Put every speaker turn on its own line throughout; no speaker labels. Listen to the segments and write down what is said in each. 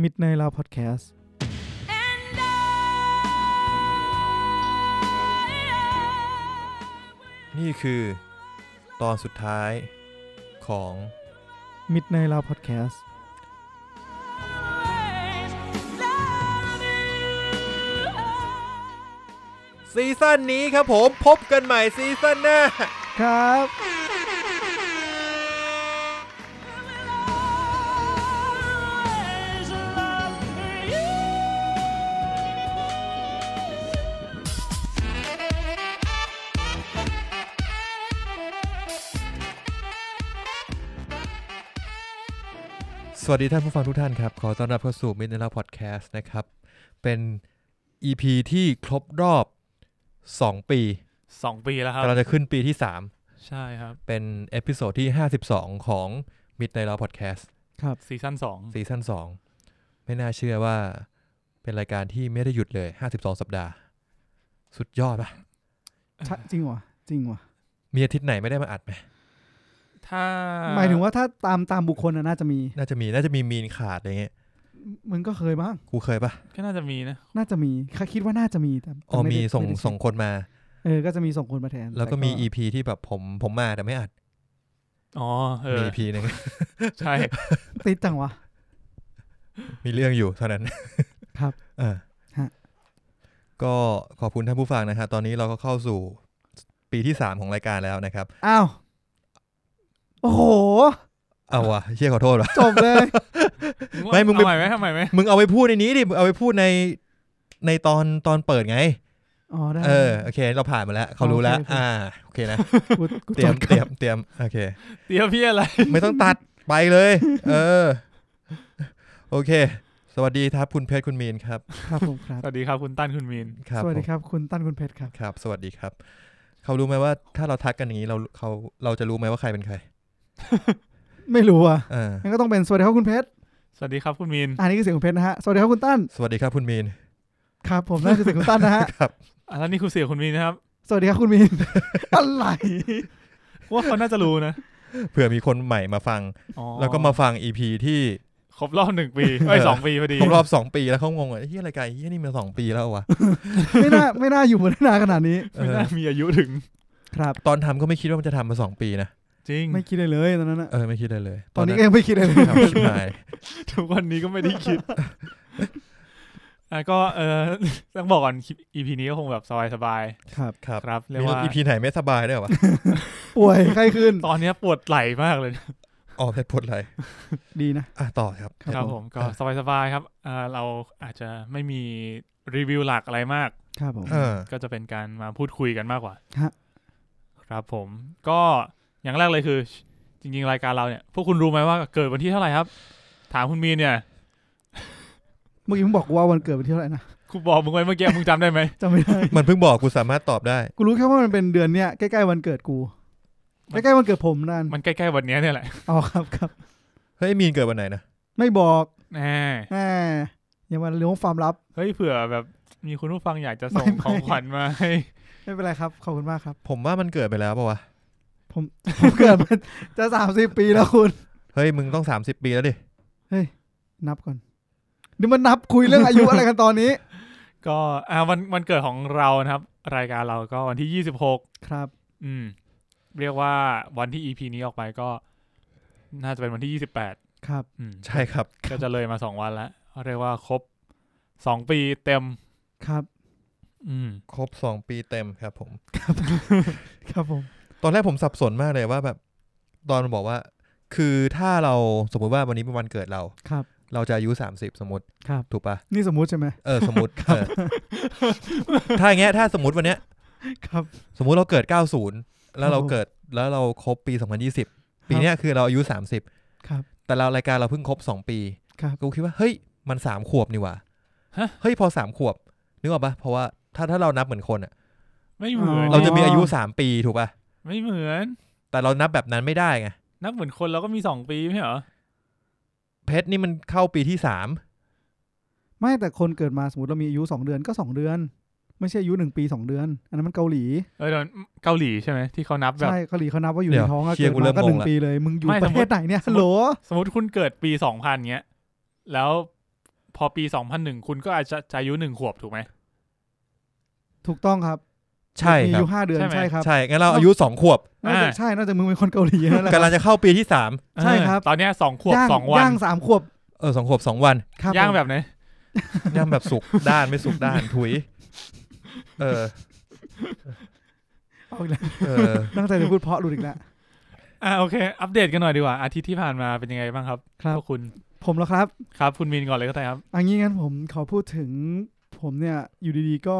มิดในลาวพอดแคสต์
And I
นี่คือตอนสุดท้ายของ
มิดในลาวพอดแคสต์
always love you.
ซีซั่นนี้ครับผมพบกันใหม่ซีซั่นหน้า
ครับ
I will always love you.
สวัสดีท่านผู้ฟังทุกท่านครับ ขอต้อนรับเข้าสู่ m i d n i g h t Podcast นะครับ เป็น EP ที่ครบรอบ 2 ปี
สองปีแล้วครับ
กำลังจะขึ้นปีที่ 3
ใช่ครับ
เป็นเอพิโซดที่ 52 ของ m i d n i g h t Podcast
ซีซั่นสอง
ซีซั่น2 ไม่น่าเชื่อว่าเป็นรายการที่ไม่ได้หยุดเลย 52 สัปดาห์ สุดยอดปะ
ช ะจริงวะจริงวะ
มีอาทิตย์ไหนไม่ได้มาอัดไหม
ถ้า
หมายถึงว่าถ้าตามตามบุคคลน่ะน่าจะมี
น่าจะมีน่าจะมีมีนขาดอะไรเงี้ย
มึงก็เคยบ้าง
กูเคยปะ
ก็น่าจะมีนะ
น่าจะมีค่ะคิดว่าน่าจะมีแต่
อ๋อ
แต่ไได้
มีส่ง
ไได้เช็ค
ส่งคนมา
เออ ก็จะมีส่งคนมาแทน
แล้วก็มี
ต่
EP ที่แบบผมผมมาแต่ไม่อัด
อ๋อ เอ
มี
อ
EP หนึง
ใช่
ติดจังวะ
มีเรื่องอยู่เท่านั้น
ครับ
อ่า
ฮะ
ก็ขอบคุณท่านผู้ฟังนะครับตอนนี้เราก็เข้าสู่ปีที่สามของรายการแล้วนะครับ
อ้าว โอ้โห
เอาวะเชี่ยขอโทษวะ
จบเลย
ไม่มึงไป
ทำไมไหมทำไมไหม
มึงเอาไปพูดในนี้ดิมึงเอาไปพูดในในตอนตอนเปิดไง
อ๋อได้
เออโอเค เราผ่านมาแล้วเขารู้แล้ว
โอเคโอเค
อ่าโอเคนะ
กูกู
เตรี
จ
ยม
ด
เตรียมเตรียมโอเค
เตี้ยพี่อะไร
ไม่ต้องตัด ไปเลย เออ โอเค สวัสดีครับคุณเพชรคุณมีนครับ
ครับผมครับ
สวัสดีครับคุณตั้นคุณมีน
ครับ
สวัส
ผม
ดีครับ คุณตั้นคุณเพชรครับ
ครับ สวัสดีครับ เขารู้ไหมว่าถ้าเราทักกันอย่างนี้เราเขาเราจะรู้ไหมว่าใครเป็นใคร
ไม่รู้อ่ะ
อ่า
งั้นก็ต้องเป็นสวัสดีครับคุณเพชร
สวัสดีครับคุณมีน
อันนี้คือเสียงคุณเพชรนะฮะสวัสดีครับคุณตั้น
สวัสดีครับคุณมีน
ครับผมนั่นคือเสียงคุณตั้นนะฮะ
ครับ
อ่ะแล้วนี่คือเสียงคุณมีนนะครับ
สวัสดีครับคุณมีน อะไร
ว่าเขาน่าจะรู้นะ
เผื่อมีคนใหม่มาฟัง
อ๋อ
แล้วก็มาฟังอีพีที่
ครบรอบหนึ่งปีไอ้ยสองปีพอดี
ครบรอบสองปีแล้วเขางงว่าเฮียรายการเฮียนี่มาสองปีแล้ววะ
ไม่น่าไม่น่าอยู่มาได้นานขนาดนี้
เอ
ไม่
อ
น่ามีอายุถึง
ครับ
ตอนทำก็ไม่คิดว่ามันจะทำมาสองปีนะ
จริง
ไม่คิดเลยเลยตอนนั้นอะ
เออไม่คิดเลยเลย
ตอนนี้ก็ยังไม่คิดเลย เลย
ทำชิบหาย
ทุกวันนี้ก็ไม่ได้ คิดอ่ะก็เอ อต้องบอกก่อน EP นี้ก็คงแบบสบาย
ครับ
ครับ
ๆครับ เรียก
มี
ว่า
อีพีไหนไม่สบายด้วยเหรอวะ
ป่วยไข้ขึ้น
ตอนเนี้ยปวดไหล่มากเลย
อ๋อเพชรพูดอะไร
ดีนะ
อ่ะต่อครับ
ครับ
ครับ
ผ
ผม มก็
อ่ะ
สบายๆครับเอ่อเราอาจจะไม่มีรีวิวหลักอะไรมาก
ครับผม
เออ
ก็จะเป็นการมาพูดคุยกันมากกว่า
ฮะ
ครับผมก็อย่างแรกเลยคือ จริงๆ รายการเราเนี่ย พวกคุณรู้ไหมว่าเกิดวันที่เท่าไหร่ครับ ถามคุณมีนเนี่ย
เมื่อกี้มึงบอกว่าวันเกิดเป็นที่เท่าไหร่นะ
กูบอกมึงไว้เมื่อกี้ มึงจำได้ ไหม
จำไม่ได้
มันเพิ่งบอกกูสามารถตอบได้
กูรู้แค่ว่ามันเป็นเดือนเนี้ยใกล้ๆวันเกิดกู ใกล้ๆวันเกิดผมนั่น
มันใกล้ๆวันเนี้ยเนี่ยแหละ
อ๋อครับครับ
เฮ้ยมีนเกิดวันไหนนะ
ไม่บอก
แหม
แหมอย่ามาล้วงความลับ
เฮ้ยเผื่อแบบมีคุณผู้ฟังอยากจะส่ง
ไม่ไม่
ของขวัญมาให้
ไม่เป็นไรครับ ขอบคุณมากครับ
ผมว่ามันเกิดไปแล้วปะวะ
ผมเกิดมาจะสามสิบปีแล้วคุณ
เฮ้ยมึงต้องสามสิบปีแล้วดิ
นับก่อนเดี๋ยวมันนับคุยเรื่องอายุอะไรกันตอนนี้
ก็อ่าวันวันเกิดของเรานะครับ รายการเราก็วันที่ 26
ครับ
อืม เรียกว่าวันที่ EP นี้ออกไปก็ น่าจะเป็นวันที่ยี่สิบแปด
ครับ
ใช่ครับ
ก็จะเลยมาสองวันแล้วเรียกว่าครบสองปีเต็ม
ครับ
อืม
ครบสองปีเต็มครับผม
ครับผม
ตอนแรกผมสับสนมากเลยว่าแบบ ตอนมันบอกว่า คือถ้าเราสมมติว่าวันนี้เป็นวันเกิดเรา
ครับ
เราจะอายุ 30 สมมติ
ครับ
ถูกปะ
นี่สมมุติใช่ไหม
เออ สมมติเออถ้าอย่างเงี้ยถ้าสมมติวันเนี้ย
ครับ
สมมุติเราเกิด 90 แล้วเรา
ครับผม
เกิดแล้วเราครบปี 2020 ปีเนี้ยคือเราอายุ
ครับ
30 แต่เรารายการเราเพิ่งครบ 2 ปี
ครับ
กูคิดว่าเฮ้ยมัน 3 ขวบนี่หว่า
ฮะ
เฮ้ยพอ 3 ขวบนึกออกปะเพราะว่าถ้าถ้าเรานับเหมือนคนอะ
ไม่เหมือ
อ๋
น
อ
เราจะมีอายุ 3 ปีถูกปะ
ไม่เหมือน
แต่เรานับแบบนั้นไม่ได้ไง
นับเหมือนคนเราก็มีสองปีไม่ใช่เหรอ
เพชรนี่มันเข้าปีที่สาม
ไม่แต่คนเกิดมาสมมติเรามีอายุสองเดือนก็สองเดือน ไม่ใช่อายุหนึ่งปีสองเดือน อันนั้นมันเกาหลี
เออเดี๋ยวเกาหลีใช่ไหมที่เขานับแบบ
ใช่เกาหลีเขานับว่าอยู่
เดี๋
ใน
ยว
ท้องอะ
เชี่ย
เกิด
กูเริ่
มามก็หนึ่
ง
ง
งละ
ปีเลย มึงอยู่
ไม่
ป
ส
ระ
มมุติ
เทศไหนเนี่ยฮัลโหล
สมมติคุณเกิดปีสองพันเงี้ย แล้ว พอปี 2001 คุณก็อาจจะอายุหนึ่งขวบถูกไหม
ถูกต้องครับ
ใช่
มีอา
ครับ
ยุห้าเดือน
ใช่ไหม
ใช่ครับ
ใช่งั้นเราอายุสองขวบ
น่าจะใช่น่าจะมึงเป็นคนเกาหลีนั่นแหละค
กำลั
รับ
งจะเข้าปีที่สาม
ใช่ครับ
ตอนเนี้ยสองขวบ
ย่าง
สองวั
ย่าน งสามขวบ
เออสองขวบสองวัน
ครับ
ย่าง
ผม
แบบไหน
ย่ำแบบสุก ด้านไม่สุกด้านถุย เออ
เอาอีกแล้ว
เออ
ตั้งใจจะพูดเพราะหลุดอีกแล้ว
อ่าโอเค อัปเดตกันหน่อยดีกว่า อาทิตย์ที่ผ่านมาเป็นยังไงบ้างครับ
ครับ
พวกคุณ
ผมแล้วครับ
ครับคุณมินก่อนเลยก็ได้ครับ
อันนี้งั้นผมขอพูดถึง ผมเนี่ยอยู่ดีๆก็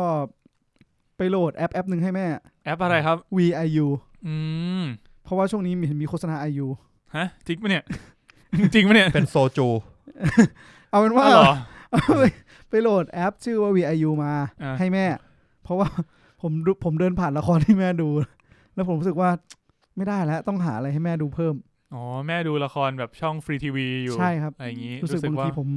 ไปโหลดแอปแอปหนึ่งให้แม่
แอปอะไรครับ
VIU
อืม
เพราะว่าช่วงนี้มีเห็นมีโฆษณา IU
ฮะจริงปะเนี่ย จริงปะเนี่ย
เป็นโซจู
เอาเป็นว่า
อ้าวเหรอ
ไปโหลดแอปชื่อว่า VIU มา
อ่า
ให้แม่ เพราะว่า ผมดูผมเดินผ่านละครที่แม่ดู แล้วผมรู้สึกว่าไม่ได้แล้ว ต้องหาอะไรให้แม่ดูเพิ่ม
อ๋อแม่ดูละครแบบช่องฟรีทีวีอยู่
ใช่ครับ
อะไรอย่างนี้
รู้
รู้
สึก
สึก
บาง
ว่า
ทีผม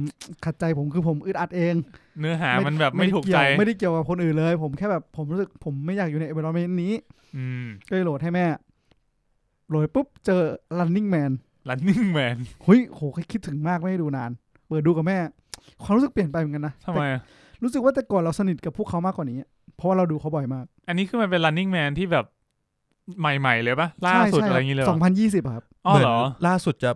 ขัดใจผมคือผมอึดอัดเอง
เนื้อหามันแบบไม่ถูกใจ
เยวไม่ได้เกี่ยวกับคนอื่นเลย ผมแค่แบบผมรู้สึกผมไม่อยากอยู่ใน environment นี้
อืม
ก็เลยโหลดให้แม่ โหลดปุ๊บเจอ running man
running man
เฮ้ยโหคิดถึงมากไม่ได้ดูนาน เปิดดูกับแม่ ความรู้สึกเปลี่ยนไปเหมือนกันนะ
ทำไม
แต่
อะ
รู้สึกว่าแต่ก่อนเราสนิทกับพวกเขามากกว่านี้ เพราะว่าเราดูเขาบ่อยมาก
อันนี้คือมันเป็น running man ที่แบบใหม่ ๆ เลยปะล่าสุดอะไรอย่างนี้เลยเหร
ส
อ
องพันยี่สิบครับ
อ๋อ
มืน
เหรอ
ล่าสุดจะ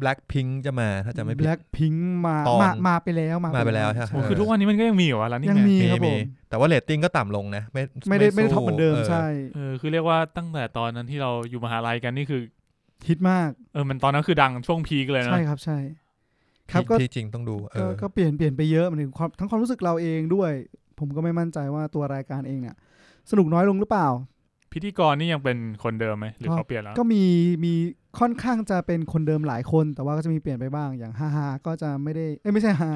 Blackpink จะมาถ้าจะไม่ผิด
black pink มา
ตอน
มามาไปแล้วมา
มาไปแล้วใช่ไหม
ใช่
คือทุกวันนี้มันก็ยังมีเหรอวะ running
ยัง
man
มี
มี
ครับผ
มี
ม
แต่ว่าเรตติ้งก็ต่ำลงนะ ไม่
ไม่ได้ไม่ได้
สู้
ท็อปเหมือนเดิมใช่
เออคือเรียกว่าตั้งแต่ตอนนั้นที่เราอยู่มหาลัยกันนี่คือ
ฮิตมาก
เออมันตอนนั้นคือดังช่วงพีคเลยนะ
ใช่ครับใช่ ค
ค
รั
รั
บบ ก็
ที่จริงต้องดูเอ
ก็
อ
ก็เปลี่ยนเปลี่ยนไปเยอะหมันถึงความทั้งความรู้สึกเราเองด้วย ผมก็ไม่มั่นใจว่าตัวรายการเองเนี่ยสนุกน้อยลงหรือเปล่า
พิธีกรนี่ยังเป็นคนเดิมไหมหรือเขาเปลี่ยนแล้ว
ก็มีมีค่อนข้างจะเป็นคนเดิมหลายคน แต่ว่าก็จะมีเปลี่ยนไปบ้างอย่างฮาฮาก็จะไม่ได้เอ้ยไม่ใช่ฮา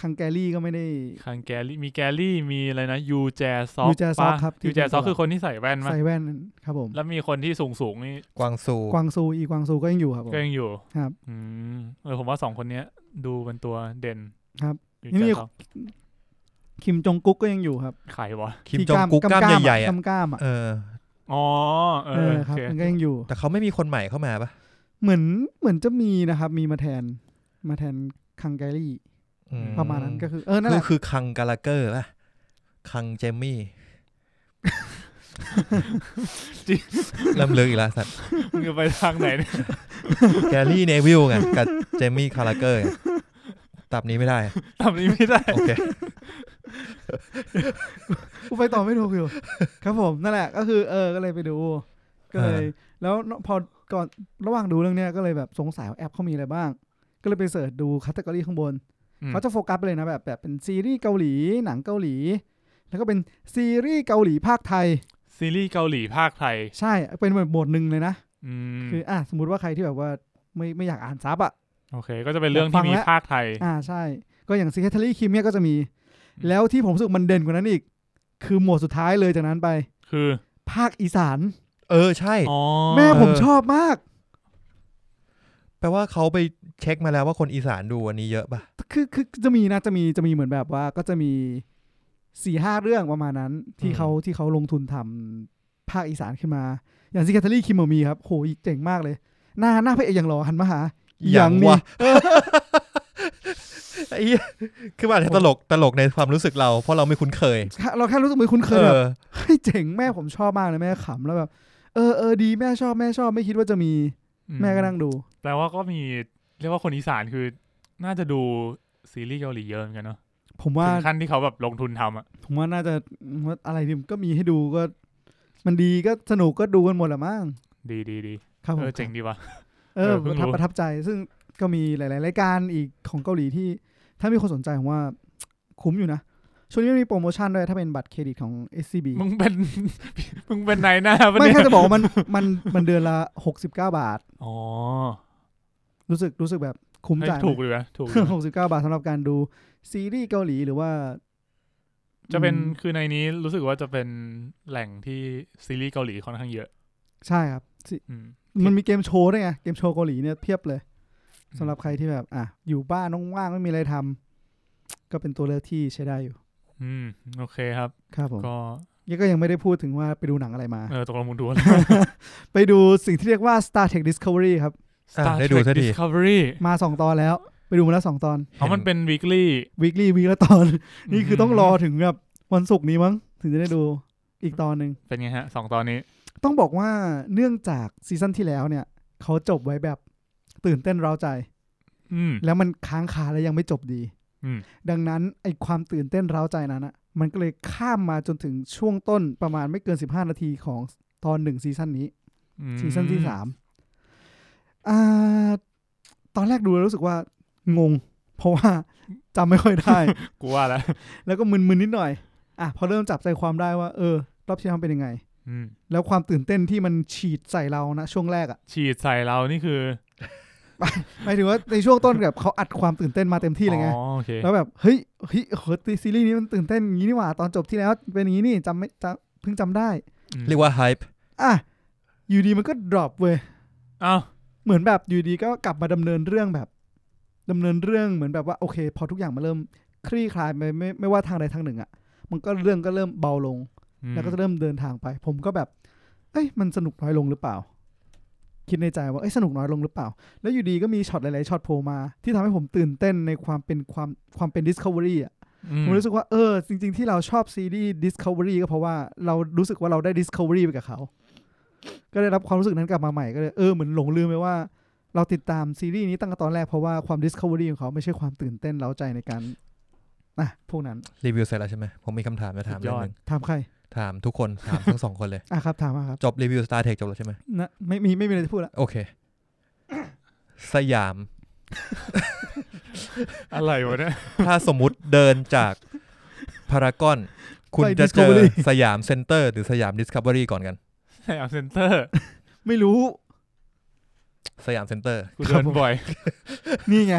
คังแกลี่ก็ไม่ได้
คังแกลี่มีแกลี่มีอะไรนะยูแจซอก
Yu Jae Seok ครับที่
ยูแจซอก
เป็นตัว
คือคนที่ใส่แว่นมั้ย
ใส่แว่นครับผม
แล้วมีคนที่สูงสูงๆนี่
กวางซู
กวางซูอีกวางซูก็ยังอยู่ครับผม
ก็ยังอยู่
ครับ
อืมเออผมว่าสองคนเนี้ย ดูเป็นตัวเด่น
ครับ
ยูแจซอก
คิมจงกุ๊กก็ยังอยู่ครับ
ใครวะ
คิม
ที่
จองกุ๊กกล้ามใหญ่
ก
ๆอ่ะ
ล้ามๆกล้ามๆอ่ะ
เออ
อ๋อเอ
เอ
อ
อ
โอ
ครับ
เค
มันก็ยังอยู่
แต่เขาไม่มีคนใหม่เข้ามาปะ
เหมือนเหมือนจะมีนะครับ มีมาแทนมาแทนคังแกลี่
อื
ประมาณนั้นก็คือเออนั่นแห
คือ
ละ
คือคังกาลาเกอร์ปะคังเจม มี่ เริ่มลึกอีกแล้วสัตว์
มึงจะไปทางไหน เนี่ย
แกรี่เนวิลไงกับเจมมี่คาราเกอร์ไงตับนี้ไม่ได้
ทำนี้ไม่ได้
โอเค
กูไปต่อไม่ถูกอยู่ ครับผมนั่นแหละ ก็คือเออก็เลยไปดูก็เลย แล้วพอก่อนระหว่างดูเรื่องเนี้ยก็เลยแบบสงสัยว่าแอปเขามีอะไรบ้าง ก็เลยไปเสิร์ชดูคัตเตอร์ข้างบน
อืม
เขาจะโฟกัสไปเลยนะแบบแบบเป็นซีรีส์เกาหลีหนังเกาหลี แล้วก็เป็นซีรีส์เกาหลีภาคไทย
ซีรีส์เกาหลีภาคไทย
ใช่เป็นแบบหมวดหนึ่งเลยนะ
อืม
คืออ่ะสมมติว่าใครที่แบบว่าไม่ไม่อยากอ่านซับอ่ะ
โอเค ก็จะเป็นเรื่องที่มี
ฟังแล้ว
ภาคไทย
อ่าใช่ ก็อย่างซีแคทเธอรี่คิมเนี่ยก็จะมี
อืม
แล้วที่ผมรู้สึกมันเด่นกว่านั้นอีก คือหมวดสุดท้ายเลยจากนั้นไป
คือ
ภาคอีสาน
เออใช่
อ๋อ
แม่ผม
เออ
ชอบมาก
แปลว่าเขาไปเช็คมาแล้วว่าคนอีสานดูอันนี้เยอะป่ะ
คือคือจะมีนะจะมีจะมีเหมือนแบบว่าก็จะมีสี่ห้าเรื่องประมาณนั้น ที่
อืม
เขาที่เขาลงทุนทำภาคอีสานขึ้นมา อย่างซิกาทารี่คิมโมมีครับโหเจ๋งมากเลย หน้าหน้าพระเอกอย่างหล่อหันมาหา
อย่าง
นี่
วะไอ้เหี้ยคือมันอาจจะตลกตลกในความรู้สึกเรา เพราะเราไม่คุ้นเคย
เราแค่รู้สึกเหมือนคุ้นเค
เอย
แบบ
อ
เฮ้ยเจ๋งแม่ผมชอบมากเลยแม่ขำแล้วแบบ เออเออดีแม่ชอบแม่ชอบไม่คิดว่าจะมี
อื
แม่ก็นั่งดู
แปลว่าก็มี เรียกว่าคนอีสานคือ น่าจะดูซีรีส์เกาหลีเยอะเหมือนกันเนาะ
ผม
ถึ
ว่าง
ขั้นที่เขาแบบลงทุนทำอ่ะ
ผมว่าน่าจะว่าอะไรดีก็มีให้ดูก็ มันดีก็สนุกก็ดูกันหมดแหละมั้ง
ดีดีดี
ครับผม
เออเจ๋งดีว่ะ
เออ
เออเพิ่
ป
ง
ระ
รู้
ทับประทับใจซึ่งก็มีหลาย ๆ รายการอีกของเกาหลีที่ ถ้ามีคนสนใจผมว่า คุ้มอยู่นะ ช่วงนี้มันมีโปรโมชั่นด้วยถ้าเป็นบัตรเครดิตของ SCB
มึงเป็น มึงเป็นนายหน้าปะ
ไม่
เนี่ย
แค่จะบอกว่ามันมันมันเดือนละ 69 บาท
อ๋อ
รู้สึกรู้สึกแบบคุ้ม
เฮ้ย
ใจ
ถูกเลยนะถูกอยู่นะ
หกสิบเก้าบาทสำหรับการดูซีรีส์เกาหลีหรือว่า
จะเป็น
อืม
คือในนี้รู้สึกว่าจะเป็นแหล่งที่ซีรีส์เกาหลีค่อนข้างเยอะ
ใช่ครับซิ
อืม
มันมีเกมโชว์ด้วยไง เกมโชว์เกาหลีเนี่ยเพียบเลยสำหรับใครที่แบบ อ่ะ อยู่บ้านว่างๆไม่มีอะไรทำก็เป็นตัวเลือกที่ใช้ได้อยู่
อืมโอเคครับ
ครับผม
ก็
ยังก็ยังไม่ได้พูดถึงว่าไปดูหนังอะไรมา
เออตกลงมึงดู
ไปดูสิ่งที่เรียกว่า Star Trek Discovery ครับ
อ่ะ
Star
ได้ดู
Trek
ซะที
Discovery
มาสองตอนแล้ว ไปดูมาแล้วสองตอน
เพราะมันเป็น weekly
weekly วีละตอน นี่คือต้องรอถึงแบบวันศุกร์นี้มั้ง ถึงจะได้ดูอีกตอนหนึ่ง
เป็นไงฮะสองตอนนี้
ต้องบอกว่าเนื่องจากซีซั่นที่แล้วเนี่ย เขาจบไว้แบบตื่นเต้นเร้าใจ
อืม
แล้วมันค้างคาและยังไม่จบดี
อืม
ดังนั้นไอความตื่นเต้นเร้าใจนั้นอะมันก็เลยข้ามมาจนถึงช่วงต้นประมาณไม่เกิน 15 นาทีของตอนหนึ่งซีซั่นนี้
อืม
ซีซั่นที่สามอ่า ตอนแรกดูแล้วรู้สึกว่างง เพราะว่าจำไม่ค่อย ได้
กูว่าแล้ว
แล้วก็มึนๆนิดหน่อย อ่ะพอเริ่มจับใจความได้ว่า เออ รอบที่ทำเป็นยังไง
อืม
แล้วความตื่นเต้นที่มันฉีดใส่เรานะช่วงแรกอะ
ฉีดใส่เรานี่คือ
หมายถึงว่าในช่วงต้นแบบเขาอัดความตื่นเต้นมาเต็มที่เลยไง
อ๋อโอเค
แล้วแบบเฮ้ยเฮ้ยโหซีรีส์นี้มันตื่นเต้นอย่างนี้นี่หว่าตอนจบที่แล้วเป็นอย่างนี้นี่จำไม่จำเพิ่งจำได้
อืม
เรียกว่า hype
อ่ะอยู่ดีมันก็ดรอปเว้ย
อ้าว
เหมือนแบบอยู่ดีก็กลับมาดำเนินเรื่องแบบดำเนินเรื่องเหมือนแบบว่าโอเค พอทุกอย่างมาเริ่มคลี่คลายไปไม่ไม่ว่าทางใดทางหนึ่งอะ่ะ มันก็เรื่องก็เริ่มเบาลง
อืม
แล้วก็จะเริ่มเดินทางไป ผมก็แบบ เอ้ยมันสนุกน้อยลงหรือเปล่า คิดในใจว่าเอ้ยสนุกน้อยลงหรือเปล่า แล้วอยู่ดีก็มีช็อตหลายๆช็อตโผล่มาที่ทำให้ผมตื่นเต้นในความเป็นความความเป็น discovery อ่ะ
อื
ผมรู้สึกว่าเออจริง ๆ ที่เราชอบซีรีส์ Discovery ก็เพราะว่าเรารู้สึกว่าเราได้ Discovery ไปกับเขา ก็ได้รับความรู้สึกนั้นกลับมาใหม่ก็เลยเออเหมือนหลงลืมไปว่า เราติดตามซีรีส์นี้ตั้งแต่ตอนแรกเพราะว่าความ Discovery ของเขาไม่ใช่ความตื่นเต้นเร้าใจในการอ่ะพวกนั้น
รีวิวเสร็จแล้วใช่ไหมผมมีคำถามจะถามเรื่องหนึง
ถามใคร
ถามทุกคนถามทั้งสองคนเลย
อ่ะครับถามมาครับ
จบรีวิว Star Trek จบแล้วใช่ไหม
นะไม่มีไม่มีอะไรจะพูดละ
โอเค สยาม
อะไรวะเนี่ย
ถ้าสมมติเดินจากพารากอน คุณจะเจอสยามเซ็นเตอร์หรือสยามดิสคัฟเวอรี่ก่อนกัน
สยามเซ็นเตอร์
ไม่รู้
สยามเซ็นเตอร์
กูเดิน
ครับผม
บ่อย
นี่ไง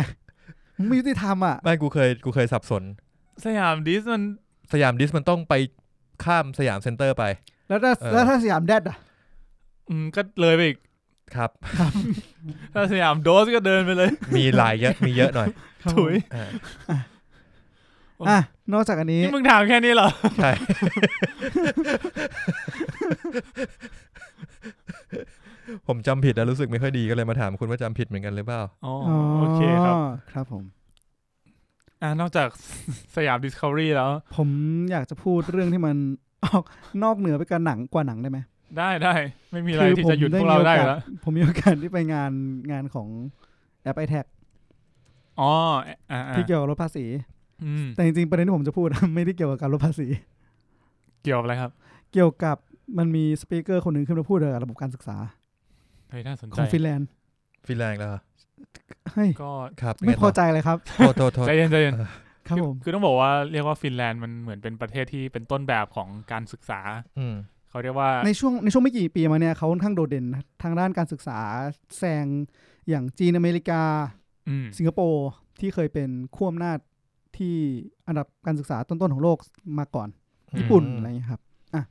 มันไม่ยุติธรรมอ่ะ
ไม่กูเคยกูเคยสับสน
สยามดิสมัน
สยามดิสมันต้องไปข้ามสยามเซ็นเตอร์ไป
แล้วถ้า
เออ
แล้วถ้าสยามแดดอ่ะ
อืมก็เลยไปอีก
ครับ
ถ้าสยามโดสก็เดินไปเลย
มีหลายเยอะมี เยอะหน่อย
ครับผม
ถุย
อ่า
อ่ะนอกจากอันนี้
นี่มึงถามแค่นี้เหรอ
ใช่ผมจำผิดแล้วรู้สึกไม่ค่อยดีก็เลยมาถามคุณว่าจำผิดเหมือนกันหรือเปล่า
อ๋อโอเคครับ
อ๋อครับผม
อ่านอกจาก สยามดิสคัฟเวอรี่แล้ว
ผมอยากจะพูดเรื่องที่มัน ออกนอกเหนือไปกับหนังกว่าหนังได้ไหม
ได้ได้ไม่มีอะไร
คือ
ที่
ผม
จะหยุด
ได้
พวกเรา
มีโอกา
ได้
ส
แล้ว
ผมมีโอกาสที่ไปงานงานของแอปไอแท็ก
อ๋ออ่าอ่า
ที่เกี่ยวกับลดภาษี
อืม
แต่จริงๆประเด็นที่ผมจะพูด ไม่ได้เกี่ยวกับการลดภาษี
เกี่ยวกับอะไรครับ
เกี่ยวกับมันมีสปีกเกอร์คนหนึ่งขึ้นมาพูดเกี่ยวกับระบบการศึกษา
เฮ้ยน่าสนใจ
ของฟินแลนด์
ฟินแลนด์แล้วเหรอ
เฮ้ย
ก็
ครับ
ไม่
ง
พอ
ต่
ใจเลยครับ
โทษโทษโทษ
ใจเย็นใจเย็น
ครับผม
คือต้องบอกว่าเรียกว่าฟินแลนด์มันเหมือนเป็นประเทศที่เป็นต้นแบบของการศึกษา
อืม
เขาเรียกว่า
ในช่วงในช่วงไม่กี่ปีมาเนี่ยเขาค่อนข้างโดดเด่นนะทางด้านการศึกษาแซงอย่างจีนอเมริกา
อืม
สิงคโปร์ที่เคยเป็นขั้วอำนาจที่อันดับการศึกษาต้นๆของโลกมาก่อน
อืม
ญี่ปุ่นอะไรอย่างเงี้ยครับอ่ะ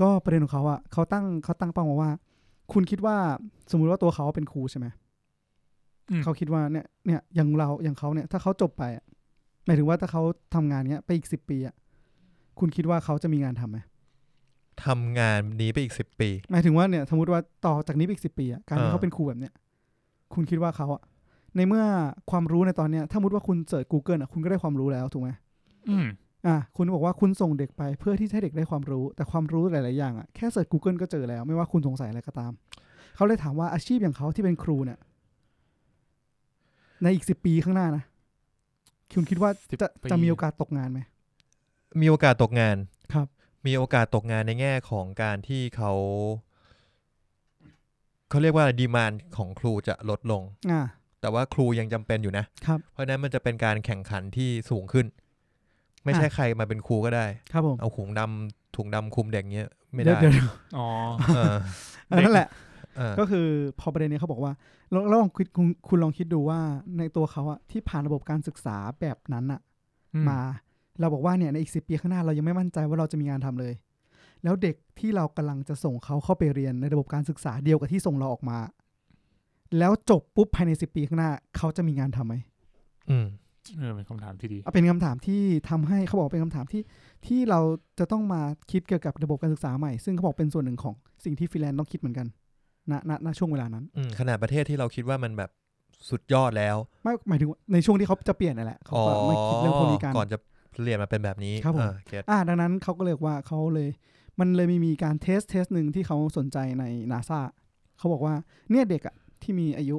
ก็ประเด็นของเขาอ่ะเขาตั้งเขาตั้งเป้ามาว่า คุณคิดว่าสมมุติว่าตัวเขาเป็นครูใช่ไหมเขาคิดว่าเนี่ยเนี่ยอย่างเราอย่างเขาเนี่ยถ้าเขาจบไปอะหมายถึงว่าถ้าเขาทำงานเนี้ยไปอีกสิบปีอ่ะคุณคิดว่าเขาจะมีงานทำไหม
ทำงานนี้ไปอีกสิบปี
หมายถึงว่าเนี่ยสมมติว่าต่อจากนี้ไปอีกสิบปีอ่ะการที่
อ่า
เขาเป็นครูแบบเนี้ยคุณคิดว่าเขาอ่ะในเมื่อความรู้ในตอนเนี้ยถ้าสมมติว่าคุณเสิร์ช Google อ่ะคุณก็ได้ความรู้แล้วถูกไหม
อืม
อ่ะคุณบอกว่าคุณส่งเด็กไปเพื่อที่จะให้เด็กได้ความรู้ แต่ความรู้หลาย ๆ อย่างอ่ะแค่เสิร์ช Google ก็เจอแล้ว ไม่ว่าคุณสงสัยอะไรก็ตาม เขาเลยถามว่าอาชีพอย่างเขาที่เป็นครูเนี่ย ในอีกสิบปีข้างหน้านะ คุณคิดว่าจะ
10ปี
จะมีโอกาสตกงานไหม
มีโอกาสตกงาน
ครับ
มีโอกาสตกงานในแง่ของการที่เขาเขาเรียกว่าดีมานของครูจะลดลง
อ่า
แต่ว่าครูยังจำเป็นอยู่นะ
ครับ
เพราะฉะนั้นมันจะเป็นการแข่งขันที่สูงขึ้น ไม่ใช่ใครมาเป็นครูก็ได้
ครับผม
เอาถุงดำถุงดำคลุมเด็กเงี้ย ไม่
เดี๋ยว
ได้
เดี๋ยวเดี๋ยว
อ๋อ
เออ
อันนั่นแหละ
เออ
ก็คือพอประเด็นเนี้ยเขาบอกว่าแล้วแล้วลองคิดคุณคุณลองคิดดูว่าในตัวเขาอะที่ผ่านระบบการศึกษาแบบนั้นอะ มา เราบอกว่าเนี่ยในอีกสิปีข้างหน้าเรายังไม่มั่นใจว่าเราจะมีงานทำเลย แล้วเด็กที่เรากำลังจะส่งเขาเข้าไปเรียนในระบบการศึกษาเดียวกับที่ส่งเราออกมา แล้วจบปุ๊บภายในสิปีข้างหน้า เขาจะมีงานทำไหม
อืม
เออเป็นคำถามที่ดี
อ่ะเป็นคำถามที่ทำให้เขาบอกเป็นคำถามที่ที่เราจะต้องมาคิดเกี่ยวกับระบบการศึกษาใหม่ ซึ่งเขาบอกเป็นส่วนหนึ่งของสิ่งที่ฟินแลนด์ต้องคิดเหมือนกันณณณช่วงเวลานั้น
อืมขนาดประเทศที่เราคิดว่ามันแบบ สุดยอดแล้ว
ไม่หมายถึงว่าในช่วงที่เขาจะเปลี่ยนนั่นแหละเขา
อ๋อ
ก็มาคิดเรื่องพวกนี้กัน
ก่อนจะเปลี่ยนมาเป็นแบบนี้
ครับผม
อ่าเก็ต
อ่าดังนั้นเขาก็เลยว่าเขาเลย มันเลยมีมีการเทสเทสหนึ่งที่เขาสนใจในนาซาเขาบอกว่าเนี่ยเด็กอะที่มีอายุ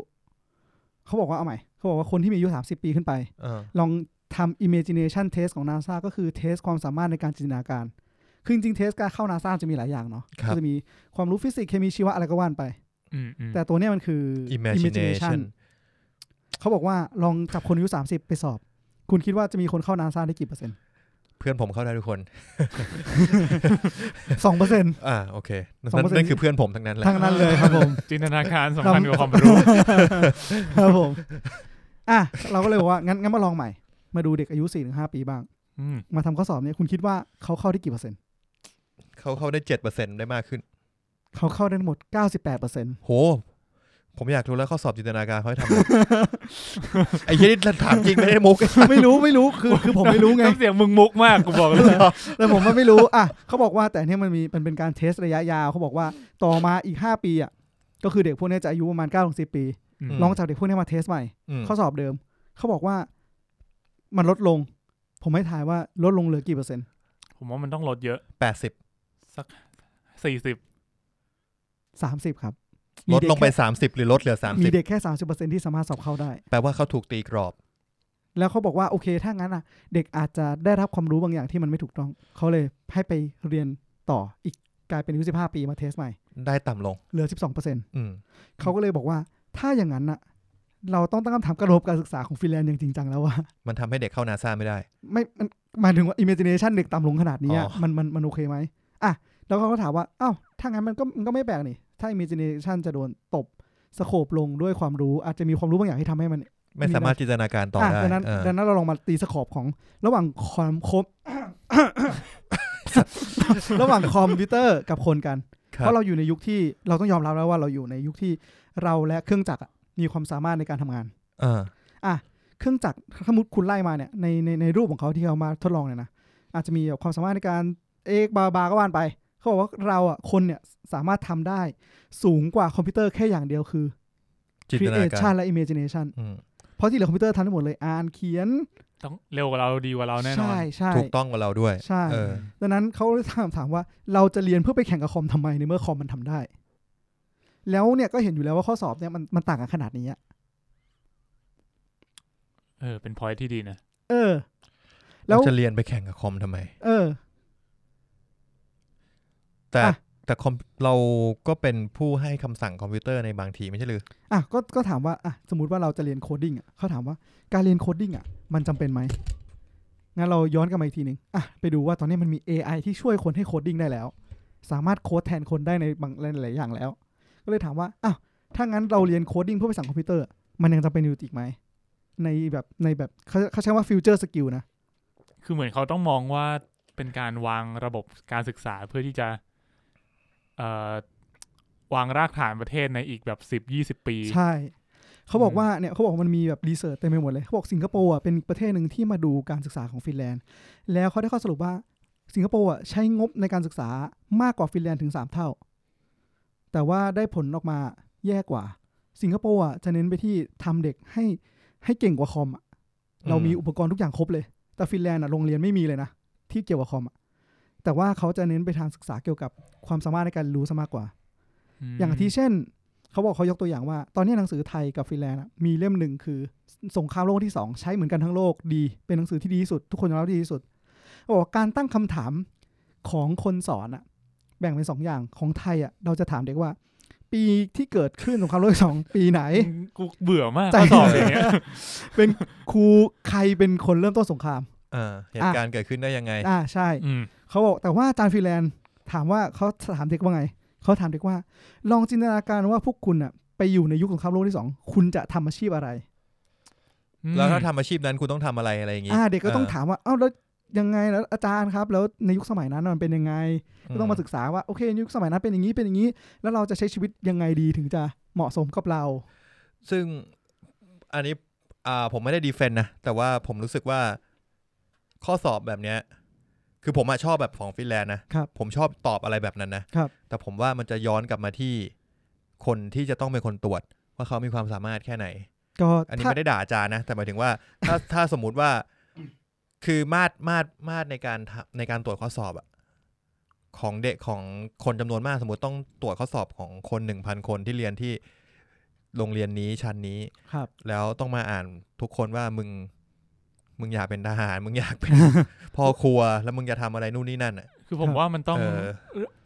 เขาบอกว่าเอาใหม่เขาบอกว่าคนที่มีอายุ 30 ปีขึ้นไป
อ่า
ลองทำ imagination test ของ NASA ก็คือเทสความสามารถในการจินตนาการ คือจริงๆเทสการเข้า NASA จะมีหลายอย่างเนาะก็จะมีความรู้ฟิสิกส์เคมีชีวะอะไรก็ว่านไป
อืมอืม
แต่ตัวเนี้ยมันคือ
อิมเมจิเนชัน
เขาบอกว่าลองจับคนอายุ 30 ไปสอบ คุณคิดว่าจะมีคนเข้า NASA ได้กี่เปอร์เซ็นต์
เพื่อนผมเข้าได้ทุกคน
สองเปอร์เซ็นต์
อ่าโอเคนั่น
สองเปอร์เซ็นต์
นั่นคือเพื่อนผมทั้งนั้นแหละ
ทั้งนั้น เลยครับผม
จินตนาการสำคัญกว่าความรู้
ครับผม อ่ะ เราก็เลยบอกว่า งั้นงั้นมาลองใหม่ มาดูเด็กอายุ 4-5 ปีบ้าง
อืม
มาทำข้อสอบเนี่ยคุณคิดว่าเขาเข้าได้กี่เปอร์เซ็นต์
เขาเข้าได้เจ็ดเปอร์เซ็นได้มากขึ้น
เขาเข้าได้ทั้งหมด 98เปอร์เซ็นต์
โห ผมอยากรู้แล้วข้อสอบจินตนาการเขาให้ ทำอะไร ไอ้เหี้ยนี่ถามจริงไม่ได้มุก
ไม่รู้ไม่รู้คือคือผมไม่รู้ไง
น้ำเสียงมึงมุกมากกูบอกเลย
แต่ผมว่าไม่รู้ อ่ะเขาบอกว่าแต่เนี่ยมันมีมันเป็นการเทสระยะยาวเขาบอกว่าต่อมาอีก 5 ปีอ่ะก็คือเด็กพวกเนี้ยจะอายุประมาณ9ก้าถึงสิปี
อืม
ลองจับเด็กพวกเนี้ยมาเทสใหม่
ม
ข้อสอบเดิม เขาบอกว่ามันลดลง ผมให้ทายว่าลดลงเหลือกี่เปอร์เซ็นต์
ผมว่ามันต้องลดเยอะ
แปดสิบ
สักสี่สิบ
สามสิบครับ
ลดลงไป
มีเกแค่
สามสิบหรือลดเหลือสาม
มี
สิบ
เด็กแค่สามสิบเปอร์เซ็นที่สามารถสอบเข้าได้
แปลว่าเขาถูกตีกรอบ
แล้วเขาบอกว่าโอเคถ้างั้นอ่ะ เด็กอาจจะได้รับความรู้บางอย่างที่มันไม่ถูกต้อง เขาเลยให้ไปเรียนต่ออีกกลายเป็นอายุสิบห้าปีมาเทสใหม่
ได้ต่ำลง
เหลือสิบสองเปอร์เซ็นต
อืม
เขาก็เลยบอกว่าถ้าอย่างนั้นน่ะ เราต้องตั้งคำถามกระทบการศึกษาของฟินแลนด์อย่างจริงจังแล้วว่า
มันทำให้เด็กเข้านาซาไม่ได้
ไม่มันหมายถึงว่า imagination เด็กต่ำลงขนาดนี้อะ
อ๋อ
มันมันมันโอเคไหมอ่ะ แล้วเขาก็ถามว่าอ้าวถ้างั้นมันก็มันก็ไม่แปลกนี่ ถ้า imagination จะโดนตบสโคบลงด้วยความรู้อาจจะมีความรู้บางอย่างที่ทำให้มัน
ไม่สามารถจินตนาการต่อ
อ่ะ
ได้
ดังนั้น
เออ
ดังนั้นเราลองมาตีสโคบของระหว่างความคม ระหว่างคอมพิวเตอร์กับคนกัน
ค
เพ
บ
ราะเราอยู่ในยุคที่เราต้องยอมรับแล้วว่าเราอยู่ในยุคที่เราและเครื่องจักรอะมีความสามารถในการทำงาน
อ่า
เครื่องจักรถ้ามุดคุณไล่มาเนี่ยในในในรูปของเขาที่เขามาทดลองเนี่ยนะอาจจะมีแบบความสามารถในการเอกบาบาก็ว่านไป เขาบอกว่าเราอ่ะคนเนี่ยสามารถทำได้สูงกว่าคอมพิวเตอร์แค่อย่างเดียวคือ
จินตนาการ
creation และ imagination
อืม
เพราะที่เหลือคอมพิวเตอร์ทำได้หมดเลยอ่านเขียน
ต้องเร็วกว่าเราดีกว่าเราแน่นอน
ใช่ใช่
ถูกต้องกับเราด้วย
ใช่
เออ
ดังนั้นเขาเลยถามถามว่าเราจะเรียนเพื่อไปแข่งกับคอมทำไมในเมื่อคอมมันทำได้ แล้วเนี่ยก็เห็นอยู่แล้วว่าข้อสอบเนี่ยมันมันต่างกันขนาดนี้อะ
เออเป็นพอยที่ดีนะ
เออ แล้
เรา
ว
จะเรียนไปแข่งกับคอมทำไม
เออ
แต่
อ่ะ
แต่คอมเราก็เป็นผู้ให้คำสั่งคอมพิวเตอร์ในบางทีไม่ใช่หรือ
อ่ะก็ก็ถามว่าอ่ะสมมติว่าเราจะเรียนโคดดิ้งอ่ะเขาถามว่าการเรียนโคดดิ้งอ่ะมันจำเป็นไหมงั้นเราย้อนกลับมาอีกทีหนึ่งอ่ะไปดูว่าตอนนี้มันมี AI ที่ช่วยคนให้โคดดิ้งได้แล้ว สามารถโค้ดแทนคนได้ในบางหลายๆอย่างแล้ว ก็เลยถามว่าอ้าวถ้างั้นเราเรียนโคดดิ้งเพื่อไปสั่งคอมพิวเตอร์อะมันยังจำเป็นอยู่อีกไหมในแบบในแบบเขาเขาใช้ว่าฟิวเจอร์สกิลนะ
คือเหมือนเขาต้องมองว่าเป็นการวางระบบการศึกษาเพื่อที่จะ เอ่อวางรากฐานประเทศในอีกแบบสิบยี่สิบปี
ใช่ เขาบอกว่าเนี่ยเขาบอกว่ามันมีแบบรีเสิร์ชเต็มไปหมดเลย เขาบอกสิงคโปร์อ่ะเป็นอีกประเทศหนึ่งที่มาดูการศึกษาของฟินแลนด์ แล้วเขาได้ข้อสรุปว่าสิงคโปร์อ่ะใช้งบในการศึกษามากกว่าฟินแลนด์ถึง 3 เท่า แต่ว่าได้ผลออกมาแย่กว่า สิงคโปร์อ่ะจะเน้นไปที่ทำเด็กให้ให้เก่งกว่าคอมอะ
ม
เรามีอุปกรณ์ทุกอย่างครบเลย แต่ฟินแลนด์อ่ะโรงเรียนไม่มีเลยนะที่เกี่ยวกับคอมอะแต่ว่าเขาจะเน้นไปทางศึกษาเกี่ยวกับความสามารถในการรู้ซะมากกว่า อย่างที่เช่น เขาบอกเขายกตัวอย่างว่า ตอนนี้หนังสือไทยกับฟินแลนด์อะมีเล่มหนึ่งคือสงครามโลกที่สองใช้เหมือนกันทั้งโลกดี เป็นหนังสือที่ดีที่สุด ทุกคนยอมรับว่าดีที่สุดเขาบอกว่าการตั้งคำถามของคนสอนอะแบ่งเป็นสองอย่างของไทยอะเราจะถามเด็กว่า ปีที่เกิดขึ้นสงครามโลกที่สองปีไหน
กูเบื่อมาก
ใจ
ข้อสอบอย่างเงี้ย
เป็นครูใครเป็นคนเริ่มต้นสงคราม
อ่าเหตุการณ์เกิดขึ้นได้ยังไง
อ่าใช่
อืม
เขาบอกแต่ว่าอาจารย์ฟิแลนด์ถามว่าเขาถามเด็กว่าไง เขาถามเด็กว่า ลองจินตนาการว่าพวกคุณอะไปอยู่ในยุคสงครามโลกที่สองคุณจะทำอาชีพอะไร
แล้วถ้าทำอาชีพนั้นคุณต้องทำอะไรอะไรอย่างงี้
อ่าเด็กก็ต้องถามว่าเอ้าแล้วยังไงแล้วอาจารย์ครับ แล้วในยุคสมัยนั้นมันเป็นยังไง ก็ต้องมาศึกษาว่าโอเคในยุคสมัยนั้นเป็นอย่างนี้เป็นอย่างนี้ แล้วเราจะใช้ชีวิตยังไงดีถึงจะเหมาะสมกับเรา
ซึ่งอันนี้อ่าผมไม่ได้ดีเฟนต์นะ แต่ว่าผมรู้สึกว่าข้อสอบแบบเนี้ย คือผมอะชอบแบบของฟินแลนด์นะครับ ผมชอบตอบอะไรแบบนั้นนะครับ แต่ผมว่ามันจะย้อนกลับมาที่คนที่จะต้องเป็นคนตรวจ ว่าเขามีความสามารถแค่ไหน
ก็
อันนี้
ถ้า
ไม่ได้ด่าอาจารย์นะ แต่หมายถึงว่า ถ้าถ้าสมมุติว่า คือมาตรมาตรมาตรในการทำในการตรวจข้อสอบอะของเด็กของคนจำนวนมากสมมติต้องตรวจข้อสอบของคนหนึ่งพันคนที่เรียนที่โรงเรียนนี้ชั้นนี้
ครับ
แล้วต้องมาอ่านทุกคนว่ามึง มึงอยากเป็นทหาร มึงอยาก เป็น พ่อครัว แล้วมึงจะทำอะไรนู่นนี่นั่นอะ
คือผม
ครับ
ว่ามันต้อง
เออ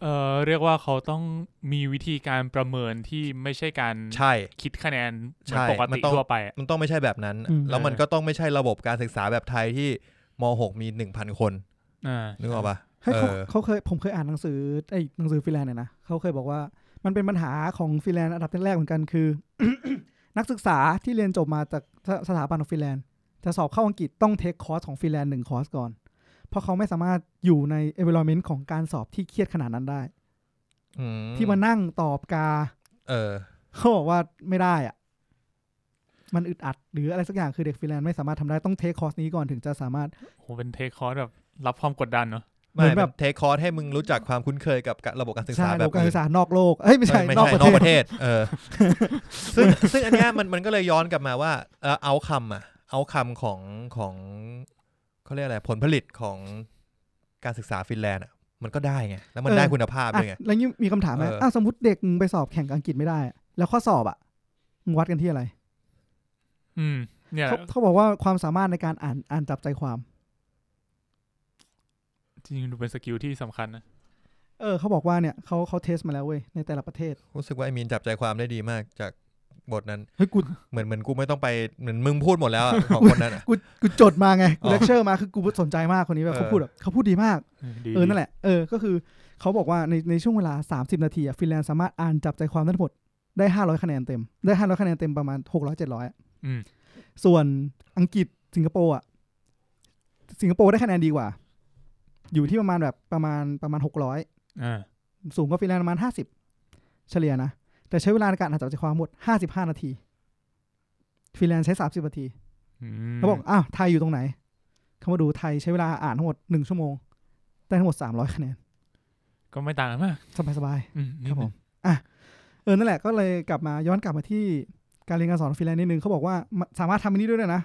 เอ่อเรียกว่าเขาต้องมีวิธีการประเมินที่ไม่ใช่การ
ใช่
คิดคะแนนเหมื
ใช่
อนปก
มัน
ติ
ต้อง
ทั่วไปอะ
มันต้องไม่ใช่แบบนั้น
อืม
แล้วมันก็ต้องไม่ใช่ระบบการศึกษาแบบไทยที่ม .6 มีหนึ่งพันคน
อ่า
นึกออกปะ
ให้เขา
เออ
เขาเคยผมเคยอ่านหนังสือไอ้หนังสือฟรีแลนซ์เนี่ยนะเขาเคยบอกว่ามันเป็นปัญหาของฟรีแลนซ์อันดับแรกๆเหมือนกันคือ นักศึกษาที่เรียนจบมาจากสสถาบันของฟรีแลนซ์จะสอบเข้าอังกฤษต้องเทคคอร์สของฟรีแลนซ์หนึ่งคอร์สก่อน เพราะเขาไม่สามารถอยู่ใน environment ของการสอบที่เครียดขนาดนั้นได้
อื
ที่มานั่งตอบกา
เออ
เขาบอกว่าไม่ได้อะมันอึดอัด หรืออะไรสักอย่างคือเด็กฟรีแลนซ์ไม่สามารถทำได้ต้องเทคคอร์สนี้ก่อนถึงจะสามารถ
โหเป็นเทคคอร์สแบบรับความกดดันเนอะ
ไม่
เหมือน
แบ
แบบ บ
เทคคอร์สให้มึงรู้จักความคุ้นเคยกับระบบการศึก
ใช่
ษาแบ
ระบ
บบ
การศึก
อื่น
ษานอกโลกเอ้ยไม่ใช่
เออไม่
นอก
ใช่
ประ
น
เท
อก
ศ
ประเทศ เอ อ ซึ่งซึ่งอันเนี้ยมันมันก็เลยย้อนกลับมาว่าเออเอาคำอะเอาคำของของเขาเรียกอะไรผลผลิตของการศึกษาฟินแลนด์อะมันก็ได้ไง แล้วมัน
เออ
ได้คุณภาพ
อ่ะ
ด้วยไง
แล้วนี่มีคำถามไหม
เอออ้
อ้าวสมมติเด็กมึงไปสอบแข่งกับอังกฤษไม่ได้อะแล้วข้อสอบอ่ะมึงวัดกันที่อะไร
อืม เนี่ย
เขาเขาบอกว่าความสามารถในการอ่านอ่านจับใจความ
จริงๆดูเป็นสกิลที่สำคัญนะ
เออเขาบอกว่าเนี่ยเขาเขาเทสมาแล้วเว้ยในแต่ละประเทศ
รู้สึกว่าไอ้มีนจับใจความได้ดีมากจากบทนั้น
เฮ้ยกู
เหมือนเหมือนกูไม่ต้องไปเหมือนมึงพูดหมดแล้วอะของคนนั้นอะ
กูกูจดมาไงกู
อ๋อ
เลคเชอร์มาคือกูสนใจมากคนนี้แบบ
เออ
เขาพูดแบบเขาพูดดีมาก
ดี
เออ นั่นแหละ เออ ก็คือเขาบอกว่าในในช่วงเวลา 30 นาทีอะฟินแลนด์สามารถอ่านจับใจความทั้งหมดได้ 500 คะแนนเต็ม ได้ 500 คะแนนเต็มประมาณ 600 700อะ
อืม
ส่วนอังกฤษสิงคโปร์อ่ะ สิงคโปร์ได้คะแนนดีกว่า อยู่ที่ประมาณแบบประมาณประมาณ 600
อ่า
สูงกว่าฟินแลนด์ประมาณ 50 เฉลี่ยนะ แต่ใช้เวลาในการอ่านจับใจความหมด 55 นาที ฟินแลนด์ใช้ 30 นาที
อืม
เขาบอก อ้าว ไทยอยู่ตรงไหน เขามาดูไทยใช้เวลาอ่านทั้งหมด 1 ชั่วโมง ได้ทั้งหมด 300 คะแนน
ก็ไม่ต่างกันมาก
สบายๆ
อืม
ครับผม
นิดนึง
อ่ะเออนั่นแหละก็เลยกลับมาย้อนกลับมาที่การเรียนการสอนฟรีแลนซ์นิดนึงเขาบอกว่ามันสามารถทำอันนี้ด้วยนะ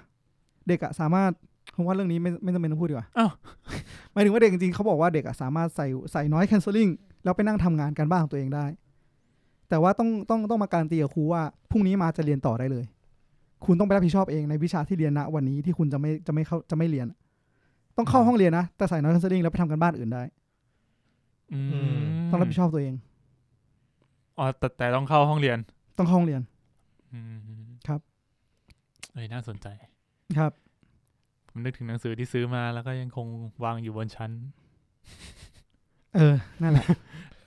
เด็กอะสามารถผมว่าเรื่องนี้ไม่ไม่จำเป็นต้องพูดดีกว่า
อ้าว
หมายถึงว่าเด็กจริงๆเขาบอกว่าเด็กอะสามารถใส่ใส่น้อย canceling แล้วไปนั่งทำงานการบ้านของตัวเองได้ แต่ว่าต้องต้องต้องมาการันตีกับครูว่าพรุ่งนี้มาจะเรียนต่อได้เลย คุณต้องไปรับผิดชอบเองในวิชาที่เรียนณวันนี้ที่คุณจะไม่จะไม่เข้าจะไม่เรียน ต้องเข้าห้องเรียนนะ แต่ใส่น้อย canceling แล้วไปทำการบ้านอื่นได้
อืม
ต้องรับผิดชอบตัวเอง
อ๋อแต่แต่ต้องเข้าห้องเรียน
ต้องเข้าห้องเรียน
อืม
ครับ
เอ้ยน่าสนใจ
ครับ
ผมนึกถึงหนังสือที่ซื้อมาแล้วก็ยังคงวางอยู่บนชั้น
เออนั่นแหละ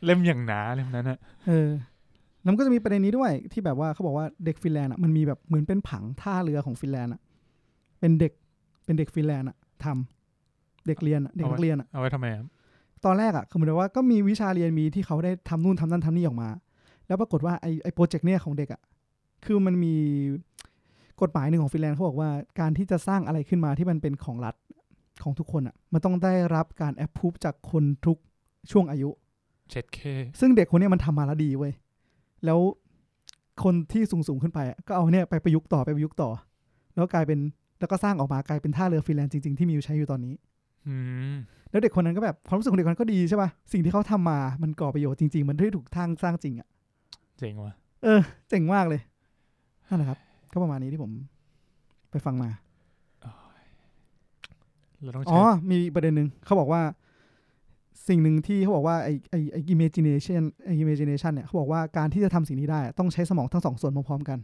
เล่มอย่างหนาเล่มนั้นอะ
เออแล้วมันก็จะมีประเด็นนี้ด้วยที่แบบว่าเขาบอกว่าเด็กฟินแลนด์อ่ะมันมีแบบเหมือนเป็นผังท่าเรือของฟินแลนด์อ่ะเป็นเด็กเป็นเด็กฟินแลนด์อ่ะทำเด็กเรียนอะเด็กนักเรียนอ่ะ
เอาไว้ทำไมครับ
ตอนแรกอ่ะคือเหมือนว่าก็มีวิชาเรียนมีที่เขาได้ทำนู่นทำนั่นทำนี่ออกมา แล้วปรากฏว่าไอไอโปรเจกต์เนี่ยของเด็กอ่ะคือมันมีกฎหมายหนึ่งของฟินแลนด์เขาบอกว่าการที่จะสร้างอะไรขึ้นมาที่มันเป็นของรัฐของทุกคนอ่ะมันต้องได้รับการแอปพูฟจากคนทุกช่วงอายุ
เจ็ดเค
ซึ่งเด็กคนเนี้ยมันทำมาแล้วดีเว้ย แล้วคนที่สูงสูงๆขึ้นไปอะก็เอาเนี่ยไปประยุกต์ต่อไปประยุกต์ต่อ แล้วกลายเป็นแล้วก็สร้างออกมากลายเป็นท่าเรือฟรีแลนซ์จริง ๆ ที่มีอยู่ใช้อยู่ตอนนี้
อืม
แล้วเด็กคนนั้นก็แบบความรู้สึกของเด็กคนนั้นก็ดีใช่ป่ะ สิ่งที่เขาทำมา มันก่อประโยชน์จริง ๆ มันได้ถูกทางสร้างจริงอ่ะ
เจ๋งว่ะ
เออ เจ๋งมากเลยนั่นแหละครับ ก็ประมาณนี้ที่ผมไปฟังมา
เราต้อง
อ๋
ใช้
อ มีอีกประเด็นหนึ่งเขาบอกว่า สิ่งหนึ่งที่เขาบอกว่าไอไอไอ imagination ไอ imagination เนี่ยเขาบอกว่าการที่จะทำสิ่งนี้ได้อะต้องใช้สมองทั้งสองส่วนพร้อมๆกัน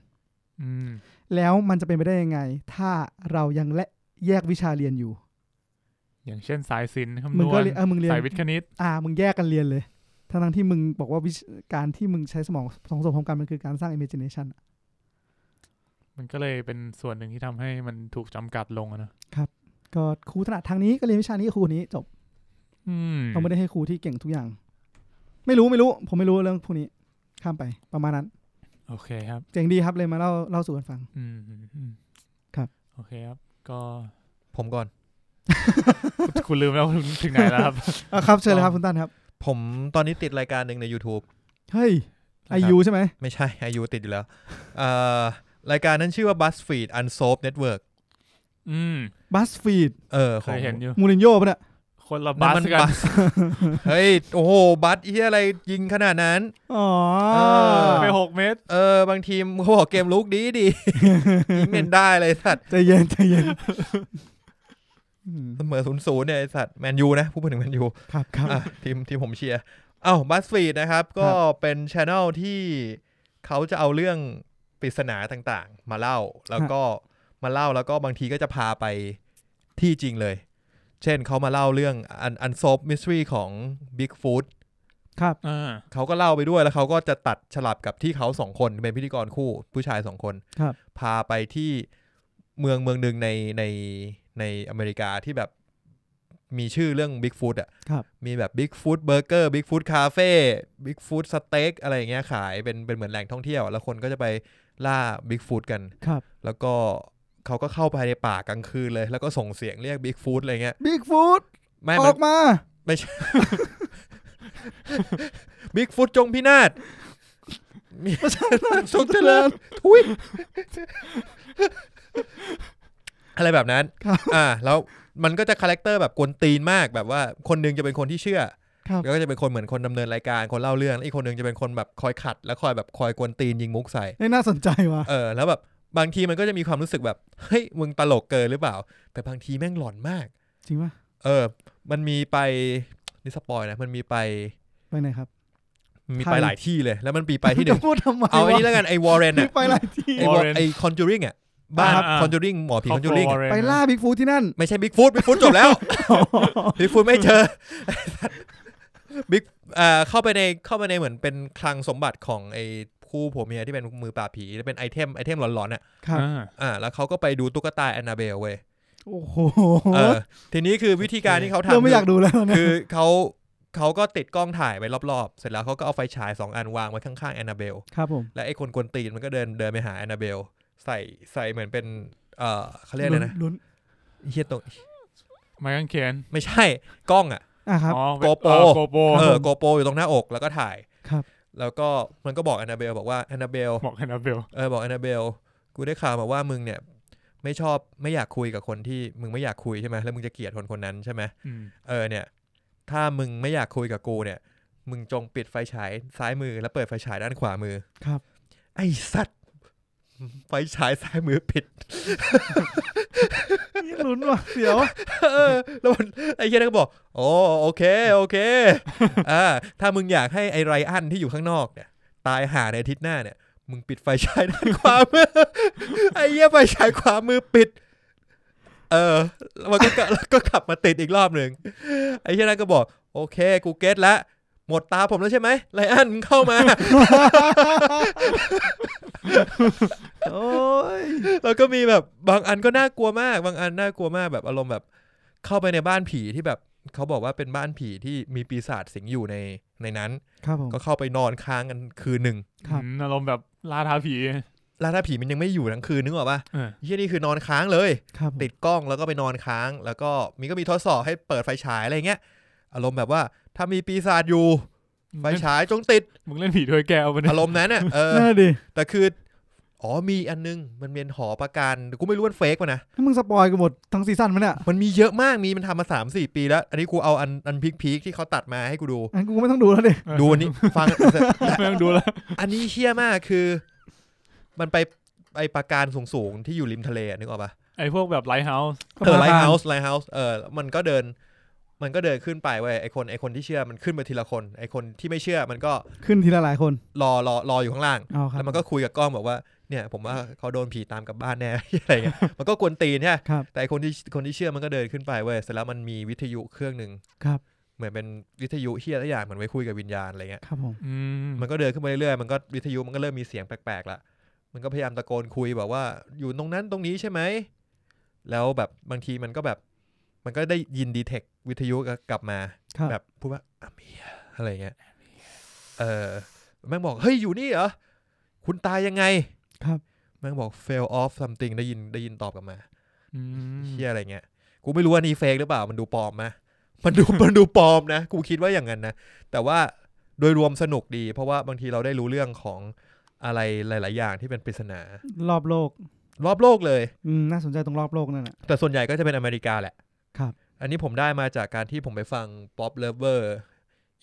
อืม
แล้วมันจะเป็นไปได้ยังไง ถ้าเรายังและแยกวิชาเรียนอยู่
อย่างเช่นสายศิลป์คำน
มึง
ว
ก็
ณ
เรียนเออมึงเรียน
สายวิทย์คณิต
อ่ามึงแยกกันเรียนเลยทั้งทั้งๆที่มึงบอกว่าวิชการที่มึงใช้สมองสองส่วนพร้อมกันมันคือการสร้าง imagination อะ
มันก็เลยเป็นส่วนหนึ่งที่ทำให้มันถูกจำกัดลงอะเนอะ
ก็ครูถนัดทางนี้ก็เรียนวิชานี้ครูนี้จบ
อืม
เราไม่ได้ให้ครูที่เก่งทุกอย่าง ไม่รู้ไม่รู้ ผมไม่รู้เรื่องพวกนี้ข้ามไปประมาณนั้น
โอเคครับ
เจ๋งดีครับเลยมาเล่าเล่าสู่กันฟัง
อืมอืมอืม
ครับ
โอเคครับ ก็
ผมก่อน
คุณลืมแล้วคุณถึงไหนแล้วครับ
อ่ะครับเชิญเลยครับคุณตั้นครับ
ผมตอนนี้ติดรายการหนึ่งใน YouTube
เฮ้ย
นะค
อา
รับ
ยุใช่ไหม
ไม่ใช่อายุติดอยู่แล้วเออ รายการนั้นชื่อว่า BuzzFeed Unsolved Network
อืม
บัสฟีด
เออ
เค
ของ
ยเห็นอยู่
มูรินโญ่ปะเนี่ย
คนละ
นั่
บั
น
ส
มัน
กัน
บัส เฮ้ย โอ้โห บัสเฮียอะไรยิงขนาดนั้น
อ๋อ
เออ
ไปหกเมตร
เออ บางทีมเขาบอกเกมลุกดีดี ยิงเงินได้เลยสัตว์
ใจเย็นใจเย็ นอืม
เสมอศูนย์ศูนย์เนี่ยไอ้สัตว์แมนยูนะพูดถึงแมนยู
ครับครับ
อ่ะ ทีมทีมผมเชียร์อ้าวบัสฟีดนะครับ ก็เป็นช n e l ที่เขาจะเอาเรื่องปริศนาต่างๆ มาเล่าแล้วก็มาเล่าแล้วก็บางทีก็จะพาไปที่จริงเลย เช่นเขามาเล่าเรื่องอันอันซบมิสทรีของ Bigfoot
เออ
เขาก็เล่าไปด้วยแล้วเขาก็จะตัดฉลับกับที่เขาสองคนเป็นพิธีกรคู่ผู้ชายสองคน
ครับ
พาไปที่เมืองเมืองหนึ่งในในในอเมริกาที่แบบมีชื่อเรื่อง Bigfoot อ่ะ
ครับ
มีแบบ Bigfoot Burger Bigfoot Cafe Bigfoot Steak อะไรอย่างเงี้ยขายเป็นเป็นเหมือนแหล่งท่องเที่ยว แล้วคนก็จะไปล่า Bigfoot กัน
ครับ
แล้วก็เขาก็เข้าไปในป่ากลางคืนเลย แล้วก็ส่งเสียงเรียก Bigfoot อะไรเงี้ย
บิ๊กฟูด
แม่
อ
มั
อน กมา
Bigfoot จงพินาศมีจงเจริญทุยอะไรแบบนั้น
ครับ
อ่า แล้วมันก็จะคาแรคเตอร์แบบกวนตีนมากแบบว่าคนหนึงจะเป็นคนที่เชื่อ
ครับ
แล้วก็จะเป็นคนเหมือนคนดำเนินรายการคนเล่าเรื่องแล้วอีกคนหนึงจะเป็นคนแบบคอยขัด แล้วคอยแบบคอยกวนตีนยิงมุกใส่
นี่น่าสนใจว่ะ
เออ แล้วแบบบางทีมันก็จะมีความรู้สึกแบบเฮ้ยมึงตลกเกินหรือเปล่า แต่บางทีแม่งหลอนมาก
จริงป่ะ
เออ มันมีไปนี่สปอยนะมันมีไป
ไปไหนครับ
มีไปหลายที่เลย แล้วมันปีไปที่หนึ่
จะ
ง
พูดทำไม
เอาไอ้
วะ
นี่แล้วกัน ไอ้วอร์เรน
มี
อะ
ไปหลายที่
ไอ้วอร์
Warren
ไอ้คอนจูริงอะบ้าน
อ่าอ่า
คอนจูริงหมอผีคอนจูริง
เรน
ไปล่าบิ๊กฟูดที่นั่น
ไม่ใช่บิ๊กฟุตบิ๊กฟุตจบแล้วบิ๊กฟุตไม่เจอบิ๊กเอ่อเข้าไปในเข้าไปในเหมือนเป็นคลังสมบัติของไอ้คู่ผัวเมียที่เป็นมือปราบผีแล้วเป็นไอเทมไอเทมหลอนๆอ่ะ
ครับ
อ่า
อ่าแล้วเขาก็ไปดูตุ๊กตาแอนนาเบลเว้ย
โอ้โห
เออทีนี้คือวิธีการที่เขาทำ
เริ่มไม่อยากดูแล้วเนี่ย
คือเขาเขาก็ติดกล้องถ่ายไปรอบๆ เสร็จแล้วเขาก็เอาไฟฉายสองอันวางไว้ข้างๆแอนนาเบล
ครับผม
และไอ้คนกวนตีนมันก็เดินเดินไปหาแอนนาเบล ใส่ใส่เหมือนเป็น เอ่อเขาเรียกอะไรนะ
ลุ้น
เฮียตรง
ไมกางเขน
ไม่ใช่กล้องอ่ะ
อ่ะครับ
อ๋อ
โกโป
โกโป
เออโกโปรอยู่ตรงหน้าอกแล้วก็ถ่าย
ครับ
แล้วก็มันก็บอกแอนนาเบลบอกว่าแอนนาเบล
บอกแอนนาเบล
เออบอกแอนนาเบลกูได้ข่าวมาว่ามึงเนี่ย ไม่ชอบไม่อยากคุยกับคนที่มึงไม่อยากคุยใช่ไหมแล้วมึงจะเกลียดคนคนนั้นใช่ไหม
อืม
เออเนี่ย ถ้ามึงไม่อยากคุยกับกูเนี่ย มึงจงปิดไฟฉายซ้ายมือแล้วเปิดไฟฉายด้านขวามือ
ครับ
ไอ้สัตว์ไฟฉาย ซ้ายมือปิด
ลุ้นว่ะเสียว
เออแล้วมันไอ้เฮียนั่นก็บอกโอ้โอเค โอเคอ่าถ้ามึงอยากให้ไอ้ไรอันที่อยู่ข้างนอกเนี่ย ตายหาในอาทิตย์หน้าเนี่ย มึงปิดไฟฉายด้านขวามือ ไอ้เหี้ยไฟฉายขวามือปิด เออแล้วมันก็ กลับแล้วก็กลับมาติดอีกรอบหนึ่งไอ้เฮียนั่นก็บอก โอเค กูเก็ตละ หมดตาผมแล้วใช่ไหมไรอันมึงเข้ามา
โอ้ย
แล้วก็มีแบบบางอันก็น่ากลัวมาก บางอันน่ากลัวมากแบบอารมณ์แบบ เข้าไปในบ้านผีที่แบบเขาบอกว่าเป็นบ้านผีที่มีปีศาจสิงอยู่ในในนั้น
ครับผม
ก็เข้าไปนอนค้างกันคืนหนึ่ง
ครับ
อืมอารมณ์แบบล่าท้าผี
แล้วถ้าผีมันยังไม่อยู่ทั้งคืนนึกออกปะ
เออ
เฮียนี่คือนอนค้างเลย
ครับผม
ติดกล้องแล้วก็ไปนอนค้าง แล้วก็มีก็มีทดสอบให้เปิดไฟฉายอะไรเงี้ยอารมณ์แบบว่าถ้ามีปีศาจอยู่ไฟฉายจง ติด
มึงเล่นผีถ้วยแก้วปะเนี่ย
อารมณ์นั้นน่ะเออ
นั่นนะดิ
แต่คืออ๋อมีอันนึงมันเป็นหอประกันกูไม่รู้ว่าเฟกป่ะนะ
ถ้ามึงสปอยกันหมดทั้งซีซั่นมั้ยเนี่ย
มันมีเยอะมาก มีมันทำมาสามสี่ปีแล้ว อันนี้กูเอาอันอันพีคพีคที่เขาตัดมาให้กูดู
อันกูไม่ต้องดูแล้วดิ
เออ
ดูอันนี้ ฟัง
ไม่ต้องดูแล้ว
อันนี้เฮี้ยมากคือ มันไปไปปะการสูงๆ ที่อยู่ริมทะเลอะนึกออกปะ
ไอ้พวกแบบไลท์เฮาส์
เออไลท์เฮาส์ไลท์เฮาส์เออมันก็เดิน มันก็เดินขึ้นไปเว้ยไอคนไอคนที่เชื่อมันขึ้นไปทีละคน ไอคนที่ไม่เชื่อมันก็
ขึ้นทีละหลายคน
รอรอรออยู่ข้างล่าง
เอาครับ
แล้วมันก็คุยกับกล้องบอกว่าเนี่ย ผมว่าเขาโดนผีตามกลับบ้านแน่ อะไรเงี้ยมันก็กวนตีนใช่ไหม
ครับ
แต่ไอ้คนที่คนที่เชื่อมันก็เดินขึ้นไปเว้ยเสร็จแล้วมันมีวิทยุเครื่องหนึ่ง
ครับ
เหมือนเป็นวิทยุเฮียอะไรอย่างเหมือนไว้คุยกับวิญญาณอะไรเงี้ย
ครับผม
อืม
มันก็เดินขึ้นมาเรื่อยๆมันก็วิทยุมันก็เริ่มมีเสียงแปลกๆละมันก็พยายามตะโกนคุยแบบว่าอยู่ตรงนั้นตรงนี้ใช่ไหมแล้วแบบบางทีมันก็แบบ มันก็ได้ยินดีเทควิทยุกลับมา
ครับ
แบบพูดว่าอาเมียอะไรเงี้ย เออแม่งบอกเฮ้ยอยู่นี่เหรอ คุณตายยังไง
ครับ
แม่งบอก fail off something ได้ยินได้ยินตอบกลับมา
อืม
เฮียอะไรเงี้ย กูไม่รู้ว่านี่เฟกหรือเปล่า มันดูปลอมมะมันดู มันดูปลอมนะ กูคิดว่าอย่างนั้นนะ แต่ว่าโดยรวมสนุกดี เพราะว่าบางทีเราได้รู้เรื่องของ อะไรหลาย ๆ อย่างที่เป็นปริศนาร
อบโลก
รอบโลกเลย
อืมน่าสนใจตรงรอบโลกนั่นแหละ
แต่ส่วนใหญ่ก็จะเป็นอเมริกาแหละ
ครับ
อันนี้ผมได้มาจากการที่ผมไปฟัง Pop Lover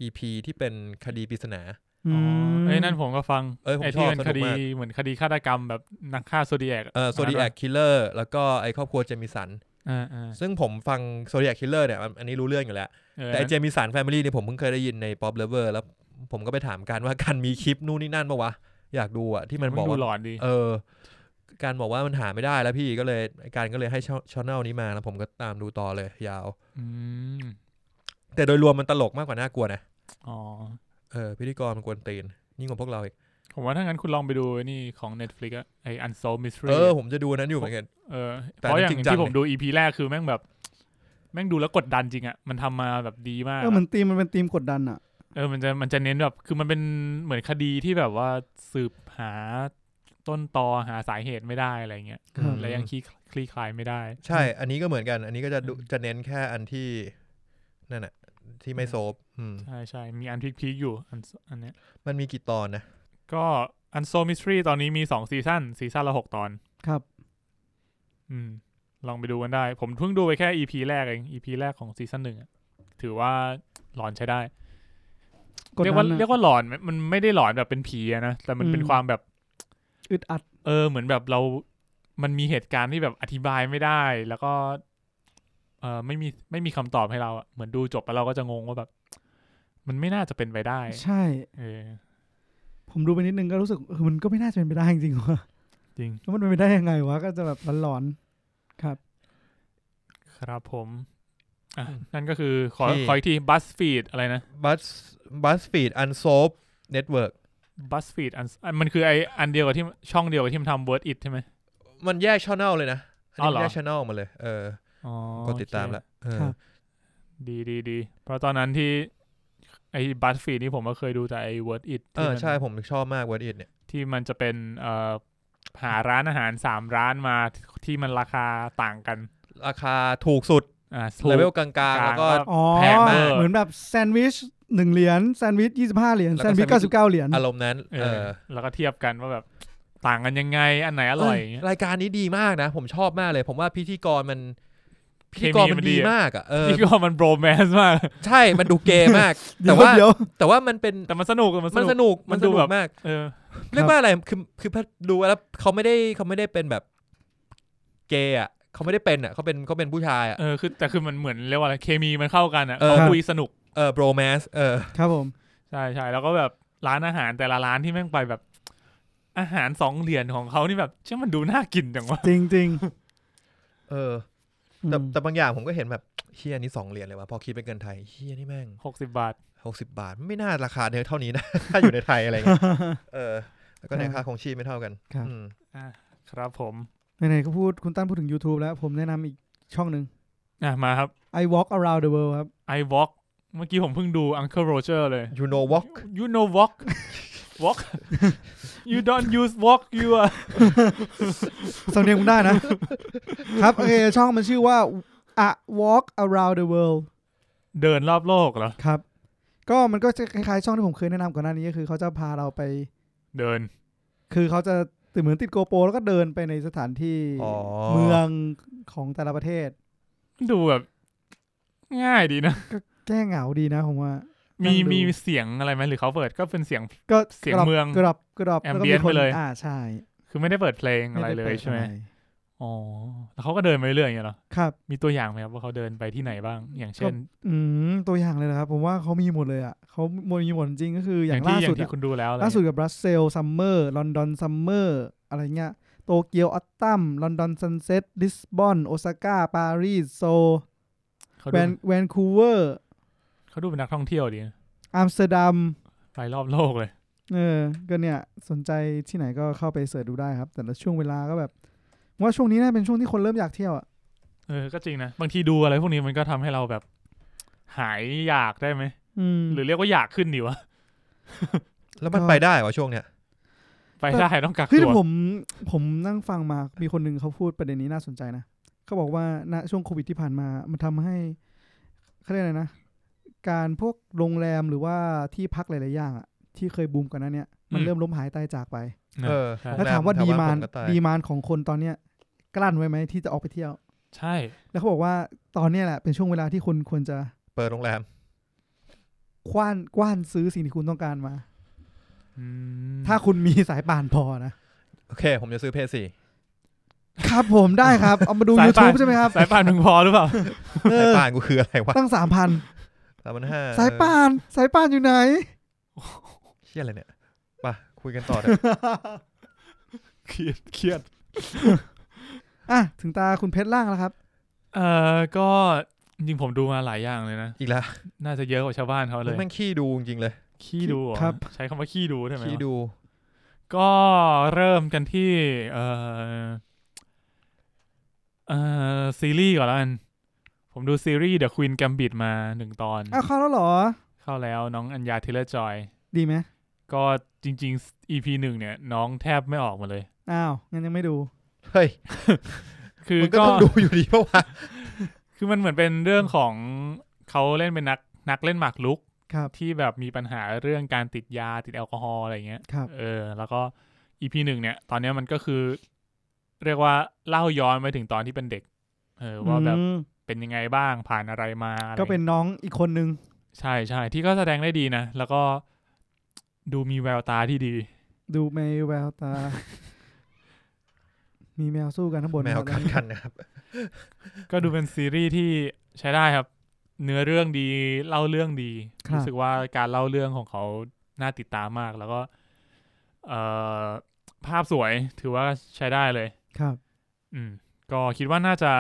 EP ที่เป็นคดีปริศนา
อื
อ๋อ
ม
เอ้ยนั่นผมก็ฟัง
เอ้ยผม
ไอ้
ชอบ
ที่เป็น
สนุก
คดี
มาก
เหมือนคดีฆาตกรรมแบบนักฆ่าโซดีแอก
เอ่อ Zodiac Killer แล้วก็ไอครอบครัวเจมิสัน
อ่าอ่า
ซึ่งผมฟัง Zodiac Killer เนี่ยอันนี้รู้เรื่องอยู่แล้ว
เออ
แต่ไอเจมิสันแฟมิลี่เนี่ยผมเพิ่งเคยได้ยินใน Pop Lover แล้วผมก็ไปถามการว่าการมีคลิปนู่นนี่นั่นปะวะ อยากดูอะที่มันบอก
ดู
ว่า
หลอนดี
เออ การบอกว่ามันหาไม่ได้แล้วพี่ก็เลยการก็เลยให้ช่องนี้มาแล้วผมก็ตามดูต่อเลย ยาว
อืม
แต่โดยรวมมันตลกมากกว่าน่ากลัวนะ
อ๋อ
เออพิธีกรมันกวนตีนยิ่งกว่าพวกเราอีก
ผมว่าถ้างั้นคุณลองไปดูไอ้นี่ของ Netflix อะไอ Unsolved
เอ
Mystery
อ ผมจะดูนั้นอยู่เหมือนกัน
เออ
แต่
เพราะอย่าง
จริงๆ
ที่ผ
เล
ม
ย
ดู EP แรกคือแม่งแบบ แม่งดูแล้วกดดันจริงอะมันทำมาแบบดีมาก
เออเหมือนธีมมันเป็นธีมกดดันอ่ะ
เออมันจะมันจะเน้นแบบ คือมันเป็นเหมือนคดีที่แบบว่าสืบหาต้นตอหาสาเหตุไม่ได้อะไรเงี้ย
ครับ
และยังคลี่คลี่คลายไม่ได้
ใช่ อันนี้ก็เหมือนกัน อันนี้ก็จะดูจะเน้นแค่อันที่นั่นแหะที่ไม่โซฟอืม
ใช่ใช่มีอันพีคๆอยู่อันอันเนี้ย
มันมีกี่ตอนนะ
ก็อันโซมิสทรีตอนนี้มีสองซีซั่นซีซั่นละหกตอน
ครับ
อืม ลองไปดูกันได้ ผมเพิ่งดูไปแค่ EP แรกเอง EP แรกของซีซั่นหนึ่งอะถือว่าหลอนใช้ได้
กด
เรียก
ดั
ว่าน
อะ
เรียกว่าหลอนไหมมันไม่ได้หลอนแบบเป็นผีอะนะ แต่มันเป็น
อืม
ความแบบ
อึดอัด
เออ เหมือนแบบเรา มันมีเหตุการณ์ที่แบบอธิบายไม่ได้ แล้วก็ เออไม่มีไม่มีคำตอบให้เราอะเหมือนดูจบแล้วเราก็จะงงว่าแบบ มันไม่น่าจะเป็นไปได้
ใช่
เออ
ผมดูไปนิดนึงก็รู้สึกเออมันก็ไม่น่าจะเป็นไปได้จริงๆวะ
จริง
แล้วมันเป็นไปได้ยังไงวะก็จะแบบหลอนๆครับ
ครับผมอ่ะ
อืม
นั่นก็คือขอ
ที่
ขออีกทีบัสฟีดอะไรนะ
บัสบัสฟีดอันโซฟเน็ตเวิร์ก
BuzzFeed อันอันมันคือไออันเดียวกับที่ช่องเดียวกับที่มันทำ Word It ใช่ไหม
มันแยกช่องเลยนะ อัน
อ๋อ
นี้
เหรอ
แยกช่องมาเลย เออ
อ๋อ
ก็ติดตามละเออ
ครับ
ดีดีดีเพราะตอนนั้นที่ไอ้ BuzzFeed นี่ผมก็เคยดูแต่ไอ้ Word It
เอ
ที่
อ
มัน
ใช่ผมชอบมากวันอิดเนี่ย
ที่มันจะเป็นเอ่อหาร้านอาหารสามร้านมาที่มันราคาต่างกัน
ราคาถูกสุด
อ่า
เลเวล
ถู
กลางๆ แล้วก็
าง
อ๋อ
แพงมาก
เหมือนแบบแซนด์วิชหนึ่งเหรียญแซนด์วิชยี่สิบห้าเหรียญแซนด์วิชเก้าสิบเก้าเหรียญ
อารมณ์นั้น
เอ
เอ
อ
อ
แล้วก็เทียบกันว่าแบบต่างกันยังไงอันไหนอร่อยอย่างเงี้ย
เอ้ยรายการนี้ดีมากนะ ผมชอบมากเลย ผมว่าพิธีกรมันพิธีกร
เคมีมั
มันน
ดี
ดี
อะ
มากอ่ะเออ
นี่ก็มันโบรแมนส์มาก
ใช่มันดูเกย์มาก
เดี๋
แต่
ยว
ว่า
เดี๋ยว
แต่ว่ามันเป็น
แต่มันสนุกอะมันส
มัน
นุก
สนุก
มั
มัน น
ดู
สนุ
แบ
ก
บ
มาก
เออ
เรียกว่าอะไรคือคือพอดูแล้วเขาไม่ได้เขาไม่ได้เป็นแบบเกย์อ่ะเขาไม่ได้เป็นอ่ะเขาเป็นเขาเป็นผู้ชายอ่ะ
เออคือแต่คือมันเหมือนเรียกว่าอะไรเคมีมันเข้ากันอ่ะ
เออ
เขา
ครับ
คุยสนุก
เออโบรแมสเออ
ครับผม
ใช่ใช่แล้วก็แบบร้านอาหารแต่ละร้านที่แม่งไปแบบ อาหารสองเหรียญของเขานี่แบบเชื่อมันดูน่ากินจังวะ
จริงจริง
เออ
ๆ
แต่
อืม
แต่บางอย่างผมก็เห็นแบบเฮียนี่สองเหรียญเลยวะพอคิดเป็นเงินไทยเฮียนี่แม่ง
หกสิบบาท
หกสิบาท ไม่น่าราคาเนื้อเท่านี้นะ ถ้าอยู่ในไทยอะไรเงี้ย เออ แล้วก็ในค่าของชีพไม่เท่ากันอืม
ครับผม
ไหนๆก็พูดคุณตั้นพูดถึง YouTube แล้ว ผมแนะนำอีกช่องหนึ่ง
อ่ะมาครับ
I walk around the world ครับ
I walk เมื่อกี้ผมเพิ่งดู Uncle Roger เลย
ยูโนวอล์ก
you know walk walk you don't use walk you are
สำเนียงคุณได้นะ ครับโอเคช่องมันชื่อว่า A Walk Around the World
เดินรอบโลกเหรอ
ครับ ก็มันก็จะคล้ายๆช่องที่ผมเคยแนะนำก่อนหน้านี้ก็คือเขาจะพาเราไป
เดิน
คือเขาจะติดเหมือนติดโกโปรแล้วก็เดินไปในสถานที่
อ๋อ
เมืองของแต่ละประเทศ
ดูแบบ ง่ายดีนะ
แก้เหงาดีนะผมว่า นั่
มี
งดู
มีเสียงอะไรไหมหรือเขาเปิดก็เป็นเสียง
ก็
เสียงเมือง
กรอบกรอบแล้วก็มี
ambient
ค
ไป
น
เลย
อ่าใช่
คือไม่ได้เปิดเพลงอะไรเลย
ด้ปิด
ใช่ไหม
อะร
อ๋อ แล้วเขาก็เดินไปเรื่อยอย่างเงี้ยเหรอ
ครับ
มีตัวอย่างไหมครับว่าเขาเดินไปที่ไหนบ้าง อย่างเช่น
อืมตัวอย่างเลยนะครับ ผมว่าเขามีหมดเลยอ่ะเขามีหมดจริงก็คือ
อ
อย่า
ย่าง
ง
ที่
ล่า
อย่า
สุด
งที่
อะ
คุณดูแล้วอะไร
ล่าสุดกับบรัสเซลซัมเมอร์ลอนดอนซัมเมอร์อะไรเงี้ยโตเกียวออตตัมลอนดอนซันเซ็ตลิสบอนโอซาก้าปารีสโซล
เขา
แว
ดู
นแวนคูเวอร์
เขาดูเป็นนักท่องเที่ยวดีนะ
อัมสเตอร์ดัม
ไปรอบโลกเลย
เออ ก็เนี่ย สนใจที่ไหนก็เข้าไปเสิร์ชดูได้ครับ แต่ละช่วงเวลาก็แบบผมว่าช่วงนี้น่าเป็นช่วงที่คนเริ่มอยากเที่ยวอ่ะ
เออ ก็จริงนะ บางทีดูอะไรพวกนี้มันก็ทำให้เราแบบ หายอยากได้ไหม
อืม
หรือเรียกว่าอยากขึ้นดีวะ
แล้วมัน
ก็
ไปได้วะช่วงเนี้ย
ไปได้ต้องกัก
คือ
ตัว
ผมผมนั่งฟังมา มีคนหนึ่งเขาพูดประเด็นนี้น่าสนใจนะเขาบอกว่าณช่วงโควิดที่ผ่านมา มันทำให้เขาเรียกอะไรนะ การพวกโรงแรมหรือว่าที่พักหลาย ๆ อย่างอ่ะที่เคยบูมกันนั้นเนี่ย มัน
อืม
เริ่มล้มหายตายจากไป
นะ
เออ
ใช่
แล้วถามว่า
แถว
ดีมา
บ้าน
น
ผมก็ตาย
ดีมานของคนตอนเนี้ยกลั้นไว้ไหมที่จะออกไปเที่ยว
ใช่
แล้วเขาบอกว่าตอนเนี้ยแหละเป็นช่วงเวลาที่คุณควรจะ
เปิดโรงแรม
คว้านกว้านซื้อสิ่งที่คุณต้องการมา
อืม
ถ้าคุณมีสายป่านพอนะ
โอเค ผมจะซื้อเพย์สี่
ครับผมได้ครับ เอามาดู
สยป่าน
YouTube ใช่ไหมครับ
สายป่านมึงพอหรือเป ล่า
เออ
สายป่านกูคืออะไรวะ
ตั้งสามพัน
สามพันห้า
สายป่าน สายป่านอยู่ไหน
เชี่ยอะไรเนี่ยไปคุยกันต่อเถอะ
เครียดเครียด
อ่ะ ถึงตาคุณเพชรล่างแล้วครับ
เออก็จริงๆผมดูมาหลายอย่างเลยนะ
อีกแล้ว
น่าจะเยอะกว่าชาวบ้านเขาเลย
แม่งขี้ดูจริงๆเลย
ขี้ดูเหอ
ครับ
ใช้คำว่าขี้ดูใช่ไหม
ขี้
วะ
ดู
ก็เริ่มกันที่ เออเออซีรีส์ก่อนแล้วกัน ผมดูซีรีส์ The Queen Gambit มาหนึ่งตอน
อ้าวเข้าแล้วเหรอ
เข้าแล้วน้องอัญญาเทเลจอย
ดีไหม
ก็จริง ๆ EP หนึ่งเนี่ย น้องแทบไม่ออกมาเลย
อ้าว งั้นยังไม่ดู
เฮ้ย
คือ
มันก็
ก็
ต้องดูอยู่ดีเพราะว่า
คือมันเหมือนเป็นเรื่องของเขาเล่นเป็นนักนักเล่นหมากรุก
ครับ
ที่แบบมีปัญหาเรื่องการติดยาติดแอลกอฮอล์อะไรเงี้ย
ครับ
เออ แล้วก็อีพีหนึ่งเนี่ย ตอนเนี้ยมันก็คือ เรียกว่าเล่าย้อนไปถึงตอนที่เป็นเด็ก เออว่าแบบ
อืม
เป็นยังไงบ้างผ่านอะไรมาอะไร
ก็เป็นน้องอีกคนนึง
ใช่ใช่ที่ก็แสดงได้ดีนะ แล้วก็ดูมีแววตาที่ดี
ดูแมวแววตา มีแมวสู้กันทั้างบน
แมวกัดกันนะครับ
ก็ดูเป็นซีรีส์ที่ใช้ได้ครับ เนื้อเรื่องดีเล่าเรื่องดี
ครับ
รู้สึกว่าการเล่าเรื่องของเขาน่าติดตามมาก แล้วก็ เอ่อภาพสวยถือว่าใช้ได้เลย
ครับ
อืมก็คิดว่าน่าจะ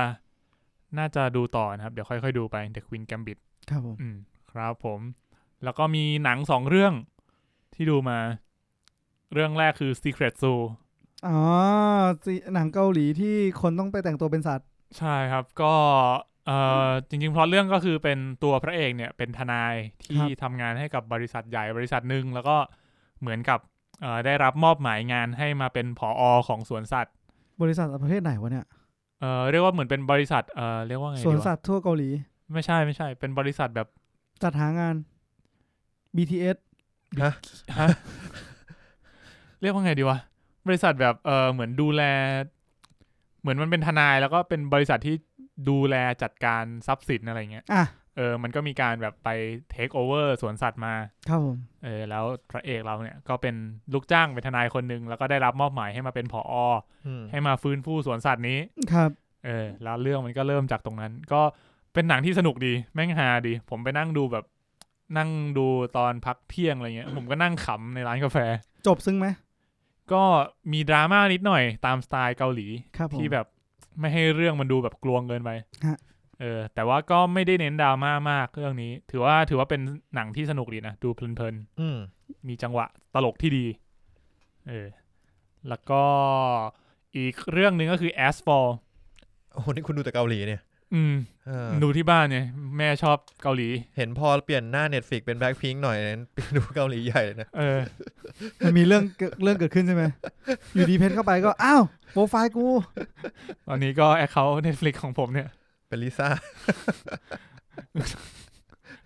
น่าจะดูต่อนะครับ เดี๋ยวค่อยๆดูไป The Queen Gambit
ครับผม
อืมครับผม แล้วก็มีหนังสองเรื่องที่ดูมา เรื่องแรกคือ Secret Zoo
อ๋อสิหนังเกาหลีที่คนต้องไปแต่งตัวเป็นสัตว์
ใช่ครับก็เอ่อจริงๆพล็อตเรื่องก็คือเป็นตัวพระเอกเนี่ยเป็นทนายที่
ครับ
ทำงานให้กับบริษัทใหญ่บริษัทหนึ่งแล้วก็เหมือนกับเอ่อได้รับมอบหมายงานให้มาเป็นผออของสวนสัตว์
บริษัทประเภทไหนวะเนี่ย
เอ่อเรียกว่าเหมือนเป็นบริษัทเอ่อเรียกว่าไง
สวน
ดีวะ
สัตว์ทั่วเกาหลี
ไม่ใช่ไม่ใช่ เป็นบริษัทแบบ
จัดหางาน BTS
ฮะ เรียกว่าไงดีวะ บริษัทแบบเออเหมือนดูแล เหมือนมันเป็นทนายแล้วก็เป็นบริษัทที่ดูแลจัดการทรัพย์สินอะไรเงี้ย
อ่ะ
เออมันก็มีการแบบไปเทคโอเวอร์สวนสัตว์มา
ครับผม
เออแล้วพระเอกเราเนี่ย ก็เป็นลูกจ้างเป็นทนายคนหนึ่งแล้วก็ได้รับมอบหมายให้มาเป็นผออ
อืม
ให้มาฟื้นฟูสวนสัตว์นี้
ครับ
เออแล้วเรื่องมันก็เริ่มจากตรงนั้น ก็เป็นหนังที่สนุกดีแม่งฮาดี ผมไปนั่งดูแบบ นั่งดูตอนพักเที่ยงอะไรเงี้ย ผมก็นั่งขำในร้านกาแฟ
จบซึ้งไหม
ก็มีดราม่านิดหน่อยตามสไตล์เกาหลี
ครับผม
ที่แบบไม่ให้เรื่องมันดูแบบกลวงเกินไป
ฮะ
เออ แต่ว่าก็ไม่ได้เน้นดราม่ามากเรื่องนี้ ถือว่าถือว่าเป็นหนังที่สนุกดีนะ ดูเพลิน
อืม
ๆ มีจังหวะตลกที่ดี เออ แล้วก็อีกเรื่องหนึ่งก็คือ As for
โอ้โหนี่คุณดูแต่เกาหลีเนี่ย
อืม
เออ
ดูที่บ้านเนี่ยแม่ชอบเกาหลี
เห็นพอเปลี่ยนหน้าเน็ตฟิกเป็นแบล็คพิงหน่อยนั้น ไปดูเกาหลีใหญ่เลยนะ
เออ
มันมีเรื่องเกิดเรื่องเกิดขึ้นใช่ไหม อยู่ดีเพชรเข้า ไปก็ อ้าวโปรไฟล์กู
ตอนนี้ก็แอคเคาท์ Netflix ของผมเนี่ย
เป็นลิซ่า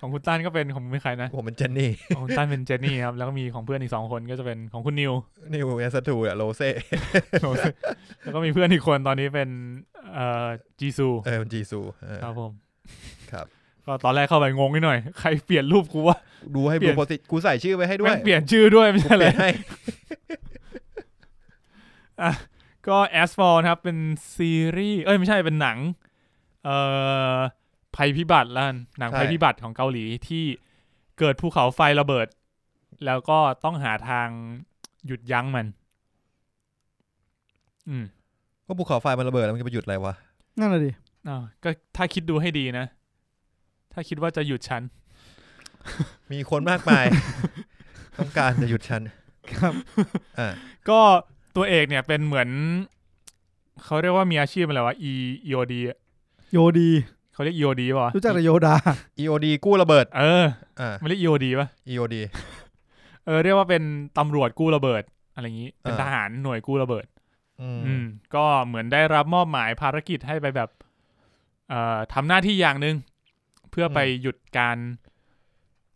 ของคุณต้านก็เป็นของไม่ใครนะ
ผมเป็นเจนนี่
ของคุณต้านเป็นเจนนี่ครับ แล้วก็มีของเพื่อนอีกสองคนก็จะเป็นของคุณนิว
นิวแอนสตูอะโรเซ่
แล้วก็มี เพื่อนอีกคนตอนนี้เป็นเอ่อจีซู
เออจีซูเออ
ครับผม
ครับ
ก็ตอนแรกเข้าไปงงนิดหน่อย ใครเปลี่ยนรูปกูวะ
ดูให้
เปลี่
ดู
ยน
โพสิกูใส่ชื่อไว้ให้ด้วย
แม่งเปลี่ยนชื่อด้วยไม่
ผม
ใช่
เป
เล
ลี่ย
ย
น ให้
ก็ As f o r นะครับ เป็นซีรีส์ เอ้ย ไม่ใช่เป็นหนัง เอ่อภัยพิบัติละกันหนัง
ใช่
ภัยพิบัติของเกาหลีที่เกิดภูเขาไฟระเบิด แล้วก็ต้องหาทางหยุดยั้งมัน อืม
ก็ภูเขาไฟมันระเบิดแล้วมันจะไปหยุดอะไรวะ
นั่นแหละดิ
อ้าวก็ถ้าคิดดูให้ดีนะ ถ้าคิดว่าจะหยุดฉัน
มีคนมาก มาย ต้องการจะหยุดฉัน
ครับ
อ่า
ก็ตัวเอกเนี่ยเป็นเหมือน เขาเรียกว่ามีอาชีพอะไรวะ E EOD อะ
โยดี
เขาเรียก EOD ป่ะวะ
รู้จักแต่โยดา
EOD กู้ระเบิด
เออ
อ่า
มันเรียก EOD ป่ะ
EOD
เออเรียกว่าเป็นตำรวจกู้ระเบิด อะไรอย่างนี้ เป็น
อ่า
ทหารหน่วยกู้ระเบิด
อืม
อืม ก็เหมือนได้รับมอบหมายภารกิจให้ไปแบบ เอ่อทำหน้าที่อย่างหนึ่งเพื่อไปหยุดการ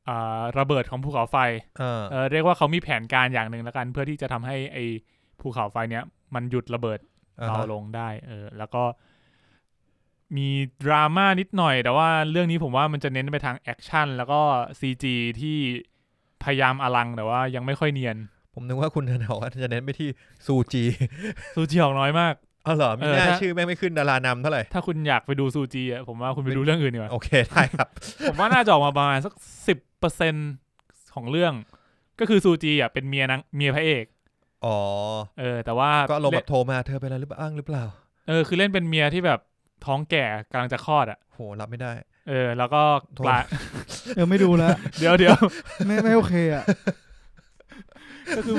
เอ่อระเบิดของภูเขาไฟ
อ่า
เออเรียกว่าเขามีแผนการอย่างหนึ่งแล้วกัน เพื่อที่จะทำให้ไอ ภูเขาไฟเนี้ยมันหยุดระเบิด
อ่า
เบา
ฮะ
ลงได้ เออ แล้วก็มีดราม่านิดหน่อย แต่ว่าเรื่องนี้ผมว่ามันจะเน้นไปทางแอคชั่น แล้วก็ซีจีที่พยายามอลังแต่ว่ายังไม่ค่อยเนียน
ผมนึกว่าคุณธนาวัฒน์จะเน้นไปที่ซูจี
ซูจีออกน้อยมาก
เอาเหรอมี
เออ
หน้า
ถ้า
ชื่อแม่งไม่ขึ้นดารานำเท่าไหร่
ถ้าคุณอยากไปดูซูจีอ่ะผมว่าคุณไปดูเรื่องอื่นดีกว่า
โอเค ได้ครับ
ผมว่าน่าจะออกมาประมาณสักสิบเปอร์เซ็นของเรื่อง ก็คือซูจีอ่ะเป็นเมียนางเมียพระเอก
อ๋อ
เออ แต่ว่า
ก็ลงแบ
เล่น
บโทรมาเธอเป็นอะไรหรือเปล่าอ้างหรือเปล่า
เออคือเล่นเป็นเมียที่แบบท้องแก่กำลังจะคลอดอ่ะ
โห รับไม่ได้
เออ แล้วก็ปลา
เออไม่ดูแล้ว
เดี๋ยวเดี๋ยว
ไม่ไม่โอเคอ่ะ
ก็ คือ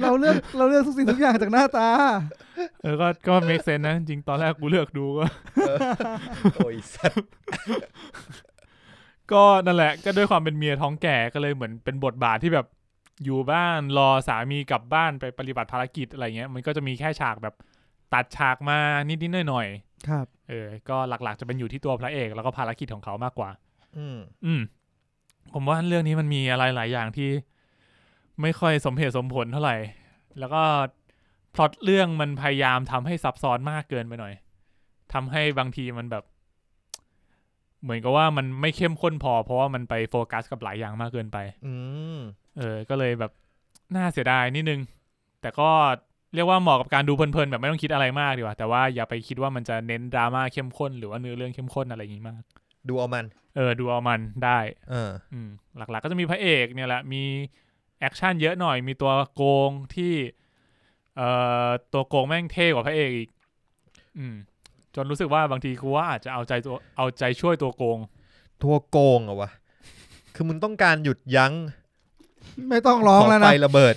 เราเลือกเราเลือกทุกสิ่งทุกอย่างจากหน้าตา
เออก็ก็เมคเซนนะ จริงๆตอนแรกกูเลือกดูก็
โอ้ยสัตว์
ก็นั่นแหละ ก็ด้วยความเป็นเมียท้องแก่ก็เลยเหมือนเป็นบทบาทที่แบบอยู่บ้านรอสามีกลับบ้านไปปฏิบัติภารกิจอะไรเงี้ย มันก็จะมีแค่ฉากแบบตัดฉากมานิดๆหน่อยๆ
ครับ
เออ ก็หลักๆจะเป็นอยู่ที่ตัวพระเอก แล้วก็ภารกิจของเขามากกว่า
อืม
อืม ผมว่าเรื่องนี้มันมีอะไรหลายอย่างที่ ไม่ค่อยสมเหตุสมผลเท่าไหร่ แล้วก็พล็อตเรื่องมันพยายามทำให้ซับซ้อนมากเกินไปหน่อยทำให้บางทีมันแบบ เหมือนกับว่ามันไม่เข้มข้นพอ เพราะว่ามันไปโฟกัสกับหลายอย่างมากเกินไป
อืม
เออ ก็เลยแบบน่าเสียดายนิดนึง แต่ก็เรียกว่าเหมาะกับการดูเพลินๆแบบไม่ต้องคิดอะไรมากดีกว่า แต่ว่าอย่าไปคิดว่ามันจะเน้นดราม่าเข้มข้นหรือว่าเนื้อเรื่องเข้มข้นอะไรอย่างนี้มาก
ดูเอามัน
เออ ดูเอามันได้
เออ
อืม หลักๆก็จะมีพระเอกเนี่ยแหละ มีแอคชั่นเยอะหน่อย มีตัวโกงที่ เอ่อ ตัวโกงแม่งเท่กว่าพระเอกอีก อืม จนรู้สึกว่าบางทีกูว่าอาจจะเอาใจตัวเอาใจช่วยตัวโกง
ทัวโกงเหรอะวะ คือมึงต้องการหยุดยั้ง
ไม่ต้อง
ข
ร้อ
อง ง
แล้ว
ไฟ
นะ
ระเบิด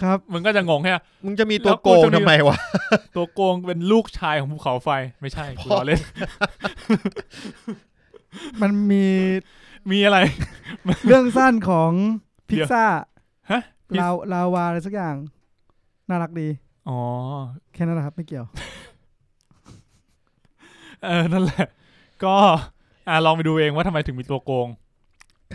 ครับ
มึงก็จะงงแค่
มึงจะมีตัวโกง
แล้วกูจะ
ทำ
มี
ไมวะ
ตัวโกงเป็นลูกชายของภูเขาไฟ ไม่ใช่กูล้อเล่น
มันมี
มีอะไร
เรื่องสั้นของ
เดี๋
พิ
ย
ก
ว
ซ่า
ฮะ
ลาวลาวาอะไรสักอย่าง น่ารักดี
อ๋อ
แค่นั้นแหละครับ ไม่เกี่ยว
เออ นั่นแหละ ก็อ่ะลองไปดูเองว่าทำไมถึงมีตัวโกง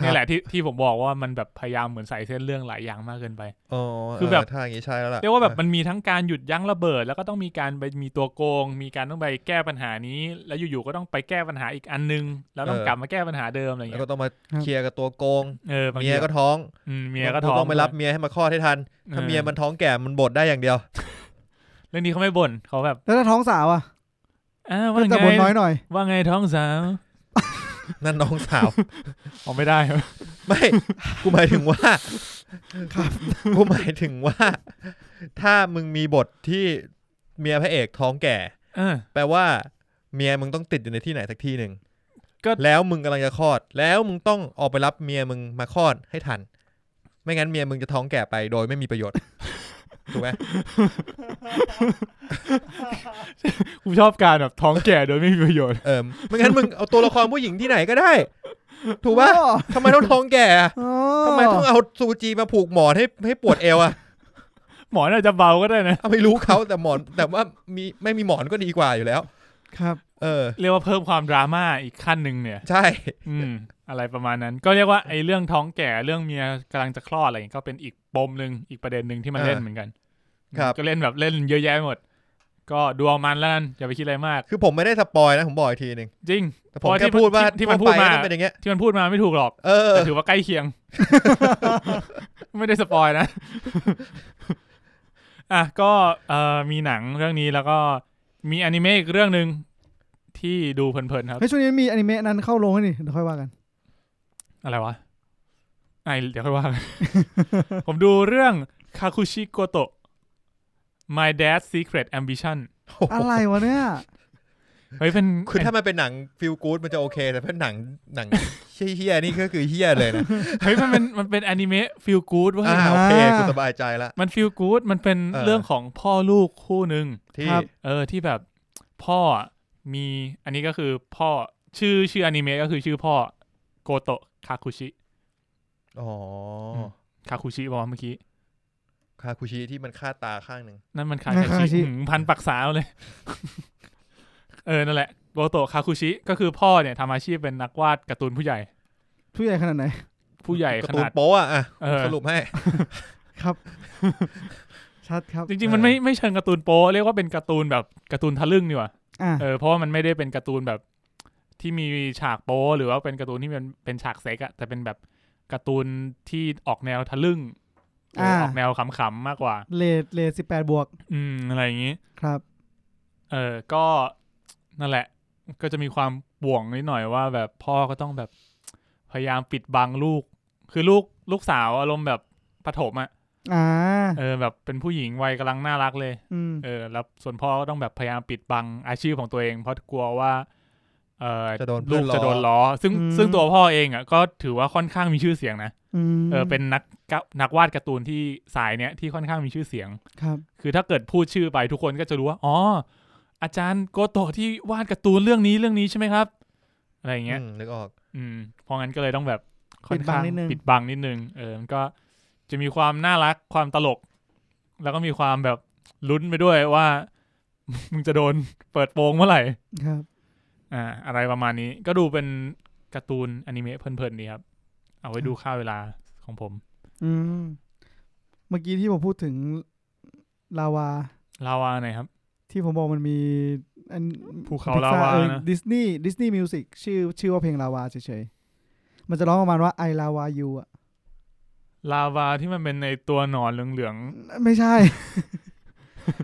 ครับ
นี่แหละที่ที่ผมบอกว่ามันแบบพยายามเหมือนใส่เส้นเรื่องหลายอย่างมากเกินไป
อ๋อ
คือแบบ
เถ้าอย่างนี้ใช่แล้วล่ะ
เรียกว่าแบบมันมีทั้งการหยุดยั้งระเบิด แล้วก็ต้องมีการไปมีตัวโกง มีการต้องไปแก้ปัญหานี้ แล้วอยู่ๆก็ต้องไปแก้ปัญหาอีกอันนึง แล้วต้องกลับมาแก้ปัญหาเดิมอะไร
แล้ว
เงี้ย
ก็ต้องมาเคลียร์กับตัวโกง
เออบางที
เมียก็ท้อง
อืมเมียก็ท้อง
ต้องไปรับเมียให้มาคลอดให้ทัน ถ้าเมียมันท้องแก่มันบดได้อย่างเดียว
เรื่องนี้เขาไม่บ่นเขาแบบ
แล้วถ้าท้องสาวอ่ะ
อ้าว
ก็
ว่าไง
จะบ่นน้อยหน่อย
ว่าไงท้องสาว
นั่นน้องสาว
ออกไม่ได้ ครับ
ไม่ กูหมายถึงว่ากูหมายถึงว่า ถ้ามึงมีบทที่เมียพระเอกท้องแก่
เออ
แปลว่าเมียมึงต้องติดอยู่ในที่ไหนสักที่หนึ่ง
ก็
แล้วมึงกำลังจะคลอด แล้วมึงต้องออกไปรับเมียมึงมาคลอดให้ทัน ไม่งั้นเมียมึงจะท้องแก่ไปโดยไม่มีประโยชน์ ถูกไหม
กูชอบการแบบท้องแก่โดยไม่มีประโยชน์
เออไม่งั้นมึงเอาตัวละครผู้หญิงที่ไหนก็ ได้ ถูกปะ
อ๋อ
ทำไมต้องท้องแก่อะ
อ๋
ทำไมต้องเอาซูจีมาผูกหมอนให้ให้ปวดเอวอะ
หมอน่าจะเบาก็ได้นะ
เอาไม่รู้เขาแต่หมอน แต่ว่ามีไม่มีหมอนก็ดีกว่าอยู่แล้ว
ครับ
เออ
เรียกว่าเพิ่มความดราม่าอีกขั้นหนึ่งเนี่ย
ใช่
อืม อะไรประมาณนั้น ก็เรียกว่าไอ้เรื่องท้องแก่เรื่องเมียกำลังจะคลอดอะไรอย่างเงี้ยก็เป็นอีกปมหนึ่งอีกประเด็นหนึ่งที่มัน
เออ
เล่นเหมือนกัน
ครับ
ก็เล่นแบบเล่นเยอะแยะไปหมด ก็ดูเอามันแล้วกันอย่าไปคิดอะไรมาก
คือผมไม่ได้สปอยนะผมบอกอีกทีหนึ่ง
จริง
แต่ผม
เพราะ
แค่
ที่
พูดว่า
ที่ที่มันพูด
ไป
มา
แล้วเป็นอย่างเงี้ย
ที่มันพูดมาไม่ถูกหรอก
เออ
แต่ถือว่าใกล้เคียง ไม่ได้สปอยนะ อ่ะก็เอ่อมีหนังเรื่องนี้แล้วก็มีอนิเมะอีกเรื่องหนึ่งที่ดูเพลินๆครับ
เฮ้ยช่วงนี้มีอนิเมะนั้นเข้าโรงแล้วนี่เดี๋ยวค่อยว่ากัน
อะไรวะไอเดี๋ยวค่อยว่ากัน ผมดูเรื่องคาคุชิโกโตะ My Dad's Secret Ambition
อะไรวะเนี่ย
เฮ้ยเป็น
คือถ้ามันเป็นหนังฟิลกู๊ดมันจะโอเค แต่ถ้าหนังหนังเฮี้ยๆนี่ก็คือเฮี้ยเลยนะ
เฮ้ยมันเป็นมันเป็นอนิเมะฟิลกู๊ดเว้ย
อ่าโอเค
อ่า
กูสบายใจละ
มันฟิลกู๊ดมันเป็น
เออ
เรื่องของพ่อลูกคู่หนึ่ง
ที่
ครับ
เออที่แบบพ่ออะมีอันนี้ก็คือพ่อชื่อชื่ออนิเมะก็คือชื่อพ่อโกโตะคาคุชิ
อ๋ออ
ม คาคุชิบอกว่าเมื่อกี้
คาคุชิที่มันฆ่าตาข้างหนึ่ง
นั่นมันคา
นั่
คาน
คาคาชิ
ชิหืมพันปักษาเลย เออ นั่นแหละโกโตะคาคุชิก็คือพ่อเนี่ยทำอาชีพเป็นนักวาดการ์ตูนผู้ใหญ่
ผู้ใหญ่ขนาดไหน
ผู้ใหญ่
กา
ข
ร์ตูน
นาด
โป๊ะอะอ่ะ
เออ
สรุปให้
ครับ ชัดครับ
จริง ๆ มันไม่ไม่เชิงการ์ตูนโป๊ะเรียกว่าเป็นการ์ตูนแบบการ์ตูนทะลึ่งดีกว่า
อ่า
เออเพราะว่ามันไม่ได้เป็นการ์ตูนแบบที่มีฉากโป๊ะหรือว่าเป็นการ์ตูนที่เป็นเป็นฉากเซ็กอะแต่เป็นแบบการ์ตูนที่ออกแนวทะลึ่งเอออออกแนวขำๆมากกว่า
เลทเลทสิบแปดบวก
อืมอะไรอย่างนี้
ครับ
เออก็นั่นแหละ ก็จะมีความบ่วงนิดหน่อยว่า แบบพ่อก็ต้องแบบพยายามปิดบังลูก คือลูกลูกสาวอารมณ์แบบปฐม อะ
อ่า
เออแบบเป็นผู้หญิงวัยกำลังน่ารักเลย
อืม
เออแล้วส่วนพ่อก็ต้องแบบพยายามปิดบังอาชีพของตัวเอง เพราะกลัวว่าเออ
จะโดนเพื่
ลู
อน
ก
ล้อ
จะโดนล้อ ซึ่ง
อืม
ซึ่งตัวพ่อเองอ่ะก็ถือว่าค่อนข้างมีชื่อเสียงนะ
อืม
เออเป็นนักกะนักวาดการ์ตูนที่สายเนี้ยที่ค่อนข้างมีชื่อเสียง
ครับ
คือถ้าเกิดพูดชื่อไปทุกคนก็จะรู้ว่า อ๋อ อาจารย์โกโตะที่วาดการ์ตูนเรื่องนี้เรื่องนี้ใช่ไหมครับ อะไรอย่างเงี้ย
อืมนึกออก
อืม เพราะงั้นก็เลยต้องแบบค่อน
ปิดบัง
ข้าง
นิดนึง
ปิดบังนิดนึง เออ มันก็จะมีความน่ารักความตลก แล้วก็มีความแบบลุ้นไปด้วยว่า มึงจะโดนเปิดโปงเมื่อไหร่
ครับ
อ่า อะไรประมาณนี้ ก็ดูเป็นการ์ตูนอนิเมะเพลินๆดีครับ เอาไว้ดูค่าเวลาของผม
อืมเมื่อกี้ที่ผมพูดถึงลาวา
ลาวาไหนอยครับ
ที่ผมบอกมันมีอัน
ภูเขาลาวานะ
ดิสนีย์ดิสนีย์มิวสิกชื่อชื่อว่าเพลงลาวาเฉยๆ มันจะร้องประมาณว่าไอลาวายูอ่ะ
ลาวาที่มันเป็นในตัวหนอนเหลืองๆ
ไม่ใช่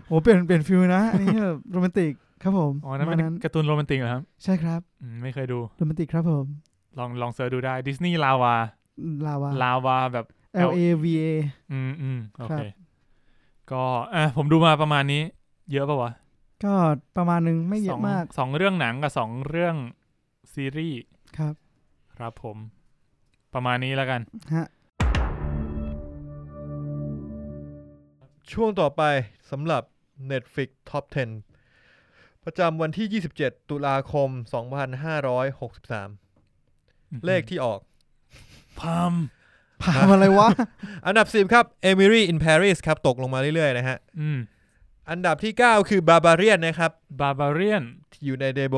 โหเปลี่ยนเปลี่ยนฟิลนะอันนี้แบบโรแมนติกครับผม
อ๋อนั่น
ป
เป็
ระ
น
มาณ
การ์ตูนโรแมนติกเหรอครับ
ใช่ครับ
อืมไม่เคยดู
โรแมนติกครับผม
ลองลองเสิร์ชดูได้ดิสนีย์ลาวา
ลาวา
ลาวาแบบ
L A V A
อืมอืมโอ
ครั
เค
บ
ก็อ่ะผมดูมาประมาณนี้ เยอะปะวะ
ก็ประมาณนึงไม่เย
สอ
อะ
ง
มาก
สองเรื่องหนังกับสองเรื่องซีรีส์
ครับ
ครับผม ประมาณนี้แล้วกัน
ฮะ
ช่วงต่อไปสำหรับ Netflix Top 10 ประจำวันที่ 27 ตุลาคม 2563 เลขที่ออก
พาม
ผ่านอะไรวะ
อันดับ 10 ครับ Emily in Paris ครับ ตกลงมาเรื่อยๆนะฮะ
อืม
อันดับที่ 9 คือ Barbarian นะครับ
บาบาเรียน
ที่อยู่ในเดโบ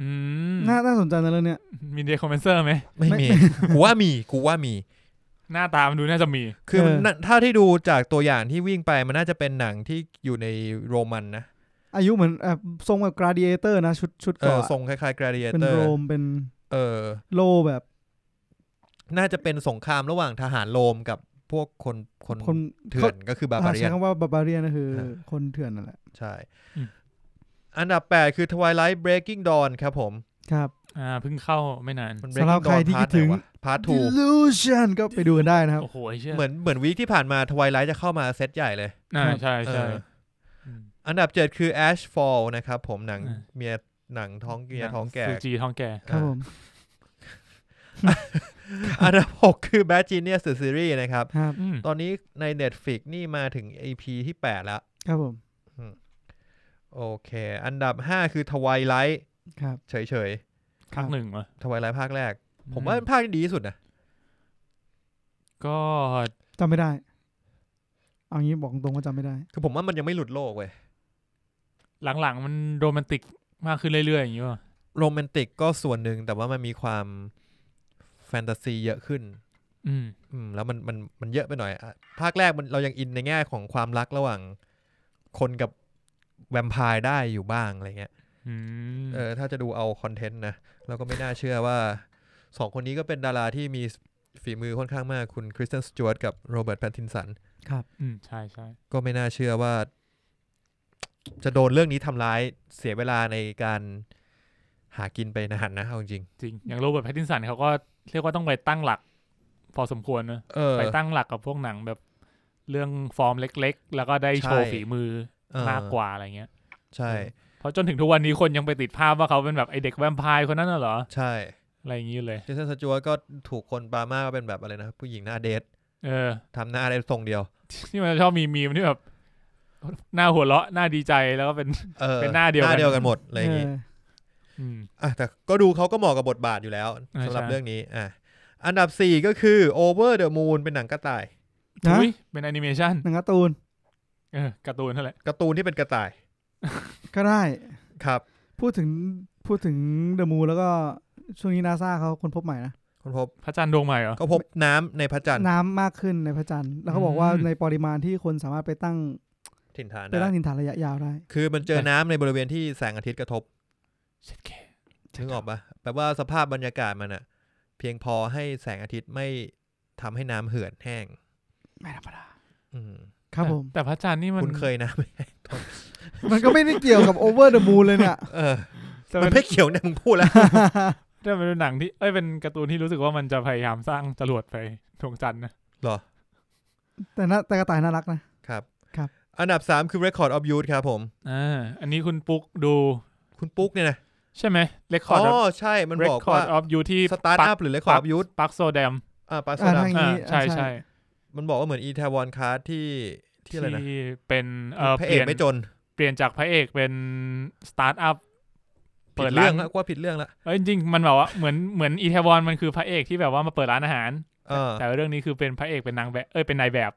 อืม
น่าน่าสนใจนะเรื่องเนี้ย
มีเดคอมเมนเซอร์ไหม
ไม่
ไม่
มี กูว่ามีกูว่ามี
หน้าตามนดูน่าจะมี
คือมัน
เออ
น่ะถ้าที่ดูจากตัวอย่างที่วิ่งไปมันน่าจะเป็นหนังที่อยู่ในโรมันนะ
อายุเหมือนแบบทรงแบบกราดิเอเตอร์นะชุดชุด
เออ
เก่าะ
ทรงคล้ายๆ
เป็น
Gladiator
โรมเป็น
เออ
โลแบบ
น่าจะเป็นสงครามระหว่างทหารโรมกับพวกคนคน
คน
เถื่อนก็คือบาบา
อ่า
เรี
ใช้
ยน
คำว่าบาบาเรียนก็คือ
ฮะ
คนเถื่อนนั่นแหละ
ใช่
อืม
อันดับ 8 คือ Twilight Breaking Dawn ครับผม
ครับ
อ่าเพิ่งเข้าไม่นาน
มัน
สำหรับ
Breaking
ใคร
Dawn
ที่คิดถึง
พาร์ท
Delusion ก็ไปดูกันได้นะครับ
โอ้โหไอ้เชื่อ
2เหมือนเหมือนวีคที่ผ่านมา Twilight จะเข้ามาเซตใหญ่เลย
อ่าใช่ใช่
เอออันดับ 7 คือ Ash Fall นะครับผมหนัง
อ่า
เมียหนังท้องเมียท้องแก่
ซูจีท้องแก่
ครับผม
อันดับ 6 คือ Bad Genius The Series นะครับ
ครับ
อืม
ตอนนี้ใน Netflix นี่มาถึง EP ที่ 8 แล้ว
ครับผม
โอเค อันดับ 5 คือ Twilight
ครับ
เฉย
ภาคหนึ่งวะ
ๆ Twilight ภาคแรก ผมว่าเป็นภาคที่ดีที่สุดนะ
ก็
จำไม่ได้ เอางี้บอกตรงว่าจำไม่ได้
คือผมว่ามันยังไม่หลุดโลกเว้ย
หลังๆ มันโรแมนติกมากขึ้นเรื่อยๆ อย่างนี้ว่ะ
โรแมนติกก็ส่วนหนึ่งแต่ว่ามันมีความแฟนตาซีเยอะขึ้น
อืม
อืม แล้วมันมันมันเยอะไปหน่อยอะภาคแรกมันเรายังอินในแง่ของความรักระหว่างคนกับแวมไพร์ได้อยู่บ้างอะไรเงี้ย
อืม
เออถ้าจะดูเอาคอนเทนต์นะเราก็ไม่น่าเชื่อว่าสองคนนี้ก็เป็นดาราที่มีฝีมือค่อนข้างมากคุณคริสเตนสจวตกับโรเบิร์ตแพตตินสัน
อืม ใช่ใช่
ก็ไม่น่าเชื่อว่า จะโดนเรื่องนี้ทำร้ายเสียเวลาในการหากินไปนานนะเอาจริง
จริง อย่างโรเบิร์ตแพตตินสันเขาก็เรียกว่าต้องไปตั้งหลัก พอสมควรนะ
ๆเออ
ไปตั้งหลักกับพวกหนังแบบเรื่องฟอร์มเล็กๆ แล้วก็ได้โชว์
ใช่
ฝีมือ
เออ
มากกว่าอะไรเงี้ย
ใช่
เพราะจนถึงทุกวันนี้คนยังไปติดภาพว่าเขาเป็นแบบไอเด็กแวมไพร์คนนั้นน่ะเหรอ
ใช่
อะไรอย่างนี้เลย
เจสันสจวตก็ถูกคนปรามาว่าเป็นแบบอะไรนะ ผู้หญิงหน้าเดท
เออ
ทำหน้าได้ทรงเดียว
ที่มันชอบมีมีมที่แบบ หน้าหัวเราะหน้าดีใจแล้วก็เป็น
เออ
เป็นหน้าเดียวกัน
หน้าเดียวกันหมดอะไรอย่างงี้
เออ
อืม
อ่ะแต่ก็ดูเขาก็เหมาะกับบทบาทอยู่แล้ว
อ่า
สำหรับ
ใช่
เรื่องนี้อ่ะอันดับ 4 ก็คือ Over the Moon เป็นหนังกระต่าย
นะ
อุ้ยเป็นแอนิเมชัน
หนังการ์ตูน
เออการ์ตูนเท่าไหร่
การ์ตูนที่เป็นกระต่าย
ก็ได้
ครับ
พูดถึงพูดถึงเดอะมูแล้วก็ช่วงนี้นาซาเขาคนพบใหม่นะ
คนพบ
พระจันทร์ดวงใหม่เหรอ
ก็พบน้ำในพระจันทร์
น้ำมากขึ้นในพระจันทร์แล้วเขาบอกว่า
อืม
ในปริมาณที่คนสามารถไปตั้ง
ถิ่นฐาน
ไปตั้ง
ได้
ถิ่นฐานระยะยาวได้
คือมันเจอน้ำในบริเวณที่แสงอาทิตย์กระทบ
7K
นึกออกปะแปลว่าสภาพบรรยากาศมันอะเพียงพอให้แสงอาทิตย์ไม่ทำให้น้ำเหือดแห้ง
ไม่ธรรมดา
อืม
ครับ
แต่
ผม
แต่พระจันทร์นี่มัน
คุณเคยนะ
มันก็ไม่ได้เกี่ยวกับ over the moon เลยเนี่ย
เออ
แต่
มั
มัน น
ไม่เขียวเนี่ยมึงพูดแล้ว
แต่มันเป็นหนังที่เอ้ยเป็นการ์ตูนที่รู้สึกว่ามันจะพยายามสร้างจรวดไปดวงจันทร์นะ
เหรอ
แต่น่าแต่กระต่ายน่ารักนะ
ครับ
ครับ
อันดับ 3 คือ Record of Youth ครับผม
อ่าอันนี้คุณปุ๊กดู
คุณปุ๊กเนี่ยนะ
ใช่ไหม Record
อ๋อ
of
ใช่ มันบอก
Record
ว่า
of You ที่
สตาร์ทอัพหรือ Record of Youth
ปักโซแดม
อ่าปาส
อ่า
ดา
ทาง
อ่า
นี้
ใช่
อ่า
ใช่
มันบอกว่าเหมือนอีทวอนคาร์ที่ที่อะไรนะ
ที่เป็นเออ
พระ
เป
เอก
ลี่ยน
ไม่จน
เปลี่ยนจากพระเอกเป็นสตาร์ทอัพ
ผิ
เปิ
ด
ด
เรื่อ
ร้า
น งแล้วกว่าผิดเรื่องละ
เอ้ยจริงๆมันแบบว่าเหมือนเหมือนอีเทวอนมันคือพระเอกที่แบบว่ามาเปิดร้านอาหาร
เออ
แต่ว่าเรื่องนี้คือเป็นพระเอกเป็นนางแบบเอ้ยเป็นนายแบบ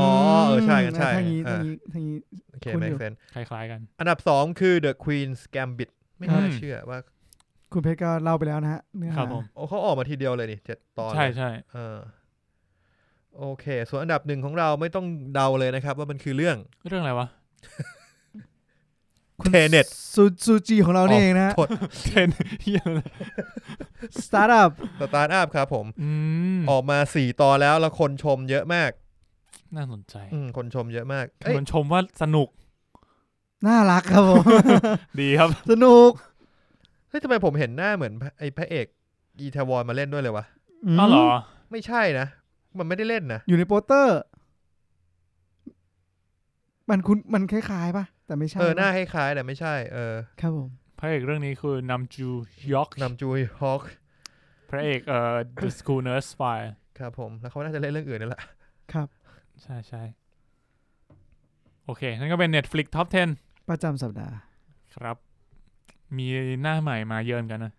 อ๋อเออใช่กันใช่
ทางนี้
เอ
ทาง
อ
นี้ทางนี้
โอเค
คุณอยู่
make sense
คล้ายๆกัน
อันดับ 2 คือ The Queen's Gambit ไม่น่า
อืม
เชื่อว่า
คุณเพชรก็เล่าไปแล้วนะฮะเนื้อหา
ครับผม
โอ้เขาออกมาทีเดียวเลยนี่เจ็ดตอน
ใช่
เลย
ใช่
เออโอเค ส่วนอันดับหนึ่งของเราไม่ต้องเดาเลยนะครับ ว่ามันคือเรื่อง
เรื่องอะไรวะ
คุณ
Tenet
ซูซูจีของเรานี่เองนะฮะ
โทษ
เทนเฮียอะไร
startup
สตาร์ทอัพครับผม
อืม
ออกมา 4 ตอนแล้วแล้วคนชมเยอะมาก
น่าสนใจ
อืมคนชมเยอะมากเอ้ย
คนชมว่าสนุก
น่ารักครับผม
ดีครับ
สนุก
เฮ้ยทำไมผมเห็นหน้าเหมือนพระไอ้พระเอกอีทวอนมาเล่นด้วยเลยวะ
อ๋อเหรอ
ไม่ใช่นะ มันไม่ได้เล่นนะ
อยู่ในโปสเตอร์ มันคุณมันคล้ายๆป่ะ แต่ไม่ใช่
เออ หน้าคล้ายๆแต่ไม่ใช่ เออ
ครับผม
พระเอกเรื่องนี้คือนำจูยอก
นำจูยฮอก
พระเอกเอ่อ The School Nurse File
ครับผม แล้วเขาน่าจะเล่นเรื่องอื่นนี่แหละ
ใช่ใช่โอเค นั่นก็เป็น Netflix Top
ประจำสัปดาห์
10 ครับ มีหน้าใหม่มาเยินกันนะ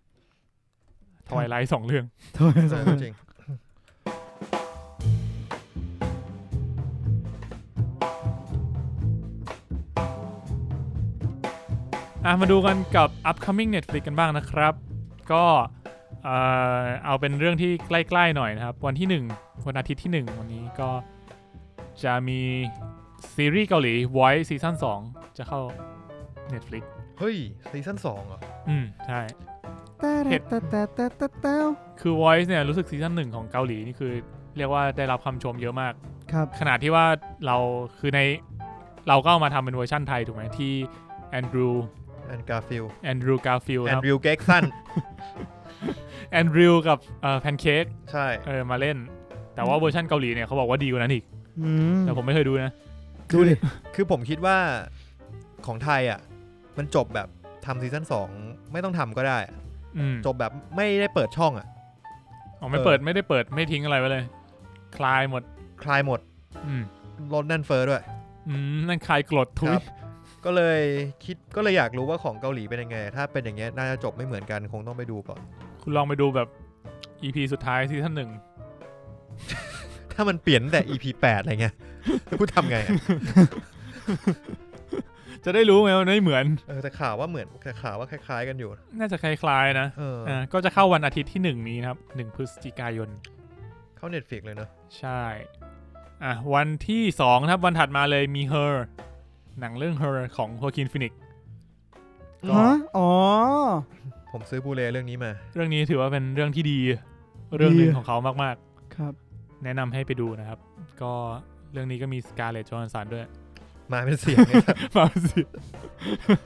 ทวายไลท์สองเรื่อง
โทษนะ
เอ
สอง
อ
คน
จริง
อ่ะมาดูกันกับ upcoming Netflix กันบ้างนะครับ ก็เอ่อเอาเป็นเรื่องที่ใกล้ ๆ หน่อยนะครับ วันที่ 1 วันอาทิตย์ที่ 1 วันนี้ก็จะมีซีรีส์เกาหลี Voice ซีซั่น2จะเข้า Netflix
เฮ้ย ซีซั่นสองเหรอ
อืม ใช่
แต่
เผ็ด
แต่แต่แต่แต่แต่
คือ Voice เนี่ยรู้สึกซีซั่นหนึ่งของเกาหลีนี่คือ เรียกว่าได้รับคำชมเยอะมาก
ครับ
ขนาดที่ว่าเราคือในเราก็เอามาทำเป็นเวอร์ชั่นไทยถูกไหมที่แอนดรู
แอนกาฟิล
แอนดรูการ์ฟิล
แอ
คน รับ
ดิวเก็กสัน
แอนดรูกับเอ่อแพนเค้ก
ใช่
เออมาเล่น แต่ว่าเวอร์ชันเกาหลีเนี่ยเขาบอกว่าดีกว่านั้นอีก
อืม
แต่ผมไม่เคยดูนะ
ดูดิ
คือผมคิดว่าของไทยอ่ะ มันจบแบบทำซีซั่นสองไม่ต้องทำก็ได้อะ
อืม
จบแบบไม่ได้เปิดช่องอ่ะ
อ๋อไม่
เออ
เปิดไม่ได้เปิดไม่ทิ้งอะไรไว้เลย คลายหมด
คลายหมด
อืม
ลดแน่นเฟ้อด้วย
อืมนั่นคลายกรดทุ
ค
ย
รับ ก็เลยคิดก็เลยอยากรู้ว่าของเกาหลีเป็นยังไง ถ้าเป็นอย่างเงี้ยน่าจะจบไม่เหมือนกันคงต้องไปดูก่อน
คุณลองไปดูแบบ EP สุดท้ายซีซั่นหนึ่ง
ถ้ามันเปลี่ยนตั้งแต่ EP 8อะไรเงี้ย พูดทำไงอะ
จะได้รู้ไงว่ามันไม่เหมือน
เออแต่ข่าวว่าเหมือนแต่ข่าวว่าคล้าย ๆ กันอยู่
น่าจะคล้ายๆนะ
เออ
อ่าก็จะเข้าวันอาทิตย์ที่หนึ่งนี้นะครับหนึ่งพฤศจิกายน
เข้า Netflix เลยเนอะ
ใช่อ่ะวันที่สองนะครับวันถัดมาเลยมี her หนังเรื่อง her ของโฮคินฟินิก ก็
ฮะ อ๋อ
ผมซื้อบูเลเรื่องนี้มา
เรื่องนี้ถือว่าเป็นเรื่องที่ดี เรื่องหนึ่ง
ดี
ของเขามาก
ค
ๆ
รับ
แนะนำให้ไปดูนะครับ ก็เรื่องนี้ก็มีสกาเลตจอห์นสันด้วย
มาเป็นเสียงเลยครับ
มาสิ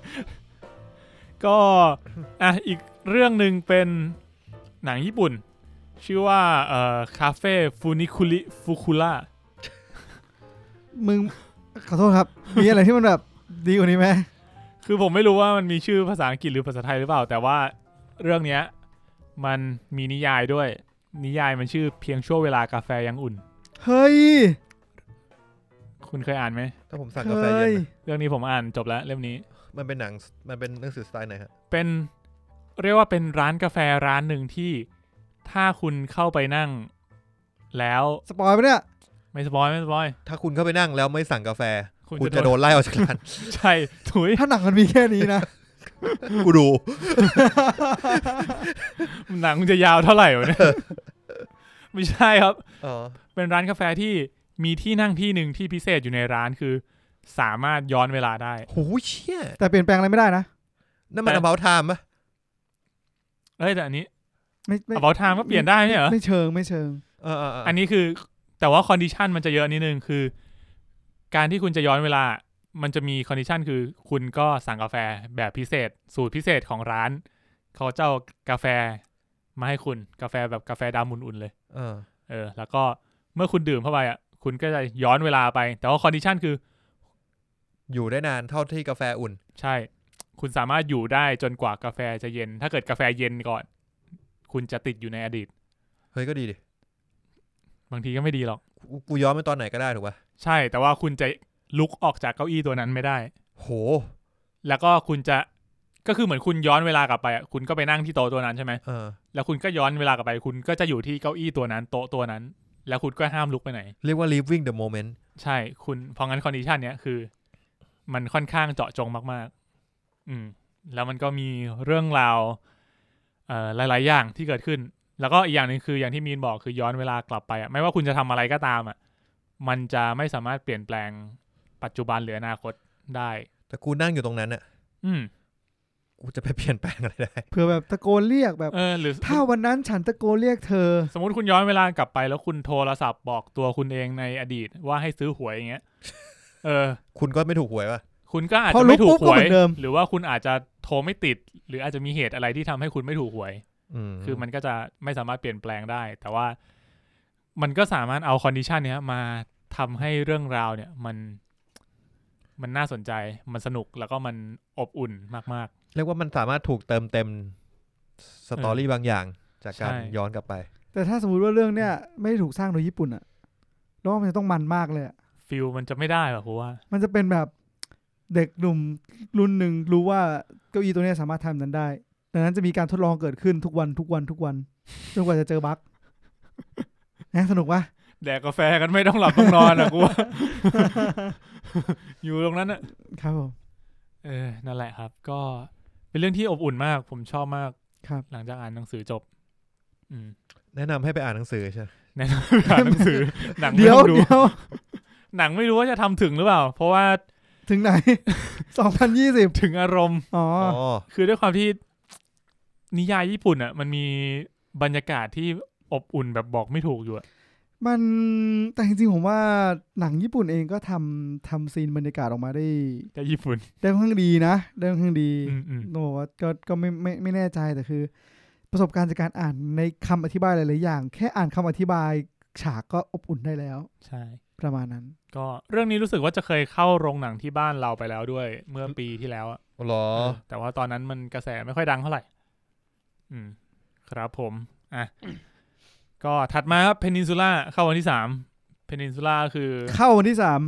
ก็อ่ะอีกเรื่องหนึ่งเป็นหนังญี่ปุ่น ชื่อว่าเอ่อคาเฟ่ฟูนิคุลิฟูคุล่า
มึง ขอโทษครับ มีอะไรที่มันแบบดีกว่านี้ไหม
คือผมไม่รู้ว่ามันมีชื่อภาษาอังกฤษหรือภาษาไทยหรือเปล่า แต่ว่าเรื่องเนี้ยมันมีนิยายด้วย นิยายมันชื่อเพียงชั่วเวลากาแฟยังอุ่น
เฮ้ย
คุณเคยอ่านไหม
ถ้าผมสั่ง
เค
กาแฟเย็
ย
นนะ
เรื่องนี้ผมอ่านจบแล้วเล่มนี้
มันเป็นหนังมันเป็นหนังสือสไตล์ไหนฮะ
เป็นเรียกว่าเป็นร้านกาแฟร้านหนึ่งที่ถ้าคุณเข้าไปนั่ง แล้ว
สปอยไปะเนี่ย
ไม่สปอยไม่สปอย
ถ้าคุณเข้าไปนั่งแล้วไม่สั่งกาแฟ
คุณ
คุณ
จะ
จะ
โด
โด
น
นไล่ออกจากร้าน
ใช่ถุย
ถ้าหนังมันมีแค่นี้ นะ
กูดู
หนังคุณจะยาวเท่าไหร่วะเนี่ย ไม่ใช่ครับ
อ๋อ
เป็นร้านกาแฟที่มีที่นั่งที่หนึ่งที่พิเศษอยู่ในร้านคือ สามารถย้อนเวลาได้
โหูเชี่ย
แต่เปลี่ยนแปลงอะไรไม่ได้นะ
นั่นมัน
แต่
about time ปะ
เอ้ยแต่อันนี้
ไม่ไม่
เบาทามก็เปลี่ยนได้ไม่ใช่เหรอ
ไม่เชิงไม่เชิง
เออเออเออ
อั
อั
นนี้คือแต่ว่าคอนดิชันมันจะเยอะนิดนึงคือ การที่คุณจะย้อนเวลา มันจะมีคอนดิชันคือ คุณก็สั่งกาแฟแบบพิเศษ สูตรพิเศษของร้าน เขาเจ้ากาแฟมาให้คุณกาแฟแบบกาแฟดำอุ่นๆเลย
เออ
เออ แล้วก็เมื่อคุณดื่มเข้าไปอ่ะคุณก็จะย้อนเวลาไป แต่ว่าคอนดิชันคือ
อยู่ได้นานเท่าที่กาแฟอุ่น
ใช่ คุณสามารถอยู่ได้จนกว่ากาแฟจะเย็น ถ้าเกิดกาแฟเย็นก่อน คุณจะติดอยู่ในอดีต
เฮ้ยก็ดีดิ
บางทีก็ไม่ดีหรอก
กูกูย้อนไปตอนไหนก็ได้ถูกปะ
ใช่ แต่ว่าคุณจะลุกออกจากเก้าอี้ตัวนั้นไม่ได้
โห
แล้วก็คุณจะก็คือเหมือนคุณย้อนเวลากลับไปอะคุณก็ไปนั่งที่โต๊ะตัวนั้นใช่ไหม
เออ
แล้วคุณก็ย้อนเวลากลับไป คุณก็จะอยู่ที่เก้าอี้ตัวนั้นโต๊ะตัวนั้น แล้วคุณก็ห้ามลุกไปไหน
เรียกว่า living the moment
ใช่คุณเพราะงั้นคอนดิชันเนี้ยคือ มันค่อนข้างเจาะจงมาก ๆ อืม แล้วมันก็มีเรื่องราวเอ่อหลาย ๆ อย่างที่เกิดขึ้น แล้วก็อีกอย่างหนึ่งคืออย่างที่มีนบอกคือย้อนเวลากลับไปอ่ะไม่ว่าคุณจะทำอะไรก็ตามอ่ะมันจะไม่สามารถเปลี่ยนแปลงปัจจุบันหรืออนาคตได้
แต่กูนั่งอยู่ตรงนั้นน่ะ
อืม
กูจะไปเปลี่ยนแปลงอะไรได้
เผื่อแบบตะโกนเรียกแบบ
เออหรือ
ถ้าวันนั้นฉันตะโกนเรียกเธอ
สมมติคุณย้อนเวลากลับไปแล้วคุณโทรศัพท์บอกตัวคุณเองในอดีตว่าให้ซื้อหวยอย่าง เงี้ย เออ
คุณก็ไม่ถูกหวยป่ะ
คุณก็อาจ
พอ
จะ
ลุ
ไม่
ก
ถู
ปุ๊
ก
บ
ห
ก็
ว
เหมื
ย
อนเดิม
หรือว่าคุณอาจจะโทรไม่ติด หรืออาจจะมีเหตุอะไรที่ทำให้คุณไม่ถูกหวย
อืม
คือมันก็จะไม่สามารถเปลี่ยนแปลงได้ แต่ว่ามันก็สามารถเอาคอนดิชันเนี้ยมาทำให้เรื่องราวเนี่ย มัน มันน่าสนใจ มันสนุกแล้วก็มันอบอุ่นมาก
เรียกว่ามันสามารถถูกเติมเต็มสตอรี่บางอย่าง จากการ
ใช่
ย้อนกลับไป
แต่ถ้าสมมติว่าเรื่องเนี้ยไม่ได้ถูกสร้างโดยญี่ปุ่นอะแล้วมันจะต้องมันมากเลยอะ
ๆ ฟิลมันจะไม่ได้หรอกผมว่า
มันจะเป็นแบบเด็กหนุ่มรุ่นหนึ่งรู้ว่าเก้าอี้ตัวเนี้ยสามารถทำนั้นได้ดังนั้นจะมีการทดลองเกิดขึ้นทุกวันทุกวันทุกวันจนกว่าจะเจอบั๊กนะสนุกปะ
แดกกาแฟกันไม่ต้องหลับต้องนอนอะกูว่า อยู่ตรงนั้นอะ
ครับผม
เออ นั่นแหละครับ ก็เป็นเรื่องที่อบอุ่นมาก ผมชอบมาก
ครับ
หลังจากอ่านหนังสือจบ อื ม
แนะนำให้ไปอ่านหนังสือใช่ไหม
แนะนำ อ่านหนังสือ หนังไม่
เดี๋ยว
ต้องดู
เดี๋ยว
หนังไม่รู้ว่าจะทำถึงหรือเปล่า เพราะว่า
ถึงไหน สองพันยี่สิบ
ถึงอารมณ์
อ๋อ
อ๋อ
อ
คือด้วยความที่ นิยายญี่ปุ่นอ่ะ มันมีบรรยากาศที่อบอุ่นแบบบอกไม่ถูกอยู่อะ
มันแต่จริงๆผมว่าหนังญี่ปุ่นเองก็ทำทำซีนบรรยากาศออกมาได้
แต่ญี่ปุ่น
ได้ค่อนข้างดีนะได้ค่อนข้างดี
อืมอืม
โนบอกว่าก็ก็ไม่ไม่ไม่แน่ใจแต่คือ ประสบการณ์จากการอ่านในคำอธิบายหลายๆอย่าง แค่อ่านคำอธิบายฉากก็อบอุ่นได้แล้ว
ใช่
ประมาณนั้น
ก็เรื่องนี้รู้สึกว่าจะเคยเข้าโรงหนังที่บ้านเราไปแล้วด้วย เมื่อปีที่แล้วอะ
เหรอ
เออแต่ว่าตอนนั้นมันกระแสไม่ค่อยดังเท่าไหร่ อืม ครับผมอ่ะ ก็ถัดมาครับเพนินซูล่าเข้าวันที่สามเพนินซูล่าคือ
เข้าวันที่สาม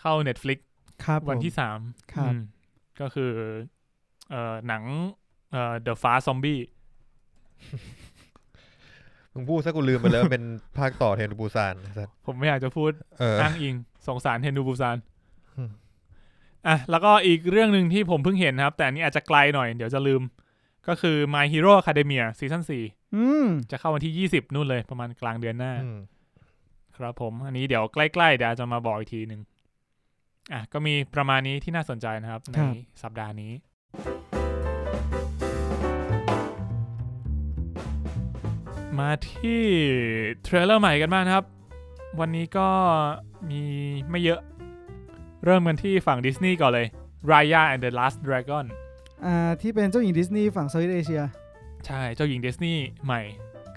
เข้า Netflix
ครับ
วันที่
ผม
สาม
ครับ
อืมก็คือ เอ่อหนังเอ่อ The Fast Zombie
มึงพูดซะกูลืมไปแล้วาเป็นภาคต่อเทรนทูปูซานสัส
ผมไม่อยากจะพูด
เออ
อ้างอิงสงสารเฮนูบูซาน
อืม
อ่ะ แล้วก็อีกเรื่องหนึ่งที่ผมเพิ่งเห็นนะครับ แต่อันนี้อาจจะไกลหน่อยเดี๋ยวจะลืม ก็คือ My Hero Academia ซีซั่น4
อืม
จะเข้าวันที่ 20 นู่นเลยประมาณกลางเดือนหน้า
อืม
ครับผม อันนี้เดี๋ยวใกล้ๆ เดี๋ยวจะมาบอกอีกทีหนึ่งอ่ะก็มีประมาณนี้ที่น่าสนใจนะครับ ในสัปดาห์นี้ มาที่เทรลเลอร์ใหม่กันบ้างนะครับ วันนี้ก็มีไม่เยอะ เริ่มกันที่ฝั่งดิสนีย์ก่อนเลย Raya and the Last Dragon
อ่าที่เป็นเจ้าหญิงดิสนีย์ฝั่งเซาท์อีสต์เอเชีย
ใช่ เจ้าหญิงดิสนีย์ใหม่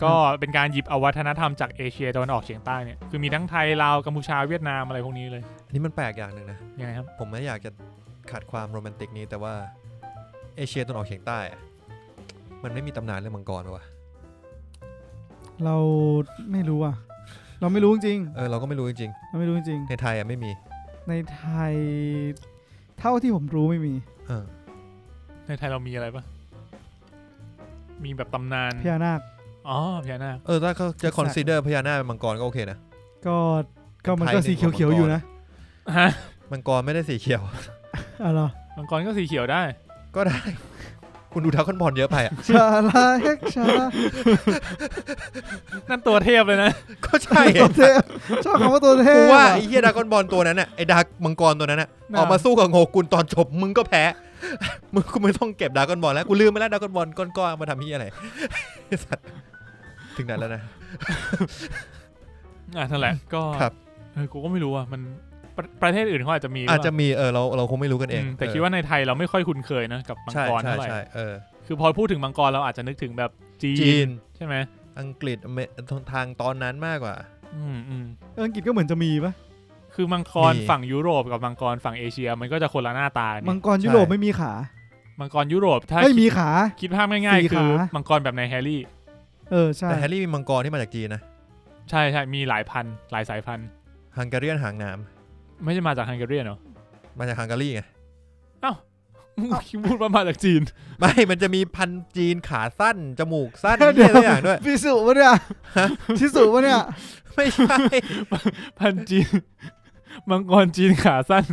ก็เป็นการหยิบเอาวัฒนธรรมจากเอเชียตะวันออกเฉียงใต้เนี่ย คือมีทั้งไทย ลาว กัมพูชา เวียดนาม อะไรพวกนี้เลย
อันนี้มันแปลกอย่างหนึ่งนะ
ยังไงครับ
ผมไม่อยากจะขาดความโรแมนติกนี้แต่ว่า เอเชียตะวันออกเฉียงใต้อะมันไม่มีตำนานเรื่องมังกรว่ะ
เราไม่รู้อ่ะ เราไม่รู้จริง
เออเราก็ไม่รู้จริง
ๆเราไม่รู้จริง
ๆ ในไทยอะไม่มี
ๆในไทย เท่าที่ผมรู้ไม่มี
เออ
ในไทยเรามีอะไรปะมีแบบตำนาน
พญานาค
อ๋อพญานาค
เออถ้าเขาจะคอนซีเดอร์พญานาคเป็นมังกรก็โอเคนะ
ก็ก็มัน
ไทย
ก็
หนึ่ง
สี
กว่า
เขียว
มั
ๆ
งกร
อยู่นะ
ฮะ
มังกรไม่ได้สีเขียว
อ๋อเหรอ
มังกรก็สีเขียวได้
ก็ได้ คุณดูดราก้อนบอลเยอะไปอะ
ชาลาเฮกชาลา
นั่นตัวเทพเลยนะ
ก็ใช่ไง
ตัวเทพชอบคำว่าตัวเท
กู
พ
ว่า
อะ
ไอ้เฮียดราก้อนบอลตัวนั้นน่ะไอ้ดรามังกรตัวนั้นน่ะ
น่ะ
ออกมาสู้กับโงกุลตอนจบมึงก็แพ้ มึงกูไม่ต้องเก็บดราก้อนบอลแล้วกูลืมไปแล้วดราก้อนบอลก้อนๆเอามาทำเฮียอะไร ไอ้สัตว์ถึงนั้นแล้วนะ
อ่ะนั่นแหละก็
ครับ
เออกูก็ไม่รู้อ่ะมันประประเทศอื่นเขาอาจจะมี
อาจจะ
หรื
มีเออเราเราคงไม่รู้กัน
เป
เอ
ล่า
ง
อืมแต่
เออ
คิดว่าในไทยเราไม่ค่อยคุ้นเคยนะกับมัง
ใช่
กร
ใช่
เท่าไหร่
ใช่เออ
คือพอพูดถึงมังกรเราอาจจะนึกถึงแบบจี
จี
น
น
ใช่ไหม
อังกฤษอเมทางตอนนั้นมากกว่า
อืมอืม
เอออังกฤษก็เหมือนจะมีปะ
คือมังกร
มี
ฝั่งยุโรปกับมังกรฝั่งเอเชีย มันก็จะคนละหน้าตาเนี่ย
มังกรยุโรปไม่มีขา
มังกรยุโรปถ้า
ไม่
คิด
มีขา
คิดภาพง่าย
สี่
ๆคือ
ขามั
มังกรแบบในแฮร์รี่
เออใช่
แต่แฮร์รี่มีมังกรที่มาจากจีนนะ
ใช่ใช่มีหลายพันธุ์หลายสายพันธุ์
ฮังการียนหางหนาม
ไม่ใช่มาจากฮังการีเหรอ
มาจากฮังการีไง
มึงคิดพูดว่ามาจากจีน
ไม่มันจะมีพันธุ์จีนขาสั้นจมูกสั้นเหียอะไรอย่างด้วย
พิสุวะเนี่ยชิสุวะเนี่ย
ไม่ใช่
พันธุ์จีน มังกรจีนขาสั้น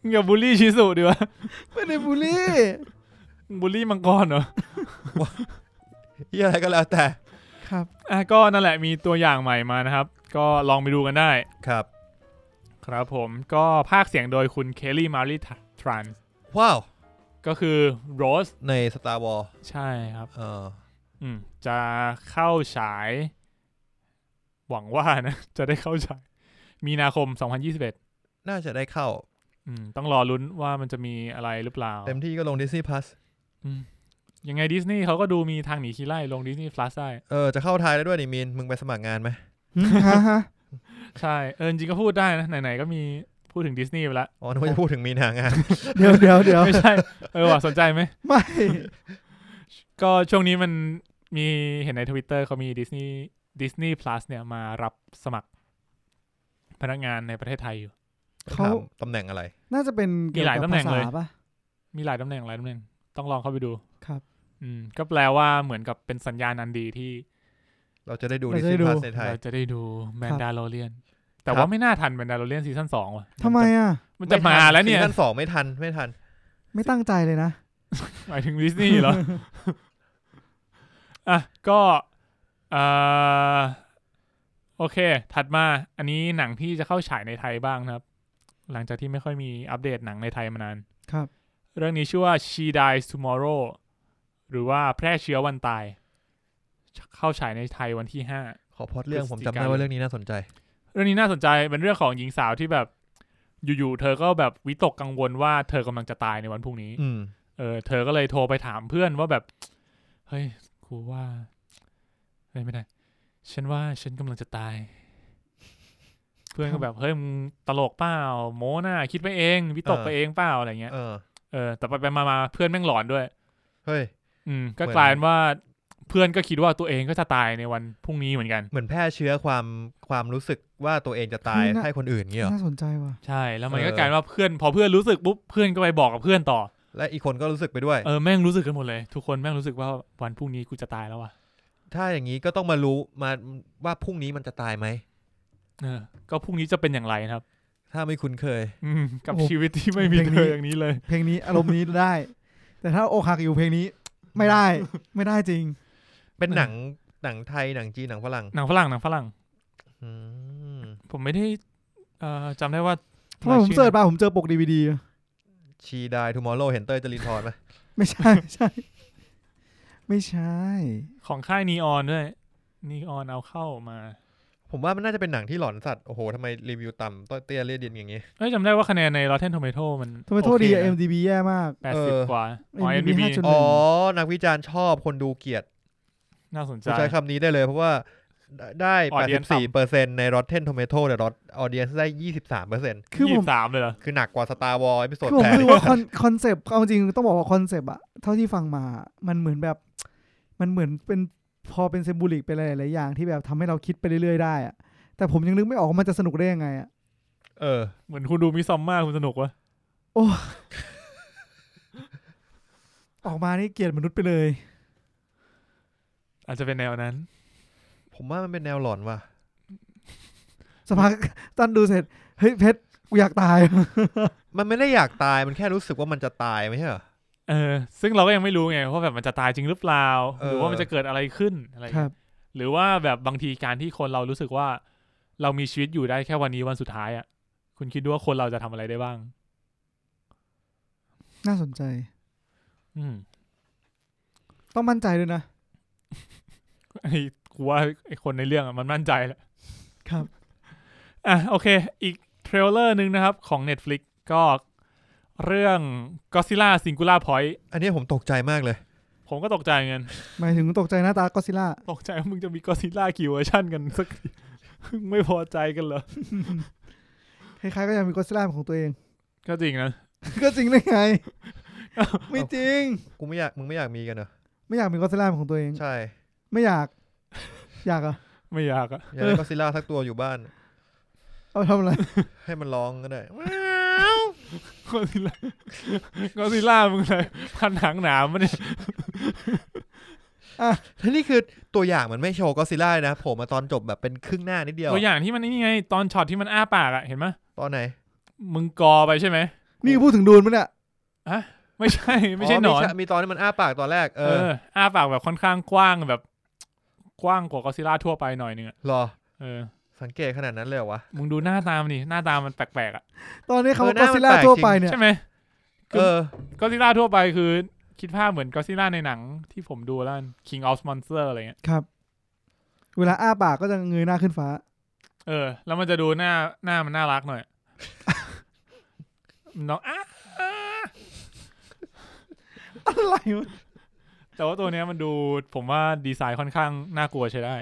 มึงอย่าบูลลี่ชิสุดิวะ
ไม่ได้บูลลี่
มึงบูลลี่มังกรเหรอ
เหียอะไรก็แล้วแต่
ครับ
อ่ะก็นั่นแหละมีตัวอย่างใหม่มานะครับ ก็ลองไปดูกันได้
ครับ
ครับผมก็ภาคเสียงโดยคุณเคลลี่มารีทราน
ว้าว
ก็คือโรส
ใน Star Wars
ใช่ครับ
เออ
อืมจะเข้าฉาย หวังว่านะ จะได้เข้าฉาย มีนาคม 2021
น่าจะได้เข้า
อืมต้องรอลุ้นว่ามันจะมีอะไรหรือเปล่า
เต็มที่ก็ลง Disney Plus
อืมยังไงดิสนีย์เขาก็ดูมีทางหนีขี้ไล่ลงดิสนีย์ Plus ได้
เออ จะเข้าไทยแล้วด้วยนี่มีน มึงไปสมัครงานไหม
ฮะฮะ
ใช่ เออจริงๆก็พูดได้นะ ไหนๆก็มีพูดถึงดิสนีย์ไป ละ
อ๋อนึกว่าจะพูดถึงมีนหางาน
เดี๋ยวเดี๋ยวเดี๋ยว
ไม่ใช่ เออว่ะสนใจไหม
ไม่
ก็ช่วงนี้มันมีเห็นในทวิตเตอร์เขามีดิสนีย์ดิสนีย์ plus เนี่ยมารับสมัคร พนักงานในประเทศไทยอยู่
เขา
ถามตำแหน่งอะไร
น่าจะเป็นเกี่ยว
มีหลาย
กับ
ตำแหน่
ภาง
เลย
ษาปะ
มีหลายตำแหน่งหลายตำแหน่ง ต้องลองเข้าไปดู
ครับ
อืม ก็แปลว่าเหมือนกับเป็นสัญญาณอันดีที่
เราจะได้ดู
เราจะได้
Disney
ดู
Plus ในไทย
เราจะได้ดูแมนดา r เรียน แต่
ครั
ว่า
บ
ไม่น่าทันแมนดา r เรียนซีซั่นสองว่ะ
ทำไมอ่ะ
มันจะมาแล้วเนี่ย
ซีซั่นสองไม่ทันไม่ทัน
ไม่ตั้งใจเลยนะ
หมายถึงดิสนีย์เหรอ อ่ะ ก็เอ่อโอเค ถัดมา อันนี้หนังที่จะเข้าฉายในไทยบ้างนะครับ หลังจากที่ไม่ค่อยมีอัปเดตหนังในไทยมานาน
ครับ
เรื่องนี้ชื่อว่า She Dies Tomorrow หรือว่าแพร่เชื้อวันตาย เข้าฉายในไทยวันที่ห้า
ขอพอดเรื่อง
พ
ผ
ฤศ
ม
จิ
จำ
กายน
ได้ว่าเรื่องนี้น่าสนใจ
เรื่องนี้น่าสนใจเป็นเรื่องของหญิงสาวที่แบบ อยู่ๆเธอก็แบบวิตกกังวลว่าเธอกำลังจะตายในวันพรุ่งนี้
อืม
เออเธอก็เลยโทรไปถามเพื่อนว่าแบบ เฮ้ยกูว่าเฮ้ยไม่ได้ ฉันว่าฉันกำลังจะตาย เพื่อนก็แบบ เฮ้ยมึงตลกเปล่าโม้น่าคิดไปเองวิตก
เออ
ไปเองเปล่าอะไรเงี้ย
เออ
เออแต่ไปไปมามาเพื่อนแม่งหลอนด้วย
เฮ้ย
อืม ก็
เหมือน
กลายเป็นว่าเพื่อนก็คิดว่าตัวเองก็จะตายในวันพรุ่งนี้เหมือนกัน
เหมือนแพร่เชื้อความความรู้สึกว่าตัวเองจะตาย
เฮ้ยน่ะ
ให้คนอื่นเงี้ยเหรอ
น่าสนใจว่ะ
ใช่แล้วมันก็
เออ
กลายเป็นว่าเพื่อน พอเพื่อนรู้สึกปุ๊บเพื่อนก็ไปบอกกับเพื่อนต่อ
และอีกคนก็รู้สึกไปด้วย
เออแม่งรู้สึกกันหมดเลย ทุกคนแม่งรู้สึกว่าวันพรุ่งนี้กูจะตายแล้วอ่ะ
ถ้าอย่างนี้ก็ต้องมารู้มาว่าพรุ่งนี้มันจะตายไหม
เออก็พรุ่งนี้จะเป็นอย่างไรนะครับ
ถ้าไม่คุ้นเคย
อืมกับ
โอ้
ชีวิตที่ไม่มี
เพลง
เธ
นี้
ออย่างนี้เลย
เพลงนี้อารมณ์นี้ได้ แต่ถ้าอกหักอยู่เพลงนี้ ไม่ได้ ไม่ได้จริง
เป็น
เออ
หนังหนังไทยหนังจีนหนังฝรั่ง
หนังฝรั่งหนังฝรั่ง
อืม
ผมไม่ได้เอ่อจำได้ว่า
ทำไมผม
ชื่อ
เสิร์ชไปผมเจอปกดีวดี
ชีดายทูมอร์โลเห็นเต้ยจรินทร์ไหม
ไม่ใช่ ไม่ใช่ ไม่ใช่
ของค่ายนีออนด้วยนีออนเอาเข้ามา
ผมว่ามันน่าจะเป็นหนังที่หลอนสัตว์ โอ้โห ทำไมรีวิวต่ำต้อยเตี้ยเรียดินอย่างงี้
เอ้ยจำได้ว่าคะแนนใน Rotten Tomato มัน
ทำไมโทษดี
โอเคนะ
MDB แย่มาก
แปดสิบ
เออ
กว่าอ๋อ
IMDb
MDB
5.1
อ๋อ นักวิจารณ์ชอบคนดูเกลียด
น่าสนใจ
กูใช้คำนี้ได้เลย เพราะว่าได้
Audience
84เปอร์เซ็นต์ใน Rotten Tomato แต่ Rot Audience ได้ 23เปอร์เซ็นต์
คือ
ยี่
ผ
สิ
ม
บสามเลยเหรอ
คือหนักกว่า Star Wars เอพิโซ ด
คือผม
แปด
รู้สึ กว่าคอนคอนเซปต์เอาจริงต้องบอกว่าคอนเซปต์อะเท่าที่ฟังมา มันเหมือนแบบ มันเหมือนเป็นพอเป็นเซมบูลิกไปหลายๆอย่างที่แบบทำให้เราคิดไปเรื่อยๆได้อะแต่ผมยังนึกไม่ออกว่ามันจะสนุกได้ยังไงอะ
เออ
เหมือนคุณดูมิซอมมาคุณสนุกวะ
ออกมานี่เกลียดมนุษย์ไปเลย
อาจจะเป็นแนวนั้น
ผมว่ามันเป็นแนวหลอนว่ะ
สภา ตันดูเสร็จ เฮ้ยเพชรกูอยากตาย
มันไม่ได้อยากตาย มันแค่รู้สึกว่ามันจะตายไม่ใช่เหรอ
เออซึ่งเราก็ยังไม่รู้ไงว่าแบบมันจะตายจริงหรือเปล่า
เออ
หรือว่ามันจะเกิดอะไรขึ้นอะไร
ครับ
หรือว่าแบบบางทีการที่คนเรารู้สึกว่า เรามีชีวิตอยู่ได้แค่วันนี้วันสุดท้ายอ่ะคุณคิดดูว่าคนเราจะทำอะไรได้บ้าง
น่าสนใจ
อืม
ต้องมั่นใจด้วยนะ
ไอ้กูว่าไอ้คนในเรื่องอะมันมั่นใจแหละ
ครับ
อ่ะโอเค อีกเทรลเลอร์หนึ่งนะครับของ Netflix ก็เรื่อง Godzilla Singular Point
อันนี้ผมตกใจมากเลย
ผมก็ตกใจเหมือนกัน
หมายถึงตกใจหน้าตาก็ซิล่า
ตกใจว่ามึงจะมีก็ซิล่ากี่เวอร์ชันกันสักที ไม่พอใจกันเหรอ
คล้ายๆก็ยังมีก็ซิล่าของตัวเอง
ก็จริงนะ
ก็จริงได้ไง ไม่จริง
กูไม่อยากมึงไม่อยากมีกันเหรอ
ไม่อยากมีก็ซิล่าของตัวเอง
ใช่
ไม่อยาก อยากเหรอ่ะ
ไม่อยากอะ
อยากให้ก็ซิล่าสักตัวอยู่บ้าน
เอาไปทำอะไร
ให้มันร้องก็ได้
ก็ซิล่าก็ซิล่ามึงเลยพันหางหนามมันเนี่ย
แล้วนี่คือตัวอย่างมันไม่โชว์ก็ซิล่านะโผมมาตอนจบแบบเป็นครึ่งหน้านิดเดียว
ตัวอย่างที่มันนี่ไง ตอนช็อตที่มันอ้าปากอะเห็นไหมย
ตอนไหน
มึงกอไปใช่ไหม
นี่พูดถึงดูนมั้ยเนี่ย
ไม่ใช่ ไม่ใช่หนอน
มีตอนที่มันอ้าปากตอนแรกเอ
เอ
อ
อ อ้าปากแบบค่อนข้างกว้างแบบ กว้างกว่าก็ซิล่าทั่วไปหน่อยนึงอะ
เหรอ
เออ
สังเกตขนาดนั้นเลยเหรอวะ
มึงดูหน้าตามนดิหน้าตามันแปลกๆอะ
ตอนนี้เขา
เอ
ว่า
อห
ก็
น้ามัน
ซิล่า
แปลก
ทั่ว
จริง
ไปเนี่ย
ใช่ไหม คือ
เออ
ก็ซิล่าทั่วไปคือ คิดภาพเหมือนก็ซิล่าในหนังที่ผมดูแล้วกัน King of Monster อะไรเงี้ย
ครับ เวลาอ้าปากก็จะเงยหน้าขึ้นฟ้า
เออ แล้วมันจะดูหน้าหน้ามันน่ารักหน่อย น้องอ้าอ้า
อะไรวะ
แต่ว่าตัวเนี้ยมันดูผมว่าดีไซน์ค่อนข้างน่ากลัวใช้ได้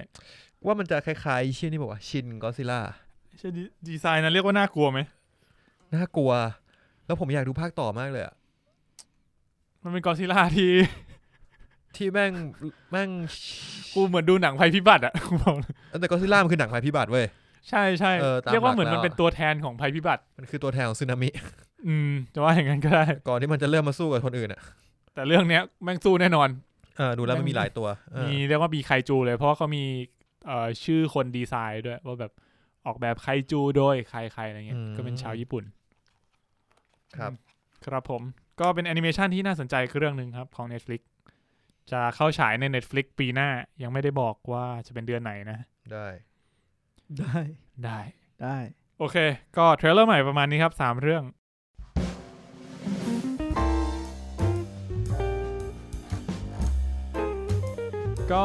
ว่ามันจะคล้ายๆเชี่ยนี่บอกว่าชินก็ซิล่า
ใช่ดีดีไซน์นั้นเรียกว่าน่ากลัวไหม
น่ากลัว แล้วผมอยากดูภาคต่อมากเลยอะ
มันเป็นกอซิล่าที่
ที่แม่งแม่ง
กูเหมือนดูหนังภัยพิบัติอ่ะ กูบอกเลย
แต่ก็ซิล่ามันคือหนังภัยพิบัติเว้ย
ใช่ใช่
เออตาม
เรียกว่าเหมือน
หลั
มั
ก
น
แล้ว
เป็นตัวแทนของภัยพิบัติ
มันคือตัวแทนของสึนามิ
อืมจะว่าอย่างนั้นก็ได้
ก่อนที่มันจะเริ่มมาสู้กับคนอื่นอ่ะ
แต่เรื่องเนี้ยแม่งสู้แน่นอน
เออดูแล้วมันมีหลายตัวเออ
มีเรียกว่ามีไคจูเลย เพราะว่าเขามีเอ่อชื่อคนดีไซน์ด้วย ว่าแบบออกแบบไคจูโดยใครๆอะไรเงี้ยก็เป็นชาวญี่ปุ่น
ครับ
ครับผมก็เป็นแอนิเมชันที่น่าสนใจคือเรื่องหนึ่งครับของ Netflix จะเข้าฉายใน Netflix ปีหน้ายังไม่ได้บอกว่าจะเป็นเดือนไหนนะ
ได้
ได้
ได้
ได้
โอเค ก็เทรลเลอร์ใหม่ประมาณนี้ครับ 3 เรื่อง ก็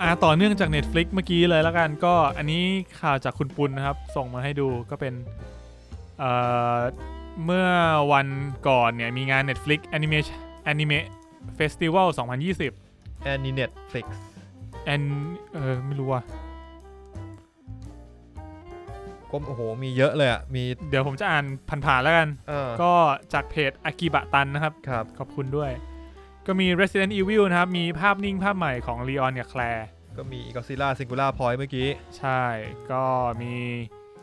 อ่าต่อเนื่องจาก Netflix เมื่อกี้เลยแล้วกัน ก็อันนี้ข่าวจากคุณปุณนะครับ ส่งมาให้ดูก็เป็นเอ่อเมื่อวันก่อนเนี่ย มีงาน Netflix Animation Anime Festival 2020
a n i n e t f l i x
แอนเออไม่รู้ว่ะ
ก็โอ้โหมีเยอะเลยอ่ะมี
เดี๋ยวผมจะอ่านผ่านๆแล้วกัน
เออ
ก็จากเพจอากิบะตันนะครับ
ครับ
ขอบคุณด้วย ก็มี Resident Evil นะครับ มีภาพนิ่งภาพใหม่ของ l ีออนกับแคลร์
ก็มีก็ซิล่าซิงคูล่าพอยเมื่อกี้
ใช่ ก็มี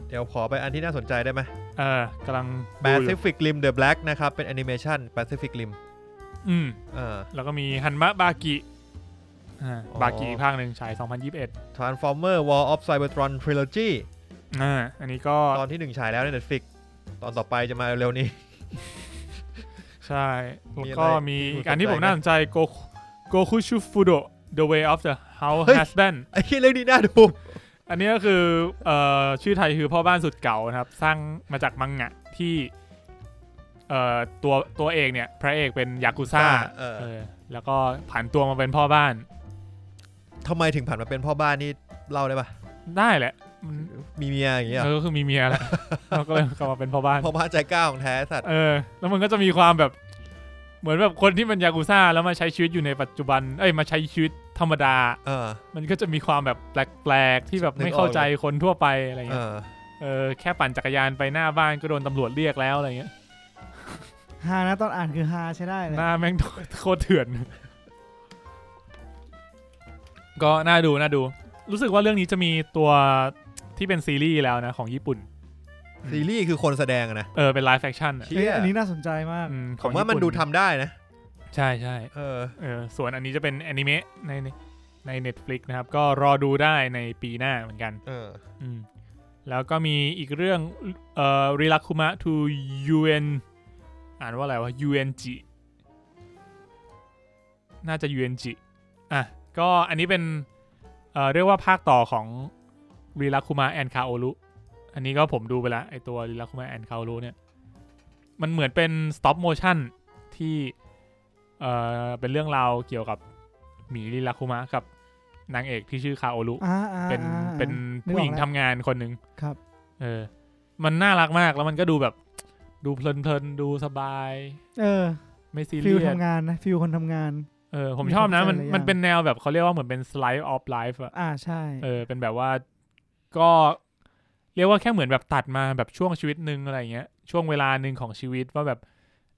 เดี๋ยวขอไปอันที่น่าสนใจได้ไหม
เออกำลังดูอยู่
Pacific Rim The Black นะครับ เป็นแอนิเมชัน Pacific Rim
อืม
เออ
แล้วก็มีฮันมะบากิอ่า
อ๋อ
บากิอีกภาคหนึ่งฉาย 2021
Transformer War of Cybertron Trilogy
อ่าอันนี้ก็
ตอนที่หนึ่งฉายแล้วใน Netflix ตอนต่อไปจะมาเร็วๆนี้
ใช่แล้ว
มีอะไร
ก็มี
ที่
อีก
น่าสนใจ
อันที่ผมน่าสนใจโกโกคุชูฟูโด The Way of the House
เฮ้ย
Husband
ไอ้เรื่องนี้น่าดู
อันนี้ก็คือเอ่อชื่อไทยคือพ่อบ้านสุดเก่านะครับ สร้างมาจากมังงะที่เอ่อตัวตัวเอกเนี่ย พระเอกเป็นยากุซ่า
เออ
เออแล้วก็ผันตัวมาเป็นพ่อบ้าน
ทำไมถึงผ่านมาเป็นพ่อบ้านนี่เล่าได้ปะ
ได้แหละมัน
มีเมียอย่างเงี้ยเหร
เอ
อ
อก็คือมีเมีย แล้ว แล้วก็เลยกลับมาเป็นพ่อบ้าน
พ่อบ้านใจกล้าของแท้สัตว์
เออแล้วมันก็จะมีความแบบ เหมือนแบบคนที่เป็นยากุซ่าแล้วมาใช้ชีวิตอยู่ในปัจจุบันเอ้ยมาใช้ชีวิตธรรมดา
เออ
มันก็จะมีความแบบแปลกๆที่แบบไม่เข้าใจคนทั่วไปอะไร
เอ
เงี้ย
อ
เออแค่ปั่นจักรยานไปหน้าบ้านก็โดนตำรวจเรียกแล้วอะไรเงี้ย
ฮานะตอนอ่านคือฮาใช้ได้เลย
หน้าแม่งโคตรเถื่อน ก็น่าดูน่าดู รู้สึกว่าเรื่องนี้จะมีตัวที่เป็นซีรีส์แล้วนะ ของญี่ปุ่น
ซีรีส์คือคนแสดงอะนะ
เออเป็นไลฟ์แฟคชั่นอะ
เชี่
เอ้ย
ย
อันนี้น่าสนใจมาก
อืม
ผ
ขอ
ม
งญี่
ว่ามัน
ปุ่น
ดูทำได้นะ
ใช่ใช่
เออ
เออส่วนอันนี้จะเป็นแอนิเมะในใน Netflix นะครับ ก็รอดูได้ในปีหน้าเหมือนกัน
เออ
อืมแล้วก็มีอีกเรื่องเอ่อริลักคุมะทูยูเอ็นอ่านว่าอะไรวะยูเอ็นจิ น่าจะ UNG อ่ะก็อันนี้เป็นเอ่อเรียกว่าภาคต่อของรีลักคุมาแอนคาโอรุอันนี้ก็ผมดูไปแล้วไอตัวรีลักคุมาแอนคาโอรุเนี่ย มันเหมือนเป็น stop motion ที่เอ่อเป็นเรื่องราวเกี่ยวกับหมีรีลักคุมะกับนางเอกที่ชื่อคาโอรุ
อ่าอ่า
เป็น
อ่า
เป็น
นึกออก
ผู้หญิง
แล้ว
ทำงานคนหนึ่ง
ครับ
เออ มันน่ารักมากแล้วมันก็ดูแบบ ดูเพลินๆ ดูสบาย
เออ
ไม่ซี
ฟิ
เรี
ล
ยส
ทำงานนะฟิลคนทำงาน
เออ ผม
มี
ชอบ
ค
นะ
วาม
มัน
หลายอย่าง
มันเป็นแนวแบบเขาเรียกว่าเหมือนเป็น slice of life อะ
อ่าใช่
เออ เป็นแบบว่าก็ เรียกว่าแค่เหมือนแบบตัดมาแบบช่วงชีวิตหนึ่งอะไรอย่างเงี้ย ช่วงเวลาหนึ่งของชีวิตว่าแบบ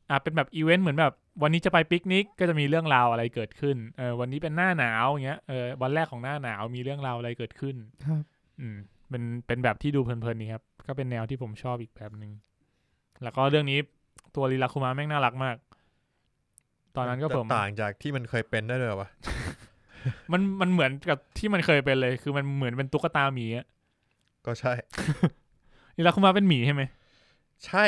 อ่ะเป็นแบบอีเวนต์เหมือนแบบ วันนี้จะไปปิกนิกก็จะมีเรื่องราวอะไรเกิดขึ้น เออ วันนี้เป็นหน้าหนาวอย่างเงี้ย เออ วันแรกของหน้าหนาวมีเรื่องราวอะไรเกิดขึ้น
ครับ
อืมเป็นเป็นแบบที่ดูเพลินๆนี่ครับ ก็เป็นแนวที่ผมชอบอีกแบบหนึ่งแล้วก็เรื่องนี้ตัวลีลาคุมาแม่งน่ารักมาก ตอนนั้นก็ผม
แต่างจากที่มันเคยเป็นได้เลยเหรอวะ
มันมันเหมือนกับที่มันเคยเป็นเลย คือมันเหมือนเป็นตุ๊กตาหมีอะ
ก็ใช่
ลีลาคุมาเป็นหมีใช่ไหม
ใช่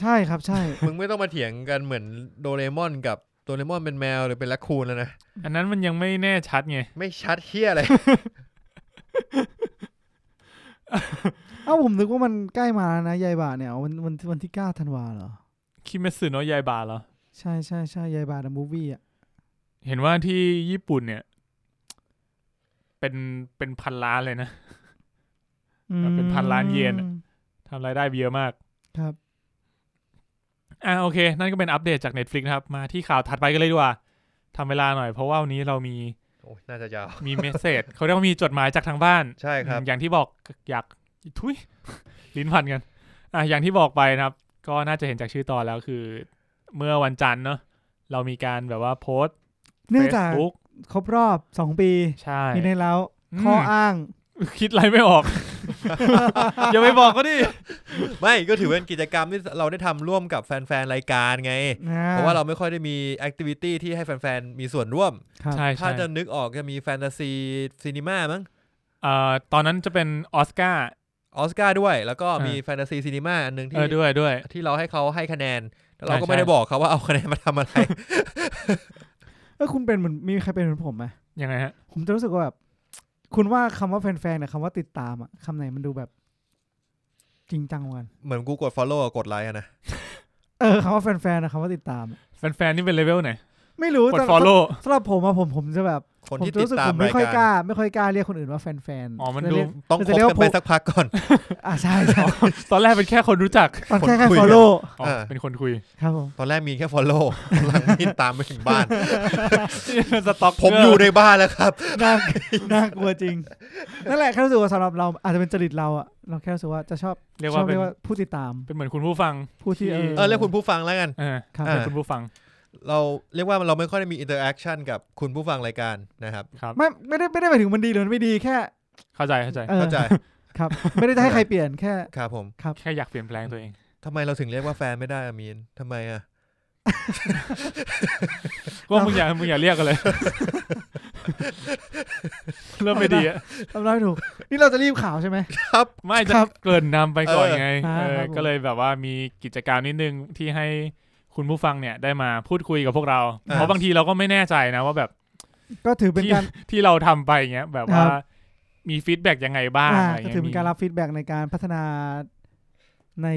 ใช่ครับใช่
มึงไม่ต้องมาเถียงกันเหมือนโดเรมอนกับโดเรมอนเป็นแมวหรือเป็นแรคคูนแล้วนะ
อันนั้นมันยังไม่แน่ชัดไง
ไม่ชัดเฮีย อะไร
เอ้าผมนึกว่ามันใกล้มาแล้วนะยายบาเนี่ยวันวันวันที่เก้าธันวาเหรอ
คิเมสึโนะยายบาเหรอ
ใช่ใช่ใช่ยายบาเดอะมูฟวี่อ่ะ
เห็นว่าที่ญี่ปุ่นเนี่ย เป็นเป็นพันล้านเลยนะ มันเป็นพันล้านเยนอะ
อืม
ทำรายได้เยอะมาก
ครับ
อ่าโอเค นั่นก็เป็นอัปเดตจาก Netflix นะครับ มาที่ข่าวถัดไปกันเลยดีกว่าทำเวลาหน่อยเพราะว่าวันนี้เรามี
โอ้ยน่าจะยาว
มีเมสเซจเขาเรียกว่ามีจดหมายจากทางบ้าน
ใช่ครับ
อืมอย่างที่บอกอยากทุย ลิ้นพันกันอ่ะอย่างที่บอกไปนะครับ ก็น่าจะเห็นจากชื่อตอนแล้วคือ เมื่อวันจันทร์เนอะเรามีการแบบว่าโพสต์
เนื่องจาก
Facebook
ครบรอบสองปี
ใช่
มีในแล้ว
ม
ข้ออ้าง
คิดอะไรไม่อ อก อย่าไปบอกก็ดิ
ไม่ก็ถือเป็นกิจกรรมที่เราได้ทำร่วมกับแฟนๆ รายการไง เพราะว่าเราไม่ค่อยได้มีแอคทิวิตี้ที่ให้แฟนๆ มีส่วนร่วม
ครับ
ใช่
ถ้า
ใช่
จะนึกออกจะมีแฟนตาซีซีนีมามั้ง
เอ่อตอนนั้นจะเป็นออสการ์
ออสการ์ด้วย แล้วก็มี
อ่า
แฟนตาซีซีนีมาอันหนึ่ง
เอ
ที่
อด้วยด้วย
ที่เราให้เขาให้คะแนนแล้วเรา
ใช่
ก็ไม่ได้
ใช่
บอกเขาว่าเอาคะแนนมาทำ อะไร
เออคุณเป็นเหมือนมีใครเป็นเหมือนผมไหม
ยังไงฮะ
ผมจะรู้สึกว่าแบบ คุณว่าคำว่าแฟนๆเนี่ยคำว่าติดตามอะคำไหนมันดูแบบ จริงจังกว่ากัน
เหมือนกูกด follow กับกดไลค์อะนะ
เออคำว่าแฟนๆนะคำว่าติดตามอะ
แฟนๆนี่เป็นเลเวลไหน
ไม่รู้
กด
แต่
follow
สำหรับผมอะผมผมจะแบบ
คน
ผมจะ
ที่ติด
รู้สึก
ตา
ผม ม
รา
ไม่
ย
ค่อยก
การ
ล้า ไม่ค่อยกล้าเรียกคนอื่นว่าแฟนๆ
อ๋อมัน
จะ
ดู
เรียก
ต้อง
มัน
ค
จะ
บ
เรียก
กันไป
ว่า
สักพักก่อน
อ่ะใช่ใช่
ตอนแรกเป็นแค่คนรู้จัก
ตอนแค่แค่
คนคุย
follow
อ๋อ
เออ
เป็นคนคุย
ครับผม
ตอนแรกมีแค่ follow หลังนี่ตามไปถึงบ้าน
สต็อกเกร์
ผมอยู่ในบ้านแล้วครับ
น่าน่ากลัวจริงนั่นแหละแค่รู้สึกว่าสำหรับเราอาจจะเป็นจริตเราอะเราแค่รู้สึกว่าจะชอบ
เรียก
ชอ
ว่า
บ
เป็
เรี
น
ยกว่าผู้ติดตาม
เป็นเหมือนคุณผู้ฟัง
ผู้ที่
ที่
เออเรียกคุณผู้ฟังแล้วกัน
เออ
ครับ
อ่า
เป็นคุณผู้ฟัง
เราเรียกว่าเราไม่ค่อยได้มีอินเตอร์แอคชั่นกับคุณผู้ฟังรายการนะครับ
ครับ
ไม่ไม่ได้ไม่ได้หมายถึงมันดีหรือมันไม่ดีแค่
เข้าใจเข้าใจ
ออ
เข้าใจ
ครับ ไม่ได้จะให้ใครเปลี่ยนแค่
ครับผม
แค่อยากเปลี่ยนแปลงตัวเอง
ทำไมเราถึงเรียกว่าแฟนไม่ได้อะมีนทำไมอ่ะ
ก็มึงอย่ามึงอย่าเรียกกันเลย เริ่มไม่ดีอะ
ทำได้ถูก นี่เราจะรีบข่าวใช่ไหม
ไม่จะ
ครับ
เกริ่นนำไปก่อนไง
เออ
เออ
ครับผม
ก็เลยแบบว่ามีกิจกรรมนิดนึงที่ให้คุณผู้ฟังเนี่ยได้มาพูดคุยกับพวกเรา
อ่า
เพราะบางทีเราก็ไม่แน่ใจนะว่าแบบ
ก็ถือเป็น
ที่
การ
ที่เราทำไปเงี้ย แบบ
ค
ว่า
รับ
มีฟีดแบ็กยังไงบ้าง
อ่า
อะไร
ก็
เงี้ย
ถือเป็นการ
มี
รับฟีดแบ็ในการพัฒนาใน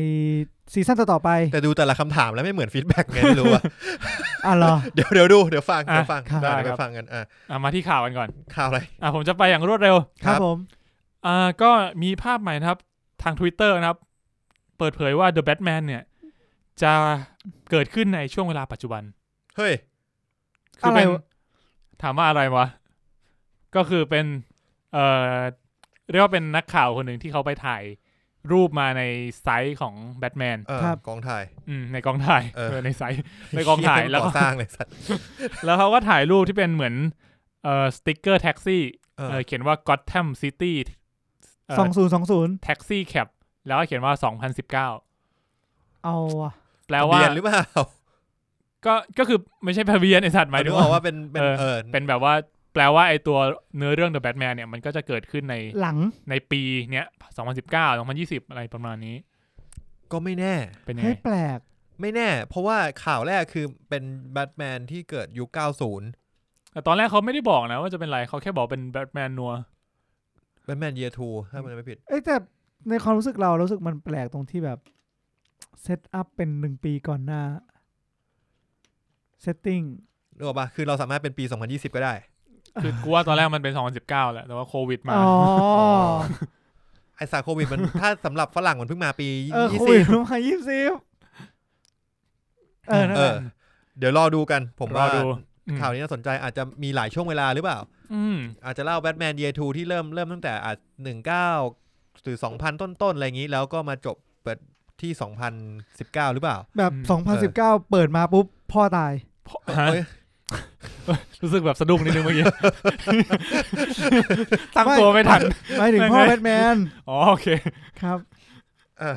ซีซั่นต่อๆไป
แต่ดูแต่ละคำถามแล้วไม่เหมือนฟีดแบ็กไงไม่รู้อ่ะ
อ่ะเหรอ
เดี๋ยวเดี๋ยวดูเดี๋ยวฟังเดี๋ยวฟัง
อ่ะ
ได้
ได้
เดี๋ย
ครับ
วฟังกันอ่ะ
อ่ะมาที่ข่าวกันก่อน
ข่าวอะไร
อ่ะผมจะไปอย่างรวดเร็ว
ครับ
ครับ
ผม
อ่าก็มีภาพใหม่นะครับทาง Twitter นะครับ เปิดเผยว่า The Batman เนี่ย จะเกิดขึ้นในช่วงเวลาปัจจุบัน
เฮ้ย
คืเป็น
อะไรวะ
ถามว่าอะไรวะ ก็คือเป็นเอ่อเรียกว่าเป็นนักข่าวคนหนึ่งที่เขาไปถ่ายรูปมาในไซต์ของแบทแมน
เออ
ครับ
กองถ่าย
อืมในกองถ่าย
เออ
เออในไซต์ ในกองถ่ายแล้วก็
ก่อสร้างเลยสัตว์
แล้วเขาก็ถ่ายรูปที่เป็นเหมือนเอ่อสติกเกอร์แท็กซี่
เออ
เขียนว่า Gotham City เอ่อ
สองศูนย์สองศูนย์
แท็กซี่แคปแล้วก็เขียนว่า 2019
เอาอ่ะ
แปล
ทะ
ว่า
เบียนหรือเปล่า
ก็ก็คือไม่ใช่ทะเบียนไอสัตว์หมายถึ
ดู
ง
ออก
ว่า
ว่าเป็นเป็น
เออ
เออ
เป็นแบบว่าแปลว่าไอตัวเนื้อเรื่อง The Batman เนี่ย มันก็จะเกิดขึ้นใน
หลัง
ในปีเนี้ย 2019 2020 อะไรประมาณนี้
ก็ไม่แน่
เป็นยัง
ให้
ไง
ยแปลก
ไม่แน่ เพราะว่าข่าวแรกคือเป็นแบทแมนที่เกิดยุค 90
แต่ตอนแรกเขาไม่ได้บอกนะว่าจะเป็นอะไรเขาแค่บอกเป็นแบทแมนนัว
แบทแมนเยียทูถ้ามันไม่ผิด
เอ้ยแต่ในความรู้สึกเรารู้สึกมันแปลกตรงที่แบบเซตอัพเป็นหนึ่งปีก่อนหน้าเซตติ้ง
นึกออกปะคือเราสามารถเป็นปี 2020 ก็ได้
คือกูว่าตอนแรกมันเป็น 2019 แหละ แต่ว่าโควิดมา
อ๋อ
ไอสาโควิดมัน ถ้าสำหรับฝรั่งมันเพิ่งมาปี
เออโควิด
20
มายี่สิบเออนั่น
เอ
แหละ
อ เดี๋ยวรอดูกัน ผม
รอ
ว่า
ดูอืม
ข่าวนี้น่าสนใจอาจจะมีหลายช่วงเวลาหรือเปล่า
อืม
อาจจะเล่าแบทแมนเยียทูที่เริ่มเริ่มตั้งแต่อาจ19หรือ 2,000 ต้นๆ อะไรอย่างนี้ แล้วก็มาจบเปิดที่ 2019 หรือเปล่า
แบบ
อืม
สองพันสิบเก้าเปิดมาปุ๊บพ่อตาย
เพราะฮะ รู้สึกแบบสะดุ้งนิดนึงเมื่อ กี้ ตั้งตัวไม่ทัน
หมายถึงพ่อ
ไม่ไม่
แบทแมน
อ๋อโอเค
ครับ
เออ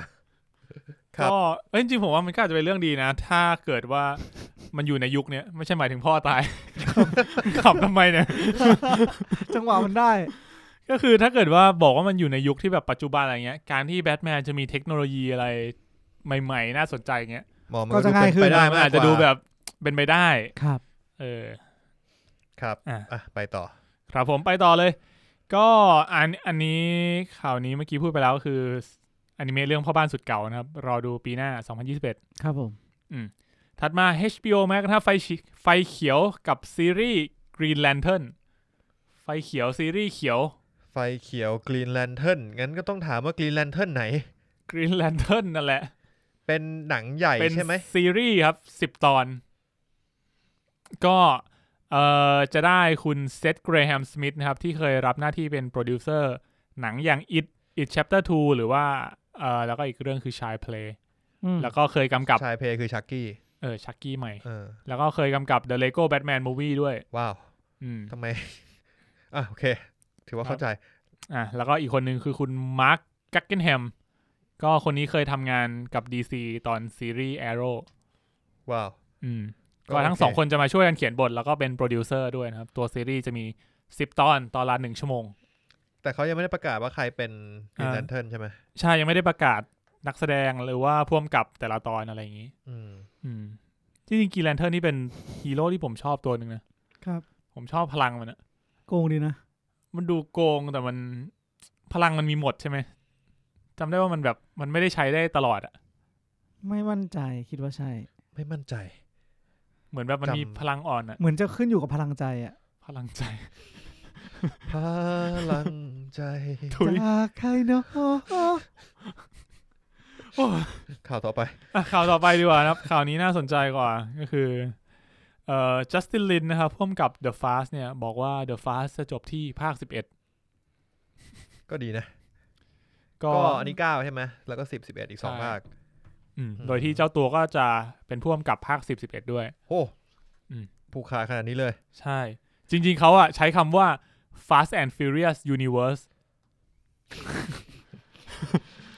ครับ
ก็เอ้ยจริงๆผมว่ามันก็อาจจะเป็นเรื่องดีนะ ถ้าเกิดว่ามันอยู่ในยุคเนี้ยไม่ใช่หมายถึงพ่อตาย ขับทำไมเนี่ย
จังหวะมันได้
ก็คือถ้าเกิดว่าบอกว่ามันอยู่ในยุคที่แบบปัจจุบันอะไรเงี้ย การที่แบทแมนจะมีเทคโนโลยีอะไรใหม่ๆ น่าสนใจเงี้ย
มองมัน
ก็
ก็
จะ
ดูเป็น
ง่ายขึ้น
ไปได้
มัน
มาก
อาจจะ
ก
ดู
ว่า
แบบเป็นไปได้
ครับ
เออ
ครับ
อ่ะ
อ่ะไปต่อ
ครับผมไปต่อเลย ก็อันอันนี้ข่าวนี้เมื่อกี้พูดไปแล้วก็คืออนิเมะเรื่องพ่อบ้านสุดเก่านะครับ รอดูปีหน้า 2021
ครับผม
ถัดมา HBO Max นะครับไฟชิไฟเขียวกับซีรีส์ Green Lantern ไฟเขียวซีรีส์เขียว
ไฟเขียวกรีนแลนเท r n งั้นก็ต้องถามว่ากรีนแลนเท r n ไหน
Green Lantern นั่นแหละ
เป็นหนังใหญ่
เป็น
ใช่ไหม
ซีรีส์ครับสิบตอน ก็เอ่อจะได้คุณเซธเกรแฮมสมิธนะครับ ที่เคยรับหน้าที่เป็นโปรดิวเซอร์หนังอย่าง It It Chapter 2 หรือว่าเอ่อแล้วก็อีกเรื่องคือ Shy Play
อืม
แล้วก็เคยกำกับ
ชายเพย์คือชักกี้
เออชักกี้ใหม่
เออ
แล้วก็เคยกำกับ The Lego Batman Movie ด้วย
ว้าว
อืม
ทำไม อ่ะโอเค ถือว่าเข้าใจ
อ่ะแล้วก็อีกคนหนึ่งคือคุณมาร์คกักเกนแฮมก็คนนี้เคยทำงานกับ DC ตอนซีรีส์ Arrow
ว้าว
อืม
ก็
ก็ทั้ง
โอเค
สองคนจะมาช่วยกันเขียนบท แล้วก็เป็นโปรดิวเซอร์ด้วยนะครับ ตัวซีรีส์จะมี 10 ตอนตอนละหนึ่งชั่วโมง
แต่เขายังไม่ได้ประกาศว่าใครเป็นกรีน
อ่า
แลนเท r n ใช่ไหม
ใช่ยังไม่ได้ประกาศนักแสดงหรือว่าพ่วมกับแต่ละตอนอะไรอย่างนี้
อืม
อืมที่จริงกีแลนเทอร์นี่เป็นฮีโร่ที่ผมชอบตัวหนึ่งนะ
ครับ
ผมชอบพลังมันอะ
โกงดีนะ
มันดูโกงแต่มันพลังมันมีหมดใช่ไหมจำได้ว่ามันแบบมันไม่ได้ใช้ได้ตลอดอะ
ไม่มั่นใจคิดว่าใช่
ไม่มั่นใจ
เหมือนแบบมันมี
จำ
พลังอ่อนอะ
เหมือนจะขึ้นอยู่กับพลังใจอะ
พลังใจ
พลังใจ
ทุย
จากใครเนาะ
ข่าวต่อไป
อ่ะข่าวต่อไปดีกว่านะครับ ข่าวนี้น่าสนใจกว่าก็คือเอ่อจัสตินลินนะครับพ่วมกับ The Fast เนี่ย บอกว่า The Fast จะจบที่ภาค
ก็ดีนะ
11 ก็
ก็อันนี้เก้าใช่ไหมแล้วก็สิบสิบเอ็ดอีกสองภาค
อืม
อืม
โดยที่เจ้าตัวก็จะเป็นพ่วมกับภาค 10 11 ด้วย
โอ้
อืม
ผูกขาขนาดนี้เลย
ใช่ จริงๆเขาอะใช้คำว่า Fast and Furious Universe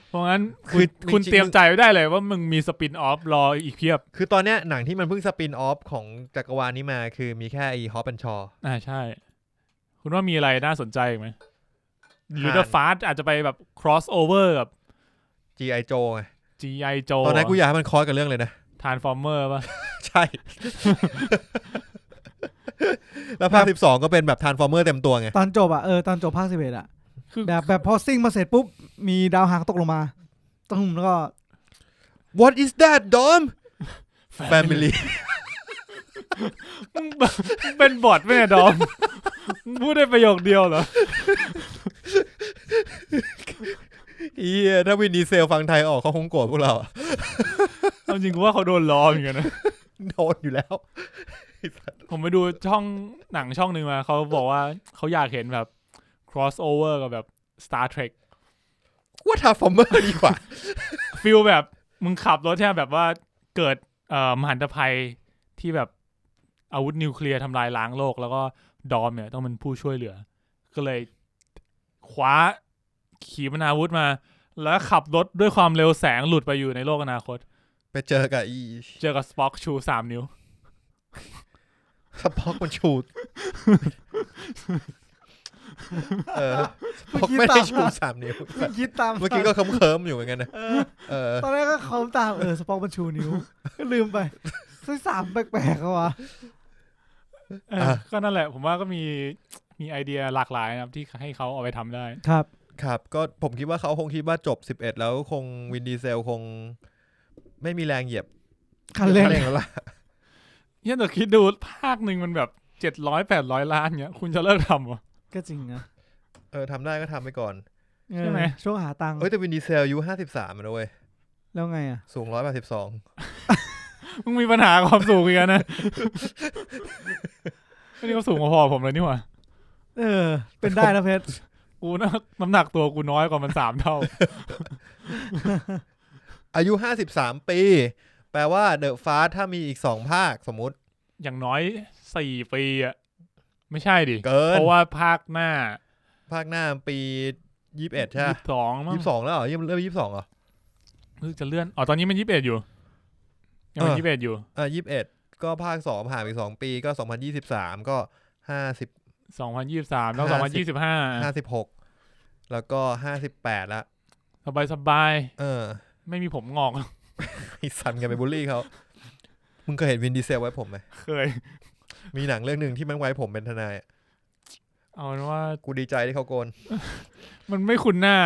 เพราะงั้น
คือ
คุณเตรียมใจไว้ได้เลยว่ามึงมีสปินออฟรออีกเพียบ
คือตอนเนี้ยหนังที่มันเพิ่งสปินออฟของจักรวาลนี้มา คือมีแค่ไอ้ฮอปแอนชอ
อ่าใช่ คุณว่ามีอะไรน่าสนใจอีกไหมหรือ
อ่า
The Fast อาจจะไปแบบ cross over กับ
G.I. Joe ไง
G.I. Joe
ตอนนั้นกูอยากให้มันคอสกับเรื่องเลยนะ
Transformer ป่ะ
ใช่ แล้วภาคสิบสองก็เป็นแบบทานฟอร์เมอร์เต็มตัวไง
ตอนจบอะเออตอนจบภาคสิบเอ็ดอะ
คือ
แบบแบบพอซิ่งมาเสร็จปุ๊บ มีดาวหางตกลงมาตุ้มแล้วก็
What is that Dom Family
มึง เป็นบอทไหมเนี่ยดอมมึ งพูดได้ประโยคเดียวเหรอ
เอียถ้าวินดีเซลฟังไทยออกเขาคงโกรธพวกเราอะ
เอาจริงกูว่าเขาโดนล้อเหมือนกันนะ
โดนอยู่แล้ว
ผมไปดูช่องหนังช่องหนึ่งมา เขาบอกว่าเขาอยากเห็นแบบ cross over กับแบบ Star Trek
ว่าทานฟอร์เมอร์ดีกว่า
ฟิลแบบมึงขับรถใช่ไหมแบบว่าเกิดเอ่อมหันตภัยที่แบบอาวุธนิวเคลียร์ทำลายล้างโลก แล้วก็ดอมเนี่ยต้องเป็นผู้ช่วยเหลือ ก็ เลยคว้าขีปนาวุธมา แล้วขับรถด้วยความเร็วแสงหลุดไปอยู่ในโลกอนาคต
ไปเจอกับอี
เจอกับสป็อกชูสามนิ้ว
สปอกมันชูด เออสปอกไม่ได้ชูสามนิ้ ว
คิดตาม
เมื่อกี้ก็เคิมๆอยู่เหมือนกันนะ
เออ
เออ
ตอนแรกก็เขาตามเออสปองมันชูนิ้ว ก็ลืมไปใส่สามแปลกๆเขาวะ
เออ
อ่ะ
ก็นั่นแหละ ผมว่าก็มีมีไอเดียหลากหลายนะครับ ที่ให้เขาเอาไปทำได้
ครับ
ครับ ก็ผมคิดว่าเขาคงคิดว่าจบ 11 แล้วคงวินดีเซลคง ไม่มีแรงเหยียบ
คันเร่ง
แล้วล่ะ
เนี่ยแต่คิดดูภาคหนึ่งมันแบบเจ็ดร้อยแปดร้อยล้านเนี้ย คุณจะเลิกทำเหรอ
ก็จริงนะ
เออทำได้ก็ทำไปก่อน
เออ
ใช่ไหม
ช่วงหาตังค์
เอ้ย แต่วินดีเซลอายุ53นะเว้ย
แล้วไงอ่ะ
สูง 182
มึงมีปัญหาความสูงอีกแล้วนะ ไม่นี่ก็สูงกว่าพอผมเลยนี่หว่า
เออ เป็นได้นะเพชร
กูนะน้ำหนักตัวกูน้อยกว่ามันสามเท่า
อายุ 53 ปี แปลว่าเดอะฟ้าถ้ามีอีก 2 ภาคสมมุติ
อย่างน้อยสี่ปีอะไม่ใช่ดิ
เกิน
เพราะว่าภาคหน้า
ภาคหน้าปี 21 ใช่
ยี่
ไหม
สิบสองมั้ง
ยี่สิบสองแล้วเหรอยี่สิบเริ่มยี่สิบสองเหรอ
รู้สึกจะเลื่อนอ๋อตอนนี้มันยี่สิบเอ็ดอยู่ยังเป็น
เออ
ยี่สิบเอ็ดอยู่
อ่ะยี่สิบเอ็ดก็ภาคสองผ่านไปสองปีก็สองพันยี่สิบสามก็ห้าสิบ
สองพันยี่สิบสามแล้วสองพันยี่สิบห้า
ห้าสิบหกแล้วก็ห้าสิบแปดละ
สบายสบาย
เออ
ๆไม่มีผมงอก
ไอสันกันไปบูลลี่เขามึงเคยเห็นวินดีเซลไว้ผมไหม
เคย
มีหนังเรื่องหนึ่งที่มันไว้ผมเป็นทนายอะ
เอาเป็นว่า
กูดีใจที่เขาโกน
มันไม่คุ้นหน้า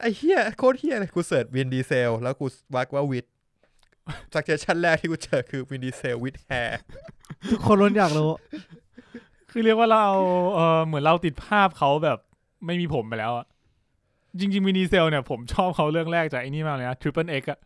ไอ้เฮียโคตรเฮียเลยกูเสิร์ชวินดีเซล แล้วกูวักว่าวิดจากเจชั้นแรกที่กูเจอคือวินดีเซลวิดแฮร์
ทุกคนล้นอยากรู้
คือเรียกว่าเราเอาเออเหมือนเราติดภาพเขาแบบไม่มีผมไปแล้วอะจริงๆวินดีเซลเนี่ย ผมชอบเขาเรื่องแรกจากไอ้นี่มากเลยนะทริปเปิลเอ็กอะ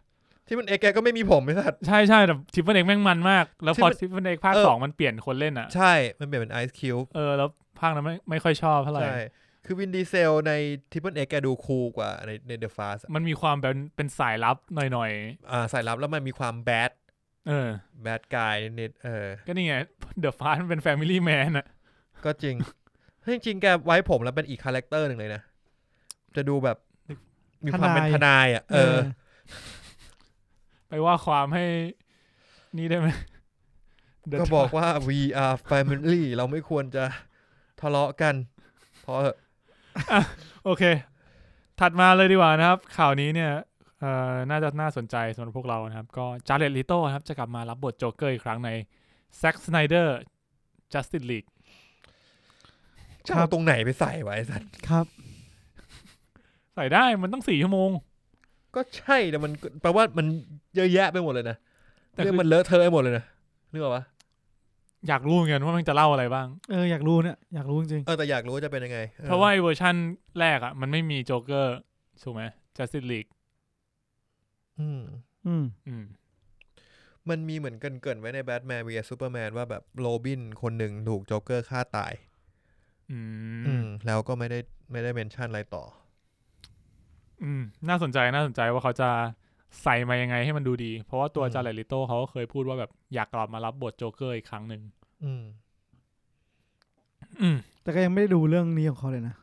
ที่มันเอแกก็ไม่มีผมไม่สัตว์
ใช่ใช่แต่ทริปเปิลเอ็กแม่งมันมาก แล้วพอ
Triple-
ทริปเปิลเอ็กภาค
เออ
สองมันเปลี่ยนคนเล่นอะ
ใช่มันเปลี่ยนเป็นไอซ์คิว
เออแล้วภาคนั้นไม่ไม่ค่อยชอบเท่าไหร่
ใช่ คือวินดีเซลในทิปเปิลเอ็กแกดูคูลกว่าในในเดอะฟาส
มันมีความแบบเป็นสายลับหน่อย
อ่าสายลับแล้วมันมีความแบด
ๆ เออ
แบดกายนิดๆเออ
ก็นี่ไงเดอะฟาสมันเป็นแฟมิลี่แมนอะ
ก็จริง เฮ้ยจริงๆแกไว้ผมแล้วเป็นอีกคาแรคเตอร์หนึ่งเลยนะ จะดูแบบ มีความเป็น
ทนาย
ทนายอ่ะ เออ
ไปว่าความให้นี่ได้ไหม The
ก็บอกว่า we are family เราไม่ควรจะทะเลาะกัน เพราะ
โอเค ถัดมาเลยดีกว่านะครับ ข่าวนี้เนี่ยเอ่อน่าจะน่าสนใจสำหรับพวกเรานะครับ ก็จาร์เลตลิโต้ครับ จะกลับมารับบทโจ๊กเกอร์อีกครั้งใน Zack Snyder Justice League
จะเอาตรงไหนไปใส่ไว้ไอ้สัตว์
ครับ
ใส่ได้มันต้องสี่ชั่วโมง
ก็ใช่แต่มันแปลว่ามันเยอะแยะไปหมดเลยนะ
แต่คือ
เรื่องมันเลอะเทอะไปหมดเลยนะนึกออกปะ
อยากรู้เหมือนกันว่ามันจะเล่าอะไรบ้าง
เอออยากรู้เนี่ยอยากรู้จริง
เออแต่อยากรู้ว่าจะเป็นยังไงออ
เพราะว่าไอ้เวอร์ชั่นแรกอ่ะ มันไม่มีโจ๊กเกอร์ถูกไหม Justice League
อืม
ๆอืม
อืม
มันมีเหมือนเกรินๆไว้ในแบทแมน vs ซูเปอร์แมนว่าแบบโรบินคนหนึ่งถูกโจ๊กเกอร์ฆ่าตาย
อื
อื
ม
ม แล้วก็ไม่ได้ไม่ได้เมนชั่นอะไรต่อ
อืม น่าสนใจน่าสนใจว่าเขาจะใส่มายังไงให้มันดูดี เพราะว่าตัว
อืม
จาร์เลตลิโต้เขาก็เคยพูดว่าแบบอยากกลับมารับบทโจ๊กเกอร์อีกครั้งหนึ่ง
อืม
อืม
แต่ก็ยังไม่ได้ดูเรื่องนี้ของเขาเลยนะ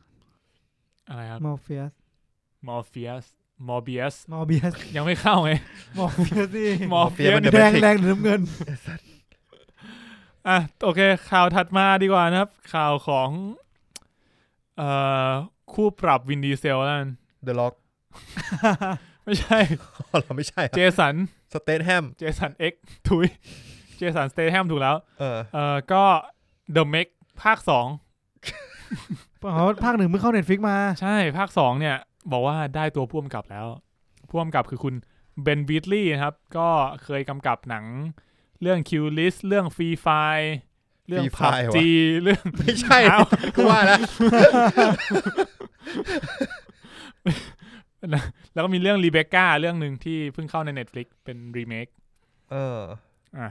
อะไรครับ
มอร์เฟียส
มอร์เฟียส มอร์เบียส
มอร์เบียส
ยังไม่เข้าไง
มอร์เฟียสนี่
มอร์เฟียส
Morpheus มันเดี๋ยว
แด งแดงหรือน้ำเงิน
อ่ะ โอเค ข่าวถัดมาดีกว่านะครับ ข่าวของ เอ่อ คู่ปรับวินดีเซลนั่น
The Rock
ไม่ใช่
อ๋อเราไม่ใช่
เจสัน
สเตนแฮม
เจสันเอ็กถุย เจสันสเตทแฮมถูกแล้ว
เออ
เอ่อ ก็เดอะเมกภาคสอง
เพราะภาคหนึ่งเมื่อเข้าเน็ตฟิกมา
ใช่ ภาคสองเนี่ย บอกว่าได้ตัวพ่วมกับแล้วพ่วมกับคือคุณเบนบีทลีย์นะครับ ก็เคยกำกับหนัง เรื่องคิวลิสเรื่องฟรีไฟเรื่อง
Free
พับ
Fire วะ
จีเรื่อง
ไม่ใช่
อ้าว
กูว่านะ
แล้วก็มีเรื่องรีเบคก้าเรื่องหนึ่งที่เพิ่งเข้าใน Netflix เป็นรีเมค
เออ
อ่ะ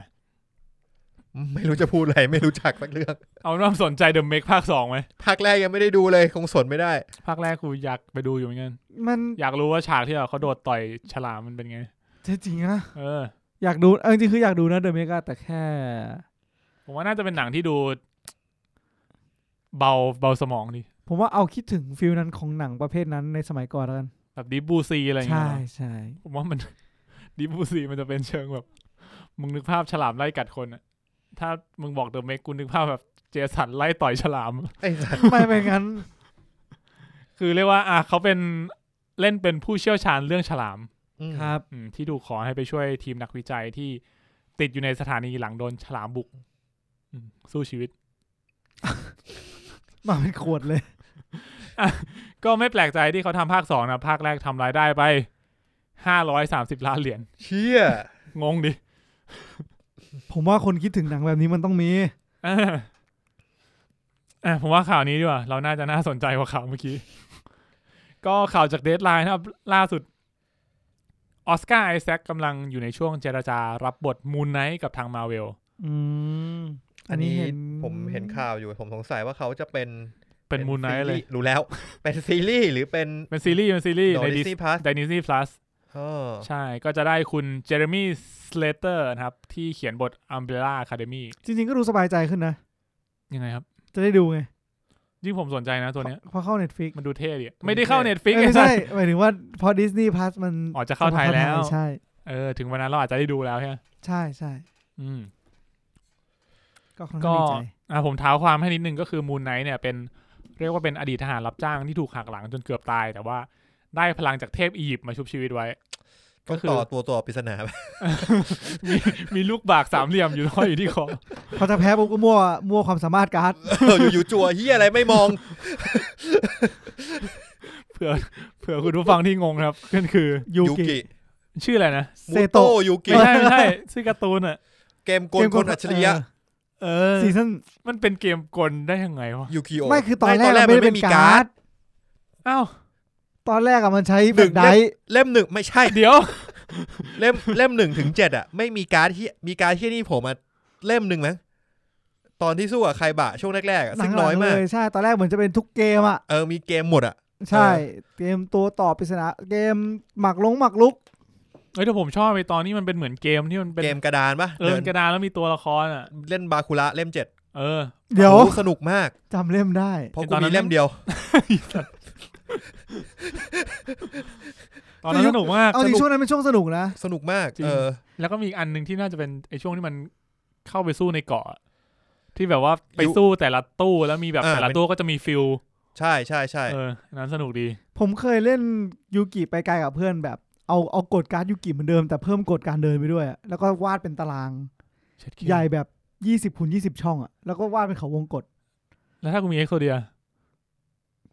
ไม่รู้จะพูดอะไร ไม่รู้จักสักเรื่อง
เอาเป็นว่าสนใจเดอะเมคภาคสองไหม
ภาคแรกยังไม่ได้ดูเลย คงสนไม่ได้
ภาคแรกกูอยากไปดูอยู่เหมือนกัน
มัน
อยากรู้ว่าฉากที่แบบเขาโดดต่อยฉลามมันเป็นไง
จริงๆนะ
เออ
อยากดูเอาจริงๆคืออยากดูนะเดอะเมกาแต่แค่
ผมว่าน่าจะเป็นหนังที่ดู เบาเบาสมองดี
ผมว่าเอาคิดถึงฟิลนั้นของหนังประเภทนั้นในสมัยก่อนแล้วกัน
แบบดิบูซีอะไรอย่าง
ใช่
เงี้ยนะ
ใช่
ผมว่ามัน ดิบูซีมันจะเป็นเชิงแบบ มึงนึกภาพฉลามไล่กัดคนอะถ้ามึงบอกเดอะเมคกูนึกภาพแบบเจสันไล่ต่อยฉลาม
ไอ้สัตว์
ไม่เป็นงั้น
คือเรียกว่า อ่ะเขาเป็นเล่นเป็นผู้เชี่ยวชาญเรื่องฉลาม
อืม
ครับ
อืมที่ถูกขอให้ไปช่วยทีมนักวิจัยที่ติดอยู่ในสถานีหลังโดนฉลามบุกอืมสู้ชีวิต
มาเป็นขวดเลย
ก็ไม่แปลกใจที่เขาทำภาคสองนะภาคแรกทำรายได้ไปห้าร้อยสามสิบล้านเหรียญ
เชี่ย
งงดิ
ผมว่าคนคิดถึงหนังแบบนี้มันต้องมี
เออเออผมว่าข่าวนี้ดีกว่า เราน่าจะน่าสนใจกว่าข่าวเมื่อกี้ ก็ข่าวจากเด d ไลน์นะครับ ล่าสุดออสการ์ไอแซคกำลังอยู่ในช่วงเจรจารับบทมูนไนท์กับทางมาเวล
อืม
อันนี้ผมเห็นข่าวอยู่ ผมสงสัยว่าเขาจะเป็น
เป็นมูนไนท์เลย
ซีส์รู้แล้ว เป็นซีรีส์หรือเป็น
เป็นซีรีส์เป็นซีรีส์
โด
ใน
ดิ
ดิส
ซี่พลัส
ดิสนีย์พลัส ใช่ ก็จะได้คุณเจเรมี่สเลเตอร์นะครับ ที่เขียนบท Umbrella Academy
จริง ๆ ก็ดูสบายใจขึ้นนะ
ยังไงครับ
จะได้ดูไง
ยิ่งผมสนใจนะตัวเนี้ย
พอเข้า Netflix
มันดูเท่ดิไม่ได้เข้า
เอ้
Netflix
ย
ไง
ไม่
ใช่
ใช่หมายถึงว่าพอ Disney Plus มัน
อ๋อจะเข้าไทยแล้ว
ใช่
เออ ถึงวันนั้นเราอาจจะได้ดูแล้วใช่ไหม
ใช่ใช่
อืม
ก็ค่อน
ก็
ข้างดีใจ
อ่ะผมเท้าความให้นิดนึงก็คือมู n ไนท์เนี่ยเป็นเรียกว่าเป็นอดีตทหารรับจ้างที่ถูกหักหลังจนเกือบตาย แต่ว่าได้พลังจากเทพอียิปต์มาชุบชีวิตไว้ ก็
ต้อง
คือ
ต่อตัวตัวปริศนา ไป
มีมีลูกบากสามเหลี่ยมอยู่ห้อยอยู่ที่คอ
พอจะแพ้ปุ๊บก็มั่วมั่วความสามารถการ์ด
เอออยู่ๆจัวเฮียอะไรไม่มอง
เผื่อเผื่อคุณผู้ฟังที่งงนะครับก็คือ
ยู
ยู
กิ
กิ
ชื่ออะไรนะ
มู
เซโตะ
โตะยูกิ
ไม่ใช่ไม่ใช่ชื่อการ์ตูนอ่ะ
เกมกลคนอัจฉริยะ
เอ
เอ
อ
อซีซั่น
มันเป็นเกมกลได้ยังไงวะ
ยูกิโอ
ไม่คือตอนแรก
ไม่ตอนแรก
มันไม่ได้
มันไม่
เป็น
มี
การ์
การ์
ด
ด
อ้าว
ตอนแรกอะมันใช้
ห
แบ
นึ่
บ
ง
ไดร์
เล่มหนึ่งไม่ใช่
เดี๋ยว
เล่มเล่มหนึ่งถึงเจ็ดอ่ะ ไม่มีการ์ดที่มีการ์ดที่นี่ผมอ่ะเล่มหนึ่งมั้งตอนที่สู้กับใครบะช่วงแรกๆอะ
หนั
ซึ่
ง
ง
ห
น้
ลั
อย
ง
มา
เล
ก
ยใช่ ตอนแรกเหมือนจะเป็นทุกเกมอะ
เออมีเกมหมดอ่ะ
ใช่ เกมตัวต่อปริศนาเกมหมักลงหมักลุก
เฮ้ยแต่ผมชอบไอตอนนี้มันเป็นเหมือนเกมที่มันเป็น
เกมกระดานปะ
เออ
เดิ
เป็นนกระดานแล้วมีตัวละครอ่ะ
เล่นบาคุระเล่มเจ็ด
เออ
เดี๋ยว
โอ้สนุกมาก
จำเล่มได้
เพราะกู
ตอน
มี
นั้น
เล่มเดียว
ตอนนั้น
ยุ
ส
ค
นุกมาก
เอาจริงช่วงนั้นเป็นช่วงสนุกนะ
สนุกมาก
จริง
เออ
แล้วก็มีอีกอันหนึ่งที่น่าจะเป็นไอช่วงที่มันเข้าไปสู้ในเกาะอะที่แบบว่าไป
ยุ
สู้แต่ละตู้แล้วมีแบบ
อ่า
แต่ละตู้ก็จะมีฟิล
ใช่ใช่ใช่
เอออันนั้นสนุกดี
ผมเคยเล่นยูกิไปไกลกับเพื่อนแบบ เอาเอากดการ์ดยูกิเหมือนเดิมแต่เพิ่มกดการเดินไปด้วยอะแล้วก็วาดเป็นตาราง
เช็ดเค
ใหญ่แบบยี่สิบคูณยี่สิบช่องอะแล้วก็วาดเป็นเขาวงกด
แล้วถ้ากูมีเอ็กโซเดีย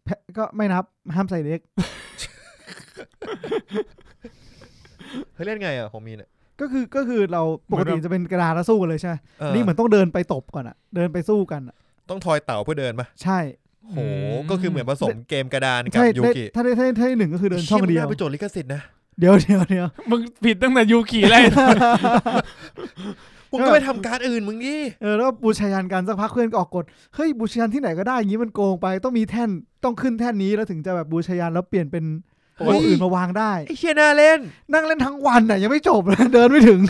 แพะก็ไม่นับห้ามใส่เด็ก
เฮ้ยเล่นไงอ่ะผมมีเนี่ย
ก็คือก็คือเราปกติจะเป็นกระดานแล้วสู้กันเลยใช่ไหม
เออ
นี่เหมือนต้องเดินไปตบก่อนอะเดินไปสู้กันอะ
ต้องทอยเต่าเพื่อเดินปะ
ใช่
โหก็คือเหมือนผสมเกมกระดานกับ
ใช่
ยู
ได้
กิ
ถ้าได้ถ้าได้ถ้าได้หนึ่งก็คือเดินช่อง
ชี่ยมั
เดียว
น่าไปจดลิขสิทธิ์นะ
เดี๋ยวเดี๋ยวเดี๋ยว
มึงผิดตั้งแต่ยูกิเลย
มึงก็ไปทำการ์ดอื่นมึงดิ
เออแล้วก็บูชายันกันสักพักเพื่อนก็ออกกฎเฮ้ยบูชายันที่ไหนก็ได้อย่างนี้มันโกงไปต้องมีแท่นต้องขึ้นแท่นนี้แล้วถึงจะแบบบูชายันแล้วเปลี่ยนเป็น
โอ้ย
ตัวอื่นมาวางได้
ไอ้เชี่ยน่าเล่น
นั่งเล่นทั้งวันน่ะยังไม่จบเลย เดินไม่ถึง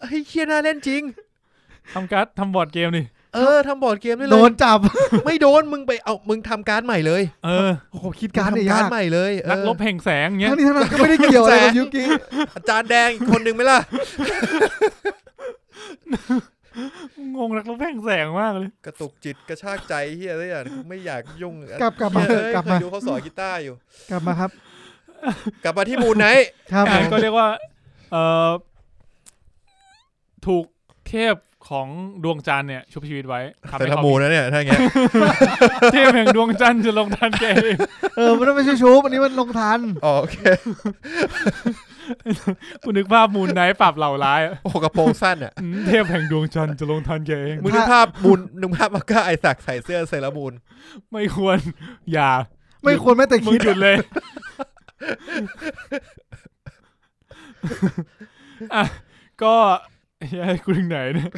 ไอ้เชี่ยน่าเล่นจริง
ทำการ์ดทำบอร์ดเกมดิ
เออทำบอร์ดเกมได้เล
โด
ย
นจับ
ไม่โดนมึงไปเอามึงทำการ์ดใหม่เลย
เออ
โอ้โหคิดการดเนี่ย
ทำ
ยา
การ์
ก
ดใหม่เลยเออ
นักลบแห่งแสงเงี้ย
ทั้งนี้ทั้ง นั้นก็ไม่ได้เกี่ยวอะไรกับยุกิ
อาจารย์แดงอีกคนหนึ่งไหมล่ะ
งงนักลบแห่งแสงมากเลย
กระตุกจิตกระชากใจเฮียอะไรอย่างไม่อยากยุ่งอะ
กลับกลับมา
เหี้ยเอ้ย
กลับ
เค
มาย
ดูเขาสอนกีตาร์อยู่
กลับมาครับ
กลับมาที่มูนไนท์
ครับ
อ่ะ
ผม
ก็เรียกว่าเอ่อถูกเทพของดวงจันทร์เนี่ย ชุบชีวิตไว้ทำ
แต่
ให้
ละ
เขา
มูนนะเนี่ยถ้าอย่างเงี้ย
เทพแห่งดวงจันทร์จะลงทันแกเอง
เออมันไม่ใช่ชูบอันนี้มันลงทัน
อ๋อโอเค
กูนึกภาพมูลไนท์ปราบเหล่าร้ายอ่ะ
โอ้กระโปรงสั้นอ่ะ
อืมเทพแห่งดวงจันทร์จะลงทันแกเอง
มึงนึกภาพมูนนึกภาพมาก้าไอศักดิ์ใส่เสื้อเซรามูน
ไม่ควร อย่า
ไม่ควรแม้แต่
มึง
คิด
หยุดเลย อ่ะก็เหี้ยกูถึงไหนเนี่ย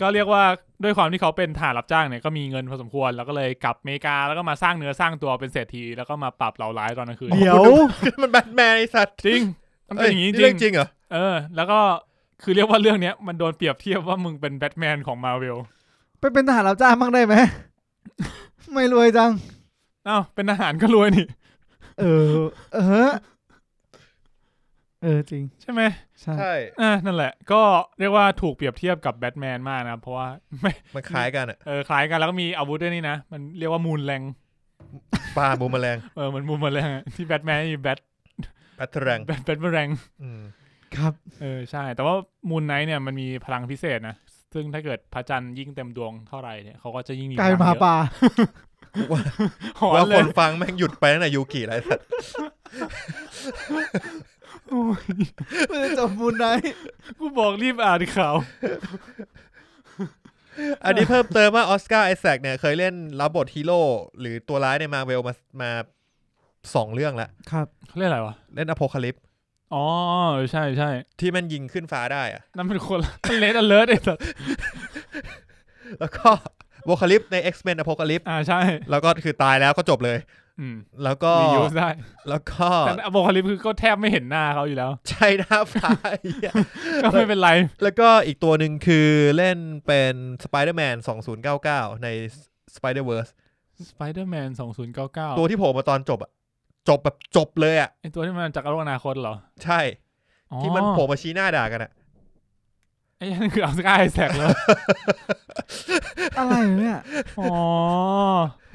ก็เรียกว่าด้วยความที่เขาเป็นฐานรับจ้างเนี่ยก็มีเงินพอสมควร แล้วก็เลยกลับอเมริกาแล้วก็มาสร้างเนื้อสร้างตัวเป็นเศรษฐีแล้วก็มาปรับเหล่าร้ายตอนกลางคืน
เดี๋ยว
มันแบทแมนไอสัตว์
จริง มันเป็นอย่างนี้
นี้
จริ
เรื่อง งจริงเหรอ
เออ แล้วก็คือเรียกว่าเรื่องเนี้ยมันโดนเปรียบเทียบว่ามึงเป็นแบทแมนของมาเวล
ไปเป็นทหารรับจ้างบ้างได้ไหม ไม่รวยจัง
อ้าว เป็นอาหารก็รวยนี่
เออ เออ เออจริง
ใช่ไหม
ใช่
ใช่
อ่านั่นแหละ ก็เรียกว่าถูกเปรียบเทียบกับแบทแมนมากนะ เพราะว่าไม่
มันคล้ายกันอ่ะ
เออ คล้ายกันแล้วก็มีอาวุธด้วยนี่นะ มันเรียกว่ามูนแรง
ปลาบูมแมลง
เออเหมือนมูนแมลงอะที่แบทแมนมีแบท
แบทแรง
แบทแบทแมนแรง
อืม
ครับ
เออ ใช่ แต่ว่ามูนไนท์เนี่ยมันมีพลังพิเศษนะ ซึ่งถ้าเกิดพระจันทร์ยิ่งเต็มดวงเท่าไหร่เนี่ยเขาก็จะยิ่งมี
กลายเป็นมหา
พ
ป
ลังเยอะ
ลา
หอน
ว่า
เล
ค
ย
นฟังแม่งหยุดไปตั้งแต่ยูกิแล้วไอ้สัตว์
โอ้ย
มันจะจบมูลไนท์
กูบอกรีบอ่านข่าว
อันนี้เพิ่มเติมว่าออสการ์ไอแซคเนี่ยเคยเล่นรับบทฮีโร่หรือตัวร้ายในมาเวลมามาสองเรื่องละ
ครับ
เขาเรียกอะไรวะ
เล่นอพอคาลิป
อ๋อเออใช่ใช่
ที่แมันยิงขึ้นฟ้าได้อะ
นั่นเป็นคนเลดอเลิร์ดไอ้สัส
แล้วก็โวคาลิปใน X-Men อพอคาลิป
อ่าใช่
แล้วก็คือตายแล้วก็จบเลย
อืม
แล้วก็
รียูสได้
แล้วก็
แต่อโบคาลิปคือก็แทบไม่เห็นหน้าเขาอยู่แล้ว
ใช่หน้าฟ้าไอ้เหี้ย
ก็ไม่เป็นไร
แล้วก็อีกตัวหนึ่งคือเล่นเป็น Spider-Man 2099 ใน Spider-Verse
Spider-Man 2099
ตัวที่โผล่มาตอนจบอะจบแบบจบเลยอะ
ไอตัวที่มันจากโลกอนาคตเหรอ
ใช่
อ๋อ
ที่มันโผล่มาชี้หน้าด่ากันอะ
ไอ้นั่นคืออัลสกายแสกเลย
อะไรเนี่ย
อ๋อ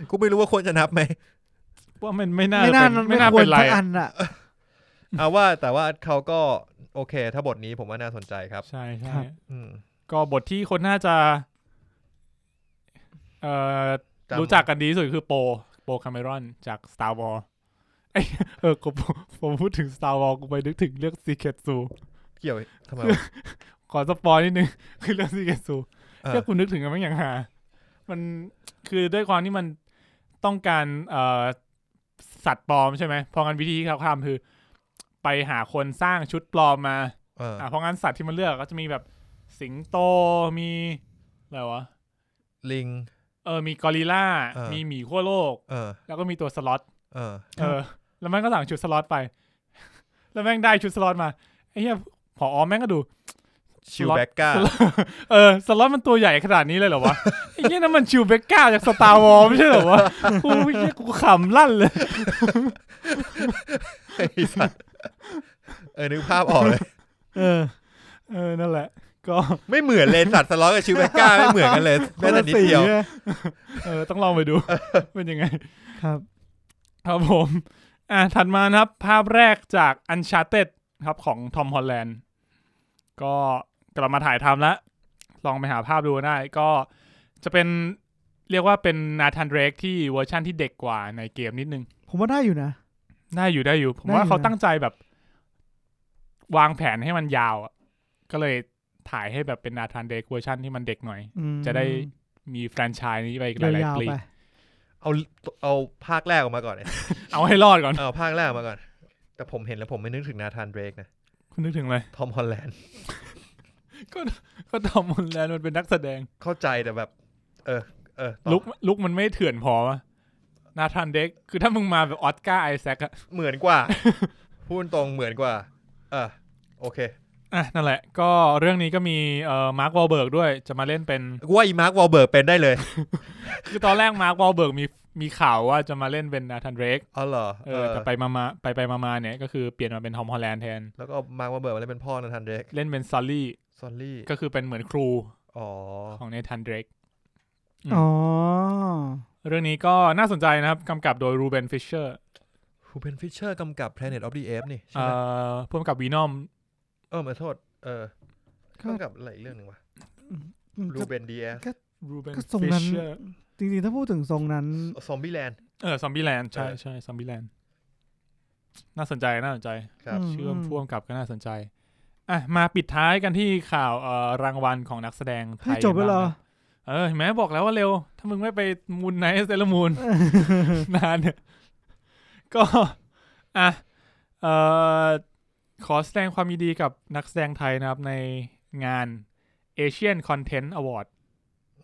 กูไม่รู้ว่าควรจะนับไหม
ว่ามันไม่น่า
ไม่น่ามั
เป็
น น
ไม่
ไม่
น่า
คว
เป็
ร
นไร
ทั้งอั
อะ
นอ่ะ
เอาว่าแต่ว่าเขาก็โอเค ถ้าบทนี้ผมว่าน่าสนใจครับ
ใช่ใช่
ครับ
อืม
ก็บทที่คนน่าจะ เอ่อ
ำ
รู้จักกันดีที่สุดคือโป โปคาเมรอนจาก Star Wars ไอ้เออกูผมพูดถึง Star Wars กูไปนึกถึงเรื่อง Secret Zoo
เกี่ยวทำไม วะ
ขอสปอยนิดนึง คือเรื่อง Secret Zoo
เออ
ถ้าคุณนึกถึงกันไม่อย่างหา มันคือด้วยความที่มันต้องการเอ่อสัตว์ปลอมใช่ไหมเพราะงั้นวิธีที่เขาทำคือ ไปหาคนสร้างชุดปลอมมา
เออ
อ่ะเพราะงั้นสัตว์ที่มันเลือกก็จะมีแบบสิงโตมีอะไรวะ
ลิง
เออมีกอริลล่า
เออ
มีหมีขั้วโลก
เออ
แล้วก็มีตัวสล็อต
เออ
เออ แล้วแม่งก็สั่งชุดสล็อตไป แล้วแม่งได้ชุดสล็อตมาไอ้เหี้ยผอแม่งก็ดู
ชิล
Slot
แบกก้า
เออสล็อตมันตัวใหญ่ขนาดนี้เลยเหรอวะ ไอ้เนี้ยนั่นมันชิวเบกก้าจากสตาร์วอลไม่ใช่เหรอ วะกูไอ้เนี้ยกูขำลั่นเลย
ไอ้สัตว์เออนึกภาพออกเลย
เออ เออนั่นแหละ ก็
ไม่เหมือนเลยสัตว์สล็อตกับชิลแบกก้าไม่เหมือนกัน เลยแม้แต่นิดเดียว
คนละสีอะ
เออต้องลองไปดู เป็นยังไง
ครับ
ครับผม อ่ะถัดมานะครับ ภาพแรกจาก Uncharted ครับของทอมฮอลแลนด์ก็กลับมาถ่ายทำแล้ว ลองไปหาภาพดูได้ ก็จะเป็นเรียกว่าเป็นนาธานเดรกที่เวอร์ชั่นที่เด็กกว่าในเกมนิดนึง
ผมว่าได้อยู่นะ
ได้อยู่ได้อยู่ ผม
ได้อ
ว่า
ยู่
เขา
นะ
ตั้งใจแบบ วางแผนให้มันยาวอะก็เลยถ่ายให้แบบเป็นนาธานเดกเวอร์ชันที่มันเด็กหน่อย
อืม
จะได้ มีแฟรนไชส์นี้ไปอีกห
เดิน
ลาย
ยาว
ๆปี
ไป
เอาเอาภาคแรกออกมาก่อนเลย
เอาให้รอดก่อน
เอาภาคแรกมาก่อน แต่ผมเห็นแล้วผมไม่นึกถึงนาธานเดรกนะ
คุณนึกถึงเลย
ทอมฮอลแลนด์
ก็ทอมฮอลแลนด์มันเป็นนักแสดง
เข้าใจแต่แบบ เออ เออต่อ
ลุกลุกมันไม่เถื่อนพอวะนาธานเดกคือถ้ามึงมาแบบออสการ์ไอแซคอะ
เหมือนกว่า พูดตรงเหมือนกว่า เออ โอเค
อ่ะนั่นแหละ ก็เรื่องนี้ก็มีเอ่อมาร์ควอลเบิร์กด้วย จะมาเล่นเป็น
กูว่าอีมาร์ควอลเบิร์กเป็นได้เลย
คือตอนแรกมาร์ควอลเบิร์กมีมีข่าวว่าจะมาเล่นเป็นนาธานเดก
อ๋อเหรอ
เอ
เอ
อ
อ
แต่ไปมามาไปไปมามาเนี่ยก็คือเปลี่ยนมาเป็นทอมฮอลแลนด์แทน
แล้วก็มาร์ควอลเบิร์กมาเล่นเป็นพ่อนาธานเดรก
เล่นเป็นซอลลี่
ซอลลี่
ก็คือเป็นเหมือนครู
อ๋อ
ของเนทันเดรก อืม
อ๋อ
เรื่องนี้ก็น่าสนใจนะครับกำกับโดยรูเบนฟิชเชอร์
รูเบนฟิชเชอร์กำกับ Planet of the Apes นี่ใช่
เอ่
ไหม
อพ่วงกับวีนอม
เออมาโทษ เออ
ก็
กำกับอะไรอีกเรื่องหนึ่งวะรู
ก็
เบนดีเอส
รูเบน
ก็ทรง
ฟิ
นั้
ช
น
เชอร์
จริงๆ ถ้าพูดถึงทรงนั้น
ซอมบี้แลนด์
เออซอมบี้แลนด์ใช่
เออ
ใช่ซอมบี้แลนด์น่าสนใจน่าสนใจ
ครับ
ม
เชื่อม
อื
พ่วงกับก็น่าสนใจอ่ะมาปิดท้ายกันที่ข่าวเอ่อรางวัลของนักแสดงไท
ให้
ย
จบไปเหรอ
างนะเออเห็นไหมบอกแล้วว่าเร็ว ถ้ามึงไม่ไปมูนไนท์เซเล มูน นานเนี่ย ก็อ่ะเอ่อขอแสดงความยินดีกับนักแสดงไทยนะครับในงาน Asian Content Award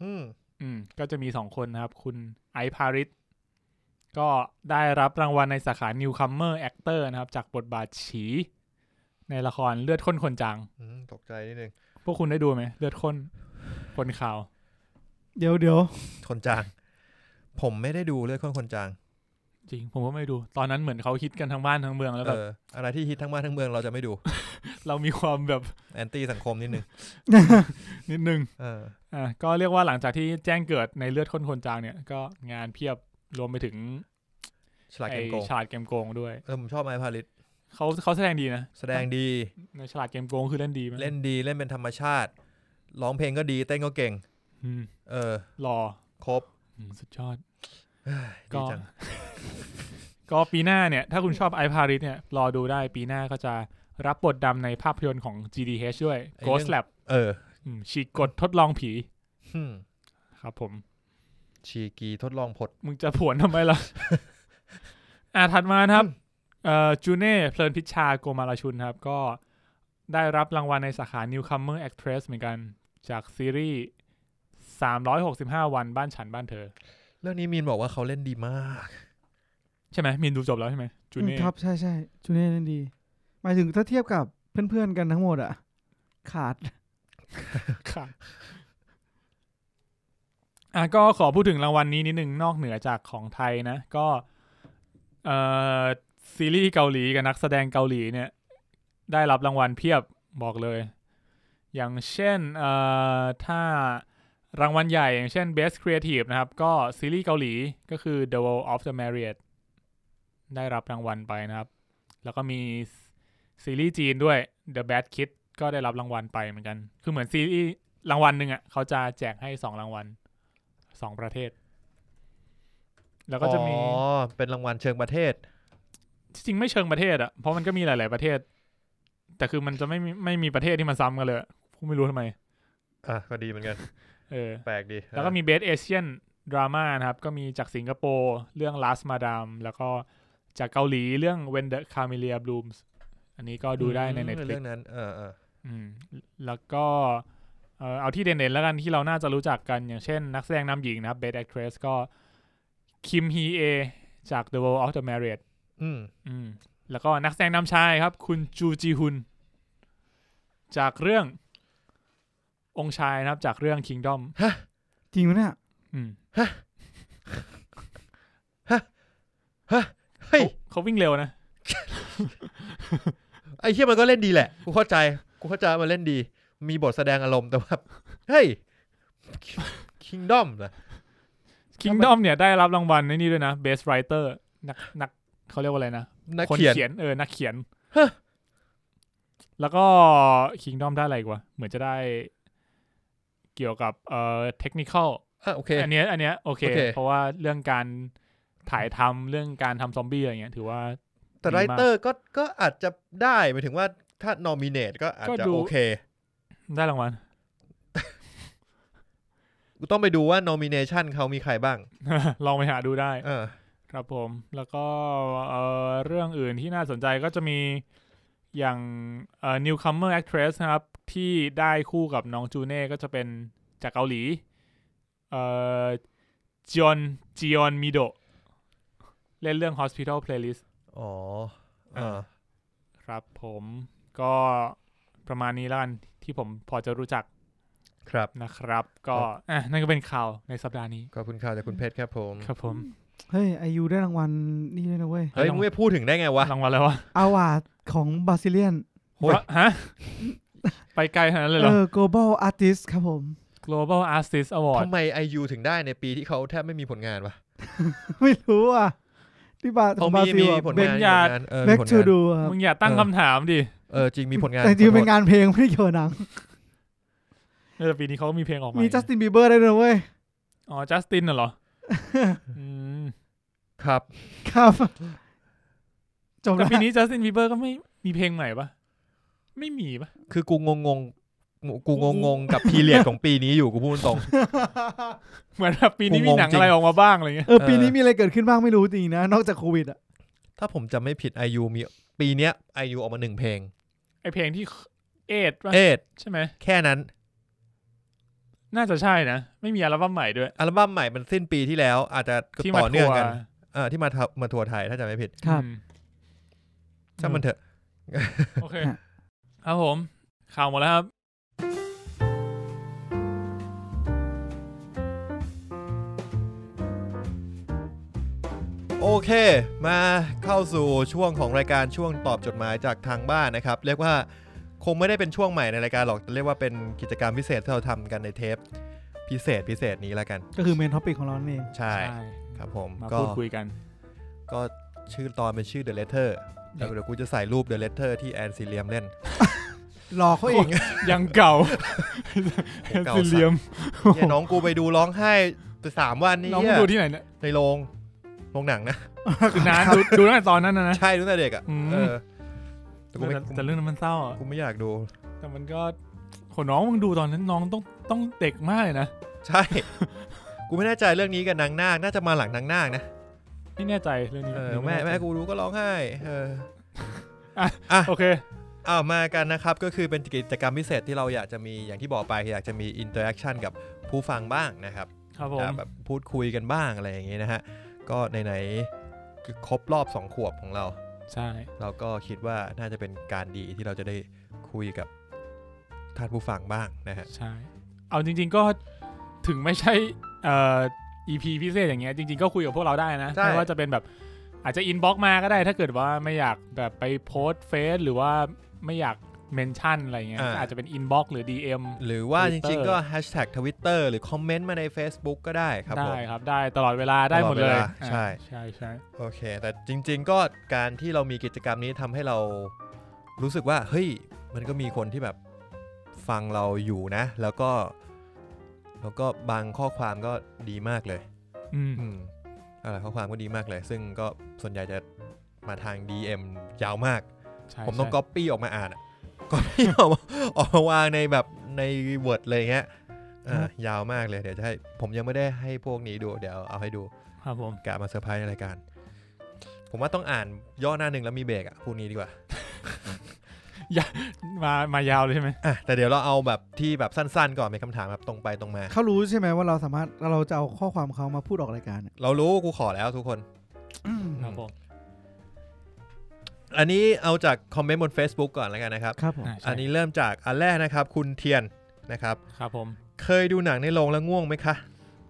อืม
อืมก็จะมีสองคนนะครับ คุณไอซ์พาริสก็ได้รับรางวัลในสาขา Newcomer Actor นะครับ จากบทบาทฉี ในละครเลือดข้นคนจาง
อืมตกใจนิดนึง
พวกคุณได้ดูไหม เลือดข้นคนข่าว
เดี๋ยวเดี๋ยว
คนจาง ผมไม่ได้ดูเลือดข้นคนจาง
จริง ผมก็ไม่ดู ตอนนั้นเหมือนเขาฮิตกันทั้งบ้านทั้งเมืองแล้ว
เอ
แบบ
ออะไรที่ฮิตทั้งบ้านทั้งเมืองเราจะไม่ดู
เรามีความแบบ
แอนตี้สังคมนิดนึง
นิดนึง
เออ
อ่ะก็เรียกว่าหลังจากที่แจ้งเกิดในเลือดข้นคนจางเนี่ย ก็งานเพียบรวมไปถึง
ฉลาด
ไอ
เกมโกง
ฉลาดเกมโกงด้วย
เออผมชอบไอพาริส
เขาเขาแสดงดีนะ
แสดงดี
ในฉลาดเกมโกงคือเล่นดีมาก
เล่นดีเล่นเป็นธรรมชาติ ร้องเพลงก็ดีเต้นก็เก่ง
อืม
เออ
รอ
ครบ
อืมสุดยอด ก็
ดีจัง
ก็ปีหน้าเนี่ย ถ้าคุณชอบไอพาริสเนี่ย รอดูได้ปีหน้าก็จะรับบทดำในภาพยนตร์ของ GDH ด้วย
ไอ้เรื่อง
Ghost Lab
เออ
อืมฉีกกดทดลองผี
หึ่ม
ครับผม
ชีกีทดลองผด
มึงจะผวนทำไม ล่ะ อ่าถัดมานะครับ เอ่อจูเน่เพลินพิชชาโกมาลาชุนครับ ก็ได้รับรางวัลในสาขา Newcomer Actress เหมือนกัน จากซีรีส์ 365 วันบ้านฉันบ้านเธอ
เรื่องนี้มีนบอกว่าเขาเล่นดีมาก
ใช่ไหมมีนดูจบแล้วใช่ไหมจูเน่
ครับใช่ใช่จูเน่นั่นดี หมายถึงถ้าเทียบกับเพื่อนๆกันทั้งหมดอะขาด
ค่ะอ่ะก็ขอพูดถึงรางวัลนี้นิดนึงนอกเหนือจากของไทยนะ ก็เอ่อซีรีส์เกาหลีกับนักแสดงเกาหลีเนี่ย ได้รับรางวัลเพียบบอกเลย อย่างเช่นเอ่อถ้ารางวัลใหญ่อย่างเช่น Best Creative นะครับ ก็ซีรีส์เกาหลีก็คือ The World of the Marriott ได้รับรางวัลไปนะครับ แล้วก็มีซีรีส์จีนด้วย The Bad Kid ก็ได้รับรางวัลไปเหมือนกัน คือเหมือนซีรีส์รางวัลหนึ่งอ่ะเขาจะแจกให้สองรางวัลสองประเทศ แล้วก็จะมี
อ๋อ เป็นรางวัลเชิงประเทศ
ที่จริงไม่เชิงประเทศอะเพราะมันก็มีหลาย ๆประเทศ แต่คือมันจะไม่มีไม่มีประเทศที่มันซ้ำกันเลยกูไม่รู้ทำไม
อ่ะ ก็ดีเหมือนกัน
เออ
แปลกดี
แล้วก็มี Best Asian Drama นะครับ ก็มีจากสิงคโปร์เรื่อง Last Madam แล้วก็จากเกาหลีเรื่อง When the Camellia Blooms อันนี้ก็ดูได้ใน
อืม
Netflix
เรื่องนั้น เออเออ
อืมแล้วก็เอ่อเอาที่เด่นๆแล้วกันที่เราน่าจะรู้จักกันอย่างเช่นนักแสดงนำหญิงนะครับ Best Actress ก็คิมฮีเอจาก The World of the Married
อืม
อืมแล้วก็นักแสดงนำชายครับ คุณจูจีฮุน จากเรื่อง องค์ชายนะครับ จากเรื่อง Kingdom
จริงไหมเนี่ย
อืม
เฮ้ย
เขาวิ่งเร็วนะ
ไอ้เชี่ยมันก็เล่นดีแหละ กูเข้าใจ กูเข้าใจว่ามันเล่นดี มีบทแสดงอารมณ์แต่ว่า เฮ้ย คิงดอมเหรอ
Kingdom เนี่ยได้รับรางวัลในนี่ด้วยนะ Best Writer นักนักเขาเรียกว่าอะไรนะ
นัก
คน
เขียน
เขียนเออ นักเขียน
ฮะ
แล้วก็ Kingdom ได้อะไรอีกวะ เหมือนจะได้เกี่ยวกับเอ่อ technical
อ่ะโอเค
อันเนี้ยอันเนี้ยโอเค
โอเค
เพราะว่าเรื่องการถ่ายทำเรื่องการทำซอมบี้อะไรเงี้ยถือว่า
แต่
ดี
ไร
มาก
เตอร์ก็ ก็อาจจะได้หมายถึงว่าถ้านอมิเนตก็อาจ
ก็
จะ
ดู
โอเค
ได้รางวัล
กูต้องไปดูว่านอมิเนชันเขามีใครบ้าง
ลองไปหาดูได้
เออ
ครับผม แล้วก็เอ่อเรื่องอื่นที่น่าสนใจก็จะมีอย่างเอ่อ newcomer actress นะครับ ที่ได้คู่กับน้องจูเน่ก็จะเป็นจากเกาหลีเอ่อจียอนจียอนมิโดะเล่นเรื่อง hospital playlist
อ๋อเออ
ครับผมก็ประมาณนี้แล้วกันที่ผมพอจะรู้จัก
ครับ
นะครับ ก็
ครับ
อ่ะนั่นก็เป็นข่าวในสัปดาห์นี้
ขอบคุณข่าวจากคุณเพชรครับผม
ครับผม
เฮ้ยไอยูได้รางวัลนี่ด้วยนะเว้ย
เฮ้ย มึงไม่พูดถึงได้ไงวะ
รางวัลแล้ววะ
อาวาดของบาซิเลียน
โอ้ย
ฮะ ไปไกลขนาดนั้นเลยเหร
เออ
อ
global artist ครับผม
Global Artist Award
ทำไมไอยูถึงได้ในปีที่เขาแทบไม่มีผลงานวะ
ไม่รู้อ่ะที่บาข
เอา
องบราซิ
มีมี
ล
ผล
เบ
งาน นมี
เบนญาติ
ผลงานเออ
เบ
มี
ก
ผล
ทู
งาน
ดูครับ
มึงอย่าตั้งคำถามดิ
เออจริงมีผลงาน
แต่จริงๆ
ขอโทษ
เป็นงานเพลงไม่ได้เกี่ยวกับหนัง
เออปีนี้เขาก็มีเพลงออกมา
มี
มี
จัสตินบีเบอร์ได้ด้วยนะเว้ย
อ๋อ จัสตินน่ะ เหรอ อืม
ครับ
ครับจบ
แต่
แล้ว
ปีนี้จัสตินบีเบอร์ก็ไม่มีเพลงใหม่ปะไม่มีปะ
คือกูงงงๆกูงงงๆกับพีเรียดของปีนี้อยู่กูพูด ตรง
เหมือนแบบปีนี้มีหนัง
กูงงจริง
อะไรออกมาบ้างอะไรเงี้ย
เออปีนี้มีอะไรเกิดขึ้นบ้างไม่รู้จริงนะ นอกจากโควิดอ่ะ
ถ้าผมจำไม่ผิดไอยูมีปีเนี้ยไอยูออกมาหนึ่งเพลง
ไอเพลงที่เอดปะ
เอ็ด
ใช่ไหม
แค่นั้น
น่าจะใช่นะ ไม่มีอัลบั้มใหม่ด้วย
อัลบั้มใหม่มันสิ้นปีที่แล้วอาจจะ
ที่มา
ต่อเนื่องกัน
ทัวร์
เออที่มาทัวร์มาทัวร์ไทยถ้าจำไม่ผิด
ครับ
อืม
ช่างมันเถอะ
โอเค ครับผม ข่าวหมดแล้วครับ
โอเค มาเข้าสู่ช่วงของรายการช่วงตอบจดหมายจากทางบ้านนะครับ เรียกว่าคงไม่ได้เป็นช่วงใหม่ในรายการหรอกแต่เรียกว่าเป็นกิจกรรมพิเศษที่เราทำกันในเทป พิเศษพิเศษนี้แล้วกัน
ก็คือเมนท็อปิกของเรานั่นเอง
ใช่ครับผม
มา
ก็
พูดคุยกัน
ก็ชื่อตอนเป็นชื่อ The Letter แต่เดี๋ยวกูจะใส่รูป The Letter ที่แอนซีเลียมเล่น
หลอกเขาอีก
ยังเก่า
เก่าสัตว์
ซิเหลียม
เนี่ยน้องกูไปดูร้องไห้ไปสามวันนี่
น้อง
เหี้ย
ดูที่ไหนเนี่ย
ในโรงโรงหนังนะ
คือนานดูดูตั้งแต่ตอนนั้นนะนะ
ใช่ตั้งแต่เด็กอ่ะ
อืม
เออแต่กูไม่
แต่เรื่องนั้นมันเศร้าอะ
กูไม่อยากดู
แต่มันก็โหน้องมึงดูตอนนั้นน้องต้องต้องเด็กมากเลยนะ
ใช่ กูไม่แน่ใจเรื่องนี้กับนางนาคน่าจะมาหลังนางนาคนะ
ไม่แน่ใจเรื่องนี้
เออแม่แม่กูรู้ก็ร้องไห้เอออะ อ่ะ
โอเค
อ้าวมากันนะครับ ก็คือเป็นกิจกรรมพิเศษที่เราอยากจะมีอย่างที่บอกไปอยากจะมีอินเตอร์แอคชั่นกับผู้ฟังบ้างนะครับ
ครับผม
อ่าแบบพูดคุยกันบ้างอะไรอย่างนี้นะฮะ ก็ไหนๆคือครบรอบสองขวบของเรา
ใช่
เราก็คิดว่าน่าจะเป็นการดีที่เราจะได้คุยกับท่านผู้ฟังบ้างนะฮะ
ใช่ เอาจริง ๆก็ถึงไม่ใช่เอ่อ EP พิเศษอย่างเงี้ยจริง ๆก็คุยกับพวกเราได้นะ
ใช่
ไม่ว่าจะเป็นแบบอาจจะอินบ็อกมาก็ได้ ถ้าเกิดว่าไม่อยากแบบไปโพสต์เฟซหรือว่าไม่อยากเมนชั่นอะไรเงี้ย
อ่า
ก็อาจจะเป็นอินบ็อกหรือ DM
หรือว่าจ
Twitter
ริงๆก็แฮชแท็กทวิตเตอร์หรือคอมเมนต์มาใน Facebook ก็ได้ครับผ
ได้
ม
ครับได้ตลอดเวลาได้หมดเล
ตลอดเว
ย
ลา
อ่า
ใช่
ใช่ใช่
โอเค แต่จริง ๆ ก็การที่เรามีกิจกรรมนี้ทำให้เรารู้สึกว่า เฮ้ย มันก็มีคนที่แบบฟังเราอยู่นะ แล้วก็ แล้วก็บางข้อความก็ดีมากเลย
อืม
อืมอะไรข้อความก็ดีมากเลย ซึ่งก็ส่วนใหญ่จะมาทาง DM ยาวมาก
ใช่
ผมต้อง
ใช่
ก๊อปปี้ออกมาอ่านก๊อปปี้ ออกมาออกมาวางในแบบในเวิร์ดเลยเงี้ยอ่ะยาวมากเลยเดี๋ยวจะให้ ผมยังไม่ได้ให้พวกนี้ดู เดี๋ยวเอาให้ดู
ครับผม
กะมาเซอร์ไพรส์ในรายการ ผมว่าต้องอ่านย่อหน้าหนึ่งแล้วมีเบรกอ่ะพูดนี้ดีกว่า
มามายาวเลยใช่ไหม
อ่ะแต่เดี๋ยวเราเอาแบบที่แบบสั้นๆ ก่อนเป็นคำถามแบบตรงไปตรงมา
เขารู้ใช่ไหมว่าเราสามารถเราจะเอาข้อความเขามาพูดออกรายการเนี่ย
เรารู้กูขอแล้วทุกคน
ครับผม
อันนี้เอาจากคอมเมนต์บน Facebook ก่อนแล้วกันนะครับ
ครับผม
าใช่
อันนี้เริ่มจากอันแรกนะครับคุณเทียนนะครับ
ครับผม
เคยดูหนังในโรงแล้วง่วงไหมคะ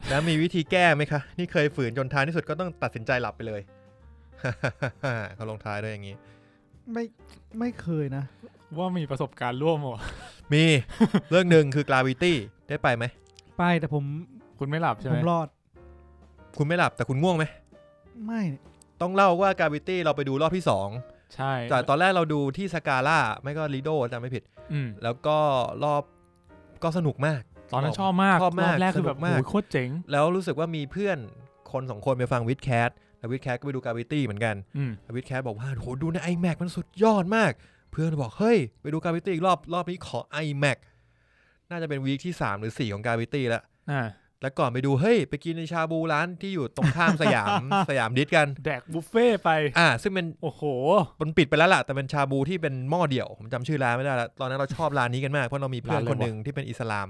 แล้วมีวิธีแก้ไหมคะ นี่เคยฝืนจนท้ายที่สุดก็ต้องตัดสินใจหลับไปเลย เขาลงท้ายด้วยอย่างนี้
ไม่ไม่เคยนะ
ว่ามีประสบการณ์ร่วมเหรอ
มี เรื่องหนึ่งคือกราวิตี้ได้ไปไหม
ไปแต่ผม
คุณไม่หลับใช่
ผ
ไหม
มรอด
คุณไม่หลับแต่คุณง่วงไหม
ไม่
ต้องเล่าว่ากราวิตี้เราไปดูรอบที่
ใช่
2 จากตอนแรกเราดูที่สกาล่าไม่ก็ลีโดจำไม่ผิด
อืม
แล้วก็รอบก็สนุกมาก
ตอนนั้นชอบมาก
ชอบมาก
รแรกคือแบ
สนุ
บ
กมาก
โอ้ยโคตรเจ๋ง
แล้วรู้สึกว่ามีเพื่อนคนสองคนไปฟังวิดแคทแล้ววิดแคทก็ไปดูกราวิตี้เหมือนกัน
อืม
วิดแคทบอกว่าโหดูใน iMac มันสุดยอดมาก เพื่อนบอก เฮ้ย ไปดูกา v ิตี้อีกรอบ รอบนี้ขอ iMac น่าจะเป็นวีคที่ 3 หรือ 4 ของกา v ิตี้แล้ว
อ่า
แล้วก่อนไปดู เฮ้ย ไปกินในชาบูร้านที่อยู่ตรงข้ามสยาม สยามดิสกัน
แดกบุฟเฟ่ไป
อ่า ซึ่งเป็น
โอ้โห
มันปิดไปแล้วล่ะ แต่เป็นชาบูที่เป็นหม้อเดี่ยว ผมจำชื่อร้านไม่ได้แล้ว ตอนนั้นเราชอบร้านนี้กันมาก เพราะเรามีเพื่อน
ร้านอะไร
คนหนึ่งที่เป็นอิสลาม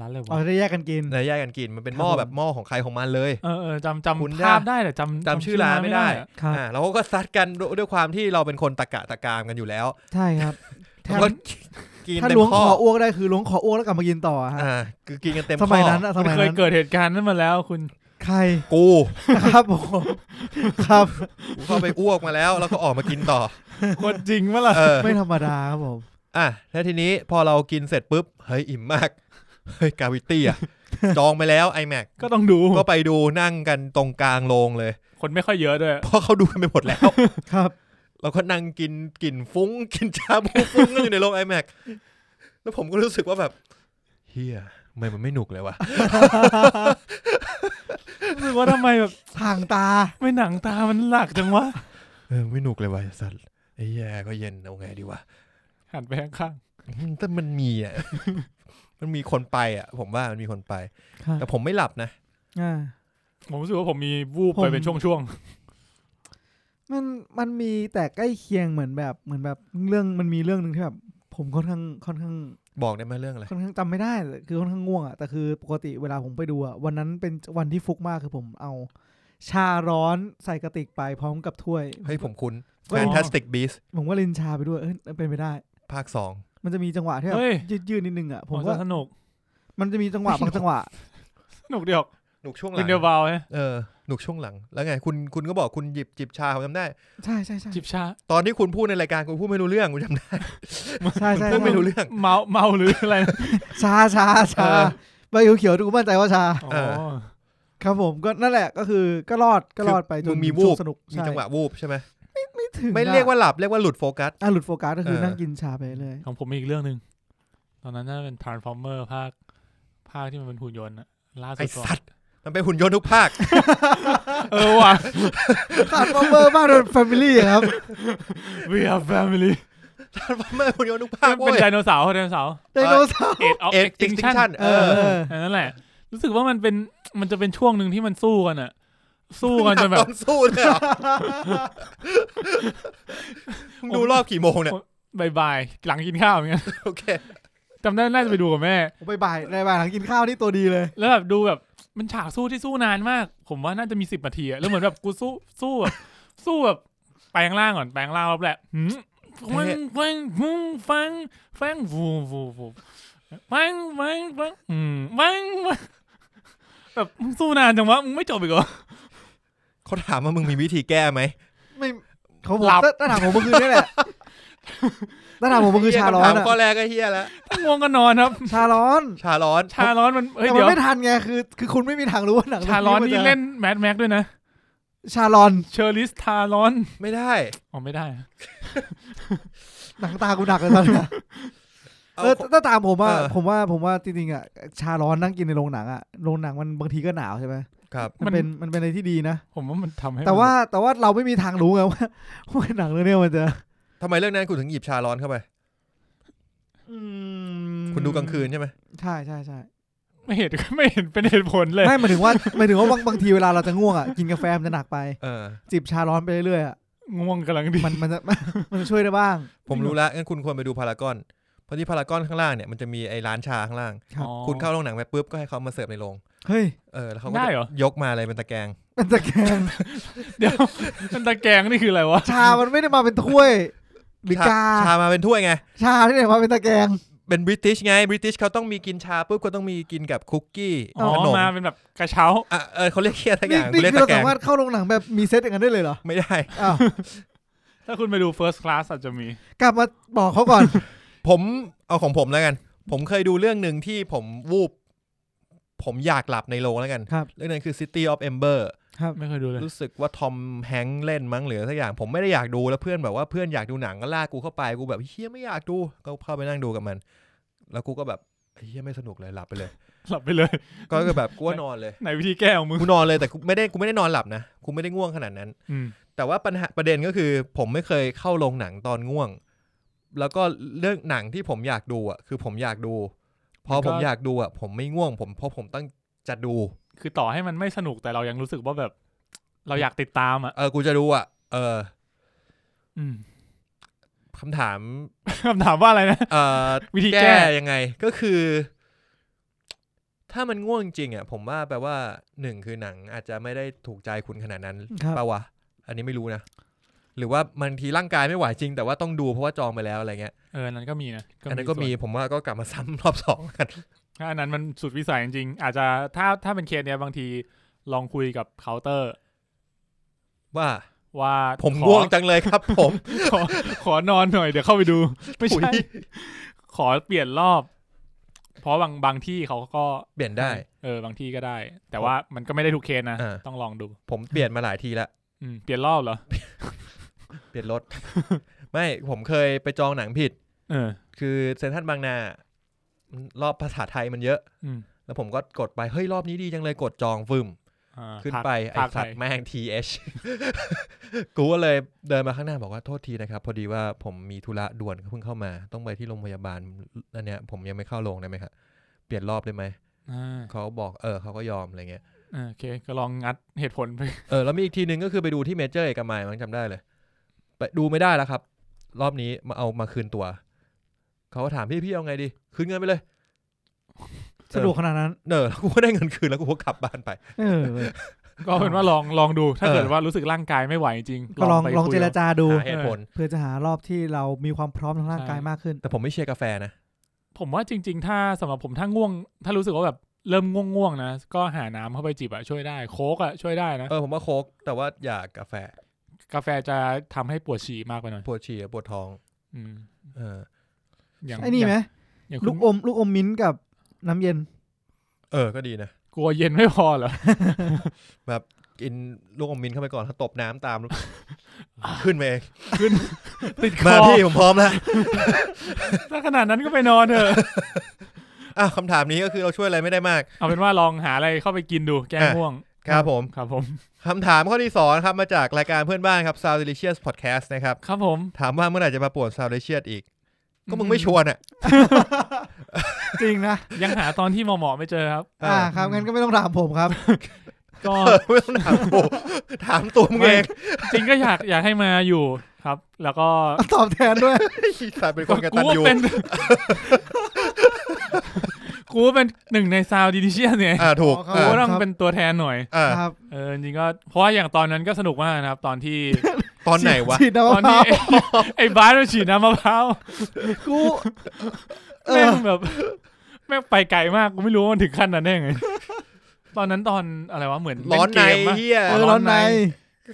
ร้านอะไรวะ
เอาได้แยกกันกิน
ในแยกกันกิน มันเป็นหม้อ
ครับผม
แบบหม้อของใครของมันเลย
เออเออจำ
คุณ
จำ
ได้
ภาพได้แต่จำ
จำชื่อร้านไม่ได้
อะ
ครับ
อ่าเราก็ซัดกันด้วยด้วยความที่เราเป็นคนตะกะตะกามกันอยู่แล้ว
ใช่ครับแถม
ก็กิน
ถ้า
เต็ม
ล้วง
ข้
ค
อ
ออ้วกได้คือล้วงคออ้วกแล้วกลับมากินต่ออะฮะ
อ่าคือกินกันเต็ม
สมัย
ข้อ
นั้นอะส
มัน
มัย
เคย
นั้น
เกิดเหตุการณ์นั้นมาแล้ว คุณ
ใค ร
กู
ครับผมครับ
กูเข้าไปอ้วกมาแล้ว แล้วก็ออกมากินต่อ
โคตรจริงวะล่ะ
เออ
ไม่ธรรมดาครับผม
อ่ะแล้วทีนี้พอเรากินเสร็จปุ๊บ เฮ้ย อิ่มมาก เฮ้ย กาวิตี้อ่ะ จองไปแล้ว iMac
ก็ต้องดู
ก็ไปดูนั่งกันตรงกลางโรงเลย
คนไม่ค่อยเยอะด้วย
เพราะเขาดูกันไปหมดแล้ว
ครับ
เราก็นั่งกินกลิ่นฟุ้ง กินชาบูฟุ้งกันอยู่ในโรง iMac แล้วผมก็รู้สึกว่าแบบเฮียทำไมมันไม่หนุกเลยวะ
รู้สึกว่าทำไมแบบ
ห่างตา
ไม่หนังตามันหลักจัง วะ
เออไม่หนุกเลยวะไอ้สัตว์ไอ้แย่ก็เย็นเอาไงดีวะ
หันไปข้าง
อืมแต่มันมีอ่ะ มันมีคนไปอ่ะ ผมว่ามันมีคนไป
ครับ
แต่ผมไม่หลับนะ
อ่า
ๆผมรู้สึกว่าผมมีวูบไป
ผม
เป็นช่วง
มันมันมีแต่ใกล้เคียงเหมือนแบบเหมือนแบบเรื่องมันมีเรื่องหนึ่งที่แบบผมค่อนข้างค่อนข้าง
บอกได้ไหมเรื่องอะไร
ค่อนข้างจำไม่ได้แต่คือค่อนข้างง่วงอ่ะแต่คือปกติเวลาผมไปดูอ่ะวันนั้นเป็นวันที่ฟุกมากคือผมเอา ชาร้อนใส่กระติกไปพร้อมกับถ้วย
เฮ้ยผมคุ้น
ก็
Fantastic Beast
ผมก็ลินชาไปด้วยเอยเป็นไปได้
ภาคสอง
มันจะมีจังหวะที่
ๆ
แบบ
เฮ้ย
ยืดยืดนิดนึงอ่ะ
ผ
ผม ม
ก็
ก็
สนุก
มันจะมีจังหวะบางจังหวะ
สนุกเดียว
หนุกช่วงหลั
วิน
ง
เดอร์บาว
เออ หนุกช่วงหลัง แล้วไง คุณคุณก็บอกคุณหยิบจิบชาผมจำได้
ใช่ใช่ใช่
จิบชา
ตอนที่คุณพูดในรายการคุณพูดไม่รู้เรื่องคุณจำได้
ใช่ใช่
พูด
ใช่
ไม่รู้เรื่อง
เมาเมาหรืออะไรนะ
ชาชาชา
เออ
ใบเขียวๆดูมั่นใจว่าชา
อ๋อ
เออ
ครับผมก็นั่นแหละก็คือก็รอดก็รอดไปจ
คื
น
อมีวู
ช่ว
บ
งสนุก
มี
ใช่
จังหวะวูบใช่ไหม
ไม่ ถึง
ไม่
อะ
เรียกว่าหลับเรียกว่าหลุดโฟกัส
อ่ะหลุดโฟกัสก็คือ
เออ
นั่งกินชาไปเลย
ของผมมีอีกเรื่องหนึ่งตอนนั้นน่าจะเป็น transformer ภาค ภาคที่มันเป็นหุ่นยนต์อะล่าสุ
ไอ
ดก่อน
สัตว์ มันเป็นหุ่นยนต์ทุกภาค
เออว่ะ
ขาดเบอร์มากโดนแฟมิลี่ครับ
we are family
มันเป็นหุ่นยนต์ทุกภาค
เป็น
เว้ย
ไดโนเสาร์ไดโนเสาร์
ไดโนเสาร์
Age of
เอ็กซ์ติงชั
Extinction
น
เอ
เอ
อ
อ
เออ
อันนั่นแหละ รู้สึกว่ามันเป็นมันจะเป็นช่วงหนึ่งที่มันสู้กันอะสู้กันจนแบ
ต
บ
อนสู้เลยเหรอมึงดูรอบกี่โมงเนี่ย
บ่ายๆหลังกินข้าวอย่างเงี้ย
โอเค
จำได้น่าจะไปดูกับแม่
ผมไปบ่ายในบ่ายหลังกินข้าวนี่ตัวดีเลย
แล้วแบบดูแบบมันฉากสู้ที่สู้นานมาก ผมว่าน่าจะมีสิบนาทีอะแล้วเหมือนแบบกูสู้สู้แบบสู้แบบแปลงร่างก่อนแปลงร่างรอบแรกหืมฟังฟังฟังฟังฟังฟูฟูฟูฟังฟังฟังอืมฟังฟังแบบมึงสู้นานจังวะมึงไม่จบอีกเหรอ
เขาถามว่ามึงมีวิธีแก้ไหม
ไม่ของผม
หลับ
ถ้าถ้าถามผมก็คือนี่แห ละถ้าถามผมก็คือชาร้อ
เหี้
น
ยคำถม
อะ
ข้อแรกก็เฮียแล้ว
ถ้าง่วงก็นอนครับ
ชาร้อน
ชาร้อน
ชาร้อนมันเฮ้ย
แต่มั
เดี๋
น
ยว
ไม่ทันไงคือ คือคุณไม่มีทางรู้ว่าหนัง
ชาร้อน
มั
นี่
จะ
เล่นแมดแม็กด้วยนะ
ชาร้อน
เชอริสทาร้อน
ไม่ได้
อ๋อไม่ได้อะ
หนังตากูหนักเลยตอนเนี้ย
เอา
เออถ้าตามผมว่า
เออ
ผมว่าผมว่าจริงๆอ่ะชาร้อนนั่งกินในโรงหนังอ่ะโรงหนังมันบางทีก็หนาวใช่ไหม
ครับ
มันเป็นมันเป็นอะไรที่ดีนะ
ผมว่ามันทำให้
แต่
มัน
ว่าแต่ว่าเราไม่มีทางรู้ไงว่าว่าหนังเรื่องเนี้ยมันจะ
ทำไมเรื่องนั้นคุณถึงหยิบชาร้อนเข้าไป
อืม
คุณดูกลางคืนใช่ไหม
ใช่ใช่ใช่
ไม่เห็นไม่เห็นเป็นเหตุผลเลย
ไม่หมายถึงว่าหมายถึงว่าบางบางทีเวลาเราจะง่วงอ่ะกินกาแฟมันจะหนักไป
เออ
จิบชาร้อนไปเรื่อยๆอ่ะ
ง่วงกำลังดี
มันมันจะ มันจะช่วยได้บ้าง
ผมรู้แล้วงั้นคุณควรไปดูพารากอน เพราะที่พารากอนข้างล่างเนี่ยมันจะมีไอ้ร้านชาข้างล่าง
ครับ
อ๋อ
คุณเข้าโรงหนังไปปุ๊บก็ให้เขามาเสิร์ฟในโรง
เฮ้ย
เออ แล้วเขาก็
ได้
จะ
เหรอ
ยกมาอะไรเป็นตะแกรง
มันจะแกง
เดี๋ยวมันตะแกรงนี่คืออะไรวะ
ชามันไม่ได้มาเป็นถ้วย หรือกา
ชามาเป็นถ้วยไง
ชาที่ไหนมาเป็นตะแกรง
เป็นบริติชไง บริติชเขาต้องมีกินชาปุ๊บก็ต้องมีกินกับคุกกี้
อ๋อ
ขนม
มาเป็นแบบกระเช้า
อ่ะเออเขาเรียกเคียอะไรอ
นี่
ย่าง
นี่
เรียก
คือ
ตะ
เรา
แกร
สาง มารถเข้าโรงหนังแบบมีเซตอย่างนั้นได้เลยเหรอ
ไม่ได้
อ้าว
ถ้าคุณไปดู first class อาจจะมี
กลับมาบอกเขาก่อน
ผมเอาของผมแล้วกัน ผมเคยดูเรื่องหนึ่งที่ผมวูบ ผมอยากหลับในโรงแล้วกัน
ครับ
เรื่องนั้นคือ City of Ember
ไม่เคยดูเลย
รู้สึกว่าทอมแฮงค์เล่นมั้งหรือสักอย่าง ผมไม่ได้อยากดูแล้วเพื่อนแบบว่าเพื่อนอยากดูหนังก็ลากกูเข้าไปกูแบบเฮียไม่อยากดูก็เข้าไปนั่งดูกับมัน แล้วกูก็แบบเฮียไม่สนุกเลยหลับไปเลย
หลับไปเลย
ก็คือแบบกูก็นอนเลย
ไหนวิธีแก้ของมึง
กูนอนเลยแต่กูไม่ได้กูไม่ได้นอนหลับนะกูไม่ได้ง่วงขนาดนั้น
อืม
แต่ว่าปัญหาประเด็นก็คือ ผมไม่เคยเข้าโรงหนังตอนง่วง แล้วก็เรื่องหนังที่ผมอยากดูอ่ะคือผมอยากดูพอผมอยากดูอ่ะผมไม่ง่วง ผมเพราะผมตั้งจะดู
คือต่อให้มันไม่สนุกแต่เรายังรู้สึกว่าแบบ เราอยากติดตามอ่ะ
เออกูจะดูอ่ะ เออ
อืม
คำถาม
คำถามว่าอะไรนะ
เอ่ อ
วิธี
แก้
แก้
ยังไงก็คือ ถ้ามันง่วงจริงอ่ะ ผมว่าแปลว่าหนึ่งคือหนังอาจจะไม่ได้ถูกใจคุณขนาดนั้น
ครับ
เปล่าวะอันนี้ไม่รู้นะ หรือว่าบางทีร่างกายไม่ไหวจริง แต่ว่าต้องดูเพราะว่าจองไปแล้วอะไรเงี้ย
เอออนนั้นก็มีนะ
อันนั้นก็มี
ส่ว
ผมว่าก็กลับมาซ้ำรอบสองกัน
ถ้าอันนั้นมันสุดวิสัยจริงๆอาจจะถ้าถ้าเป็นเคสเนี้ยบางทีลองคุยกับเคาน์เตอร์
ว่า
ว่า
ผม
ขอ
ง่วงจังเลยครับ ผม
ขอขอนอนหน่อยเดี๋ยวเข้าไปดู ไม่
อุ๊
ใช่
ย
ขอเปลี่ยนรอบ เพราะบางบางที่เขาก็
เปลี่ยนได้
เออบางที่ก็ได้ แต่ว่ามันก็ไม่ได้ทุกเคสนะ
อ่า
ต้องลองดู
ผมเปลี่ยนมาหลายทีละ
อืมเปลี่ยนรอบเหรอ
เปลี่ยนรถ ไม่ผมเคยไปจองหนังผิด
เออ
คือเซนทรัลบางนา รอบภาษาไทยมันเยอะ
อืม
แล้วผมก็กดไปเฮ้ยรอบนี้ดีจังเลยกดจองฟึม
อ่า
ขึ้น
พัก
ไปไอ้
ภาคไทย
สัตว์แม่ง TH กูก็เลยเดินมาข้างหน้าบอกว่าโทษทีนะครับ พอดีว่าผมมีธุระด่วนเพิ่งเข้ามา ต้องไปที่โรงพยาบาลอันเนี้ยผมยังไม่เข้าโรงได้ไหมครับเปลี่ยนรอบได้ไหม
อ่า
เขาบอกเออเขาก็ยอมอะไรเงี้ย
อ่าโอเค ก็ลองงัดเหตุผล ไป
เออแล้วมีอีกทีหนึ่งก็คือไปดูที่เมเจอร์เอกมัยมั้งจำได้เลย ไปดูไม่ได้แล้วครับ รอบนี้มาเอามาคืนตัวเขาก็ถามพี่พี่เอาไงดี คืนเงินไปเลย
สะดวกขนาดนั้น
เนอแล้วกูก็ได้เงินคืนแล้วกูก็กลับบ้านไป
เออเว้ย
ก็เป็นว่าลองลองดูถ้า
เออ
เกิดว่ารู้สึกร่างกายไม่ไหวจริง
ก็ลอง
ไป
ลอง
คุย
เจร
กับ
จาดู
หาเหตุผล
เพื่อจะหารอบที่เรามีความพร้อมทางร่าง
ใช่
กายมากขึ้น
แต่ผมไม่เชียร์กาแฟนะ
ผมว่าจริง ๆ ถ้าสำหรับผมถ้าง่วง ถ้ารู้สึกว่าแบบเริ่มง่วงๆนะก็หาน้ำเข้าไปจิบอะช่วยได้ โค้กอะช่วยได้นะ
เออผมว่าโค้กแต่ว่าอย่ากาแฟ
กาแฟจะทำให้ปวดฉี่มากไปหน่อย
ปวดฉี่ปวดท้อง
อืม
เออ
อย่าง
ไอ้นี่ไหม
อย่าง
ลู
คุ
ก
ณ
อมลูกอมมิ้นท์กับน้ำเย็น
เออ ก็ดีนะ
กลัวเย็นไม่พอเหรอ
แบบ กินลูกอมมินเข้าไปก่อนแล้วตบน้ำตาม ขึ้นไปเอง
ติดค
มา
อ
พี่ผมพร้อมแล้ว
ถ้าขนาดนั้นก็ไปนอนเถอะ
อ่ะคำถามนี้ก็คือเราช่วยอะไรไม่ได้มาก
เอาเป็นว่าลองหาอะไรเข้าไปกินดูแก้
อ่ะ
ง่วง
ครับผม
ครับผม
คำถามข้อที่สองนะครับ มาจากรายการเพื่อนบ้านครับ Sound Delicious Podcast นะครับ
ครับผม
ถามว่าเมื่อไหร่จะมาปวด Sound Delicious อีก ก็มึงไม่ชวนอ่ะ
จริงนะ
ยังหาตอนที่เหมาะๆไม่เจอครับ
เอ
อ่า
อ
ครับงั้นก็ไม่ต้องถามผมครับ
ก็
เออไม่ต้องถามกูถามตัวมึงเอง
จริงก็อยากอยากให้มาอยู่ครับ แล้วก็
ตอบแทนด้วย
สายเป็นคนกตั
กู
น
ว่า
ยู
เป็นกูว่าเป็นหนึ่งในซาวดีดิเชียเนี่ย
อ่าถูก
อ๋อครับ
กู
อ่า
ว่าต้องเป็นตัวแทนหน่อย
อ่า
ครับ
เออจริงๆก็เพราะว่าอย่างตอนนั้นก็สนุกมากนะครับ ตอนที่
ตอนไหนวะ
ฉีดน้ำ
ต
มะ
อน
พ
ที่
ร้าว
ไอ้ไอ้บ้านมันฉีดน้ำมะพร้าว
กูเอ
แม่
อง
แบบ แม่งไปไกลมากกูไม่รู้ว่ามันถึงขั้นนั้นได้ไงตอนนั้นตอนอะไรวะเหมือน
ร้อนใน
เล่เกมปะ
เฮีย
เออร้อนใน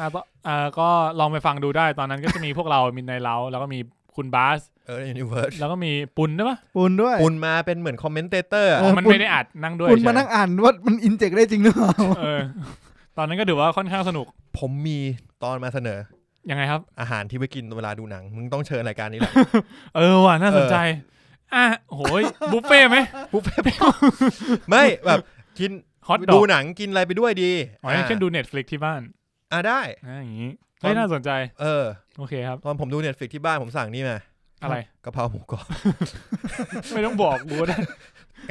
อ่าก็อ่าก็ลองไปฟังดูได้ตอนนั้นก็จะมีพวกเรา มินในเราแล้วก็มีคุณบาส
เออ universe
แล้วก็มีปุนใช่ปะ
ปูนด้วย
คุณมาเป็นเหมือนคอมเมนเตเตอร์
เออ
มัน
ปุณ
ไม่ได้อัดนั่งด้วย
ปูน
ใช่
มานั่งอ่านว่ามันอินเจกได้จริงหรือเปล่า
เออ ตอนนั้นก็ถือว่าค่อนข้างสนุก
ผมมีตอนมาเสนอ
ยังไงครับ
อาหารที่ไปกินเวลาดูหนัง มึงต้องเชิญรายการนี้แห ละ
เออว่ะน่าสนใจ อ่ะโหยบุฟเฟ่ต์ไหม
บุฟเฟ่ต์ไม่แบบกิน
ฮอตดอ
ดู
ก
หนังกินอะไรไปด้วยดี
อ๋ออย่างเช่นดูเน็ตฟลิกที่บ้าน
อ่าได้
อ่ะอย่างงี้เฮ้ยน่าสนใจ
เออ
โอเคครับ
ตอนผมดูเน็ตฟิกที่บ้านผมสั่งนี่มา
อะไร
กะเพราหมูกรอบ
ไม่ต้องบอกกูได้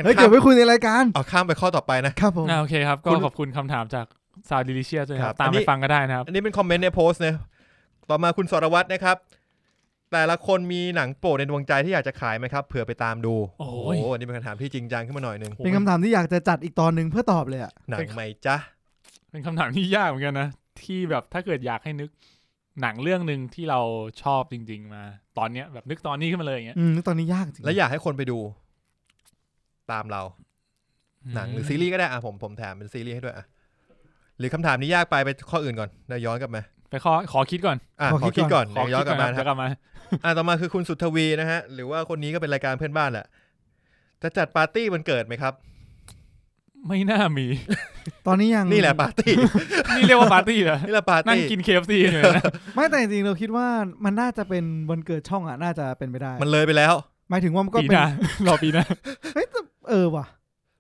เฮ้ยเก็บไว้คุยในรายการ
เอาข้ามไปข้อต่อไปนะ
ครับผม
อ่ะโอเคครับ ก็
คุณ
ขอบคุณคำถามจากซาวดิลิเชียด้วยค
ครั
รับ
บ
ตาม
อัน
ไป
นี้
ฟังก็ได้นะครับ
อันนี้เป็นคอมเมนต์ในโพสต์นะต่อมาคุณสรวัตรนะครับ แต่ละคนมีหนังโปรดในดวงใจที่อยากจะขายไหมครับเผื่อไปตามดู
โอ้ย
หอันนี้เป็นคำถามที่จริงจังขึ้นมาหน่อยหนึง
เป็นคำถามที่อยากจะจัดอีกตอนหนึ่งเพื่อตอบเลยอ่ะ
หนังไหมจ๊ะ
เป็นคำถามที่ยากเหมือนกันนะ ที่แบบถ้าเกิดอยากให้นึกหนังเรื่องหนึ่งที่เราชอบจริง ๆ มา ตอนเนี้ยแบบนึกตอนนี้ขึ้นมาเลยอย่างเงี้ย
อืมตอนนี้ยากจริง
และอยากให้คนไปดู ตามเรา หนังหรือซีรีส์ก็ได้อ่ะผมผมแถมเป็นซีรีส์ให้ด้วยอ่ะหรือคำถามนี้ยากไปไปข้ออื่นก่อนเดี๋ยวย้อนกลับมา
ไปขอขอคิดก่อน
อ่ะขอคิดก่อน
ขอ
เดี๋ยว
คิ
ย้อ
ด
นก
ก่
ลั
อบ น
มา
นะ
นะครั
เดี๋ย
บ
วกลับมา
อ่ะต่อมาคือคุณสุทธวีนะฮะ หรือว่าคนนี้ก็เป็นรายการเพื่อนบ้านแหละจะจัดปาร์ตี้วันเกิดไหมครับ
ไม่น่ามี
ตอนนี้ยัง
นี่แหละปาร์ตี้
นี่เรียกว่าปาร์ตี้เหรอ
นี่แหละปาร์
นั่ง
ตี้
กินเคฟซีเลยนะ
ไม่แต่จริงๆเราคิดว่ามันน่าจะเป็นวันเกิดช่องอ่ะน่าจะเป็นไปได้
มันเลยไปแล้ว
หมายถึงว่ามันก็
ปี
เป็น
หน้ารอ ปีหน้า
เฮ้ยแต่เออว่ะ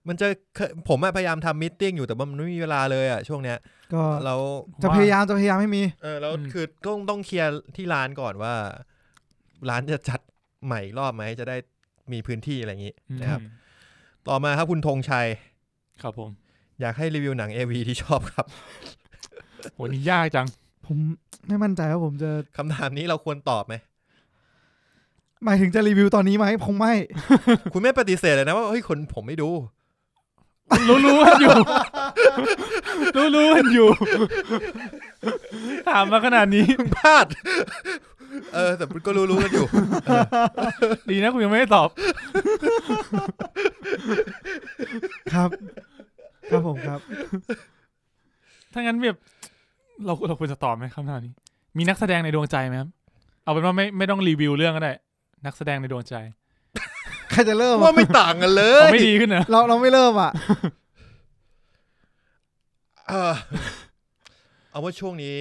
มันจะเคยผมอะพยายามทำมิทติ้งอยู่แต่ว่ามันไม่มีเวลาเลยอ่ะช่วงเนี้ย
ก็
แล้ว
จะพยายามจะพยายามให้มี
เออแล้วคือต้องต้องเคลียร์ที่ร้านก่อนว่า ร้านจะจัดใหม่รอบไหมจะได้มีพื้นที่อะไรอย่างนี้
อืม
นะครับ ต่อมาครับคุณธงชัย
ครับผม
อยากให้รีวิวหนัง AV ที่ชอบครับ
โหนี่ยากจัง
ผมไม่มั่นใจว่าผมจะ
คำถามนี้เราควรตอบไหม
หมายถึงจะรีวิวตอนนี้ไหมคงไม่
คุณไม่ปฏิเสธเลยนะว่าเฮ้ยคนผมไม่ดู
รู้รู้กันอยู่ รู้รู้กันอยู่ ถามมาขนาดนี้
พลาด เออ แต่ก็รู้รู้ๆกันอยู่
ดีนะคุณยังไม่ได้ตอบ
ครับ ครับผมครับ
ถ้างั้นแบบเราเราควรจะตอบไหมคำถามนี้ มีนักแสดงในดวงใจไหมครับ เอาเป็นว่าไม่ไม่ต้องรีวิวเรื่องก็ได้ นักแสดงในดวงใจ
ใครจะเริ่ม
ว่า
อะ
ไม่ต่างกันเล
เอา
ย
ไม่ดีขึ้นนะ
เราเราไม่เริ่มอ่ะ
เออเอาว่าช่วงนี้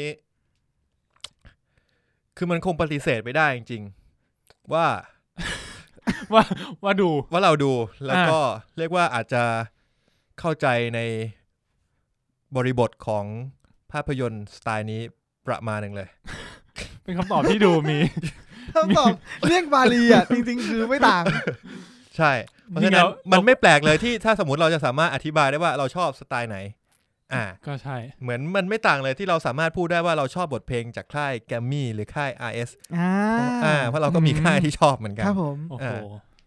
คือมันคงปฏิเสธไม่ได้จริงๆ ว่า
ว่าดู
ว่าเราดูแล้วก็เรียกว่าอาจจะเข้าใจในบริบทของภาพยนตร์สไตล์นี้ประมาณหนึ่งเลย
เป็นคำตอบที่ดูมี
คำตอบเรียกบาลีอ่ะ จริงๆ คือไม่ต่าง
ใช่ เพราะฉะ
จริง
นั้
แล้
น
ว
มันไม่แปลกเลยที่ ถ้าสมมติเราจะสามารถอธิบายได้ว่าเราชอบสไตล์ไหน อ่า
ก็ใช่
เหมือนมันไม่ต่างเลยที่เราสามารถพูดได้ว่าเราชอบบทเพลงจากค่ายแกมมี่หรือค่าย RS
อ่า
อ่าเพราะเราก็มีค่ายที่ชอบเหมือนกั
คน รับผม
โอ้โห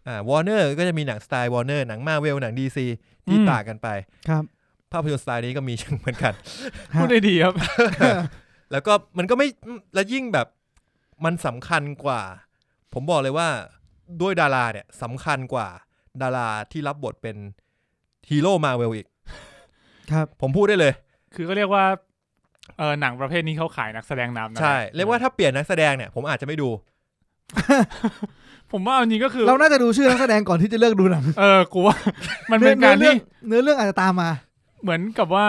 อ่าวอร์เนอร์ก็จะมีหนังสไตล์วอร์เนอร์หนังมาเวลหนังดีซีที่
อืม
ต่างกันไป
ครับ
ภาพยนตร์สไตล์นี้ก็มี เช่นเหมือนกัน
พูดได้ดีครับ
แล้วก็มันก็ไม่และยิ่งแบบมันสำคัญกว่า ผมบอกเลยว่าด้วยดาราเนี่ยสำคัญกว่าดาราที่รับบทเป็นฮีโร่มาเวลอีก
ครับ
ผมพูดได้เลย
คือก็เรียกว่าเออหนังประเภทนี้เขาขายนักแสดงนำนะ
ใช่ เรียกว่าถ้าเปลี่ยนนักแสดงเนี่ย ผมอาจจะไม่ดู
ผมว่าเอาจริงก็คือ
เราน่าจะดูชื่อนักแสดงก่อนที่จะเลือกดูหนัง
เออกูว่า มันเป็นการที่
เนื้อเรื่องอาจจะตามมา
เหมือนกับว่า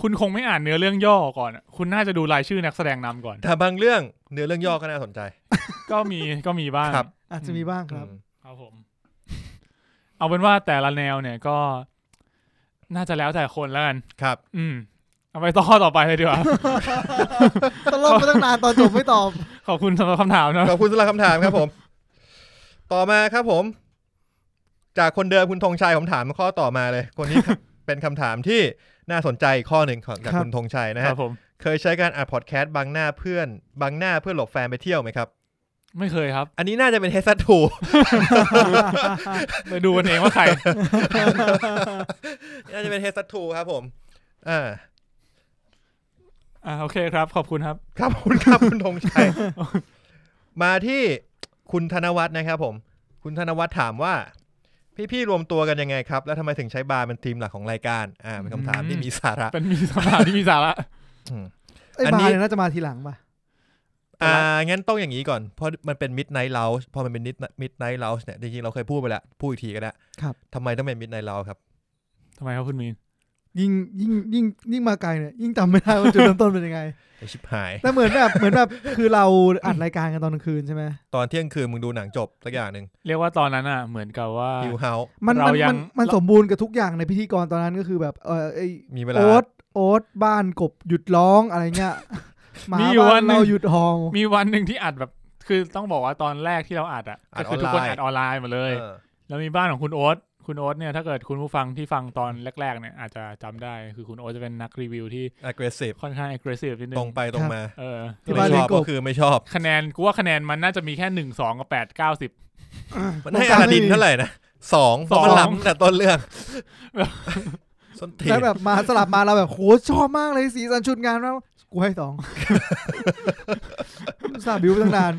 คุณคงไม่อ่านเนื้อเรื่องย่อก่อนอะคุณน่าจะดูรายชื่อนักแสดงนำก่อน
แต่บางเรื่องเนื้อเรื่องย่อก็น่าสนใจ
ก็มีก็มีบ้าง
ครับ
อาจจะมีบ้างครับ
อืม
ครับผม เอาเป็นว่าแต่ละแนวเนี่ยก็ น่าจะแล้วแต่คนแล้วกัน
ครับ
อืม เอาไปต่อข้อต่อไปเลยดีกว่า
ตลกมาตั้งนานตอนจบไม่ตอบ
ขอบคุณสำหรับคำถามนะ
ขอบคุณสำหรับคำถามครับ ผม ต่อมาครับผม จากคนเดิมคุณธงชัยผมถามข้อต่อมาเลย คนนี้ เป็นคำถามที่น่าสนใจอีกข้อหนึ่งของจาก
ครับ
คุณธงชัยนะ
ค
ฮะ
รับผม
เคยใช้การอัดพอดแคสต์บังหน้าเพื่อนบังหน้าเพื่อนหลบแฟนไปเที่ยวไหมครับ
ไม่เคยครับ
อันนี้น่าจะเป็นเฮสัตถู
ไปดูกันเองว่าใคร
น่าจะเป็นเฮสัตถูครับผม อ่า
อ่าโอเคครับ ขอบคุณครับ
ครับ คุณครับคุณธงชัย มาที่คุณธนวัฒน์นะครับผม คุณธนวัฒน์ถามว่า พี่ๆรวมตัวกันยังไงครับ แล้วทำไมถึงใช้บาร์เป็นทีมหลักของรายการ อ่าเป็นคำถามที่มีสาระ
เป็นมีคำถามที่มีสาระ
ไอ้
อัน
บา
นี้
ร์เนี่ยน่าจะมาทีหลังป่ะ
อ่างั้นต้องอย่างนี้ก่อนเพราะมันเป็น midnight lounge พอมันเป็น midnight lounge เนี่ยจริงๆเราเคยพูดไปแล้วพูดอีกทีก็ได้
ครับ
ทำไมต้องเป็น midnight lounge ครับ
ทำไมครับคุณมีน
ยิ่งยิ่งยิ่งยิ่งมาไกลเนี่ยยิ่งจำไม่ได้ว่าจุดเริ่มต้นเป็นยังไง
ไอชิบหาย
แต่เหมือนแบบเหมือนแบบคือเราอัดรายการกันตอนกลางคืนใช่ไหม
ตอนเที่ยงคืนมึงดูหนังจบสักอย่างหนึ่ง
เรียกว่าตอนนั้นอ่ะ เหมือนกับว่า
ฮิวเฮาส์
มันมัน
เรายัง
มันมันสมบูรณ์กับทุกอย่างในพิธีกรตอนนั้นก็คือแบบเออไอ
มีเวลา
โอ๊ตโอ๊ตบ้านกบหยุดร้องอะไรเงี้ยหมา
มีอยู่
บ้า
วัน นหนึ่ง
เราหยุดหอง
มีวันหนึ่งที่อัดแบบ คือต้องบอกว่าตอนแรกที่เราอัดอ่ะ
อัด
ก็คือทุกคน
ออนไลน์
อัดออนไลน์หมดเลย
เออ
แล้วมีบ้านของคุณโอ๊ต คุณโอ๊ตเนี่ยถ้าเกิดคุณผู้ฟังที่ฟังตอนแรกๆเนี่ยอาจจะจำได้คือคุณโอ๊ตจะเป็นนักรีวิวที่
aggressive
ค่อนข้าง aggressive นิดนึ
ตรง งไปตรงมา
เออ
ที่
ไม่
บ้าน
ช
เลี้ย
อง บ
ก
ก็
บ
คือไม่ชอบ
คะแนนกูว่าคะแนนมันน่าจะมีแค่หนึ่งสองกับแปดเก้าสิบ
มันให้อลาดินเท่าไหร่นะสองเพราะมันหลับตั้งแต่ต้นเรื่องส้นตีน
แล้วแบบมาสลับมาเราแบบโหชอบมากเลยสีสันชุดงานแล้วกู ให้สองสาห์บิวไปตั้งนาน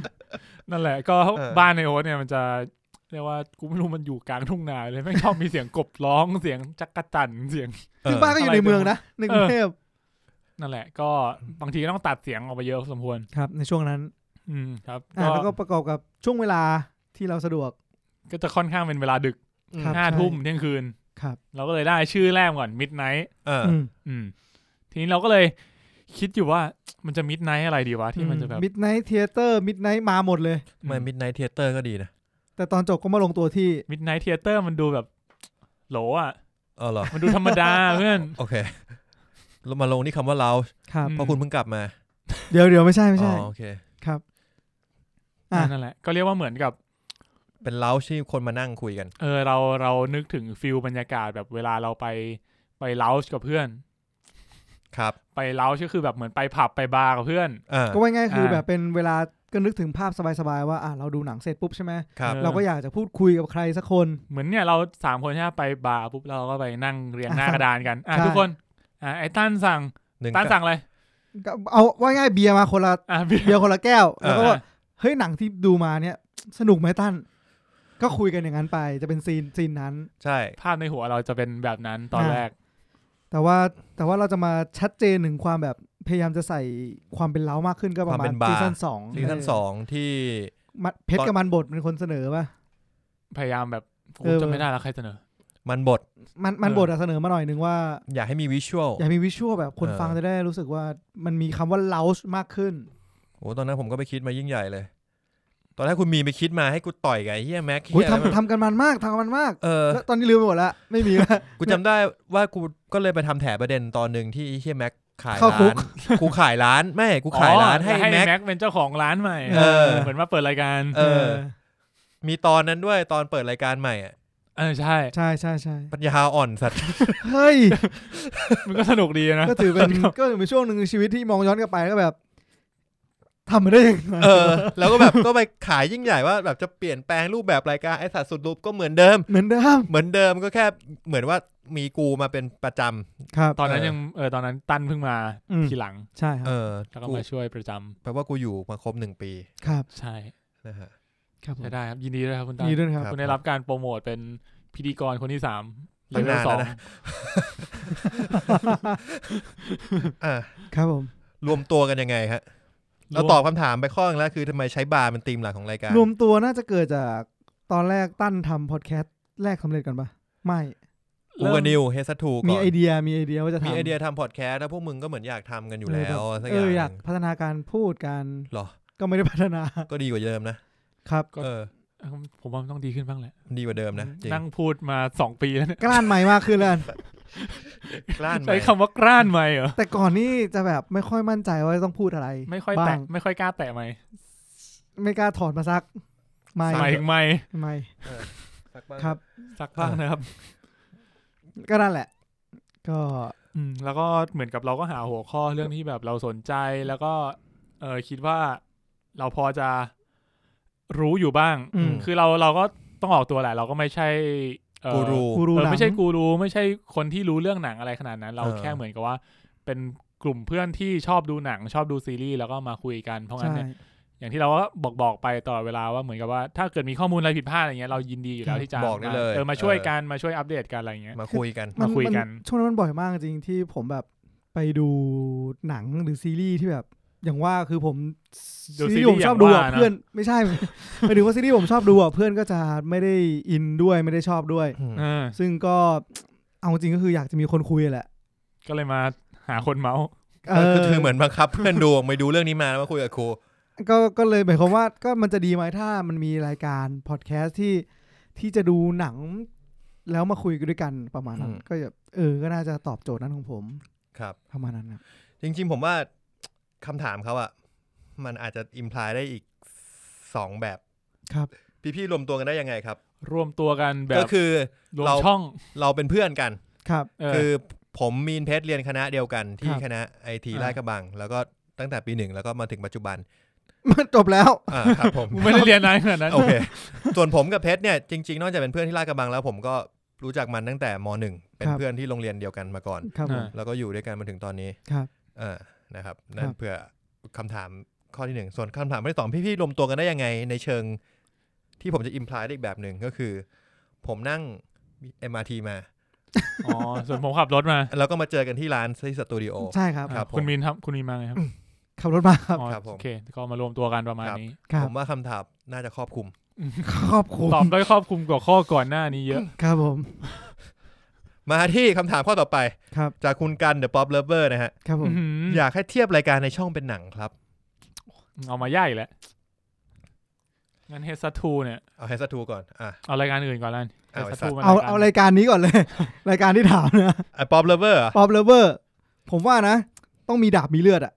นั่นแหละก็บ้านในโอ๊ตเนี่ยมันจะเรียกว่ากูไม่รู้มันอยู่กลางทุ่งนาเลยไม่งชอบมีเสียงกบร้องเสียงจักกะจั่นเสียง
เอ
ซึ่ง
อ
บ้านก็อยู่ในเมืองนะในกรุงเทพ
นั่นแหละ ก็บางทีก็ต้องตัดเสียงออกไปเยอะพอสมควร
ครับในช่วงนั้น
อืมครับ
อ่ะแล้วก็
ก็
ประกอบกับช่วงเวลาที่เราสะดวก
ก็จะค่อนข้างเป็นเวลาดึก
อืม
ครับ
ห้าทุ่มเที่ยงคืน
ครับ
เราก็เลยได้ชื่อแรกก่อน midnight
เออ
อืม
อืม ทีนี้เราก็เลยคิดอยู่ว่ามันจะ midnight อะไรดีวะที่มันจะแบบ
มิดไนท์เทเตอร์มิดไนท์มาหมดเลย
มัน midnight theater ก็ดีนะ
แต่ตอนจบก็มาลงตัวที่
midnight theater มันดูแบบโหลอ่ะ
เออเหรอ
มันดูธรรมดา เพื่อน
โอเคเรามาลงที่คำว่าเรา
ครับ
เพราะคุณเพิ่งกลับมา
เดี๋ยวเดี๋ยวไม่ใช่ไม่
อ๋
ใช่
อโอเค
อ่ะ
นั่นแหละก็เรียกว่าเหมือนกับ
เป็นเราที่คนมานั่งคุยกัน
เออเราเรานึกถึงฟิลบรรยากาศแบบเวลาเราไปไปเลาจ์กับเพื่อน
ครับ
ไปเลาจ์ก็คือแบบเหมือนไปผับไปบาร์กับเพื่อน
อ่า
ก็ว่าง่ายๆคืออา แบบเป็นเวลาก็นึกถึงภาพสบายๆว่าอ่ะเราดูหนังเสร็จปุ๊บใช่ไหม
ครับ
เราก็อยากจะพูดคุยกับใครสักคน
เหมือนเนี่ยเราสามคนใช่ไหมไปบาร์ปุ๊บเราก็ไปนั่งเรียงหน้า
อ่ะ
กระดานกันอ่ะ
ใช่
ทุกคนอ่ะไอ้ตั้นสั่ง
หนึ่ง
ตั้นสั่งอะไร
ก็เอาว่าง่ายเบียร์มาคนละ
อ่ะเบีย
เบีย
ร์
ร์คนละแก้ว แล้วก็
อ่ะ
ว่าเฮ้ยหนังที่ดูมาเนี่ย สนุกไหมตั้น ก็คุยกันอย่างนั้นไปจะเป็นซีนซีนนั้น
ใช่
ภาพในหัวเราจะเป็นแบบนั้นตอน
อ่ะ
แรก
แต่ว่าแต่ว่าเราจะมาชัดเจนถึงความแบบพยายามจะใส่ความเป็นเล้ามากขึ้นก็ประมาณซีซั่นสอง
ซีซั่นสองที่
มันเพชรกับมันบดเป็นคนเสนอป่ะ
พยายามแบบ
เอ
กู
อ
จะไม่ได้แล้วใครเสนอ
มันบท
มันมัน
เออ
บทอะเสนอมาหน่อยนึงว่า
อยากให้มีวิชวล
อยากมีวิชวลแบบคน
เออ
ฟังจะได้รู้สึกว่ามันมีคำว่าเลาส์มากขึ้น
โอ้ตอนนั้นผมก็ไปคิดมายิ่งใหญ่เลย ตอนแรกคุณมีไปคิดมาให้กูต่อยกับไอ้เฮียแม็กเฮี
โอ้ย
ยอะ
ทำ
ไรไม่รู้
ทำกันมันมากทำกันมันมาก
เออ
แล้วตอนนี้ลืมไปหมดละไม่มีละ
กูจำได้ว่ากูก็เลยไปทำแถประเด็นตอนหนึ่งที่ไอ้เฮียแม็กขาย
เข้าคุ
ร้าก น กูขายร้านไม่ กูขายร้านให้
อ๋อให้
แม็ก
แม็กเป็นเจ้าของร้านใหม่
เออ
เหมือนว่าเปิดรายการ
เออ มีตอนนั้นด้วยตอนเปิดรายการใหม่อะ
เออใช่
ใช่ใช่ใช่
ปัญญาอ่อนสัตว์
เฮ้ย
มันก็สนุกดีนะ
ก็ถือ เป็นก็ถือเป็นช่วงหนึ่งในชีวิตที่มองย้อนกลับไปก็แบบทำมาได้ยังไง
เออ แล้วก็แบบ ก็ไปขายยิ่งใหญ่ว่าแบบจะเปลี่ยนแปลงรูปแบบรายการไอสัตว์สุดรูปก็เหมือนเดิม
เหมือนเดิม
เหมือนเดิมก็แค่เหมือนว่ามีกูมาเป็นประจำ
ครับ
ตอนนั้น
เออ
ยังเออตอนนั้นตั้นเพิ่งมา
อืม
ทีหลัง
ใช่ค
เอ
รับ
อ
แล้วก็
กู
มาช่วยประจำ
แปลว่ากูอยู่มาครบหนึ่งปี
ครับ
ใช่
นะฮะ
ครับผม
ใช่ได้ครับยินดีด้วยครับคุณตั้น
ดีด้วยนะครับ
ครับ
คุณได้รับการโปรโมทเป็นพิธีกรคนที่สามเล
ตั้
เวน
งานแล้ว
ลสอง
นะ อ่ะ
ครับผม
รวมตัวกันยังไงฮะเราตอบคำถามไปข้อหนึงแล้วคือทำไมใช้บาร์เป็นธีมหลักของรายการ
รวมตัวน่าจะเกิดจากตอนแรกตั้นทำพอดแคสต์แรกสำเร็จกันปะไม่
อูกานิวเฮสัทู
มี
ก่อน
ไอเดียมีไอเดียว่าจะทำ
มีไอเดียทำพอดแคสต์แล้วพวกมึงก็เหมือนอยากทำกันอยู่แล้วสัก
เอ
อย่า
อง อยากพัฒนาการพูดการ
หรอ
ก็ไม่ได้พัฒนา
ก็ดีกว่าเดิมนะครับ
ก็
เออ
เออผมว่ามันต้องดีขึ้นบ้างแหละ
ดีกว่าเดิมนะจริง
นั่งพูดมาสองปีแล้วเนี่ย
กล้านใหม่มากขึ้นแล้วกัน
กล้านไหม
ใช้คำว่ากล้านไหมเหรอ
แต่ก่อนนี่จะแบบไม่ค่อยมั่นใจว่าต้องพูดอะไร
ไม่ค่อย
บ้า
แตะ
ง
ไม่ค่อยกล้าแตะไหมค์
ไม่กล้าถอดมาซัก ไม่
หมายถึงไม่
ไม่
สักบ้าง
ครับ
สักบ้างนะครับ
ก็นั่นแหละ ก็
อืมแล้วก็เหมือนกับเราก็หาหัวข้อเรื่องที่แบบเราสนใจแล้วก็เออคิดว่าเราพอจะรู้อยู่บ้าง
อืม
ม
คือเราเราก็ต้องออกตัวแหละ เราก็ไม่ใช่เอ่อ
กูรู
กูรู้
เอ
ห
อ
นัง
ไม่ใช่กูรูไม่ใช่คนที่รู้เรื่องหนังอะไรขนาดนั้น เรา
เออ
แค่เหมือนกับว่า เป็นกลุ่มเพื่อนที่ชอบดูหนัง ชอบดูซีรีส์แล้วก็มาคุยกันเพราะงั้น
ใช่
เนี่ยอย่างที่เราก็บอกบอกไปตลอดเวลาว่าเหมือนกับว่าถ้าเกิดมีข้อมูลอะไรผิดพลาดอะไรเงี้ยเรายินดีอยู่แล้
ครั
ว
บ
ที่จะ
บอกได้
มา
เลย
เออมาช่วย
เออ
กันมาช่วยอัปเดตกันอะไรเงี้ย
มาคุยกัน
มาคุยกัน
ช่วงนั้นมันบ่อยมากจริงที่ผมแบบไปดูหนังหรือซีรีส์ที่แบบ อย่างว่าคือผม
ดู
ซีรี
ซี
ส์ผ
รีส์
มชอบดู
อย่าง
อ่ะ
ว่านะ
เพื่อนไม่ใช่ หมายถึงว่าซีรีส์ผมชอบดูอ่ะเพื่อนก็จะไม่ได้อินด้วยไม่ได้ชอบด้วย
เออ
ซึ่งก็เอาจริงก็คืออยากจะมีคนคุยแหละ
ก็เลยมาหาคนเมาส์
เอ
ก็
อ
คือเหมือนบังคับเพื่อนดูไปดูเรื่องนี้มาแล้วมาคุยกับครู
ก็ก็เลยหมายความว่าก็มันจะดีไหมถ้ามันมีรายการพอดแคสต์ที่ที่จะดูหนัง แล้วมาคุยกันด้วยกันประมาณนั้น
อืม
ก็จะเออก็น่าจะตอบโจทย์นั้นของผม
ครับ
ประมาณนั้นครับ
จริงๆ ผมว่าคำถามเขาอะมันอาจจะอิมพลายได้อีกสองแบบ
ครับ
พี่ๆรวมตัวกันได้ยังไงครับ
รวมตัวกันแบ
ก็
บ
คือ
รวม
เรา
ช่อง
เราเป็นเพื่อนกัน
ครับ
เออ
คือผมมีนเพชรเรียนคณะเดียวกันที่
ครับ
คณะไอที
อ่า
ราชกระบัง แล้วก็ตั้งแต่ปีหนึ่งแล้วก็มาถึงปัจจุบัน
มันจบแล้ว
อ่าครับผม
มึงไม่ได้เรียนอะไรขนาดนั้น
โอเค ส่วนผมกับเพชรเนี่ยจริงๆ นอกจากเป็นเพื่อนที่ลาดกระบังแล้วผมก็รู้จักมันตั้งแต่มหนึ่งเป็น
ครับ
เพื่อนที่โรงเรียนเดียวกันมาก่อน
ครับผม
แล้วก็อยู่ด้วยกันมาถึงตอนนี้
ครับ
เออนะครับนั่นเพื่อคำถามข้อที่หนึ่งส่วนคำถามข้อที่สองพี่ๆรวมตัวกันได้ยังไง ในเชิงที่ผมจะอิมพลายได้อีกแบบหนึ่งก็คือ ผมนั่ง MRT มา
อ๋อส่วนผมขับรถมา
แล้วก็มาเจอกันที่ร้านที่สตูดิโอ
ใช่ครับ
ครับผม
คุณมินครับคุณมินมาไงครับ
ขับรถมาครับ
อ๋อ
ครับผม
โอเค ก็มารวมตัวกันประมาณ
ครับ
นี้
ครับ
ผมว่าคำถามน่าจะครอบคลุม
ครอบครัว
ตอบด้วยครอบคลุมกว่าข้อก่อนหน้านี้ เยอะ
ครับผม
มาที่คำถามข้อต่อไป
ครับ
จากคุณกันเดอะป๊อปเลเวอร์นะฮะ
ครับผม
อื้อหือ
อยากให้เทียบรายการในช่องเป็นหนังครับ
เอามาย่ายแหละงั้นเฮสัทูเนี่ย
เอาให้สตูก่อนอ่ะ
เอารายการอื่นก่อนละกัน
เอาไอ้สัตว์
มัน
เอาเอารายการนี้ก่อนเลย รายการที่ถามนะ
ไอ้ป๊อปเลเวอร์
ปอบเลเวอร์ ผมว่านะ ต้องมีดาบมีเลือดอะ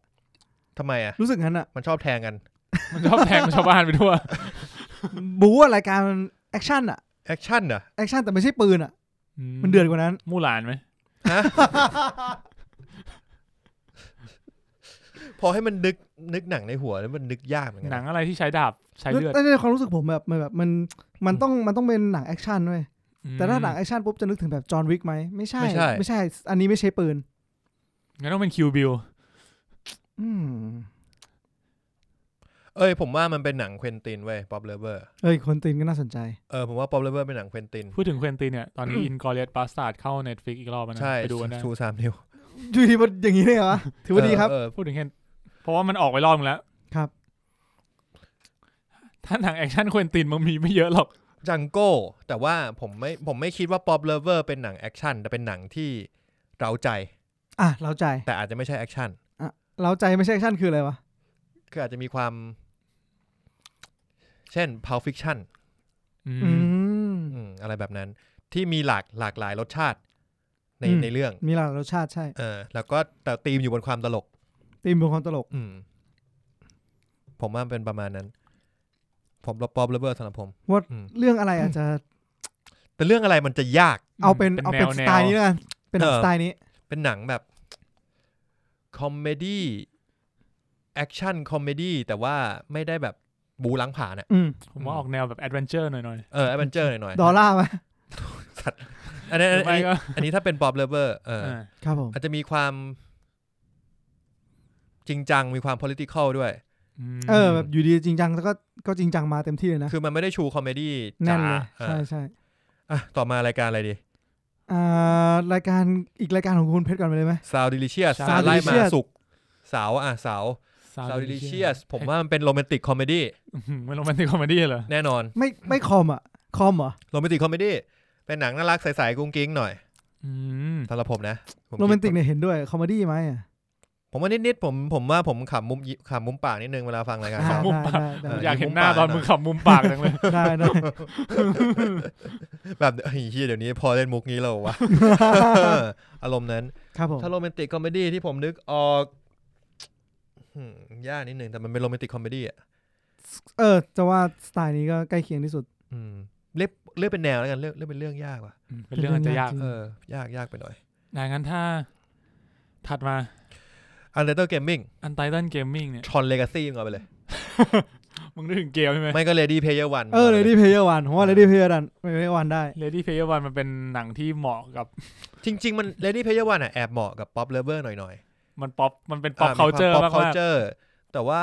ทำไมอ่ะ
รู้สึกงั้นอะ
มันชอบแทงกัน
มันชอบแทงชาวบ้านไป ทั่ว
บู๊อะรายการแอคชั่นอะ
แอคชั่นเหรอ
แอคชั่นแต่ไม่ใช่ปืนอะมันเดือดกว่านั้น
มู่หลานไหม
ฮะ พอให้มันนึกนึกหนังในหัวแล้วมันนึกยากเหมือนกั
หนั
นะ
งอะไรที่ใช้ดาบใช้เลือด
แต่ในความรู้สึกผมแบบมันแบบมันมันต้องมันต้องเป็นหนังแอคชั่นเว้ยแต่ถ้าหนังแอคชั่นปุ๊บจะนึกถึงแบบจอห์นวิกไหมไม่ใช่ ไม่ใช่ อันนี้ไม่ใช่ปืน
งั้นต้องเป็นคิวบิล
อืม
เอ้ยผมว่ามันเป็นหนังเควินตินเว้ยป๊อปเลเวอร์
เอ้ยคนตีนก็น่าสนใจ
เออผมว่าป๊อปเลเวอร์เป็นหนังเควินติน
พูดถึงเควินตินเนี่ยตอนนี้อินกอร์เลียสปาสตาร์ดเข้าเน็ตฟิกอีกรอบแล้วนะ
ใช่
ไปดูกันได้
ชูสามนิ้ว
อยู่ดีมันอย่างนี้เลยเหรอถือว่าดีครับ
เออเออ
พูดถึงเห็นเพราะว่ามันออกไปรอบนึงแล้ว
ครับ
ถ้าหนังแอคชั่นควินตินมันมีไม่เยอะหรอก
จังโก้แต่ว่าผมไม่ผมไม่คิดว่าป๊อปเลเวอร์เป็นหนังแอคชั่นแต่เป็นหนังที่เราใจ
อ่ะเราใจ
แต่อาจจะไม่ใช่แอคชั่น
เราใจไม่ใช่แอคชั่นคืออะไรวะ
คืออาจจะมีความ เช่นพาวฟิคชั่น
อืม
อะไรแบบนั้น ที่มีหลากหลากหลายรสชาติใน
อืม
ในเรื่อง
มีหลากหลายรสชาติใช่
เออแล้วก็แต่ธีมอยู่บนความตลก
ตีมเป็นความตลก
อืม ผมว่าเป็นประมาณนั้น ผมรบปอบเลเวอร์สำหรับผม
ว่า
อืม
เรื่องอะไรอาจจะ
แต่เรื่องอะไรมันจะยาก
เอาเป็น
เป็น
เอาเป็น
แนว
ส
แนว
ไตล์นี้แล้วกันเป็น
เออ
สไตล์นี้
เป็นหนังแบบคอมเมดี้แอคชั่นคอมเมดี้แต่ว่าไม่ได้แบบบูล้างผ่านอะ
อืม
ผมว่าออกแนวแบบแอดเวนเจอร์หน่อย
เออแอดเวนเจอร์หน่อยๆ
ดอลลาร์ไหม
อันนี้
ๆห
อัน
รือ
นี้อัน
ไม่
นี้
ก็
อันนี้ถ้าเป็นปอบเลเวอร์เออ
เออ
ครับผม
อาจจะมีความจริงจังมีความ political ด้วย
อืม
เออแบบอยู่ดีจริงจังแล้วก็ก็จริงจังมาเต็มที่เลยนะ
คือมันไม่ได้ชูคอมเมดี้
แน่
จ๋าน
เลย
เอ
ใช่
อ
ใช่
อ่ะต่อมารายการอะไรดี
อ่ารายการอีกรายการของคุณเพชรก่อนไปเลยไหม
ซาวดิลิเชียส
Sound
ไล่มา
Delicious
สุกร์เสาวอ่ะเสาวซาวดิลิเชีย สผมว่ามันเป็นโรแมนติกคอมเมดี้
อื้อหือมันโรแมนติกคอมเมดี้เหรอ
แน่นอน
ไม่ไม่คอมอ่ะ คอมเหรอ
โรแมนติกคอมเมดี้เป็นหนังน่ารักใสๆกุ้งกิ้งหน่อย
อืม
สำหรับผมนะผคิด
โรแมนติกเนี่ยเห็นด้วยคอมเมดี้ไหมอ่ะ
ผมว่านิดๆผมผมว่าผมขำมุมยิ้มขำมุมปากนิดนึงเวลาฟังรายการ
อ่า
เขา
ได้
เอ
ได้
อ
อ
ได้
ยากเห็นหน้าตอนมึงขับมุมปากจังเลย
ได้ได้
แบบเฮยเหียเดี๋ยวนี้พอเล่นมุกนี้แล้ว วะ อารมณ์นั้น
ครับผม
ถ้าโรแมนติกคอมเมดี้ที่ผมนึกออกหืมยากนิดหนึ่งแต่มันเป็นโรแมนติกคอมเมดี้อ่ะ
เออจะว่าสไตล์นี้ก็ใกล้เคียงที่สุด
อืมเลือกเลือกเป็นแนวแล้วกันเลือกเลือกเป็นเรื่องยากว่ะ
เป็นเรื่องอาจจะยาก
อืม
เออยากยากไปหน่อย
ดังนั้นถ้า ถัดมา
อันเดอร์เกมมิ่ง
อันไตเติลเกมมิ่งเนี่ย
ทรอนเลกาซี่ก่อนไปเลย
มึงนึกถึงเกมใช่ไหม
ไม่ก็เลดี้เพเยอร์วัน
เออ Lady Player One ผมว่า Lady Player One Player One ได้
Lady Player One มันเป็นหนังที่เหมาะกับ
จริง ๆ มันเลดี้เพเยอร์วันอ่ะแอบเหมาะกับป๊อปเลเวอร์หน่อย
มันป๊อปมันเป็น
ๆ
ป๊อปเคาเจอร์
ป๊อป
มา
เคาม
กาก
เจอร์แต่ว่า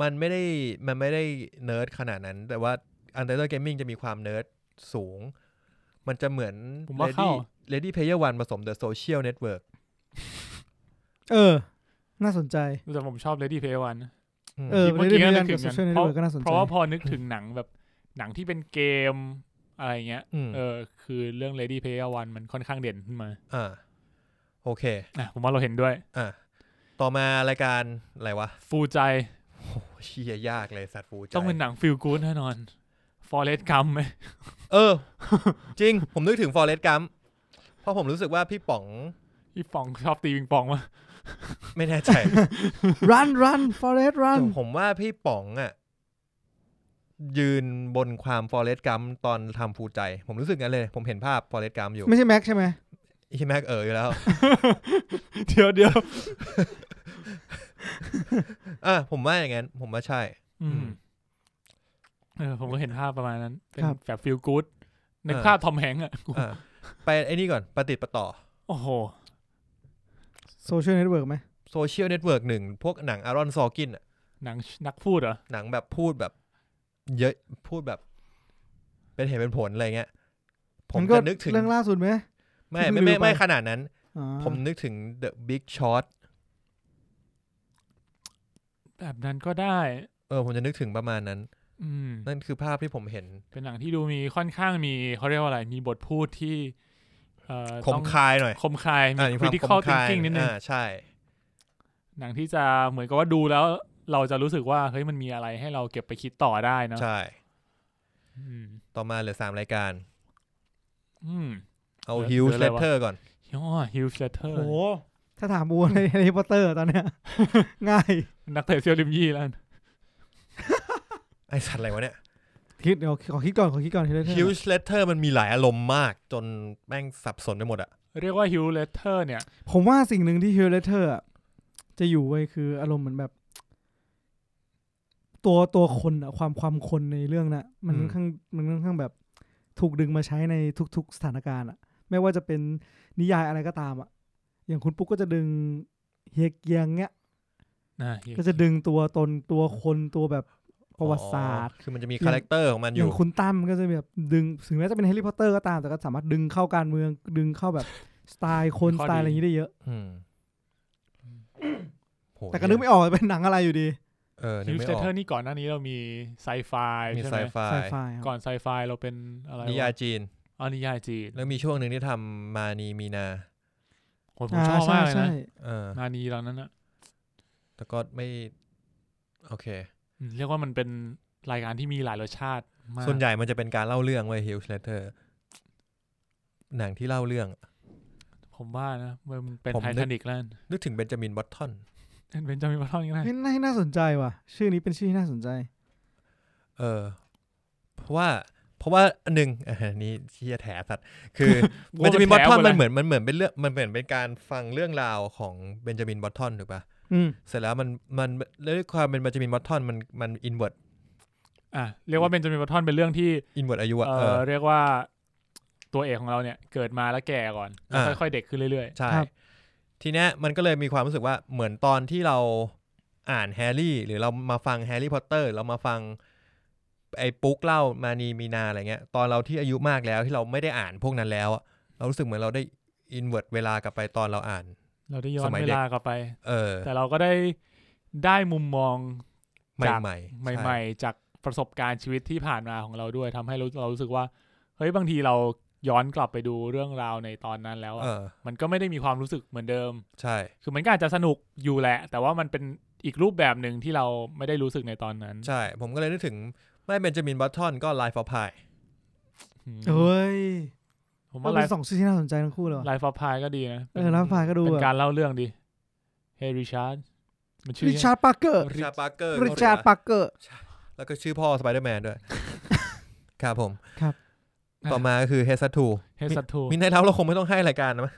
มันไม่ได้มันไม่ได้เนิร์ดขนาดนั้น แต่ว่าอันเดอร์เกมมิ่งจะมีความเนิร์ดสูง มันจะเหมือน
ผม
เล
ว่าเข้า
ดี้เลดี้เพเยอร์วันผสมเดอะโซเชียลเน็ตเวิร์ก
เออ น่าสนใจ
แต่ผมชอบ Lady Player One นะ
เออ
เมื่อ
Lady
กี้ก็
Player
นึ
One
กถึ
กับ
งอย่าง
Social Network ก็น่าสน
เพ
ใจ
ราะว่าพอนึกถึงหนังแบบหนังที่เป็นเกมอะไรเงี้ย
อืม
เออ คือเรื่อง Lady Player One มันค่อนข้างเด่นขึ้นมา
อ่าโอเค
อ่ะ ผมว่าเราเห็นด้วย
อ่าต่อมารายการอะไรวะ
ฟูใจ
โอ้โหเชียยากเลยสัตว์ฟูใจ
ต้องเป็นหนังฟิลกู๊ดแน่นอน Forest Gump ไหม
เออ จริง ผมนึกถึงฟอเรสต์กัมเพราะผมรู้สึกว่าพี่ป๋อง
พี่ปองชอบตีปิงปอง วะ
ไม่แน่ใจ
รันรัน Forest Run
ผมว่าพี่ป๋องอ่ะ ยืนบนความฟอเรสต์กัมตอนทำฟูใจ ผมรู้สึกงั้นเลย ผมเห็นภาพฟอเรสต์กัมอยู่
ไม่ใช่แม็กใช่ไหม
อีแม็กเอ๋ออยู่แล้ว
เดี๋ยวเดี๋ยว
อ่ะผมว่าอย่างงั้น ผมว่าใช่
อื
อื
ม
ม
เออ ผมก็เห็นภาพประมาณนั้น เป็นแบบฟิลกู๊ดในภาพทอมแฮงก์อ่ะ
อ่ะไปไอ้นี่ก่อนปฏิดประต่อ
โอ้โห
โซเชียลเน็ตเวิร์กไหม
โซเชียลเน็ตเวิร์กหนึ่งพวกหนังอารอนซอกิน
หนังนักพูดเหรอ
หนังแบบพูดแบบ เยอะพูดแบบ เป็นเหตุเป็นผลอะไรเงี้ย ผมจะนึกถึง
เรื่องล่าสุดไหม
ไม่
ที่
ไม่
เพิ่ง
ไม่
ดูไป
ไม่ขนาดนั้น
อ่า
ผมนึกถึง The Big Short
แบบนั้นก็ได้
เออ ผมจะนึกถึงประมาณนั้น
อืม
นั่นคือภาพที่ผมเห็น
เป็นหนังที่ดูมีค่อนข้างมีเขาเรียกว่าอะไร มีบทพูดที่ เอ่อ
คม
ต้อง
คายหน่อย
คมคายมี
อ่ามีความค
critical
มคาย
thinking นิดนึง
อ่าใช่
หนังที่จะเหมือนกับว่าดูแล้วเราจะรู้สึกว่า เฮ้ยมันมีอะไรให้เราเก็บไปคิดต่อได้เนอะ
ใช่
อืม
ต่อมาเหลือสามรายการ
อืม
เอา
เหลื
ฮิว
อ
ส์
เห
เล
ลืออะไรวะ
เตอร์ก่อน
ย่อฮิลเซเตอร์
ถ้าถามบู ในแฮร์รี่พอตเตอร์ตอน เนี้ย ง่าย
นักเตะเซียวริมยี่แล้ว
ไอสัตว์อะไรวะเนี่ย
คิดเดี๋ยวขอคิดก่อนขอคิดก่อนทีละเรื่
ฮิว
อง
ส์เลเตอร์มันมีหลายอารมณ์มาก จนแม่งสับสนไปหมดอะ
เรียกว่าฮิลเลเตอร์เนี่ย
ผมว่าสิ่งหนึ่งที่ฮิวเลเตอร์จะอยู่ไว้ยคืออารมณ์เหมือนแบบ ตัวตัวคนอะความความคนในเรื่องน่ะ มันค่อนข้างมันค่อนข้างแบบ ถูกดึงมาใช้ในทุก ๆ สถานการณ์อะไม่ว่าจะเป็นนิยายอะไรก็ตามอะอย่างคุณปุ๊กก็จะดึงเฮียเกียงเนี้ย
อ่า Hugh
ก็จะดึงตัวตนตัวคนตัวแบบประวัติศาสตร์
อ๋อคือมันจะมี
อย่าง
คาแรคเตอร์ของมันอ
อย่า
ยู่
งคุณตั้มก็จะแบบดึงถึงแม้จะเป็นแฮร์รี่พอตเตอร์ก็ตามแต่ก็สามารถดึงเข้าการเมืองดึงเข้าแบบ สไตล์คน
ข้อดี
สไตล์อะไรอย่างนี้ได้เยอะ
อืมโห
แต่ก็นึกไม่ออกว่าเป็นหนังอะไรอยู่ดี
เออนึก
ฮิล
ไม่
เซ
ออก
เตอร์นี่ก่อนหน้านี้เรามีไซไฟ
มี
ใช่
ไซ
ไหม
ไฟ
ไซไฟครับ
ก่อนไซไฟเราเป็นอะไร
นิยายว
ะ
จีน
อ๋อนิยายจีน
แล้วมีช่วงหนึ่งที่ทำมานีมีนา
โหผมชอบ
ใช่
มากเลย
ใช่
นะ
เออ
นานีตอนนั้นอะ
แต่ก็ไม่ โอเค
อืมเรียกว่ามันเป็นรายการที่มีหลายรสชาติมาก
ส่วนใหญ่มันจะเป็นการเล่าเรื่องไว้ฮิลส์เลเตอร์หนังที่เล่าเรื่อง
ผมว่านะมันเป็น
ผม
ไท
นึก
ทานิกแล้ว
นึกถึงเบนจามินบอตทอน
เป็นจามินบัตทอนก็ได้
เฮ้ยน่าน่าสนใจว่ะ ชื่อนี้เป็นชื่อที่น่าสนใจ
เออ เพราะว่า เพราะว่าอันหนึ่ง อ่ะอันนี้เชี่ยแถสัตว์คือ เบนจามินบอตทอนมันเหมือนมันเหมือนเป็นเรื่องมันเหมือนเป็นการฟังเรื่องราวของเบนจามินบอตทอนถูกปะ
อืม
เสร็จแล้วมันมันด้วยความเป็นเบนจามินบอตทอนมันมันอินเวอร์ต
อ่ะเรียกว่าเป็นจามินบัตทอนเป็นเรื่องที่
อินเวอร์ตอายุอะ
เอ
เอ
อ
อ
เรียกว่าตัวเอกของเราเนี่ย เกิดมาแล้วแก่ก่อนแล้ว
อ่า
ค่อยๆเด็กขึ้นเรื่อย
ใช่ ทีเนี้ยมันก็เลยมีความรู้สึกว่าเหมือนตอนที่เราอ่านแฮร์รี่ หรือเรามาฟังแฮร์รี่พอตเตอร์ เรามาฟังไอ้ปุ๊กเล่ามานีมีนาอะไรเงี้ย ตอนเราที่อายุมากแล้วที่เราไม่ได้อ่านพวกนั้นแล้วอะเรารู้สึกเหมือนเราได้อินเวอร์ตเวลากลับไปตอนเราอ่าน
ๆ เราได้ย้อน
สมัย
เว
เด็ก
ลากลับไป
เออ
แต่เราก็ได้ได้มุมมอง
ใหม่ๆใหม่
ใหม่ๆ จากประสบการณ์ชีวิตที่ผ่านมาของเราด้วยทำให้เราเรารู้สึกว่า เฮ้ยบางทีเรา ย้อนกลับไปดูเรื่องราวในตอนนั้นแล้วอะ
เออ
มันก็ไม่ได้มีความรู้สึกเหมือนเดิม
ใช่
คือมันก็อาจจะสนุกอยู่แหละ แต่ว่ามันเป็นอีกรูปแบบหนึ่งที่เราไม่ได้รู้สึกในตอนนั้น
ใช่ ผมก็เลยนึกถึงไม่เบนจามินบัตทอนก็ไลฟ์ฟอร์พาย
อืม
เฮ้ย
ผม
มัน
ว่าไล
เป็น
ฟ์
สองชื่อที่น่าสนใจทั้งคู่เลยว่ะ
ไลฟ์ฟอร์พายก็ดีนะ
เออรับฟายก็ดู
เป็น
แบบ
การเล่าเรื่องดีเฮริชาร์ดมันชื่อ
ริชาร์ดปาร์เกอร์
ริชาร์ดปาร์เกอร์
ริชาร์ดปาร์เกอร์
แล้วก็ชื่อพ่อสไปเดอร์แมนด้วย ครับผม
ครับ
ต่อมาก็คือเฮสัตทู
เฮสัตทู
มินไนท์เราเราคงไม่ต้องให้รายการนะมั้ย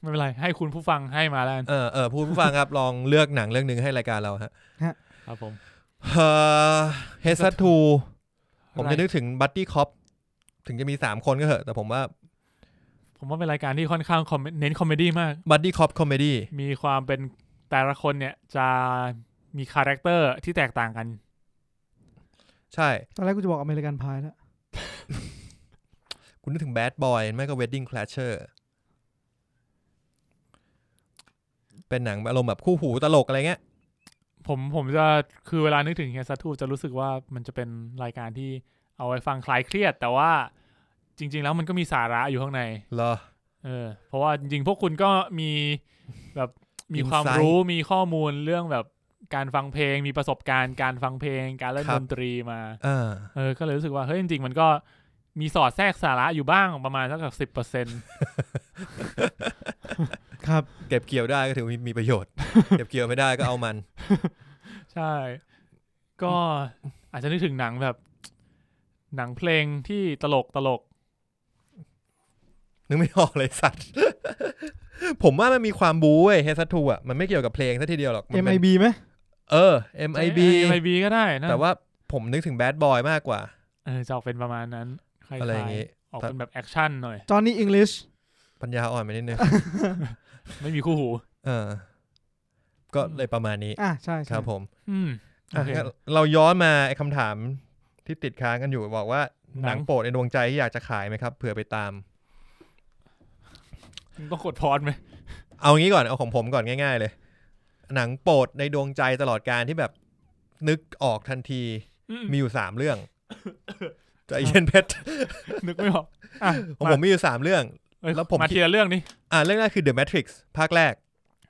ไม่เป็นไร ให้คุณผู้ฟังให้มาแล้วกัน
เออเออผู้ผู้ฟังครับ ลองเลือกหนังเรื่องหนึ่งให้รายการเราฮะ
ครับผม
เฮสัตทูผมจะนึกถึงบัตตี้คอปถึงจะมีสามคนก็เหอะ แต่ผมว่า
ผมว่าเป็นรายการที่ค่อนข้าง comment- เน้นคอมเมดี้มาก
บัตตี้คอปคอมเมดี้
มีความเป็นแต่ละคนเนี่ยจะมีคาแรคเตอร์ที่แตกต่างกัน
ใช่
ตอนแรกกูจะบอกอเมริกันพายแล้ว
คุณนึกถึงแบดบอยไม่ก็เวดดิ้งคลาเชอร์เป็นหนังอารมณ์แบบคู่หูตลกอะไรเงี้ย
ผมผมจะคือเวลานึกถึงเฮียซัตทูจะรู้สึกว่ามันจะเป็นรายการที่เอาไว้ฟังคลายเครียด แต่ว่าจริง ๆ แล้วมันก็มีสาระอยู่ข้างใน
เหรอ
เออ เพราะว่าจริง ๆ พวกคุณก็มีแบบมี
Insight
ความรู้มีข้อมูลเรื่องแบบการฟังเพลง มีประสบการณ์การฟังเพลง การเล่น
ครั
ด
บ
นตรีมา
อ่า
เออ ก็เลยรู้สึกว่าเฮ้ยจริง ๆ มันก็มีสอดแทรกสาระอยู่บ้างประมาณสักสิบเปอร์เซ็นต์
ครับ
เก็บเกี่ยวได้ก็ถือว่ามีมีประโยชน์ เก็บเกี่ยวไม่ได้ก็เอามัน
ใช่ ก็อาจจะนึกถึงหนังแบบ หนังเพลงที่ตลกตลก
นึกไม่ออกเลยสัตว์ ผมว่ามันมีความบูเว้ยเฮสัทูอ่ะ มันไม่เกี่ยวกับเพลงซะทีเดียวหรอก มันเป็น
MIB ไหม
เออ MIB
MIB ก็ได้นะ
แต่ว่าผมนึกถึงแบดบอยมากกว่า
เออจะออกเป็นประมาณนั้นคล้ายๆ
อะไรอย่างงี้
ออกเป็นแบบแอคชั่นหน่อย
จอห์นนี่อังกฤษ
ปัญญาอ่อนไปนิดนึง
ไม่มีคู่หู
เออ ก็เลยประมาณนี้
อ่ะใช่ใช่
ครับผม
อืมโอ
อ่ะ
เค
งั้นเราย้อนมาไอ้คำถามที่ติดค้างกันอยู่บอกว่า ห
หนั
นัง
ง
โปรดในดวงใจที่อยากจะขายไหมครับเผื่อไปตาม
มึงต้องกดพอดไหม
เอางี้ก่อน เอาของผมก่อนง่าย ๆ เลย หนังโปรดในดวงใจตลอดการที่แบบนึกออกทันที
อืม
มีอยู่สาม เรื่อง ใจเย็นเพชร
นึกไม่ออกอ่ะ
ของผมมีอยู่สามเรื่อง
เอ้ย
แล้วผม
มา
คิด
ทีละเรื่องนี้
อ่าเรื่องแรกคือ The Matrix ภาคแรก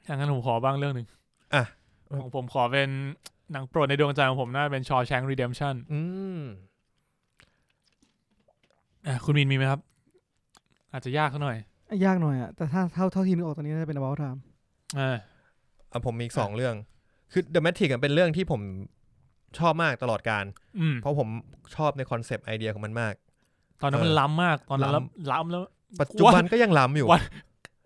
อย่างนั้นผมขอบ้างเรื่องหนึ่ง
อ่ะ
ของผมขอเป็นหนังโปรดในดวงใจของผมน่าจะเป็นชอแชงรีเดมชั่น
อืม
อ่ะคุณมินมีไหมครับ อาจจะยากเขาหน่อย
อ่ะยากหน่อยอ่ะแต่ถ้าเท่าเท่าที่นึกออกตอนนี้น่าจะเป็น about time
อ่า
อ่ะผมมีอีกสองเรื่อง คือ The Matrix อ่ะเป็นเรื่องที่ผมชอบมากตลอดการ
อืม
เพราะผมชอบในคอนเซปต์ไอเดียของมันมาก
ตอนนั้นมันล้ำมากตอนนั้น
ล้
ล้ำแล้ว
ปัจจุบันก็ยังล้ำอยู่
What?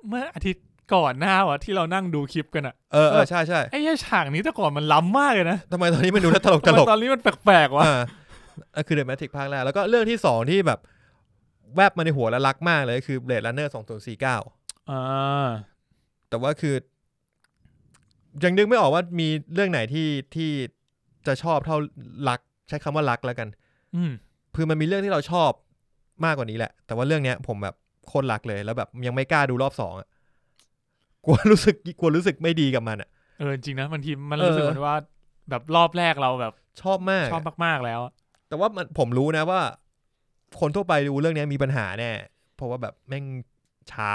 เมื่ออาทิตย์ก่อนหน้าวะที่เรานั่งดูคลิปกันอะ
เออเออใช่ใช่
ไอ้เหี้ยฉากนี้แต่ก่อนมันล้ำมากเลยนะ
ทำไมตอนนี้มันดูแล้วตลกต
ทำไม
ลก
ตอนนี้มันแปลกๆวะ
อ่าอ่ะคือ The Matrix ภาคแรก แล้วก็เรื่องที่สองที่แบบแวบมาในหัวแล้วรักมากเลย คือ Blade Runner 2049
อ่า
แต่ว่าคือ ยังนึกไม่ออกว่ามีเรื่องไหนที่ที่จะชอบเท่ารัก ใช้คำว่ารักแล้วกัน
อืม
คือมันมีเรื่องที่เราชอบมากกว่านี้แหละ แต่ว่าเรื่องเนี้ย ผมแบบโคตรรักเลยแล้วแบบยังไม่กล้าดูรอบสองอะกลัวรู้สึกกลัวรู้สึกไม่ดีกับมันอ่ะ
เออจริงนะบางทีมัน
เออ
รู้สึกเหมือนว่า แบบรอบแรกเราแบบ
ชอบมาก
ชอบมากๆแล้วอะ
แต่ว่ามันผมรู้นะว่า คนทั่วไปดูเรื่องเนี้ยมีปัญหาแน่เพราะว่าแบบแม่งช้า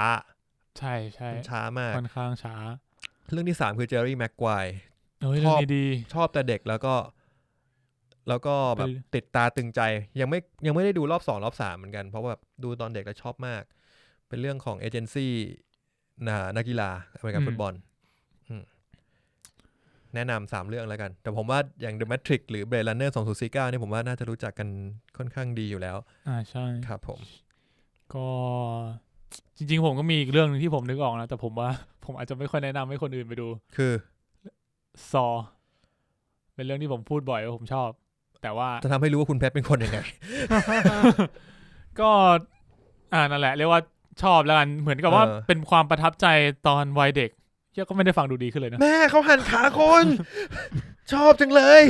ใช่ใช่
มันช้ามาก
ค่อนข้างช้า
เรื่องที่สามคือเจอรี่แม็กไกวร์
เอ้ย
ช
เรื่อ
อบ
งนี้ดี
ชอบแต่เด็กแล้วก็ แล้วก็แบบ
เป็น
ติดตาตึงใจ ยังไม่ยังไม่ได้ดูรอบสองรอบสามเหมือนกันเพราะว่าแบบดูตอนเด็กแล้วชอบมาก เป็นเรื่องของเอเจนซี่นะนักกีฬาอเมริกันฟุตบอลอืมแนะนำสามเรื่องแล้วกัน แต่ผมว่าอย่าง The Matrix หรือ Blade Runner 2049เนี่ยผมว่าน่าจะรู้จักกันค่อนข้างดีอยู่แล้ว
อ่าใช่
ครับผม
ก็จริง ๆ ผมก็มีอีกเรื่องหนึงที่ผมนึกออกนะแต่ผมว่า ผมอาจจะไม่ค่อยแนะนำให้คนอื่นไปดู
คือ
ซอ เป็นเรื่องที่ผมพูดบ่อยว่าผมชอบ แต่ว่า
จะทำให้รู้ว่าคุณแพทเป็นคนยังไง
ก็อ่านั่นแหละ เรียกว่าชอบแล้วกันเหมือนกับว่า
เออ
เป็นความประทับใจตอนวัยเด็กเหี้ยก็ไม่ได้ฟังดูดีขึ้นเลยนะ
แม่เขาหันขาคน ชอบจังเลย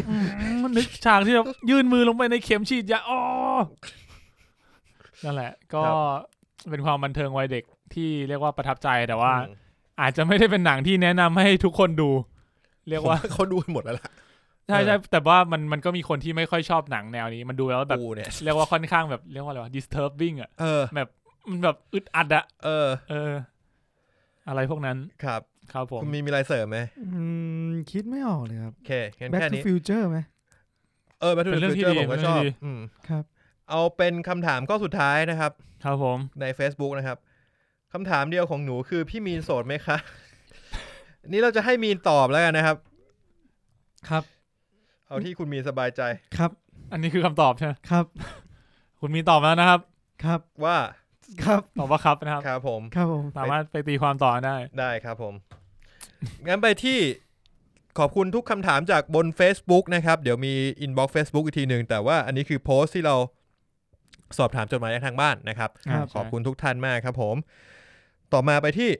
มันนึกฉากที่แบบยื่นมือลงไปในเข็มฉีดยาอ๋อนั่นแหละ ก็
ครับ
เป็นความบันเทิงวัยเด็กที่เรียกว่าประทับใจแต่ว่า อาจจะไม่ได้เป็นหนังที่แนะนำให้ทุกคนดู เรียก
ผม
ว่า
ว่าเขาดูกันหมดแล้วล่ะ
ใช่
เออ
ใช่แต่ว่ามันมันก็มีคนที่ไม่ค่อยชอบหนังแนวนี้ มันดูแล้วแบบ
กูเนี่ย
เรียกว่าค่อนข้างแบบเรียกว่าอะไรวะ disturbing อ่ะ
เออ
มันแบบอึดอัดอะ
เออ
เออ อะไรพวกนั้น
ครับ
ครับผม
คุณมีมีอะไรเสริมไหม
อืมคิดไม่ออกเลยครับ
โอเคงั้น
Back
แค่
to
นี้
Future ไหม
เออ Back to
เป็
the
นเรื่องที่
Future
ดี
ผมก็
เป็น
ช
เรื่
อ
อบ งที่ดี
อืม
ครับ
เอาเป็นคำถามข้อสุดท้ายนะครับ
ครับผม
ใน Facebook นะครับคำถามเดียวของหนูคือพี่มีนโสดไหมคะ นี่เราจะให้มีนตอบแล้วกันนะครับ
ครับ
เอาที่คุณมีนสบายใจ
ครับ
อันนี้คือคำตอบใช่ไหม
ครับ
คุณมีตอบแล้วนะครับ
ครับ
ว่า
ครับ
ตอบว่าครับนะครับ
ครับผม
ครับผม
สามารถไปตีความต่อได้
ได้ครับผม งั้นไปที่ขอบคุณทุกคำถามจากบน Facebook นะครับ เดี๋ยวมี inbox Facebook อีกทีหนึ่ง แต่ว่าอันนี้คือโพสต์ที่เราสอบถามจดหมายจากทางบ้านนะครับ
ครับ
ขอบคุณทุกท่านมากครับผม ต่อมาไปที่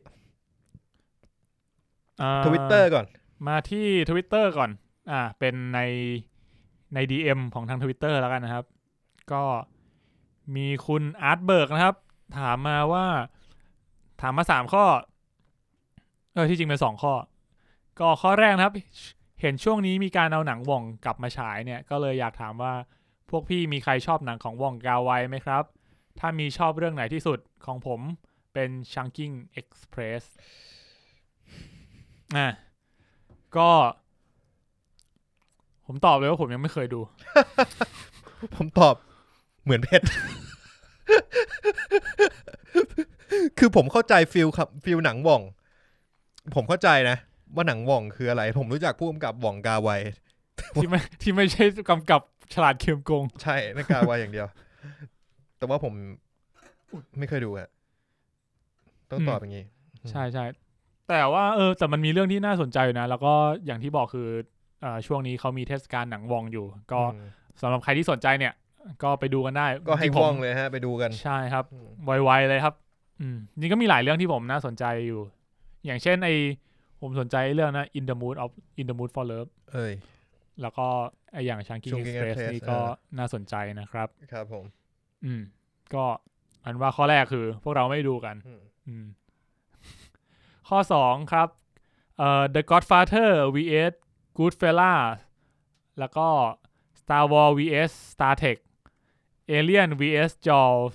อ่า
Twitter ก่อน
มาที่ Twitter ก่อน อ่า เป็นในใน DM ของทาง Twitter แล้วกันนะครับ ก็มีคุณอาร์ตเบิร์กนะครับ ถามมาว่า ถามมาสามข้อ เออ ที่จริงเป็นสองข้อ ก็ข้อแรกนะครับ เห็นช่วงนี้มีการเอาหนังหว่องกลับมาฉายเนี่ย ก็เลยอยากถามว่าพวกพี่มีใครชอบหนังของหว่องกาไวไหมครับ ถ้ามีชอบเรื่องไหนที่สุดของผมเป็น Chunking Express อ่ะ ก็ ผมตอบเลยว่าผมยังไม่เค ยดู
ผมตอบเหมือนเพชร คือผมเข้าใจฟิลครับฟิลหนังหว่อง ผมเข้าใจนะ ว่าหนังหว่องคืออะไร ผมรู้จักผู้กำกับหว่องกาไว
ที่ไม่ที่ไม่ใช่กำกับฉลาดเคียมโกง
ใช่นักกาไวอย่างเดียว แต่ว่าผมไม่เคยดูอะต้องตอบอย่างนี้
ใช่ใช่แต่ว่าเออแต่มันมีเรื่องที่น่าสนใจอยู่นะ แล้วก็อย่างที่บอกคือเอ่อช่วงนี้เขามีเทศกาลหนังวองอยู่ ก็สำหรับใครที่สนใจเนี่ย ก็ไปดูกันได้
ก็ให้
จริๆผม
ว่องเลยฮะ ไปดูกัน
ใช่ครับ
อืม
ไวๆเลยครับ อืมนี่ก็มีหลายเรื่องที่ผมน่าสนใจอยู่ อย่างเช่นไอผมสนใจเรื่องนะ In the Mood of In the Mood for Love
เอ้ย
แล้วก็ไออย่าง Chunking
Chungking
Express
Express
นี่ก็
เออ
น่าสนใจนะครับ
ครับผม
อืม ก็อันว่าข้อแรกคือ พวกเราไม่ดูกัน
อืม
อืม ข้อสองครับเอ่อ The Godfather vs Goodfella แล้วก็ Star Wars vs Star Trek Alien vs Jaws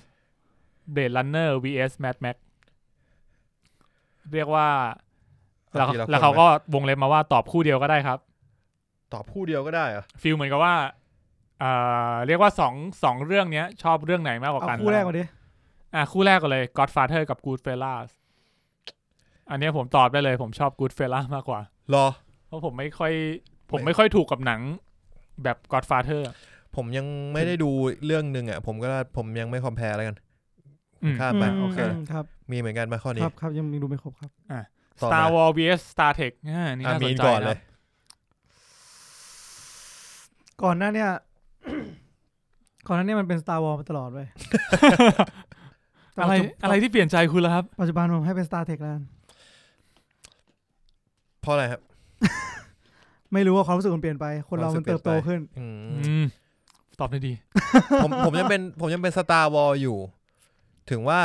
Blade Runner vs Mad Max เรียกว่า แล้ว
อทีะคน
แล้วเขา
ไหม
ก็วงเล็บมาว่าตอบคู่เดียวก็ได้ครับ
ตอบผู้เดียวก็ได้เหรอะ
ฟิลเหมือนกับว่าเอ่อเรียกว่าสองสองเรื่องเนี้ย ชอบเรื่องไหนมากกว่า
เอา
กัน
คู่แรกมาดิ
อ่ะคู่แรกก่อนเลย Godfather กับ Goodfellas อันเนี้ยผมตอบได้เลย ผมชอบ Goodfellas มากกว่า
รอ
เพราะผมไม่ค่อย ผมไม่ค่อยถูกกับหนังแบบ Godfather
ผมยังไม่ได้ดูเรื่องหนึ่งอะผมก็ผมยังไม่คอมแพร์แล้วกัน
อืม
ข้ามไป
ม
โอเค
มครับ
มีเหมือนกันมาข้
ค
อนี้
รับครับยังดูไม่ครบครับ
ต่อมา
Star Wars vs Star Trek อ่านี่
อ่ะ
น่าส
มี
น
น
ใจ
ก่อนเล
นะ
ย
ก่อนหน้าเนี่ย ก่อนหน้าเนี่ยมันเป็น Star Wars มาตลอดเลย
อะไรอะไร ที่เปลี่ยนใจคุณแล้วครับ
ปัจจุบันผมให้เป็น Star Trek แล้วกัน
เพราะอะไรครับ
ไม่รู้ว่าความรู้สึกมันเปลี่ยนไป คนเรามันเติบโตขึ้น
อืม
อืม ตอบได้ดี
ผมผมยังเป็นผมยังเป็นสตาร์วอลอยู่ ถึงว่า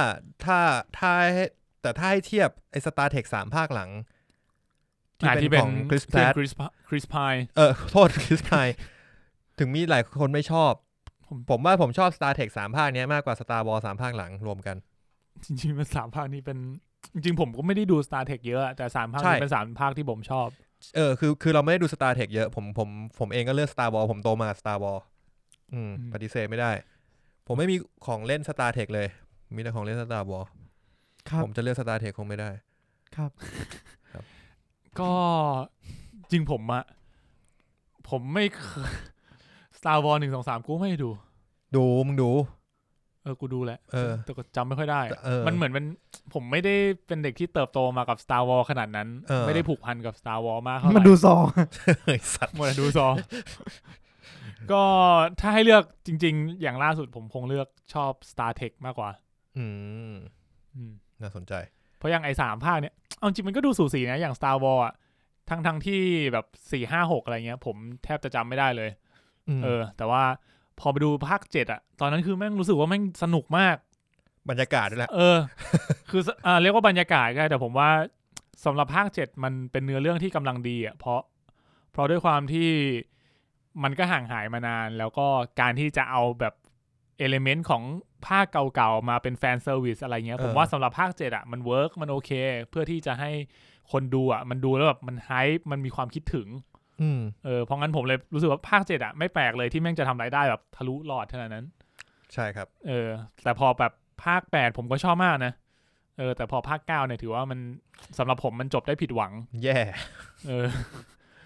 ถ้าถ้าให้แต่ถ้าให้เทียบไอ้สตาร์เทคสามภาคหลัง ที่
อ่า
เป็
ที่
น
เป็น
ของคริสแพ t
คริสคริสพาย
เออ โทษคริสไพถึงมีหลายคนไม่ชอบ ผมผมว่าผมชอบ Star t e ท h สามภาคเนี้ยมากกว่า Star Wars สามภาคหลังรวมกัน
จริงๆมันสามภาคนี้เป็น จริงๆผมก็ไม่ได้ดู Star Trek เยอะอะแต่สามภาค
ใช่
นี้เป็นสามภาคที่ผมชอบ
เออคือคือเราไม่ได้ดู Star t e ท h เยอะ ผมผมผมเองก็เลือก Star Wars ผมโตมา Star Wars อืม
อืม
ปฏิเสธไม่ได้ ผมไม่มีของเล่น Star t e ท h เลย มีแต่ของเล่น Star Wars
ครับ
ผมจะเลือก Star t e ท h คงไม่ได้
ครับ
ก็จริงผมอะผมไม่เคย Star Wars หนึ่งสองสามกูไม่ได้ดู
ดูมึงดู
เออ กูดูแหละ
เออ
แต่ก็จำไม่ค่อยได้
แต่เออ
มันเหมือนมันผมไม่ได้เป็นเด็กที่เติบโตมากับ Star Wars ขนาดนั้น
เออ
ไม่ได้ผูกพันกับ Star Wars มากเท่าไห
มัน
ร่
ดูซอ
เฮ้ยสัตว์
หมดแต่ดูซอ ก็ถ้าให้เลือกจริง ๆ อย่างล่าสุดผมคงเลือกชอบ Star Trek มากกว่า
อืม
อืม
น่าสนใจ
เพราะอย่างไอ้สามภาคเนี่ย เอาจริงมันก็ดูสูสีนะ อย่าง Star Wars อะทั้งทั้งๆที่แบบสี่ห้าหกอะไรเงี้ย ผมแทบจะจำไม่ได้เลย
อืม
เออ แต่ว่าพอไปดูภาคเจ็ดอะตอนนั้นคือแม่งรู้สึกว่าแม่งสนุกมาก
บรรยากาศด้วยแหละ
เออ คือสอ่าเรียกว่าบรรยากาศก็ได้แต่ผมว่าสำหรับภาคเจ็ดมันเป็นเนื้อเรื่องที่กำลังดีอ่ะเพราะ เพราะด้วยความที่มันก็ห่างหายมานาน แล้วก็การที่จะเอาแบบ เอลเมนต์ของภาคเก่าๆมาเป็นแฟนเซอร์วิสอะไรเงี้ย
เออ
ผมว่าสำหรับภาคเจ็ดอ่ะมันเวิร์กมันโอเค เพื่อที่จะให้คนดูอ่ะ มันดูแล้วแบบมันไฮป์มันมีความคิดถึง
อืม
เออเพราะงั้นผมเลยรู้สึกว่าภาคเจ็ดอ่ะไม่แปลกเลยที่แม่งจะทำรายได้แบบทะลุหลอดขนาดนั้น
ใช่ครับ
เออ แต่พอแบบภาคแปดผมก็ชอบมากนะเออ แต่พอภาคเก้าเนี่ยถือว่ามันสำหรับผมมันจบได้ผิดหวัง
แย่
เออ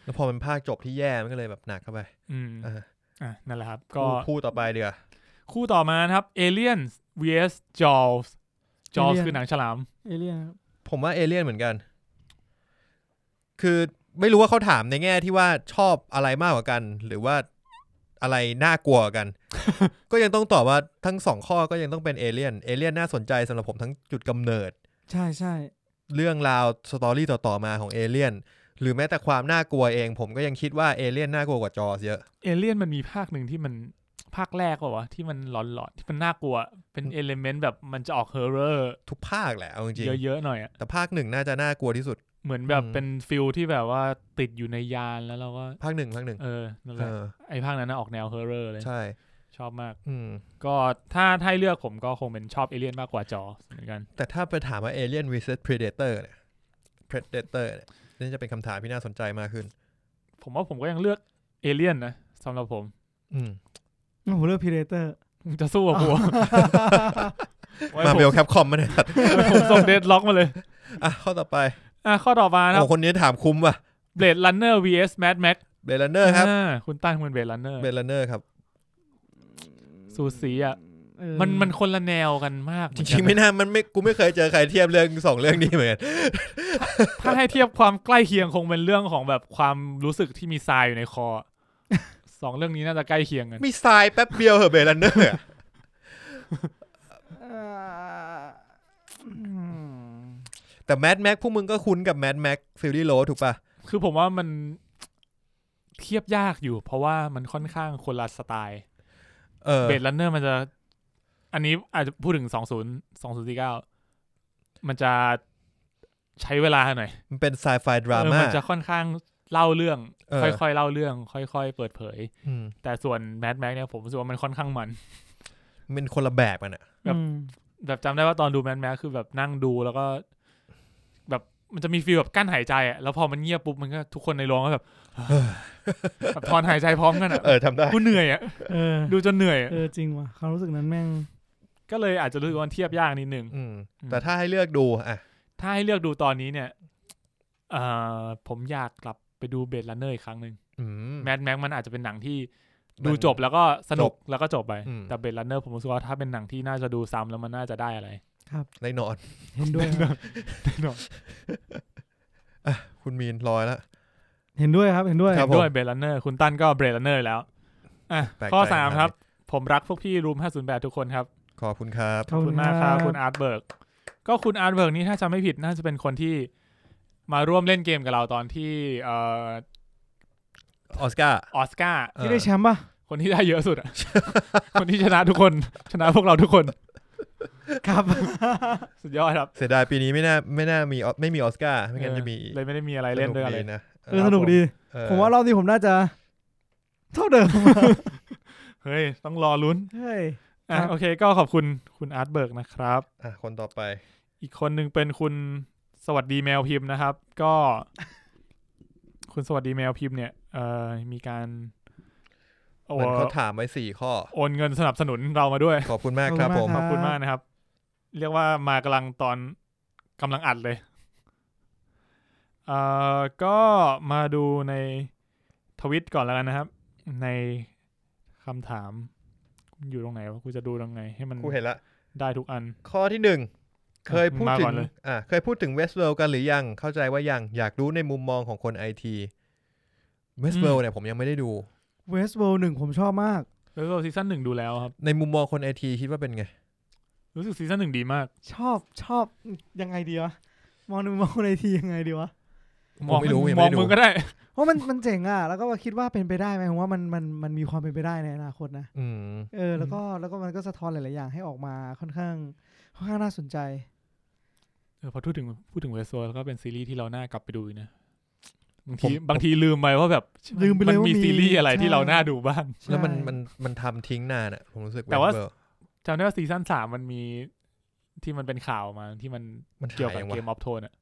แล้วพอเป็นภาคจบที่แย่มันก็เลยแบบหนักเข้าไป
อืม
เออ
อ่ะนั่นแหละครับ ก็
คู่คู่ต่อไปเดี๋ยวา
คู่ต่อมานะครับ Aliens vs Jaws Jaws
Alien
คือหนังฉลาม
เอเลี่ยน
ผมว่าเอเลี่ยนเหมือนกัน คือไม่รู้ว่าเขาถามในแง่ที่ว่าชอบอะไรมากกว่ากัน หรือว่าอะไรน่ากลัวกว่า กัน ก็ยังต้องตอบว่าทั้งสองข้อก็ยังต้องเป็นเอเลี่ยนเอเลี่ยนน่าสนใจสำหรับผมทั้งจุดกำเนิด
ใช่ใช่
เรื่องราวสตอรี่ต่อๆมาของเอเลี่ยนหรือแม้แต่ความน่ากลัวเอง ผมก็ยังคิดว่าเอเลี่ยนน่ากลัวกว่าจอสเยอะ
เอเลี่ยนมันมีภาคหนึ่งที่มันภาคแรกเปล่าวะที่มันหลอนหลอนๆที่มันน่ากลัว เป็น
อืม
เอลเมนต์แบบมันจะออกเฮอร์เรอร์
ทุกภาคแหละเอาจริง
เยอะๆหน่อยอะ
ๆแต่ภาคหนึ่งน่าจะน่ากลัวที่สุด
เหมือนแบบ
อืม
เป็นฟิลที่แบบว่าติดอยู่ในยานแล้วเราก็
ภาคหนึ่งภาคหนึ่ง
เออนั่นแห
เอ
ละ
อ
ไอ้ภาคนั้นนะออกแนวเฮอร์เรอร์เลย
ใช่
ชอบมาก
อืม
ก็ถ้าถ้าให้เลือกผมก็คงเป็นชอบเอเลี่ยนมากกว่าจอเหมือนกัน
แต่ถ้าไปถามว่า Alien vs Predator เนี่ย Predator เนี่ยนี่จะเป็นคำถามที่น่าสนใจมากขึ้น
ผมว่าผมก็ยังเลือกเอเลี่ยนนะสำหรับผม
อืม
งั้นผมเลือกพีเดเตอร์
มึงจะสู้กับกูอะไว้
มา
ผม
เบลแคปคอมมาเนี่ย
ไว้ผมส่งเดดล็อกมาเลย
อ่ะข้อต่อไป
อ่ะข้อต่อมานะครั
โอ้
บ
คนนี้ถามคุ้มว่ะ
Blade Runner vs Mad Max
เบลันเนอร์ครับ
าคุณตั้งเป็น Blade Runner
เบลันเนอร์ครับ
สูสีอ่ะ มันมันคนละแนวกันมาก
จริงๆ ไม่น่ามันไม่กูไม่เคยเจอใครเทียบเรื่องสองเรื่องนี้เหมือนกัน
ถ้าให้เทียบความใกล้เคียงคงเป็นเรื่องของแบบความรู้สึกที่มีทรายอยู่ในคอ สองเรื่องนี้น่าจะใกล้เคียงกัน
มีทรายแป๊บเดียวเหอะเบลันเนอร์
เอ่ออืม
แต่แมดแม็กพวกมึงก็คุ้นกับแมดแม็กฟิลลี่โรถูกปะ
คือผมว่ามันเทียบยากอยู่ เพราะว่ามันค่อนข้างคนละสไตล์
เออ
เบดลันเนอร์มันจะ อันนี้อาจจะพูดถึงสองศูนย์สองศูนย์สี่เก้ามันจะใช้เวลาหน่อย
มันเป็นไซไฟดรา
เออ
ม่า
มันจะค่อนข้างเล่าเรื่อง
เออ
ค่อยๆเล่าเรื่อง ค่อยๆเปิดเผย
อืม
แต่ส่วนแม d แม็กเนี่ยผมรู้สึกว่ามันค่อนข้างมัน
มันเป็นคนละแบบกันอ่ะ
แบบ
อืม
แบบจำได้ว่าตอนดูแม d แม็กคือแบบนั่งดูแล้วก็ แบบมันจะมีฟีลแบบกั้นหายใจอะแล้วพอมันเงียบปุ๊บมันก็ทุกคนในโรงก็แบบ แบบถอนหายใจพร้อมกันอะ
เออทำได้
กูเหนื่อยอะ
เออ
ดูจนเหนื่อยอะ
เออจริงว่ะความรู้สึกนั้นแม่ง
ก็เลยอาจจะรู้สึกว่ามันเทียบยากนิดนึง
อืม แต่ถ้าให้เลือกดูอ่ะ
ถ้าให้เลือกดูตอนนี้เนี่ยเอ่อผมอยากกลับไปดูเบดลันเนอร์อีกครั้งหนึ่ง
อืม
แมดแม็กมันอาจจะเป็นหนังที่
มัน
ดูจบแล้วก็สนุกแล้วก็จบไป
อืม
แต่เบดลันเนอร์ผมรู้สึกว่าถ้าเป็นหนังที่น่าจะดูซ้ำแล้วมันน่าจะได้อะไร
แน่นอน
เห็นด้วย ครับ
คุณมีนลอยแล้ว
เห็นด้วยครับเห็นด้วย
ครั บผม
ด้วยเบดลันเนอร์คุณตั้นก็เบดลันเนอร์แล้วอ่ะ
แปลกใจ
ข้อ
มาก
สามครับ ผมรักพวกพี่รูม508 ทุกคนครับ
ขอบคุณครับ
ขอบ
ข
คุ
อบ
ณ
คุณ
มาม
า
ครั
ก กครั
บบ
คุณอาร์ตเบิร์กก็คุณอาร์ตเบิร์กนี่ถ้าจำไม่ผิดน่าจะเป็นคนที่มาร่วมเล่นเกมกับเราตอนที่เออ
ออสการ์
ออสการ์
เอ
ที่
อ
ได้แชมป์ป่ะ
คนที่ได้เยอะสุดอะ คนที่ชนะทุกคนชนะพวกเราทุกคน
ครับ
สุดยอดครับ
เสียดายปีนี้ไม่น่าไม่น่ามีไม่มีออสการ์ไม่งั้น
เออ
จะมี
เลยไม่ได้มีอะไรเล่นด้วยกันเลย
นะ
เออสนุกดี
เออ
ผมว่ารอบนี้ผมน่าจะ เท่าเดิม
เฮ้ย ต้องรอลุ้น
เฮ้ย
อ่ะ
ครับ
โอเคก็ขอบคุณคุณอาร์ตเบิร์กนะครับ
อ่ะคนต่อไป
อีกคนหนึ่งเป็นคุณสวัสดีแมวพิมพ์นะครับ ก็ คุณสวัสดีแมวพิมพ์เนี่ยเอ่อมีการโอ
เหมือนเขาถามไว้สี่ข้อ
โอนเงินสนับสนุนเรามาด้วย
ขอบคุณมากครับ
ข
ผ
อบคุ
ม
ณมาก
ขอบคุณมากนะครับ เรียกว่ามากำลังตอนกำลังอัดเลยเอ่อก็มาดูในทวิตก่อนแล้วกันนะครับ ในคำถามอยู่ตรงไหนวะกูจะดูตรงไหนให้มัน
กูเห็นละ
ได้ทุกอัน
ข้อที่หนึ่งเคยพูดถึ
มาก่อง นเลย
อ่ะเคยพูดถึงเวสเวลกันหรือยัง เข้าใจว่ายัง อยากรู้ในมุมมองของคนไอทีเวสเวลเนี่ยผมยังไม่ได้ดู
เวสเวิลหนึ่งผมชอบมาก
แล้วก็ซีซั่นหนึ่งดูแล้วครับ
ในมุมมองคนไอทีคิดว่าเป็นไง
รู้สึกซีซั่นหนึ่งดีมาก
ชอบชอบยังไงดีวะ มองในมุมมองในทียังไงดีวะ
มอง
ไม่รู้ยัง
ม
ไม่
อง
ได้ดู
มึงก็ได้
เพราะมันมันเจ๋งอ่ะ แล้วก็คิดว่าเป็นไปได้ไหมผมว่ามันมันมันมีความเป็นไปได้ในอนาคตนะ
อืม
เออ แล้วก็แล้วก็มันก็สะท้อนหลาย ๆ อย่างให้ออกมาค่อนข้างค่อนข้างน่าสนใจ
เออพอพูดถึงพูดถึงเวสโซแล้วก็เป็นซีรีส์ที่เราน่ากลับไปดูอีกนะบาง
ผม
ทีบางทีลืมไปว่าแบบ
ลืมไปเลย
มัน
ว่ามี
มีซีรีส์อะไร
ใช่
ที่เราน่าดูบ้าง
แล้วมัน
ใช่
มันมันทำทิ้งนานอะผมรู้สึก
แต่ว่า
Westworld
จำได้ว่าซีซั่นสามมันมีที่มันเป็นข่าวมาที่มัน
มัน
เกี่ย
ฉายว
กับ
ยัง
เก
วะ
มออฟโทนอ่ะ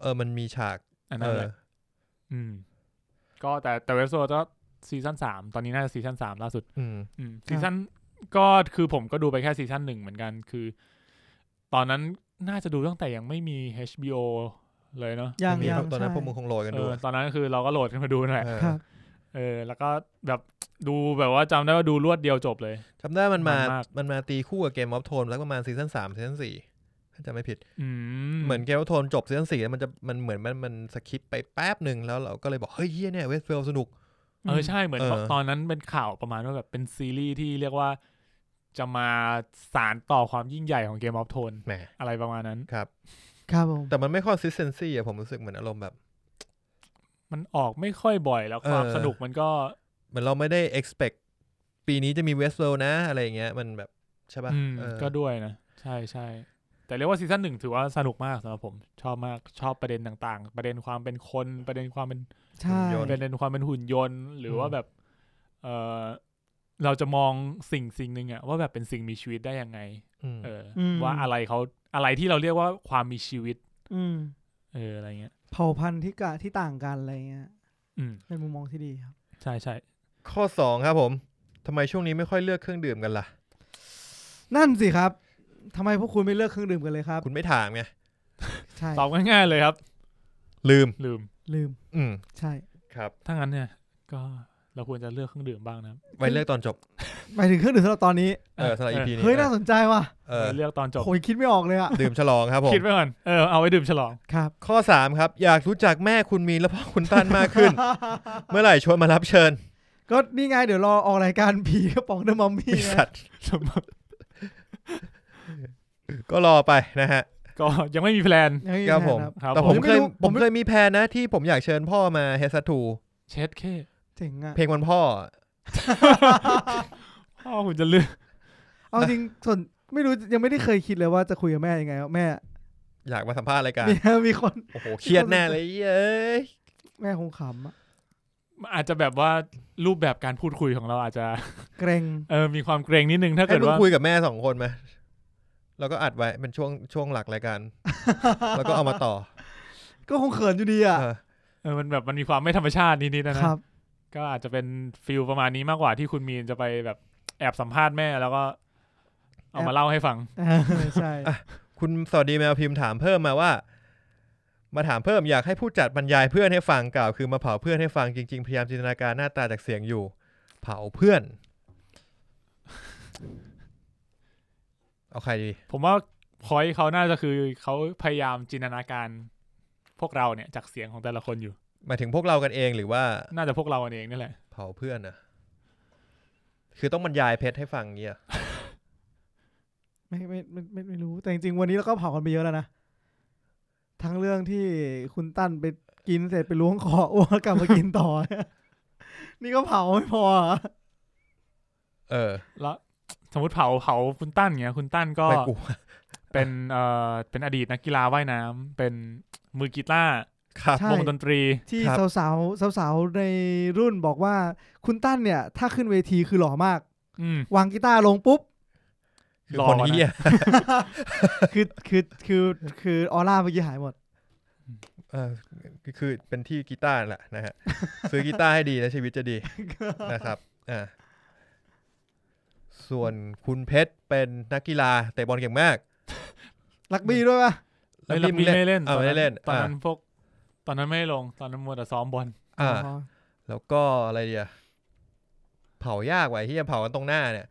เออมันมีฉาก
อัน
เอ
นั้น
อ
แหละอืม ก็แต่แต่เวสโซก็ซีซั่นสามตอนนี้น่าจะซีซั่นสามล่าสุด
อืม
อืมซีซั่นก็คือผมก็ดูไปแค่ซีซั่นหนึ่งเหมือนกันคือ ตอนนั้นน่าจะดูตั้งแต่ยังไม่มี HBO เลยเนาะ
ยัง
มี
ยัง
ตอนนั้น
ใช่
พวกมึงคงโรยกัน
เอ
ดู
อตอนนั้นคือเราก็โหลดกันมาดูนั่นแหละ
เออ
ครับ
เออแล้วก็แบบดูแบบว่าจำได้ว่าดูรวดเดียวจบเลย
จำได้มันมาม
นมาก
มันมาตีคู่กับเกมออฟโทนแล้วประมาณซีซั่นสามซีซั่นสี่ถ้าจำไม่ผิด
อืม
เหมือนเกมออฟโทนจบซีซั่นสี่แล้วมันจะมันเหมือนมันมันสคิปไปแป๊บหนึ่งแล้วเราก็เลยบอก เฮ้ยเฮียเนี่ยเวสเฟลสนุก
เออใช่เหมือน
เออ
ตอนนั้นเป็นข่าวประมาณว่าแบบเป็นซีรีส์ที่เรียกว่าจะมาสารต่อความยิ่งใหญ่ของเกมออฟโทน
แหม
อะไรประมาณนั้น
ครับผม
แต่มันไม่ค่อนซิสเซนซี่อะผมรู้สึกเหมือนอารมณ์แบบ
มันออกไม่ค่อยบ่อยแล้วความ
เออ
สนุกมันก็
เหมือนเราไม่ได้ expect ปีนี้จะมีเวสเฟลนะอะไรอย่างเงี้ยมันแบบใช่ป่ะ
อืม
เออ
ก็ด้วยนะ ใช่ใช่แต่เรียกว่าซีซั่นหนึ่งถือว่าสนุกมากสำหรับผม ชอบมากชอบประเด็นต่างๆ ประเด็นความเป็นคนประเด็นความเป็น
ใช่
ประเด็นความเป็นหุ่นยนต์ หรือว่าแบบเออเราจะมองสิ่งสิ่งหนึ่งอะว่าแบบเป็นสิ่งมีชีวิตได้ยังไง
ม
เออ
ม
ว่าอะไรเขาอะไรที่เราเรียกว่าความมีชีวิต
อืม
เอออะไรเงี้ย
เผ่าพันธุ์ที่กะที่ต่างกันอะไรเงี้ย
อืม
เป็นมุมมองที่ดีครับ
ใช่ใช่
ข้อสองครับผมทำไมช่วงนี้ไม่ค่อยเลือกเครื่องดื่มกันล่ะ
นั่นสิครับทำไมพวกคุณไม่เลิกเครื่องดื่มกันเลยครับ
คุณไม่ถามไง
ใช่
ตอบง่ายๆเลยครับ
ลืม
ลืม
ลืม
อืม
ใช่
ครับ
ถ้างั้นเนี่ย ก็เราควรจะเลือกเครื่องดื่มบ้างนะครับ
ไว้เลือกตอนจบ
หมายถึงเครื่องดื่มสำหรับตอนนี้
เออสำหรับ EP นี้
เฮ้ยน่าสนใจว่ะ
เอ
เออ
อ
เลือกตอนจบ
โอ้ยคิดไม่ออกเลยอ่ะ
ดื่มฉลองครับผม
คิดไว้ก่อนเออเอาไว้ดื่มฉลอง
ครับ
ข้อ 3 ครับ อยากรู้จักแม่คุณมีนและพ่อคุณต้านมากขึ้ น เมื่อไหร่ชวนมารับเชิญ
ก็นี่ไงเดี๋ยวรอออกรายการผีกระป๋องเดอะมัม มี่
บริ
นะ
ษัท ก็รอไปนะฮะ
ก็ยังไม่มีแพลน
ยังไง
ครับผม
นะครับ
ครับ
แต่
ผ
ผม
ผ
ม
มยังไม่
เคย
รู้
ผ
ผม มไม่
เคยมีแพลนนะที่ผมอยากเชิญพ่อมาเฮสทู
เช็ดแค่
เจ๋งอ่ะ
เพลงวันพ่อ
พ่อคุณจะเลือก
เอาจริงส่วนไม่รู้ยังไม่ได้เคยคิดเลยว่าจะคุยกับแม่ยังไงว่าแม่
อยากมาสัมภาษณ์รายการ
มี มีคน
โอ้โหเครียดแน่เลยเอ้ย
แม่คงขำอะ
อาจจะแบบว่ารูปแบบการพูดคุยของเราอาจจะ
เกรง
เออมีความเกรงนิดนึงถ้า
ให้
เกิด
มึง
ว่า
คุยกับแม่สองคนไหมแล้วก็อัดไว้เป็นช่วงช่วงหลักราย การ แล้วก็เอามาต่อ
ก็คงเขินอยู่ดีอ่ะ
เออ
เออมันแบบมันมีความไม่ธรรมชาตินิดๆนะนะครับ ก็อาจจะเป็นฟิลประมาณนี้มากกว่าที่คุณมีนจะไปแบบแอบสัมภาษณ์แม่แล้วก็เอามาเล่าให้ฟัง
ใช่
คุณสวัสดีแมวพิมพ์ถามเพิ่มมาว่า มาถามเพิ่มอยากให้ผู้จัดบรรยายเพื่อนให้ฟังกล่าว คือมาเผาเพื่อนให้ฟังจริงๆพยายามจินตนาการหน้าตาจากเสียงอยู่ เผาเพื่อน เอาใครดี
ผมว่าพอยเขาน่าจะคือเขาพยายามจินตนาการ พวกเราเนี่ยจากเสียงของแต่ละคนอยู่
หมายถึงพวกเรากันเองหรือว่า
น่าจะพวกเราเองนี่แหละ
เผาเพื่อนอะคือต้องบรรยายเพชรให้ฟังเงี้ย
ไม่ไม่ไม่ไม่ไม่รู้แต่จริงๆวันนี้เราก็เผากันไปเยอะแล้วนะทั้งเรื่องที่คุณตั้นไปกินเสร็จไปล้วงคออ้วกกลับมากิน ต่อ นี่ก็เผาไม่พออะ
เออ
แล้วสมมติเผาเผาคุณตั้นเงี้ย คุณตั้นก็
ไม่กู
เป็นเอ่อเป็นอดีตนักกีฬาว่ายน้ำเป็นมือกีตาร์
ครับ
ใช่
วงดนตรี
ที่
ครับ
สาวๆสาวๆในรุ่นบอกว่า คุณตั้นเนี่ย ถ้าขึ้นเวทีคือหล่อมาก
อืม
วางกีตาร์ลงปุ๊บ
คือคน
รอนะ
เฮีย
คือคือคือคือออร่าเมื่อกี้หายหมด
เออคือคือเป็นที่กีตาร์แหละนะฮ ะ ซื้อกีตาร์ให้ดีแล้วชีวิต จะดี นะครับอ่าส่วนคุณเพชรเป็นนักกีฬาเตะบอลเก่งมาก
ลักบี้ด้วยป่ะ
แล้ว
เล่น
พี่
ลักบี้ไม่เล่น
เออไม่ได้เล่น
ตอน
อ่า
นั้นพวก ตอนนั้นไม่ได้ลงตอนนั้นมัวแต่ซ้อมบอล
อ่า
อ๋อ
แล้วก็อะไรเดียเผายากไว้ที่จะเผากันตรงหน้าเนี่ย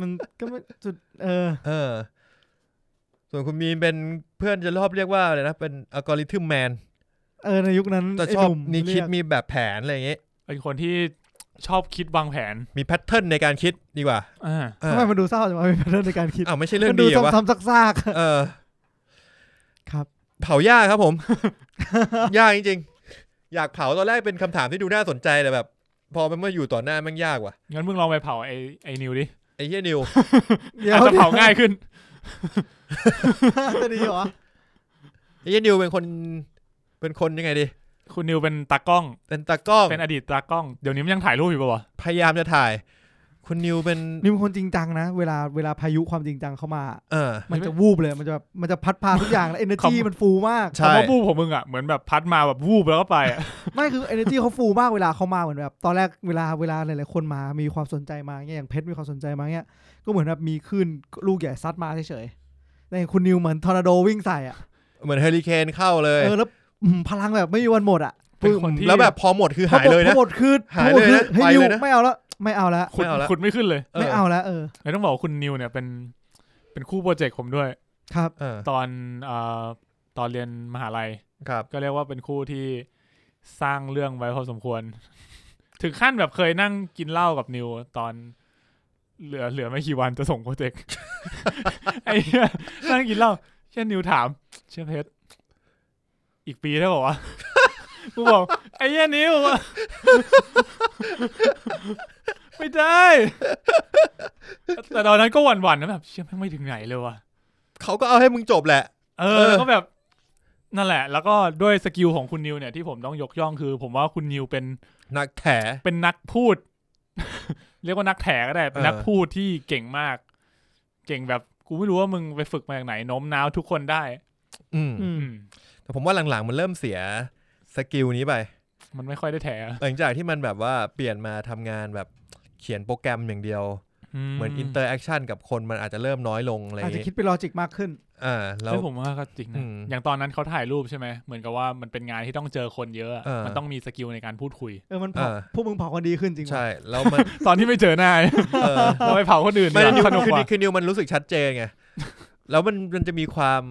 มันก็ไม่จุดเออ
เออ ส่วนคุณมีนเป็นเพื่อนจะรอบเรียกว่าอะไรนะ เป็นอัลกอริทึมแมน
เออในยุคนั้น
แต่
ไอ้
ชอบ
หนุ่
มีคิด
เรียก
มีแบบแผนอะไรอย่างเงี้ย
เป็นคนที่ชอบคิดวางแผน
มีแพทเทิร์นในการคิดดีกว่า
อ่า
เออ
ทำไมมันดูเศร้าจังวะเป็นเรื่องในการคิด
อ้าวไม่ใช่เรื่อ
มั
ง
ดู
ดีเหรอวะ
ซ้ำๆซาก
เออ
ๆครับ
เผายากครับผม ยากจริงๆ อยากเผาตอนแรกเป็นคำถามที่ดูน่าสนใจแต่แบบ พอมันมาอยู่ต่อหน้าแมันยากว่ะ
งั้นมึงลองไปเผาไอไอนิวดิ
ไอ้เฮียนิว
เดี๋ยว
อาจจะเผาง่ายขึ้น
จะดีเหรอ
ไอ้เฮียนิวเป็นคน เป็นคนยังไงดี
คุณนิวเป็นตากล้อง
เป็นตากล้อง
เป็นอดีตตากล้อง เดี๋ยวนี้มันยังถ่ายรูปอยู่ปะวะ
พยายามจะถ่าย คุณนิวเป็น
นี่เป็นคนจริงจังนะ เวลาเวลาพายุความจริงจังเข้ามา
เออ
มันจะวูบเลย มันจะแบบมันจะพัดพาทุกอย่างแล้วเอเนอ ร์จี
คำ
มันฟูมาก
ใช่
คำว่าบูบของมึงอ่ะเหมือนแบบพัดมาแบบวูบแล้วก็ไปอะ
ไม่คือเอเนอร์จีเขาฟูมากเวลาเขามาเหมือนแบบตอนแรกเวลาเวลาหลายๆคนมามีความสนใจมาเงี้ยอย่างเพชรมีความสนใจมาเงี้ยก็เหมือนแบบมีคลื่นลูกใหญ่ซัดมาเฉยๆแต่อย่างคุณนิวเหมือนทอร์นาโดวิ่งใส่อ่ะ
เหมือนเฮอริเคนเข้าเลย
เออแล้วอืมพลังแบบไม่มีวันหมดอ่ะ
เป็นคนที่
แล้วแบบพอหมดคือหายเลย
ทั้
นะ
งหมดคือ
หายเลยนะ
ทั้งหมดคือให้
ไป
นิว
เลยนะ
ไม่เอาแล้วไม่เอาแล้ว
ขุ
ไม่
ด
เอาละ
ขุดไม่ขึ้นเลย
ไม่เอาแล้วเออ
แล้วต้องบอกว่าคุณนิวเนี่ยเป็นเป็นคู่โปรเจกต์ผมด้วย
ครับ
เออ
ตอนเอ่อตอนเรียนมหาลัย
ครับ
ก็เรียกว่าเป็นคู่ที่สร้างเรื่องไว้พอสมควร ถึงขั้นแบบเคยนั่งกินเหล้ากับนิวตอน เหลือเหลือไม่กี่วันจะส่งโปรเจกต์ ไอ้เหี้ยนั่งกินเหล้าเช่นนิวถาม เชื่อเพชรอีกปีได้ บอกว่าวะ กูบอกไอ้เหี้ยนิว อะ ไม่ได้แต่ตอนนั้นก็หวั่นๆนะแบบเชื่อแม่งไม่ถึงไหนเลยว่ะ
เขาก็เอาให้มึงจบแหละ
เอ
เอ
อ
อ
แล้วก็แบบนั่นแหละ แล้วก็ด้วยสกิลของคุณนิวเนี่ยที่ผมต้องยกย่องคือ ผมว่าคุณนิวเป็น
นักแถ
เป็นนักพูด เรียกว่านักแถก็ได้เป็น
เออ
นักพูดที่เก่งมาก เก่งแบบกูไม่รู้ว่ามึงไปฝึกมาจากไหนโน้มน้าวทุกคนได้
อืม
อืม
อืม
แต่ผมว่าหลังๆมันเริ่มเสียสกิลนี้ไป
มันไม่ค่อยได้แถ
หลังจากที่มันแบบว่าเปลี่ยนมาทำงานแบบเขียนโปรแกรมอย่างเดียว เหมือนอินเตอร์แอคชั่นกับคนมันอาจจะเริ่มน้อยลงอะไรอ
อาจ
ย่าง
จะ
งี้
คิดเป็นลอจิกมากขึ้น
อ่าแล้
แล้ว วผมว่าก็จริง
อื
นะ
ม
อย่างตอนนั้นเขาถ่ายรูปใช่ไหมเหมือนกับว่ามันเป็นงานที่ต้องเจอคนเยอะอะ
เออ
มันต้องมีสกิลในการพูดคุย
เออมันเผา
เออ
พวกมึงเผากันดีขึ้นจริงวะ
ใช่ แล้วมัน
ตอนที่ไม่เจอหน้า
เออ
เราไปเผาคนอื่นดี
ไม่
ก
ได้นิว
ว่าสนุก
คือก
ว่า
นิวคือนิวมันรู้สึกชัดเจนไง แล้วมันมันจะมีความ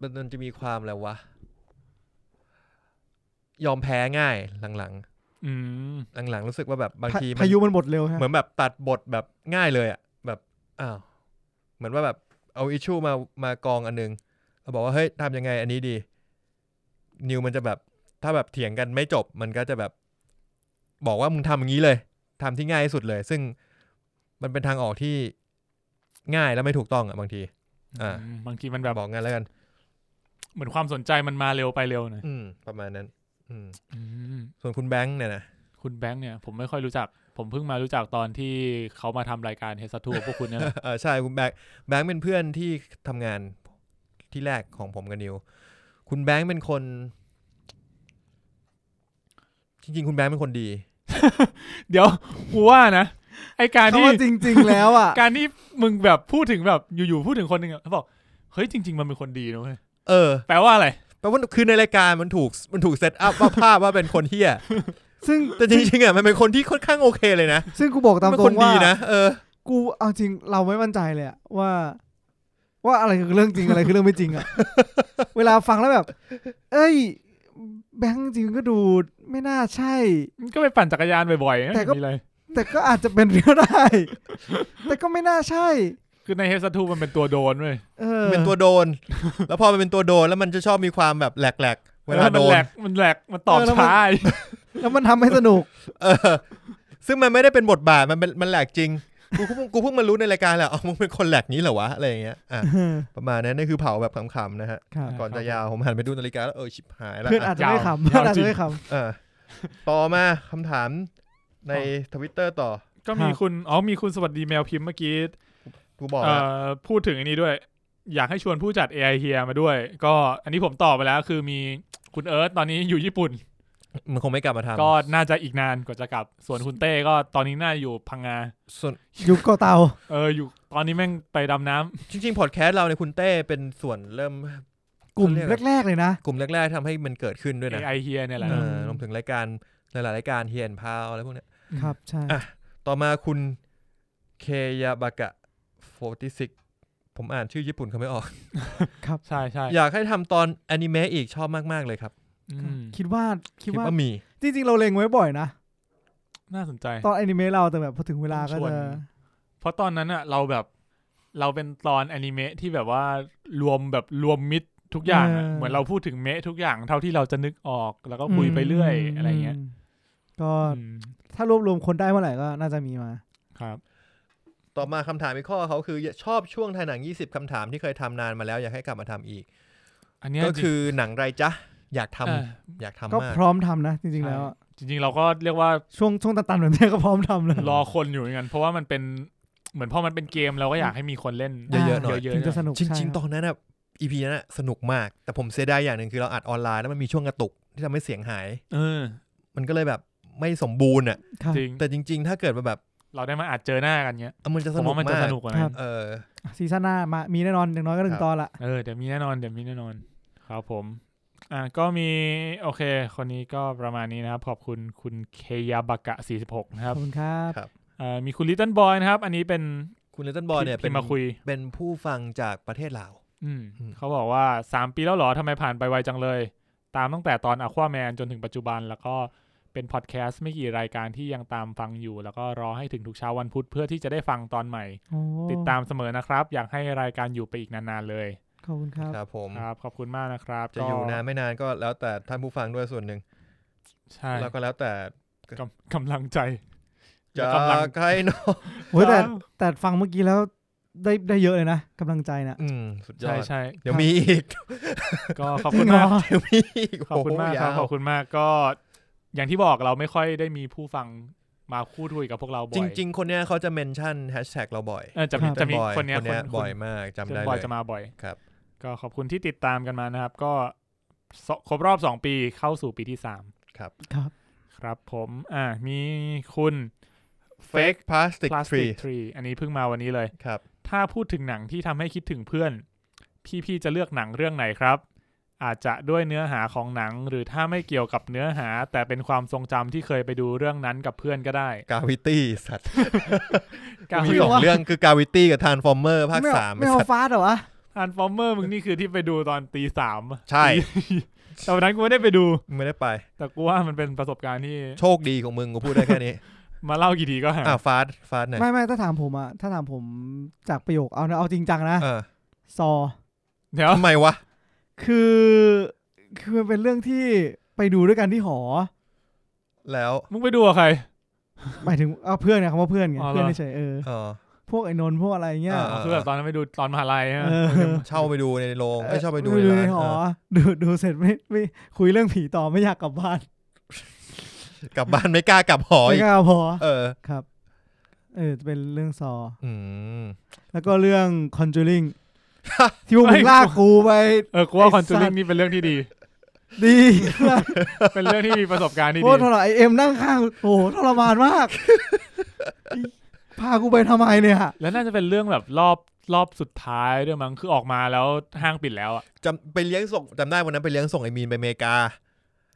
มันมันจะมีความอะไรวะ ยอมแพ้ง่ายหลัง
อืม
ๆ หลังๆ รู้สึกว่าแบบบาง
พา
ทีมัน
พายุมันหมดเร็วฮะ
เหมือนแบบตัดบทแบบง่ายเลยอ่ะแบบอ้าวเหมือนว่าแบบเอาอิชชูมามากองอันนึงเราบอกว่าเฮ้ยทำยังไงอันนี้ดี นิวมันจะแบบ ถ้าแบบเถียงกันไม่จบ มันก็จะแบบ บอกว่ามึงทำอย่างนี้เลยทำที่ง่ายที่สุดเลย ซึ่งมันเป็นทางออกที่ง่ายและไม่ถูกต้องอ่ะบางที อ่า
อืมบางทีมันแบบ
บอกงั้นแล้วกัน
เหมือนความสนใจมันมาเร็วไปเร็วหน่อย
อืม ประมาณนั้น อืม
อืม
ส่วนคุณแบงค์เนี่ยนะ
คุณแบงค์เนี่ยผมไม่ค่อยรู้จัก ผมเพิ่งมารู้จักตอนที่เขามาทำรายการเฮสทูพวกคุณเนี่ยแหละ
เออใช่คุณแบงค์แบงค์เป็นเพื่อนที่ทำงานที่แรกของผมกับนิว คุณแบงค์เป็นคน จริงๆ คุณแบงค์เป็นคนดี
เดี๋ยวกูว่านะไอการ
เขา
ที่
ว่าจริง ๆ แล้ว อ่ะ
การที่มึงแบบพูดถึงแบบอยู่ๆพูดถึงคนหนึ่งอะแล้วบอกเฮ้ยจริง ๆ มันเป็นคนดีนะเว้ย
เออ
แปลว่าอะไร
แปลว่าคือในรายการมันถูกมันถูกเซตอัพว่าภาพว่าเป็นคนเฮีย
ซึ่ง
แต่จริงๆอ่ะมันเป็นคนที่ค่อนข้างโอเคเลยนะ
ซึ่งกูบอกตาม
เป็น
ตร
คน
งว่า
ดีนะเออ
กูเอาจริงเราไม่มั่นใจเลยอะว่า ว่าอะไรคือเรื่องจริงอะไรคือเรื่องไม่จริงอะ เวลาฟังแล้วแบบ เอ้ย แบงค์จริงก็ดูไม่น่าใช่
ก็ไปปั่นจักรยานบ่อยๆนะ
แต่ก็
มีอะไร
แต่ก็อาจจะเป็นก็ได้ แต่ก็ไม่น่าใช่
คือในเฮสทูมันเป็นตัวโดนเว้ย
เออ
เป็นตัวโดน แล้วพอมันเป็นตัวโดนแล้วมันจะชอบมีความแบบแหลกๆเวลา
มั
โด
แหล
น
กมันแหลกมันตอบช้า
แล้วมันทำให้ส นุก
เออซึ่งมันไม่ได้เป็นบทบาท มันเป็นมันแหลกจริง กูเพิ่งกูเพิ่งมารู้ในรายการแหละอ๋อมึงเป็นคนแหลกนี้เหรอวะ อะไรอย่างเงี้ยอ่ะประมาณนั้นนี่คือเผาแบบขำๆนะฮะ
ครับ
ก่อนจะยาว ผมหันไปดูนาฬิกาแล้วเออชิบหายแล้ว
เพื่อนอาจจะไม่ขำเพื่อนอาจจะไม่ข
เออต่อมาคำถามในทวิตเตอร์ต่อ
ก็มี
ครับ
คุณอ๋อมีคุณสวัสดีแมวพิมพ์เมื่อกี้
กูบอก
เอ่
แล้ว
อพูดถึงอันนี้ด้วย อยากให้ชวนผู้จัด AI เฮียมาด้วย ก็อันนี้ผมตอบไปแล้ว คือมีคุณเอิร์ธตอนนี้อยู่ญี่ปุ่น
มันคงไม่กลับมาท
ก็น่าจะอีกนานกว่าจะกลับ ส่วนคุณเต้ก็ตอนนี้น่าอยู่พังงา
ำส่วน
ำยุคเกาเตา
เอออยู่ตอนนี้แม่งไปดำน้ำ
จริงๆพอดแคสต์เราในยคุณเต้เป็นส่วนเริ่ม
กลุ่ม
เขาเรียก
แรกๆ
อะไร แรก
เลยนะ
ๆกลุ่มแรกๆทำให้มันเกิดขึ้นด้วยนะ
ไอเฮียเนี่ยแหละ
เออ
ม
รวมถึงรายการหลายๆรายการเฮียนพาวอะไรพวกเนี้ย
ครับใช่
อ่ะ ต่อมาคุณเคยาบากะ46ผมอ่านชื่อญี่ปุ่นเขาไม่ออก
ใช่ใช่
อยากให้ทำตอนอนิเมะอีกชอบมาก ๆ เลยครับ
อืม
คิดว่าคิ
คิ
ด
ด
ว่า
ว่ามี
จริงๆ เราเลงไว้บ่อยนะ
น่าสนใจ
ตอนอนิเมะเราแต่แบบพอถึงเวลาก็
ชวน
จะ
เพราะตอนนั้นอะเราแบบเราเป็นตอนอนิเมะที่แบบว่ารวมแบบรวมมิตรทุกอย่างอะเหมือนเราพูดถึงเมะทุกอย่างเท่าที่เราจะนึกออกแล้วก็คุยไปเรื่อยอะไรเงี้ย
มก็
อืม
ถ้ารวบรวมคนได้เมื่อไหร่ก็น่าจะมีมา
ครับ
ต่อมาคำถามอีกข้อเขาคือชอบช่วงทายหนัง 20คำถามที่เคยทำนานมาแล้ว อยากให้กลับมาทำอีก
อันเนี้ย
ก็คือหนังไรจ๊ะ อยาก
จ
ทำ
ริงๆเออ
อยากทำ
ก็
มาก
พร้อมทำนะจริงๆแล้วอะ
จริง ๆ เราก็เรียก ว่า
ช่วงช่วงตันๆแบบเนี้ยก็พร้อมทำเลย
รอคนอยู่เหมือนกัน เพราะว่ามันเป็นเหมือนพอมันเป็นเกมเราก็อยากให้มีคนเล่น
เยอะๆหน่อย
เยอะ
ถึงจะสนุก
จริง ๆ ต
ใช่
อนนั้นอะอีพีนั้นอะสนุกมาก แต่ผมเสียดายอย่างหนึ่งคือเราอัดออนไลน์แล้วมันมีช่วงกระตุกที่ทำให้เสียงหาย
ๆเออ
มันก็เลยแบบไม่สมบูรณ์อะ
ครับ
จริง
แต่จริง ๆ ถ้าเกิดว่าแบบ
เราได้มาอัดเจอหน้ากันเงี้ย
เอามันจะ
ผ
ส
ม
นุก
ว่ามันจะ
มา
ส
ก
นุกกว่า
ครั
นั้น
บ
เออ
ซีซั่นหน้ามามีแน่นอนอย่างน้อยก็หนึ่
ครั
ง
บ
ตอนละ
เออเดี๋ยวมีแน่นอนเดี๋ยวมีแน่นอน ครับผมอ่ะก็มีโอเค คนนี้ก็ประมาณนี้นะครับ ขอบคุณคุณเคยาบากะ46 นะค
ข
รั
อบบ คุณครับ
เอ่อมีคุณลิตเติ้ลบอยนะครับ อันนี้เป็น
คุณเลตันบอลเนี่ย
พิ
เป็
ม
น
พ์มาคุย
เป็นผู้ฟังจากประเทศลาว
อืม
อืม
เขาบอกว่าสามปีแล้วเหรอทำไมผ่านไปไวจังเลย ตามตั้งแต่ตอนอควาแมนจนถึงปัจจุบัน แล้วก็เป็นพอดแคสต์ไม่กี่รายการที่ยังตามฟังอยู่ แล้วก็รอให้ถึงทุกเช้าวันพุธเพื่อที่จะได้ฟังตอนใหม่
โอ้
ติดตามเสมอนะครับ อยากให้รายการอยู่ไปอีกนานๆเลย
ขอบคุณครับ
ครับผม
ครับขอบคุณมากนะครับ
จะ
ก็
อยู่นานไม่นานก็แล้วแต่ท่านผู้ฟังด้วยส่วนหนึ่ง
ใช่
แล้วก็แล้วแต่
กำกำลังใจ
จะ
กำลัง
ใครเนาะ
โอ้ยแต่แต่ฟังเมื่อกี้แล้วได้ได้เยอะเลยนะกำลังใจนะ
อืมสุดยอ
ใช่
ด
ใช่
เดี๋ยวมีอีก
ก็ขอบคุณมาก
เดี๋ยวมีอีก
ขอบคุณมากครับขอบคุณมากก็อย่างที่บอกเราไม่ค่อยได้มีผู้ฟังมาพูดคุยกับพวกเราบ่อย
จริง ๆ คนเนี้ยเขาจะเมนชั่นแฮชแท็กเราบ่อย
เออจะมี
ครับ
จะมี
บอย
คนเนี้ย
คนเนี้ย
ณ
บ่อยมากจำ
คุณ
ได้
บอย
เลย
จะมาบ่อย
ครับ
ก็ขอบคุณที่ติดตามกันมานะครับ ก็สครบรอบสองปีเข้าสู่ปีที่สาม
ครับ
ครับผมอ่ามีคุณ
fake plastic
plastic
tree
tree อันนี้เพิ่งมาวันนี้เลย
ครับ
ถ้าพูดถึงหนังที่ทำให้คิดถึงเพื่อน พี่ๆจะเลือกหนังเรื่องไหนครับ อาจจะด้วยเนื้อหาของหนัง หรือถ้าไม่เกี่ยวกับเนื้อหา แต่เป็นความทรงจำที่เคยไปดูเรื่องนั้นกับเพื่อนก็ได้
กาวิตี้สัตว์
การ
มี
ไม่
ส
เา
องเรื่องคือกาวิตี้กับทานฟอร์เมอร์ภาค
ไม่เอ
สาม
ไม่เอา
ไอ้สัตว์
ฟาดเหรอวะ
ทานฟอร์เมอร์มึงนี่คือที่ไปดูตอนตีสาม
ใช่
แต่วันนั้นกูไม่ได้ไปดู
ไม่ได้ไป
แต่กูว่ามันเป็นประสบการณ์ที่
โชคดีของมึงกูพูดได้แค่นี้
มาเล่ากี่ทีก็หา
อ่ะฟาสฟาสหน่อย
ไม่ไม่ถ้าถามผมอะถ้าถามผมจากประโยคเอานะเอาจริงจังนะ
เออ
ซอ
เดี๋ยว
ทำไมวะ
คือคือมันเป็นเรื่องที่ไปดูด้วยกันที่ หอ
แล้ว
มึงไปดูกับใคร
หมายถึงเอาเพื่อนเนี่ยคำว่าเพื่อนไง
อ๋อเหรอ
เพื่อนเฉยๆเออ
เออ
พวกไอ้นนท์พวกอะไรเงี้ย
อ่า
คือแบบตอนนั้นไปดูตอนมหาลัยฮะ
เออ
เช่าไปดูในโรงไม่ชอบไปดู
ดู
ใน
ในหอ
ร้านเออ
ดูดูเสร็จไม่ไม่คุยเรื่องผีต่อไม่อยากกลับบ้าน
กลับบ้านไม่กล้ากลับหอ
ไม่
อีก
กล้าพอ
เออ
ครับเออจะเป็นเรื่องซอ
อืม
แล้วก็เรื่อง Conjuring ที่พวกมึงลากกูไป
เออกูว่า
ไอ้
ค
สั
อ
ต
น
ว์
จูริงนี่เป็นเรื่องที่ ดี
ดี
เป็นเรื่องที่มีประสบการณ์ที่
โค
ดี
ตรทรมานไอเอ็มนั่งข้างโอ้โหทรมาน มาก พากูไปทำไมเนี่ย
แล้วน่าจะเป็นเรื่องแบบรอบรอบสุดท้ายด้วยมั้งคือออกมาแล้วห้างปิดแล้วอ่ะ
จำไปเลี้ยงส่งจำได้วันนั้นไปเลี้ยงส่งไอมีนไปอเมริกา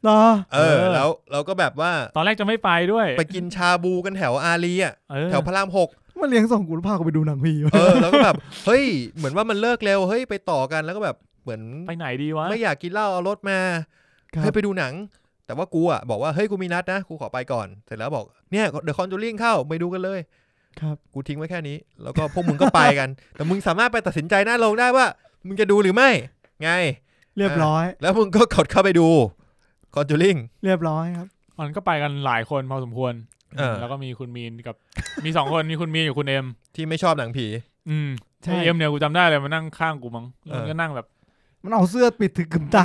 เหรอ
เออ
เออ
แล้วเราก็แบบว่า
ตอนแรกจะไม่ไปด้วย
ไปกินชาบูกันแถวอารีอ่ะ
เออ
แถวพระรามหก
มาเลี้ยงส่งกูแล้วพากูไปดูหนังผีวะ
เออแล้วก็แบบ เฮ้ย เหมือนว่ามันเลิกเร็วเฮ้ยไปต่อกันแล้วก็แบบเหมือน
ไปไหนดีวะ
ไม่อยากกินเหล้าเอารถมา
ครับ
เฮ้ยไปดูหนัง แต่ว่ากูอ่ะบอกว่าเฮ้ยกูมีนัดนะกูขอไปก่อน เสร็จแล้วบอกเนี่ยเด e c คอนจูริงเข้าไปดูกันเลย
ครับ
กูทิ้งไว้แค่นี้ แล้วก็พวกมึงก็ไปกัน แต่มึงสามารถไปตัดสินใจหน้าโรงได้ว่า มึงจะดูหรือไม่ ไง
เรียบร้อย
แล้วมึงก็กดเข้าไปดูคอนจูริง
เรียบร้อยครับ
ตอนนนก็ไปกันหลายคนพอสมควร
เออ
แล้วก็มีคุณมีนกับ มีสองคนมีคุณมีนกับคุณเอ็ม
ที่ไม่ชอบหนังผี
อืม
ใช่
ไอ้เอ็มเนี่ยกูจำได้เลยมานั่งข้างกูมั้งแล้วมันก็นั่งแบบ
มันเอาเสื้อปิดถึงกึ่ม ตา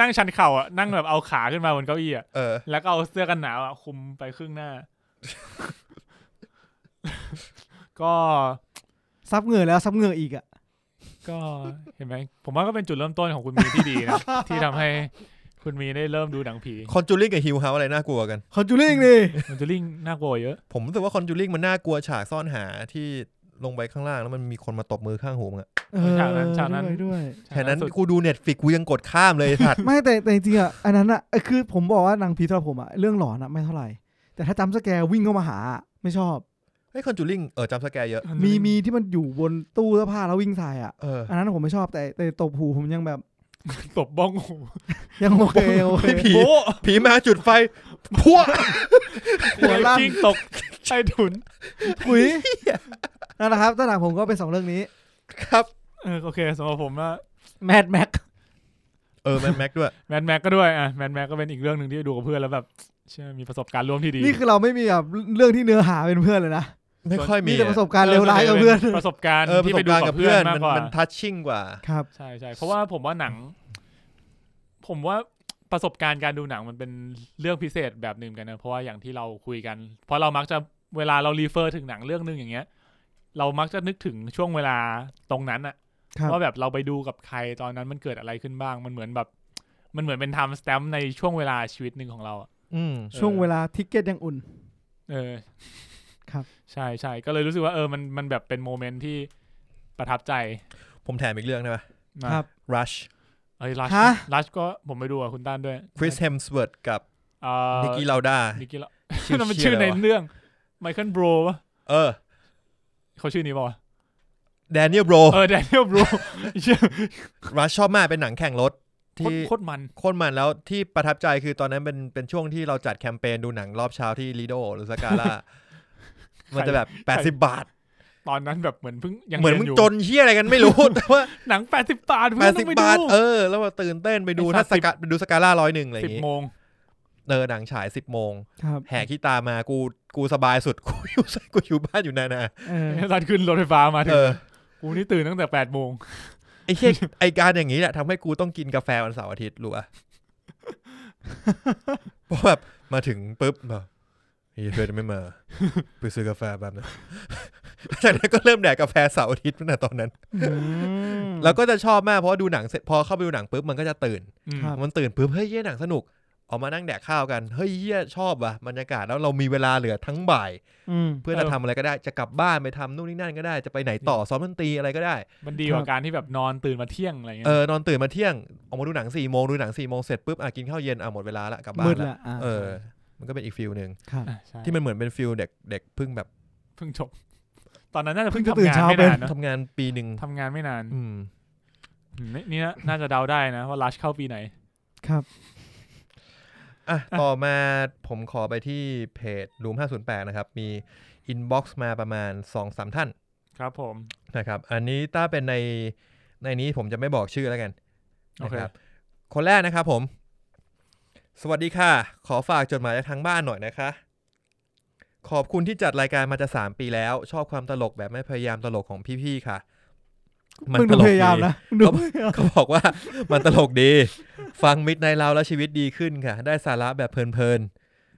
นั่งชันเข่าอ่ะนั่งแบบเอาขาขึ้นมาบนเก้าอี้อ่ะ
เออ
แล้วก็เอาเสื้อกันหนาวอะคุมไปครึ่งหน้า ก็
ซับเหงื่อแล้วซับเหงื่ออีกอ่ะ
ก็เห็นไหม ผมว่าก็เป็นจุดเริ่มต้นของคุณมีที่ดีนะ ที่ทำให้คุณมีได้เริ่มดูหนังผี
คอนจูริงกับฮิวเฮาอะไรน่ากลัวกัน
คอนจูริงดิ
มันจะลิ่งน่ากลัวเยอะ
ผมรู้สึกว่าคอนจูริงมันน่ากลัวฉากซ่อนหาที่ลงไปข้างล่างแล้วมันมีคนมาตบมือข้างหูมึงอะ
เออ
ฉากนั้นฉากนั้น
ด้วยด้วย
แค่นั้น
สุด
กูดูเน็ตฟิกกูยังกดข้ามเลยไอ้ สัตว์
ไม่แต่แต่จริงๆอ่ะอันนั้นอ่ะเอ้ยคือผมบอกว่าหนังผีสำหรับผมอ่ะเรื่องหลอนอ่ะไม่เท่าไหร่ แต่ถ้าจำสแกร์วิ่งเข้ามาหาอะไม่ชอบ
เฮ้ยคอนจูริงเออจำสแกร์เยอะ
มีมีที่มันอยู่บนตู้เสื้อผ้าแล้ววิ่งใส่อ่ะ
เออ
อันนั้นผมไม่ชอบแต่แต่ตบหูผมยังแบบ
ตบบ้องหู
ยังโอเคโอเค
ไม่ผี
โอ้
ผีมาจุดไฟพัว
หัวลั่น
จิ้งตกใช่ถุน
คุ ยนั่นแหละครับตั้งแต่ผมก็เป็นสองเรื่องนี้
ครับ
เออโอเคสำหรับผมว่า
แมดแม็ก
เออแมนแม็กด้วย
แมนแม็กก็ด้วยอ่ะแมนแม็กก็เป็นอีกเรื่องหนึ่งที่ดูกับเพื่อนแล้วแบบเชื่อมีประสบการณ์ร่วมที่ดี
นี่คือเราไม่มีแบบเรื่องที่เนื้อหาเป็นเพื่อนเลยนะ
ไม่ค่อยมี
มีแต่ประส
อะ
บการณ์เลวร้ายกับเพื่อน
ประสบการณ์
เออประ
ที่
ส
ไป
บ
ดู
การณ์
กั
กับบ เพื่
เพื่
อ
อน น
มั
มาน กกว่า
มันทัชชิ่งกว่า
ครับ
ใช่ใช่เพราะว่าผมว่าหนัง ผมว่า ประสบการณ์การดูหนังมันเป็นเรื่องพิเศษแบบหนึ่งกันนะเพราะว่าอย่างที่เราคุยกัน เพราะเรามักจะเวลาเรารีเฟอร์ถึงหนังเรื่องหนึงอย่างเงี้ย เรามักจะนึกถึงช่วงเวลาตรงนั้นอะ
ครับ
ว่าแบบเราไปดูกับใครตอนนั้นมันเกิดอะไรขึ้นบ้าง มันเหมือนแบบ มันเหมือนเป็นไทม์สแตมป์ในช่วงเวลาชีวิตหนึ่งของเราอะ
อืม
ช่วงเวลาทิกเก็ตยังอุ่น
เออ
ครับ
ใช่ใช่ก็เลยรู้สึกว่าเออมันมันแบบเป็นโมเมนต์ที่ประทับใจ
ผมแถมอีกเรื่องได้ปะ
นะครับ
Rush
เอ้ยรัช
ฮะ
รัชก็ผมไปดูอ่ะคุณต้านด้วย
Chris Hemsworth กับ
เอ่อ
นิกกี้ลาวด้า
นิกกี้ละ
ชื่อ
นั่นมัน
เชี่
ชื่
ย
อ
อะไร
ใน
วะ
เรื่องไมเคิลโบรวะ
เออ
เขาชื่อนี้ป่ะ
แดเนียลโบร
เออแดเนียลโบร
รัชชอบมากเป็นหนังแข่งรถที่
โคตรมัน
โคตรมันแล้วที่ประทับใจคือตอนนั้นเป็นเป็นช่วงที่เราจัดแคมเปญดูหนังรอบเช้าที่ลีโดหรือสกาล่า มันจะแบบ 80 บาท
ตอนนั้นแบบเหมือนเพิ่งยัง
เหมือน
รีย
มึง
ยู่
จนเฮี้ยอะไรกันไม่รู้ แต่ว่า
หนัง 80 บาทเพื่
แป
อ
ด
น
สิบ
ต้องไป
บาท
ดู
เออ แล้วแบบตื่นเต้นไปดู
ไอ้สั
ถ้า
ตว์
สกา
10
ไปดูสกาล่าร้อยหนึ่งอะไรอ
สิ
ย่า
บ
งงี้
โมง
เนอหนังฉายสิบโมง
ครับ
แหกที่ตามากูกูสบายสุด กูอยู่กูอยู่บ้านอยู่นานา
เออ
ตอนขึ้นรถไฟฟ้ามาถึ
เอง อ
กูนี่ตื่นตั้งแต่8โมง
ไอ้เชี่ยไอการอย่างนี้แหละทำให้กูต้องกินกาแฟวันเสาร์อาทิตย์รู้ ป่ะ เพราะแบบมาถึงปุ๊บแบบเฮียเพื่อนไม่มาไปซื้อกาแฟแบบนั้นจากนั้นก็เริ่มแดกกาแฟเสาร์อาทิตย์ตั้งแต่ตอนนั้น แล้วก็จะชอบมากเพราะว่าดูหนังเสร็จพอเข้าไปดูหนังปุ๊บมันก็จะตื่น
อืม
ครับ
มันตื่นปุ๊บเฮ้ยเหี้ยหนังสนุก ออกมานั่งแดกข้าวกัน เฮ้ยเหี้ยชอบว่ะบรรยากาศแล้วเรามีเวลาเหลือทั้งบ่าย
อืม
เพื่อจะทำอะไรก็ได้จะกลับบ้านไปทำนู่นนี่นั่นก็ได้จะไปไหนต่อซ้อมดนตรีอะไรก็ได้
มันดีกว่าการที่แบบนอนตื่นมาเที่ยงอะไรเงี้ย
เออนอนตื่นมาเที่ยงออกมาดูหนังสี่โมงดูหนังสี่โมงเสร็จปุ๊บอ่ะกินข้าวเย็นอ่ะหมดเวลาละกลับบ้า
มื
น
ด
ละ
ละอ่า
เออ มันก็เป็นอีกฟิลหนึ่ง
ครับ
ะใช่
ที่มันเหมือนเป็นฟิลเด็กเด็กเพิ่งแบบ
เพิ่งจบ ตอนนั้นน่าจะเพิ่ง
เพิ่งจะตื่น
ทำงาน
เช้า
ไม่
เป็น
นานเนอะ
ทำงานปีหนึ่ง
ทำงานไม่นาน
อืม
อืมนี่นี่นะน่าจะเดาได้นะว่าลัชเข้าปีไหน
ครับ
อ่ะต่อมาผมขอไปที่เพจรูม508นะครับมีอินบ็อกซ์มาประมาณ2-3ท่าน
ครับผม
นะครับ อันนี้ถ้าเป็นในในนี้ผมจะไม่บอกชื่อแล้วกัน
โอ
นะ
เค
ครับ คนแรกนะครับผม สวัสดีค่ะ ขอฝากจดหมายจากทางบ้านหน่อยนะคะ ขอบคุณที่จัดรายการมาจะสามปีแล้ว ชอบความตลกแบบไม่พยายามตลกของพี่ๆค่ะ มั
มึงดูพยายามนะมึงดูพยายาม
เขาบอกว่า มันตลกดี ฟังมิดในเราแล้วชีวิตดีขึ้นค่ะ ได้สาระแบบเพลิน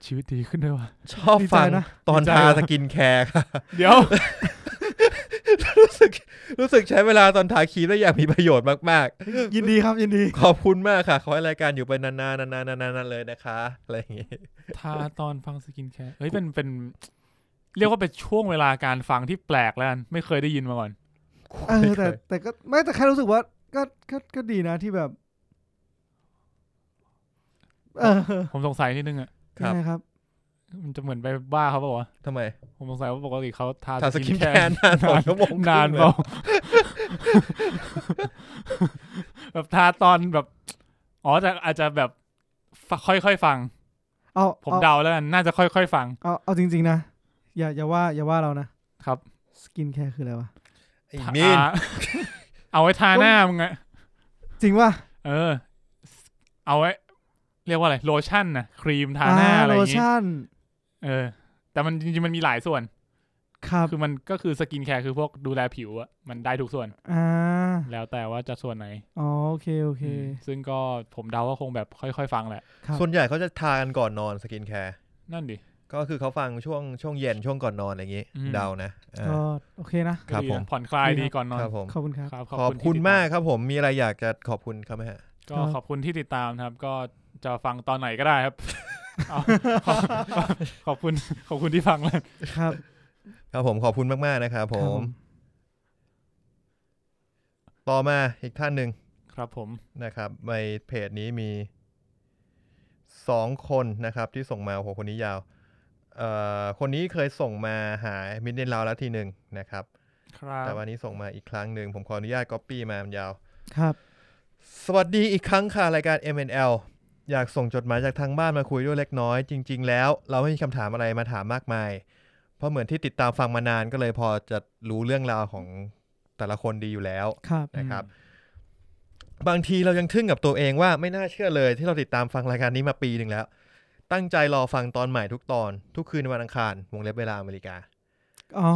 ชีวิตดีขึ้นด้วยวะ
ๆ ชอบ
ดีใจ
ฟัง
นะ
ตอน
ดีใจ
ทา
ว่ะ
สกินแคร์ค่ะ
เดี๋ยว
รู้สึกรู้สึกใช้เวลาตอนทาครีมได้อย่างมีประโยชน์มากๆ
ยินดีครับยินดี
ขอบคุณมากค่ะ ขอให้รายการอยู่ไปนานๆนานๆนานๆเลยนะคะ อะไรอย่างเงี้ย
ทาตอนฟังสกินแคร์เฮ้ยเป็นเป็น เรียกว่าเป็นช่วงเวลาการฟังที่แปลกแล้วกันไม่เคยได้ยินมาก่อน
เออแต่แต่ก็ไม่แต่แค่รู้สึกว่าก็ก็ก็ดีนะที่แบบ เออ
ผมสงสัยนิดนึงอ่ะ
ครั
ยั
บ
งไงครับ
มันจะเหมือนไปบ้าเขาเปล่าวะ
ทำไม
ผมสงสัยว่าปกติเขาทา
ทาสกินแคร์นานสองชั่วโมงครึ่ง
นาน
เลย
เปล่า แบบทาตอนแบบ อ๋อแต่อาจจะแบบฟังค่อยๆฟัง
เอา
ผม
เอา
เดาแล้วกันน่าจะค่อยๆฟัง
เอาเอาจริง ๆ นะ อย่าอย่าว่าอย่าว่าเรานะครับ สกินแคร์คืออะไรวะ
ไอ้มีน
อ่าเอาไว้ทาหน้ามึงอะ
จริงว่า
เออ เอาไว้ เรียกว่าอะไรโลชั่นนะครีมทาหน้าอะไรอ
โล
ย่างงี้
ชั่น
เออ แต่มันจริงๆมันมีหลายส่วน
ครับ
คือมันก็คือสกินแคร์คือพวกดูแลผิวอะมันได้ทุกส่วน
อ่า
แล้วแต่ว่าจะส่วนไหน
อ๋อโอเคโอเค
อืมซึ่งก็ผมเดาว่าคงแบบค่อยๆฟังแหละ
ครับ
ส่วนใหญ่เขาจะทากันก่อนนอนสกินแคร์
นั่นดิ
ก็คือเขาฟังช่วงช่วงเย็นช่วงก่อนนอนอะไรอย่างงี้
อืม
เดานะอ่า
ก็โอเคนะ
ครับ
ก็ดีนะ
ผม
ผ่อนคลาย
ดีครับ
ดีก่อนนอน
ครับผม
ขอบคุณครับ
ครับ
ขอบคุณ
ที่ติดต
มากครับผมมีอะไรอยากจะขอบคุณเขาไหมฮะ
ก็ขอบคุณที่ติดตามนะครับ ก็จะฟังตอนไหนก็ได้ ครับเอาขอบขอบคุณขอบคุณที่ฟังเลย
ครับ
ครับผมขอบคุณมากๆนะครับ
ค
ผ
รับ
มต่อมาอีกท่านหนึ่ง
ครับ ผม
นะครับในเพจนี้มีสองคนนะครับที่ส่งมาโอ้โหคนนี้ยาวเอ่อคนนี้เคยส่งมาหามิดเดนเราแล้วทีหนึ่งนะครับ
ครับ
แต่วันนี้ส่งมาอีกครั้งหนึ่งผมขออนุญาตก๊อปปี้มามันยาว
ครับ
สวัสดีอีกครั้งค่ะ รายการ MNL อยากส่งจดหมายจากทางบ้านมาคุยด้วยเล็กน้อย จริง ๆ แล้วเราไม่มีคำถามอะไรมาถามมากมาย เพราะเหมือนที่ติดตามฟังมานานก็เลยพอจะรู้เรื่องราวของแต่ละคนดีอยู่แล้ว
ครับ
นะครับ บางทีเรายังทึ่งกับตัวเองว่าไม่น่าเชื่อเลยที่เราติดตามฟังรายการนี้มาปีหนึ่งแล้ว ตั้งใจรอฟังตอนใหม่ทุกตอน ทุกคืนในวันอังคารวงเล็บเวลาอเมริกา
อ๋อ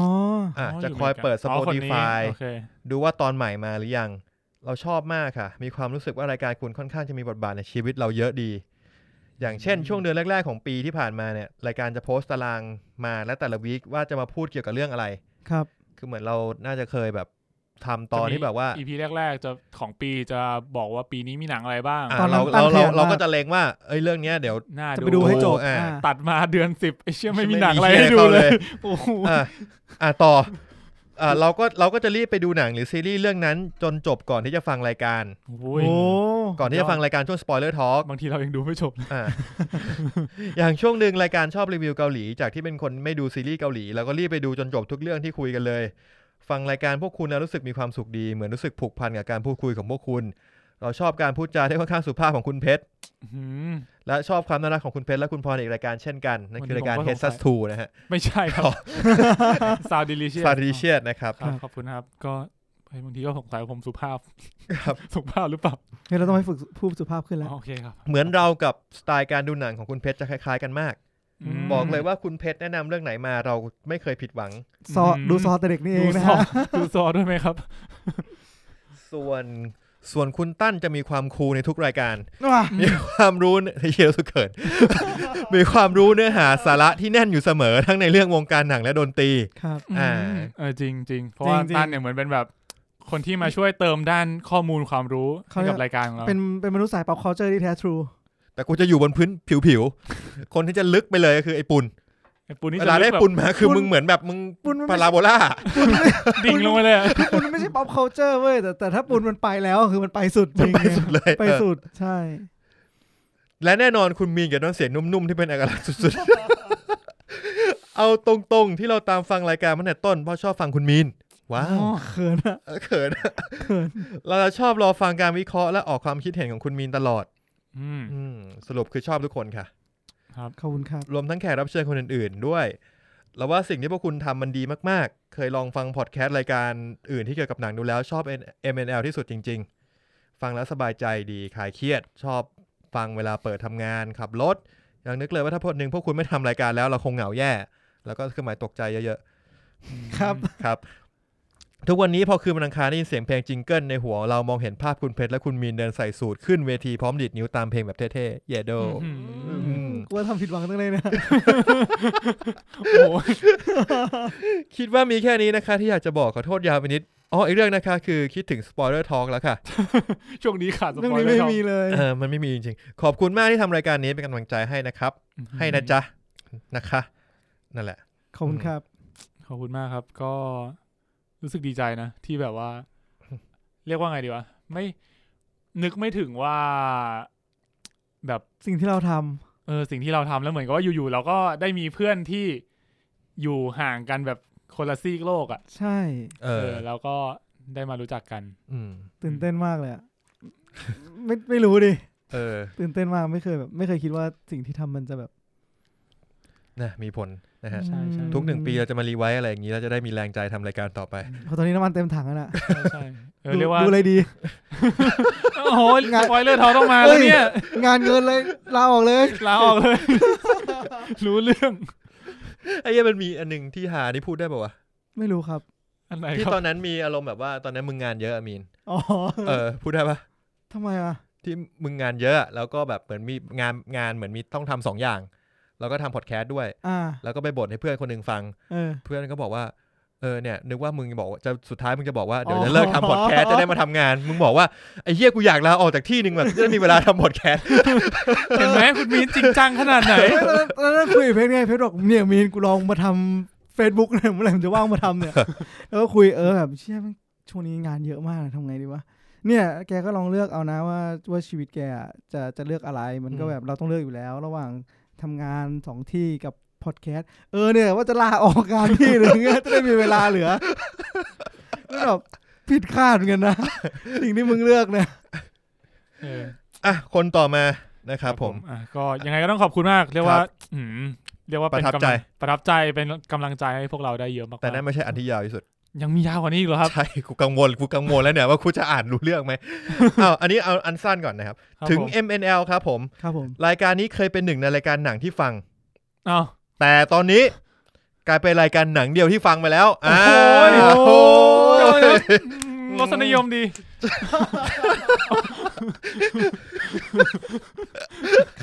อ่ะจะคอยเปิด
อ๋อคนนี้
Spotify
โอเค
ดูว่าตอนใหม่มาหรือยัง เราชอบมากค่ะ มีความรู้สึกว่ารายการคุณค่อนข้างจะมีบทบาทในชีวิตเราเยอะดี อย่างเช่นช่วงเดือนแรก ๆ ของปีที่ผ่านมาเนี่ยรายการจะโพสต์ตารางมาและแต่ละวีคว่าจะมาพูดเกี่ยวกับเรื่องอะไร
ครับ
คือเหมือนเราน่าจะเคยแบบทำตอนที่แบบว่า
อีพีแรก ๆ จะของปีจะบอกว่าปีนี้มีหนังอะไรบ้าง
อ่ะ
ตอนนั้น
เรา
ตั้งแผ
เราเรา
น
เรา
ว่า
ก็จะเลงว่าเอ้ยเรื่องเนี้ยเดี๋ยว
น่า
จะไปดูให้จบ
อ่า
อ่า
ตัดมาเดือนสิบไอ้เชี่ยไม่มี
ไม่มี
หนังอะไร
เหี้ย
ให้ดู
เข้าเล
เลย ยโอ้โห
อ่ะอ่ะต่ออ่ะเราก็เราก็จะรีบไปดูหนังหรือซีรีส์เรื่องนั้นจนจบก่อนที่จะฟังรายการ
โอ้โห
โอ้
ก่อนที่จะฟังรายการช่วง spoiler talk
บางทีเรายังดูไม่จบเลย
อ่ะ อย่างช่วงหนึ่งรายการชอบรีวิวเกาหลี จากที่เป็นคนไม่ดูซีรีส์เกาหลีเราก็รีบไปดูจนจบทุกเรื่องที่คุยกันเลย ฟังรายการพวกคุณแล้วรู้สึกมีความสุขดี เหมือนรู้สึกผูกพันกับการพูดคุยของพวกคุณ เราชอบการพูดจาที่ค่อนข้างสุภาพของคุณเพชร
หืม
และชอบความน่ารักของคุณเพชรและคุณพรอีกรายการเช่นกันนั่นคือรายการ
วันนี้ผม
h e a d s
ก็
u s
สงสัย
2นะฮะ
ไม่ใช่ครั
อ๋
บ
อ
ซาวดิลิเชีย
ซาดิเชียตนะครับ
ครับขอบคุณนะครับ ก็เฮ้ยบางทีก็สงสัยว่าผมสุภาพ
ครับ
สุภาพหรือเปล่า
เฮ้ยเราต้องให้ฝึกพูดสุภาพขึ้นแล้ว
อ๋อโอเคครับ
เหมือนเรากับสไตล์การดูหนังของคุณเพชรจะคล้ายๆกันมาก
ม
บอกเลยว่าคุณเพชรแนะนำเรื่องไหนมาเราไม่เคยผิดหวัง
ซอ
อืม
ดูซอแต่เด็กนี่เอ
ดู
งนะ
ซอ
ฮะ
ดูซอด้วยไหมครับ
ส่วนส่วนคุณตั้นจะมีความคูลในทุกรายการ
ว่ะ
มีความรู้เนื้อเฮียสุดเขิน มีความรู้เนื้อหาสาระที่แน่นอยู่เสมอทั้งในเรื่องวงการหนังและดนตรี
ครับ
อ่า
มเออจริงจริงเพราะว่า
จริงๆ
ตั้นเนี่ยเหมือนเป็นแบบ คนที่มาช่วยเติมด้านข้อมูลความรู้
เขา
ให้
เรีย
กั
ก
บรายการของเรา
เป็นเป็นมนุษย์สาย pop culture ที่แท้ทรู
แต่กูจะอยู่บนพื้นผิวๆ คนที่จะลึกไปเลยก็คือไอ้ปุน
ไอ้ปูนี่
เว
จะ
ลา
ลึ
ได้
กแบบ
ปุนมาคือมึงเหมือนแบบมึง
ปุนมัน
พา
ไม่
รา
ใช่
โบ ลา
ดิ่งลงไปเลยอะ
ปุนมันไม่ใช่ pop culture เว้ยแต่แต่ถ้าปุนมันไปแล้วคือมันไปสุดจ
มัน
ริง
ไปสุดเลย
ไป
เออ
สุดใช่
และแน่นอนคุณมีนกับน้องเสียงนุ่มๆ ที่เป็นเอกลักษณ์สุด ๆ เอาตรงๆ ที่เราตามฟังรายการมาตั้งแต่ต้นเพราะชอบฟังคุณมีน ว้าว
เขินอะ
เออเขิน
เขิน
เราจะชอบรอฟังการวิเคราะห์และออกความคิดเห็นของคุณมีนตลอด
อืม
อืมสรุปคือชอบทุกคนค่ะ
ขอบคุณครับ
รวมทั้งแขกรับเชิญคนอื่นๆด้วย แล้วว่าสิ่งที่พวกคุณทำมันดีมากๆ เคยลองฟังพอดแคสต์รายการอื่นที่เกี่ยวกับหนังดูแล้วชอบ N- MNL ที่สุดจริง ๆ ฟังแล้วสบายใจดีคลายเครียด ชอบฟังเวลาเปิดทำงานขับรถ ยังนึกเลยว่าถ้าพอดหนึ่งพวกคุณไม่ทำรายการแล้วเราคงเหงาแย่ แล้วก็คือหมายตกใจเยอะ
ครับ
ๆ ครับ ทุกวันนี้พอคืนวันอังคารได้ยินเสียงเพลงจิงเกิลในหัวเรามองเห็นภาพคุณเพชรและคุณมีนเดินใส่สูทขึ้นเวทีพร้อมดีดนิ้วตามเพลงแบบเท่ๆเยโด
อืม
อืม
กลัวทำผิดหวังตั้งเลยนะ
โอ้โห
คิดว่ามีแค่นี้นะคะที่อยากจะบอกขอโทษยาวไปนิด อ๋ออีกเรื่องนะคะ คือคิดถึงสปอยเลอร์ทองแล้วค่ะ
ช่วงนี้ขาดส
เรื่อง
ปอย
นี้
เลอ
ไม่
ร์ครับ
มีเลย
เออมันไม่มีจริงๆ ขอบคุณมากที่ทำรายการนี้เป็นกำลังใจให้นะครับ ให้นะจ๊ะ นะคะ นั่นแหละ
ขอบคุณครับ
ขอบคุณมากครับ ก็รู้สึกดีใจนะ ที่แบบ ว่า เรียกว่าไงดีวะไม่นึกไม่ถึงว่า แบบ
สิ่งที่เราท
เออสิ่งที่เราทำแล้วเหมือนกับว่าอยู่ๆเราก็ได้มีเพื่อนที่อยู่ห่างกันแบบคนละซีกโลกอะ่ะ
ำใช่
เอ
เอ
อ
อแล้วก็ได้มารู้จักกัน
อืม
ตื่นเต้นมากเลยอะไม่ไม่รู้ดิ
เออ
ตื่นเต้นมากไม่เคยแบบ ไม่เคยคิดว่าสิ่งที่ทำมันจะแบบ
นะมีผลนะฮะ
ใช่ใช่
ทุกหนึ่งปีเราจะมารีไวซ์อะไรอย่างนี้เราจะได้มีแรงใจทำรายการต่อไป
เพราะตอนนี้น้ำมันเต็มถังแล้วน่ะ
ใช่ใช่เออ
ดู
เรียกว่า
ดูอะไรดี
โอ้โหสปอยเลอร์ทอต้องมาแล้วเนี่ย
งานเงินเลยลาออกเลย
ลาออก เลย รู้เรื่อง
ไอ้เหี้ยมันมีอันหนึงที่หาที่พูดได้ป่าวะ
ไม่รู้ครับ
อันไหน
ที่
ครั
ตอบ นนั้นมีอารมณ์แบบว่าตอนนั้นมึงงานเยอะอะมีน
อ๋อ
เออพูดได้ปะ
ทำไมอ่ะ
ที่มึงงานเยอะแล้วก็แบบเหมือนมีงานงานเหมือนมีต้องทำสองอย่าง แล้วก็ทำพอดแคสต์ด้วย
อ่า
แล้วก็ไปบ่นให้เพื่อนคนหนึ่งฟัง
เออ
เพื่อนก็บอกว่า เออเนี่ยนึกว่ามึงบอกว่าจะสุดท้ายมึงจะบอกว่าเดี๋ยว
อ๋
จะ
อ
เลิกทำพอดแคสต์จะได้มาทำงาน มึงบอกว่าไอ้เหี้ยกูอยากลาออกจากที่หนึ่งแบบจะได้มีเวลาทำพอดแคสต์
เห็นไหมคุณมีนจริงจังขนาดไหน
เฮ้ยแล้วแล้วแล้วคุยกับเพชรไงเพชรบอกเนี่ยมีนกูลองมาทำเฟซบุ๊กเนี่ยเมื่อไหร่มันจะว่างมาทำเนี่ย แล้วก็คุยเออแบบเชี่ยแม่งช่วงนี้งานเยอะมากนะทำไงดีวะเนี่ยแกก็ลองเลือกเอานะว่าว่าชีวิตแกอะจะจะเลือกอะไรมันก็
อืม
แบบเราต้องเลือกอยู่แล้ว ระหว่างทำงานสองที่กับพอดแคสต์เออเนี่ยว่าจะลาออกงานที่หนึ่ง อะจะได้มีเวลาเหลือแล้วแบบผิดคาดเหมือนกันนะ สิ่งที่มึงเลือกเนี่ย
เออ
อ่ะคนต่อมานะครับผม
อ่ะก็ยังไงก็ต้องขอบคุณมาก เรียกว่า
ครับ
อืมเรียกว่า
ป
เป็น
ระทับ
กำ
ใจ
ลังประทับใจเป็นกำลังใจให้พวกเราได้เยอะมากๆ
แต่นั่นไม่ใช่อันที่ยาวที่สุด
ยังมียาวกว่านี้อีกเหรอครับ
ใช่กูกังวลกูกังวลแล้วเนี่ยว่ากูจะอ่านรู้เรื่องไหม อ้าวอันนี้เอาอันสั้นก่อนนะครับ
ครับ
ถึง
ผม
MNL ครับผม
ครับผม
รายการนี้เคยเป็นหนึ่งในรายการหนังที่ฟัง
อ้าว
แต่ตอนนี้กลายเป็นรายการหนังเดียวที่ฟังไปแล้วอ่า
โอ้โห
โอ้โห
เจ้าเนอะ
อื
รสนิยมดี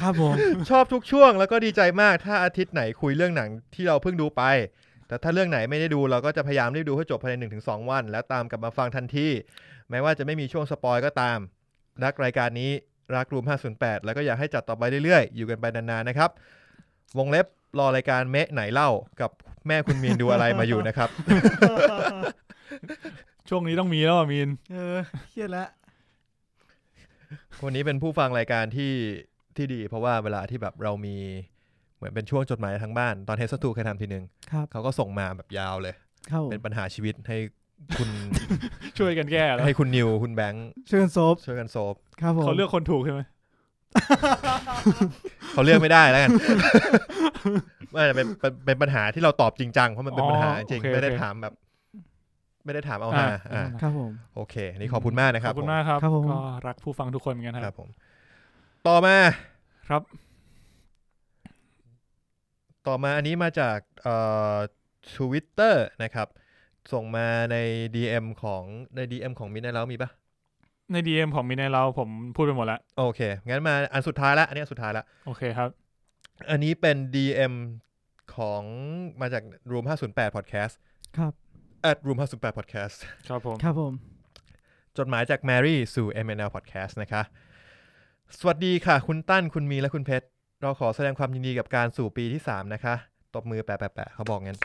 ครับผม
ชอบทุกช่วงแล้วก็ดีใจมากถ้าอาทิตย์ไหนคุยเรื่องหนังที่เราเพิ่งดูไป แต่ถ้าเรื่องไหนไม่ได้ดูเราก็จะพยายามรีบดูให้จบภายใน 1-2 วัน แล้วตามกลับมาฟังทันทีแม้ว่าจะไม่มีช่วงสปอยก็ตาม รักรายการนี้รักรูม 508 แล้วก็อยากให้จัดต่อไปเรื่อยๆ อยู่กันไปนานๆนะครับ วงเล็บรอรายการเมะไหนเล่ากับแม่คุณมีนดูอะไรมาอยู่นะครับ
ช่วงนี้ต้องมีแล้วอะมีน
เออเครียดละ
วันนี้เป็นผู้ฟังรายการที่ที่ดี เพราะว่าเวลาที่แบบเรามีเหมือนเป็นช่วงจดหมายทางบ้านตอนเฮสตูเคยทำทีหนึ่ง
ครับ
เขาก็ส่งมาแบบยาวเลย
ครับผม
เป็นปัญหาชีวิตให้คุณ
ช่วยกันแก้แล้ว
ให้คุณนิว คุณแบงค์
เชิญโซฟ
ช่วยกันโซฟ
ครับผม
เขาเลือกคนถูกใช่ไหม
เขาเลือกไม่ได้แล้วกัน ไม่แต่เป็นเป็นเป็นปัญหาที่เราตอบจริงจังเพราะมันเป็นปัญหาจริง
อ๋อโอเค
ไม่ได้
โอเค
ถามแบบ ไม่ได้ถามเอา
อ่า
ฮาอ่า
อ่า
ครับผม
โอเคอันนี่ขอบคุณมากนะค
ข
รั
อ
บบ
คุณมากครับ
ครับผม
ก็รักผู้ฟังทุกคนเหมือนกั
ค
นค
รั
รั
บบ ผม ต่อมา
ครับ
ต่อมาอันนี้มาจากเอ่อทวิตเตอร์นะครับ ส่งมาใน DM ของใน DM ของมินได้แล้วมีปะ
ในดีเอ็มของมินในเราผมพูดไปหมดแล้ว
โอเคงั้นมาอันสุดท้ายละอันนี้อันสุดท้ายละ
โอเคครับ
อันนี้เป็น DM ของมาจาก Room 508 Podcast
ครับ
at Room 508 Podcast
ครับผม
ครับผม
จดหมายจาก Mary สู่ MNL Podcast นะคะ สวัสดีค่ะ คุณตั้น คุณมีและคุณเพชร เราขอแสดงความยินดีกับการสู่ปีที่ 3 นะคะ ตบมือแปะแปะแปะเขาบอกงั้น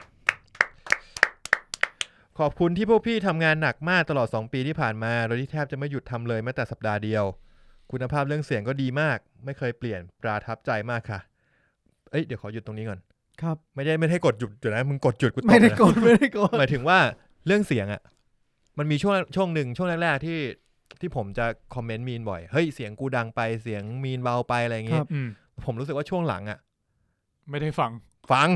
ขอบคุณที่พวกพี่ทำงานหนักมากตลอด 2 ปีที่ผ่านมา โดยที่แทบจะไม่หยุดทำเลยแม้แต่สัปดาห์เดียว คุณภาพเรื่องเสียงก็ดีมาก ไม่เคยเปลี่ยน ประทับใจมากค่ะ เอ้ย เดี๋ยวขอหยุดตรงนี้ก่อน
ครับ
ไม่ได้ไม่ให้กดหยุดอยู่นะ มึงกดหยุดกูตบ
ไม่ได้
นะ
โกร ธไม่ได้โกรธ
หมายถึงว่าเรื่องเสียงอะมันมีช่วงช่วงหนึ่งช่วงแรกๆที่ที่ผมจะคอมเมนต์มีนบ่อย เฮ้ยเสียงกูดังไปเสียงมีนเบาไปอะไรอย่าง
ค
งี้
รับ
อืม
ผมรู้สึกว่าช่วงหลังอะ
ไม่ได้ฟัง
ฟัง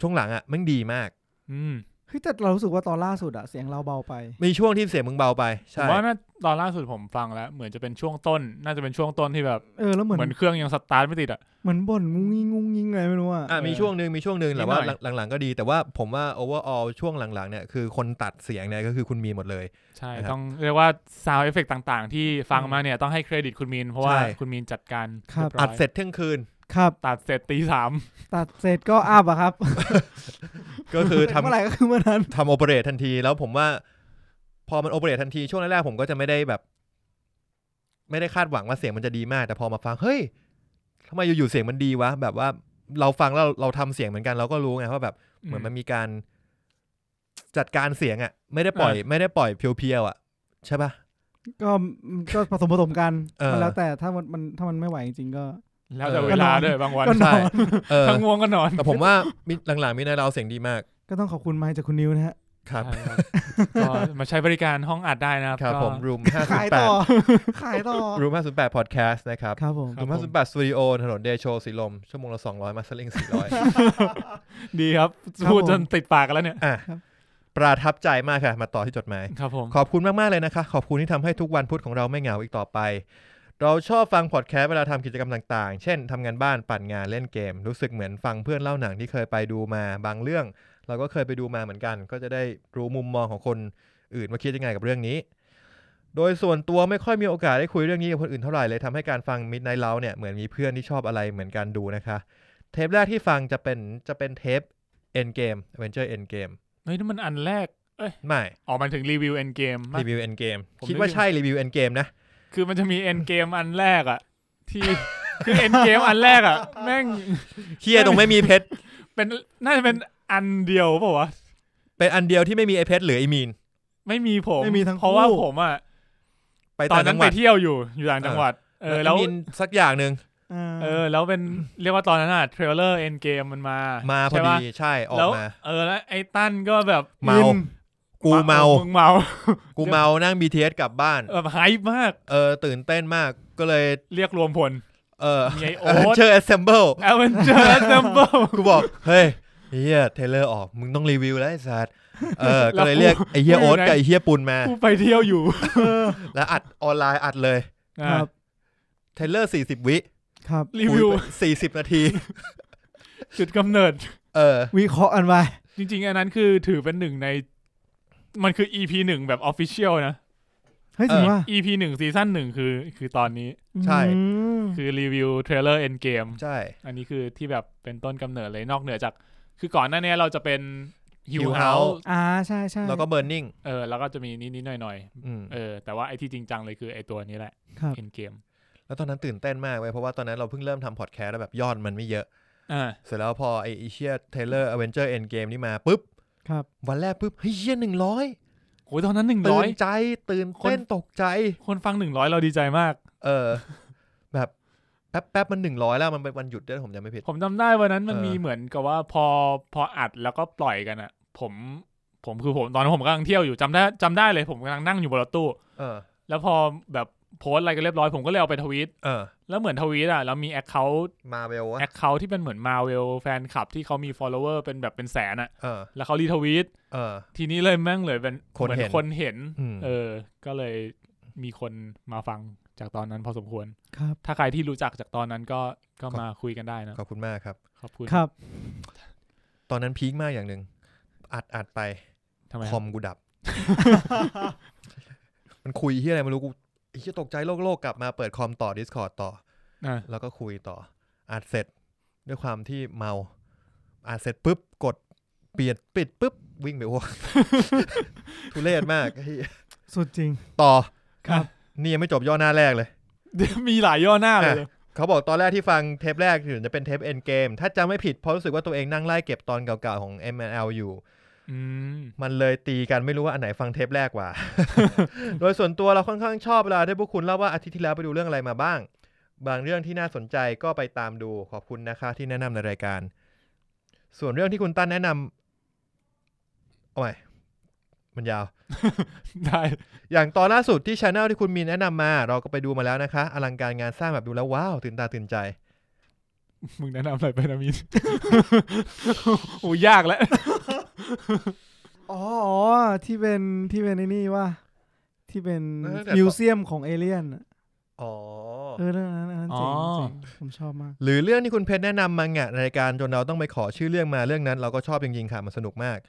ช่วงหลังอะมันดีมาก
อืม
เฮ้ยแต่เรารู้สึกว่าตอนล่าสุดอะเสียงเราเบาไป
มีช่วงที่เสียงมึงเบาไป
ผ
ใช่
มว่าน่าตอนล่าสุดผมฟังแล้ว เหมือนจะเป็นช่วงต้น น่าจะเป็นช่วงต้นที่แบบ
เออแล้วเหมือน
เหมือนเครื่องยังสตาร์ทไม่ติดอ่ะ
เหมือนบ่นงุ้งงิ้งงุ้งงิ้งไงไม่รู้อะ
อ่ะ
เออ
มีช่วงหนึ่งมีช่วงหนึ่งแต่ว่า
นิดหน่อย
หลังๆก็ดีแต่ว่าผมว่า overall ช่วงหลังๆเนี่ยคือคนตัดเสียงเนี่ยก็คือคุณมีนหมดเลย
ใช่
นะครับ
ต้องเรียกว่าซาวเอฟเฟกต่างๆ ที่ฟังมาเนี่ยต้องให้เครดิตคุณมีน เพราะว่า
ใช่
คุณมีนจัดการยบ
อั
ย
ดเสร็จเที่ยงคืน
ครับ
ตัดเสร็จตีสาม
ตัดเสร็จก็อัพอะครับ
ก็คือ
เมื่อ
ทำ
ไหร่ก็คือเมื่อนั้น
ทำโอเปเรตทันทีแล้วผมว่า พอมันโอเปเรตทันทีช่วงแรกๆผมก็จะไม่ได้แบบ ไม่ได้คาดหวังว่าเสียงมันจะดีมาก แต่พอมาฟังเฮ้ยทำไมอยู่ๆเสียงมันดีวะ แบบว่าเราฟังแล้วเราทำเสียงเหมือนกันเราก็รู้ไงว่าแบบเหมือนมันมีการจัดการเสียงอะ่ะ ไม่ได้ปล่อย ไม่ได้ปล่อยเพียวๆอะ่ะ ใช่ปะ
ก็ก็ผสมผสมกัน
เออ
มันแล้วแต่ถ้ามันมันถ้ามันไม่ไหวจริงๆก็
แล้วแต่
เออ
เวลาด้วยบางวัน
ก็
ใช่เออ
ทั้งง่วงก็นอน
แต่ผมว่ามีหลังๆมีนายเราเสียงดีมาก
ก็ต้องขอบคุณไมค์จากคุณนิวนะฮะ
ครับ
ใช่ครับก็มาใช้บริการห้องอัดได้นะครับ
ครับ
ก็
ผมรูมห้าสิ
ขาย
บแป
ต่
ด
อ ขายต่อ
รูมห้าสิบแปดพอดแคสต์นะครับ
ครับผม
ค
รูม
ผ
ห้าม สิบแปดสตูดิโอถนนเดโชสีลม ชั่วโมงละสองร้อยมาสลิงสี่ร้อย
ดีครับพูดจนติดปากกันแล้วเนี่ย
อ่ะประทับใจมากค่ะ มาต่อที่จดหมาย
ครับผม
ขอบคุณมาก ๆ เลยนะคะ ขอบคุณที่ทำให้ทุกวันพุธของเราไม่เหงาอีกต่อไป เราชอบฟังพอดแคสต์เวลาทำกิจกรรมต่าง ๆ เช่นทำงานบ้านปั่นงานเล่นเกม รู้สึกเหมือนฟังเพื่อนเล่าหนังที่เคยไปดูมาบางเรื่อง เราก็เคยไปดูมาเหมือนกัน ก็จะได้รู้มุมมองของคนอื่นว่าคิดยังไงกับเรื่องนี้ โดยส่วนตัวไม่ค่อยมีโอกาสได้คุยเรื่องนี้กับคนอื่นเท่าไหร่เลยทำให้การฟัง Midnight Love เนี่ยเหมือนมีเพื่อนที่ชอบอะไรเหมือนกันดูนะคะ เทปแรกที่ฟังจะเป็นจะเป็นเทป Endgame Adventure Endgame
เฮ้ยนี่มันอันแรก
ไม่
ออกมาถึงรีวิวเอนเกม
รีวิวเอ็นเกม
ผม
คิดว่าใช่รีวิวเอ็นเกมนะ
คือมันจะมีเอนเกมอันแรกอะที่ คือเอนเกมอันแรกอะแม่ง
เฮียตรงไม่มีเพชร
เป็นน่าจะเป็นอันเดียวเปล่าวะ
เป็นอันเดียวที่ไม่มีไอเพชรหรือไอมีน
ไม่มีผม
ไม่มีทั้ง
เพราะว่า
คู่
ผมอะ
ไป
ตอ
ต่าน งจั
นั้น
งห
ไป
วัด
เที่ยวอยู่อยู่ต่างจังหวัดเออแล้ว
ไมีนสักอย่างหนึ่ง
า
เออแล้วเป็นเรียกว่าตอนนั้นอะเทรลเลอร์เอนเกมมันมา
มา
มา
พอดี ใช่ออ
แล้ว
กมา
เออแล้วไอ้ตั้นก็แบบ
เมา
อิน
กูเมา
งเมา
กูเมานั่ง BTS กลับบ้าน
แบบไฮป์มาก
เออ ตื่นเต้นมากก็เลย
เรียกรวมพล
เออ
มีไอโอ๊
เออ
ต
เจอ assemble
แอเวนเจ อร์ซัมเบิล
กูบอก เฮ้ยไอ้เฮียเทเลอร์ออก มึงต้องรีวิวแล้วไอ้สัตว์เออ ก็เลยเรียกไอเฮีย
แล้วกู
โอ๊ตกับไอเฮียปุนมา
กูไปเที่ยวอยู่
แล้วอัดออนไลน์อัดเลย
ครับ
เทเลอร์สี่สิบวิ
ครับ
รีวิว
สี่สิบนาที
จุดกำเนิด
เออ
วิเคราะห์กันไป
จริงๆ อันนั้นคือถือเป็นหนึ่งใน มันคือ EP หนึ่งแบบออฟฟิเชียลนะ
เฮ้ยจริง
เออ
ว่า
EP หนึ่งซีซั่นหนึ่งคือคือตอนนี้
ใช่
คือรีวิวเทรลเลอร์เอ็นเกม
ใช่
อันนี้คือที่แบบเป็นต้นกำเนิดเลยนอกเหนือจาก คือก่อนหน้านี้เราจะเป็นฮิว
Hill
เฮา
House
ส์
อ่าใช่ใช่
แล้วก็เบิร์นนิ่ง
เออแล้วก็จะมีนิดๆหน่อยๆเออแต่ว่าไอที่จริงจังเลยคือไอตัวนี้แหละ
ครับ
เอ็นเกม
แล้วตอนนั้นตื่นเต้นมากเว้ยเพราะว่าตอนนั้นเราเพิ่งเริ่มทำพอดแคสต์แล้วแบบยอดมันไม่เยอะ
อ่า
เสร็จแล้วพอไอเชียเทเลอร์อเวนเจอร์เอ็นเกมนี่มาปุ๊บ
ครับ
วันแรกปุ๊บเฮ้ยเชียหนึ่งร้อย
โอ้ยตอนนั้นหนึ่งร้
ตื่
อย
นใจตื่นเต้น
คน
ตกใจ
คนฟังหนึ่งร้อยเราดีใจมาก
เออ แบบแป๊บแป๊บมันหนึ่งร้อยแล้วมันเป็นวันหยุดด้วยผมจำไม่ผิด
ผมจำได้วันนั้นมัน
เออ
มีเหมือนกับว่าพอพออัดแล้วก็ปล่อยกันอะผมผมคือผมตอนนั้นผมกำลังเที่ยวอยู่จำได้จำได้เลยผมกำลังนั่งอยู่บนรถตู้
เออ
แล้วพอแบบโพสต์อะไรกันเรียบร้อยผมก็เลยเอาไปทวีต
เออ
แล้วเหมือนทวีตอะแล้วมีแอคเคาท์
มาเวลวะ
แอคเคาท์ที่เป็นเหมือนมาเวลแฟนคลับที่เขามี follower เป็นแบบเป็นแสนอะ
เออ
แล้วเขารีทวีต
เออ
ทีนี้เลยแม่งเลยเป็น
คน
เหมือ
เห็
น
น
คนเห็น
อืม
เออ ก็เลยมีคนมาฟังจากตอนนั้นพอสมควร
ครับ
ถ้าใครที่รู้จักจากตอนนั้นก็ก็มาคุยกันได้นะ
ขอบคุณมากครับ
ขอบคุณ
ครับ
ตอนนั้นพีคมากอย่างหนึ่งอัดอัดไป
ทำไม
คอมกูดับ มันคุยที่อะไรไม่รู้กูไอ้เหี้ยตกใจโลกโลกกลับมาเปิดคอมต่อ Discord ต่อ
อ่ะ
แล้วก็คุยต่ออัดเสร็จด้วยความที่เมาอัดเสร็จปุ๊บกดเปลี่ยนปิดปุ๊บวิ่งไปอ้วก ทุเรศมากไอ้เหี้ย
สุดจริง
ต่อ
ครับ
นี่ยังไม่จบย่อหน้าแรกเลย
เดี๋ยว มีหลายย่อหน้าเลย
เขาบอกตอนแรกที่ฟังเทปแรกถึงจะเป็นเทปเอ็นเกมถ้าจำไม่ผิดเพราะรู้สึกว่าตัวเองนั่งไล่เก็บตอนเก่าๆของ ML อยู่
อืม
มันเลยตีกันไม่รู้ว่าอันไหนฟังเทปแรกก ว่า โดยส่วนตัวเราค่อนข้างชอบเวลาที่พวกคุณเล่าว่าอาทิตย์ที่แล้วไปดูเรื่องอะไรมาบ้าง บางเรื่องที่น่าสนใจก็ไปตามดูขอบคุณนะคะที่แนะนำในรายการ ส่วนเรื่องที่คุณตั้นแนะนำเอาใหม่มันยาว
ได้
อย่างตอนล่าสุดที่ช anel ที่คุณมีนแนะนำมา เราก็ไปดูมาแล้วนะคะ อลังการงานสร้างแบบดูแล้วว้าวตื่นตาตื่นใจ
มึงแนะนำอะไรไปนะมี น โอ้ยากแล้ว
อ๋ออ๋อที่เป็นที่เป็นไอ้นี่ว่า ที่เป็น
เออแต่
มิวเซียมของเอเลี่ยนอะ
อ๋อ
เออเรื่องนั้นอันนั้นเจ๋ง
อ๋อ
เจ๋งผมชอบมาก
หรือเรื่องที่คุณเพชรแนะนำมังงะในรายการจนเราต้องไปขอชื่อเรื่องมาเรื่องนั้น เราก็ชอบจริงๆค่ะมันสนุกมาก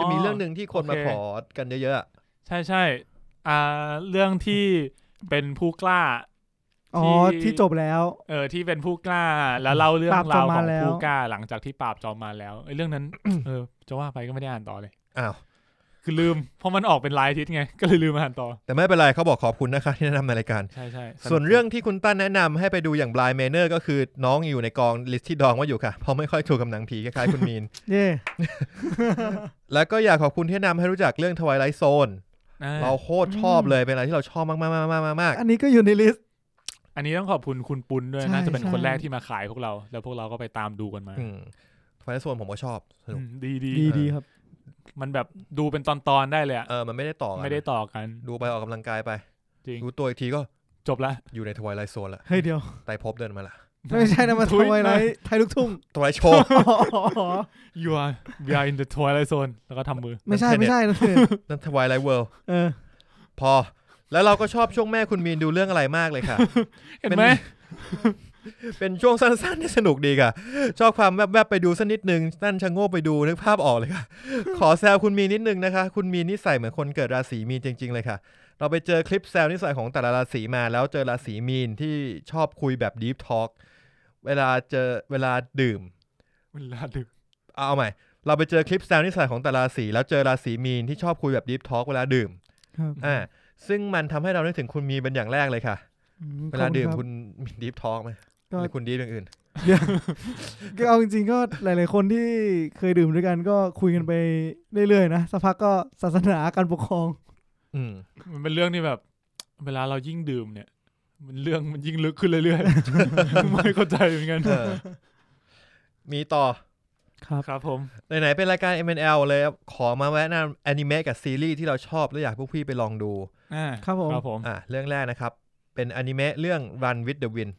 จะมีเรื่องหนึ่งที่คนมา
โอเค
ขอกันเยอะๆอะ
ใช่ใช่อ่าเรื่องที่เป็นผู้กล้า
อ๋อ
ที่
ที่จบแล้ว
เออที่เป็นผู้กล้า แล้วเล่าเรื่อง
ปราบจอ
ราม ว
มาร
ของ
แล้ว
ผู้กล้าหลังจากที่ปราบจอมมารแล้วไอ้เรื่องนั้น เออจะว่าไปก็ไม่ได้อ่านต่อเลย
อ้าว
คือลืม เพราะมันออกเป็นรายอาทิตย์ไง ก็เลยลืมมาอ่านต่อ
แต่ไม่เป็นไรเขาบอกขอบคุณนะคะ ที่แนะนำในรายการ
ใช่ใช่ก
ส่วนเรื่องที่คุณตั้นแนะนำให้ไปดูอย่าง Blind Manor ก็คือน้องอยู่ในกองลิสที่ดองไว่าอยู่ค่ะ เพราะไม่ค่อยถูกกับหนังผีคล้ายๆคุณมีน
เย่
แล้วก็อยากขอบคุณที่แนะนำให้รู้จักเรื่อง Twilight Zone
อ่
เราโคตรชอบเลยเป็นอะไรที่เราชอบมากๆๆๆ
อันนี้ก็อยู่ในลิสต์
อันนี้ต้องขอบคุณคุณปุณด้วย
ใช่
น่าจะเป็นคน
ใช่
แรกที่มาขายพวกเรา แล้วพวกเราก็ไปตามดูกันมา
ๆอืม Twilight Zone ผมก็ชอบสนุก
อืมดีดี
ดีดีครับ
มันแบบดูเป็นตอนตอนๆได้เลยอะ
เออมันไม่ได้ต่อกัน
ไม่ได้ต่อกัน
ดูไปออกกำลังกายไป
จริง
ดูตัวอีกทีก็
จบละ
อยู่ใน Twilight Zone ละ
เฮ้ยเดียว
ไตรภพเดินมาละ
ไม่ใช่นะ มัน
ทุย
ทำไว้ไร
มา
ไทยลูกทุ่ง
Twilight Show
อ๋ออ๋ออ๋อ
you are we are in the twilight zone แล้วก็ทำมือ
ไม่ใช่
มัน
ไม่ใช่นะคือ
นั่น Twilight World
เออ
พอ แล้วเราก็ชอบช่วงแม่คุณมีนดูเรื่องอะไรมากเลยค่ะ
เห็นไหม
เป็นช่วงสั้นๆที่สนุกดีค่ะ ชอบความแวบๆไปดูสักนิดนึงนั่นชะโงกไปดูนึกภาพออกเลยค่ะ ขอแซวคุณมีนิดนึงนะคะ คุณมีนิสัยเหมือนคนเกิดราศีมีนจริง ๆ เลยค่ะ เราไปเจอคลิปแซวนิสัยของแต่ละราศีมา แล้วเจอราศีมีนที่ชอบคุยแบบดีฟทอล์กเวลาเจอเวลาดื่ม
เวลาดึก
เอาเอาใหม่ เราไปเจอคลิปแซวนิสัยของแต่ละราศีแล้วเจอราศีมีนที่ชอบคุยแบบดีฟทอล์กเวลาดื่ม
ครับ
อ่าซึ่งมันทำให้เรานึกถึงคุณมีนเป็นอย่างแรกเลยค่ะ
อืม
เวลาดื่ม
ขอบ
คุ
คุณ
ณมีดีฟทอล์กไหมห
ครั
รื
บ
อคุณดีฟอย่างอื่น
ก็ก็เอาจริงๆก็หลาย ๆ คนที่เคยดื่มด้วยกันก็คุยกันไปเรื่อย ๆ นะสักพักก็ศาสนาการปกครอง
อืม
มันเป็นเรื่องที่แบบ เวลาเรายิ่งดื่มเนี่ย มันเรื่องมันยิ่งลึกขึ้นเรื่อยๆ ไม่เข้าใจเหมือนกัน
เออมีต่อ
ครับ
ครับผม
ไหนๆเป็นรายการ MNL เลยครับขอมาแนะนำแอนิเมะกับซีรีส์ที่เราชอบ และอยากพวกพี่ไปลองดู
อ่า
ครับผม
ครับผม
อ่ะ เรื่องแรกนะครับ เป็นอนิเมะเรื่อง Run with the Wind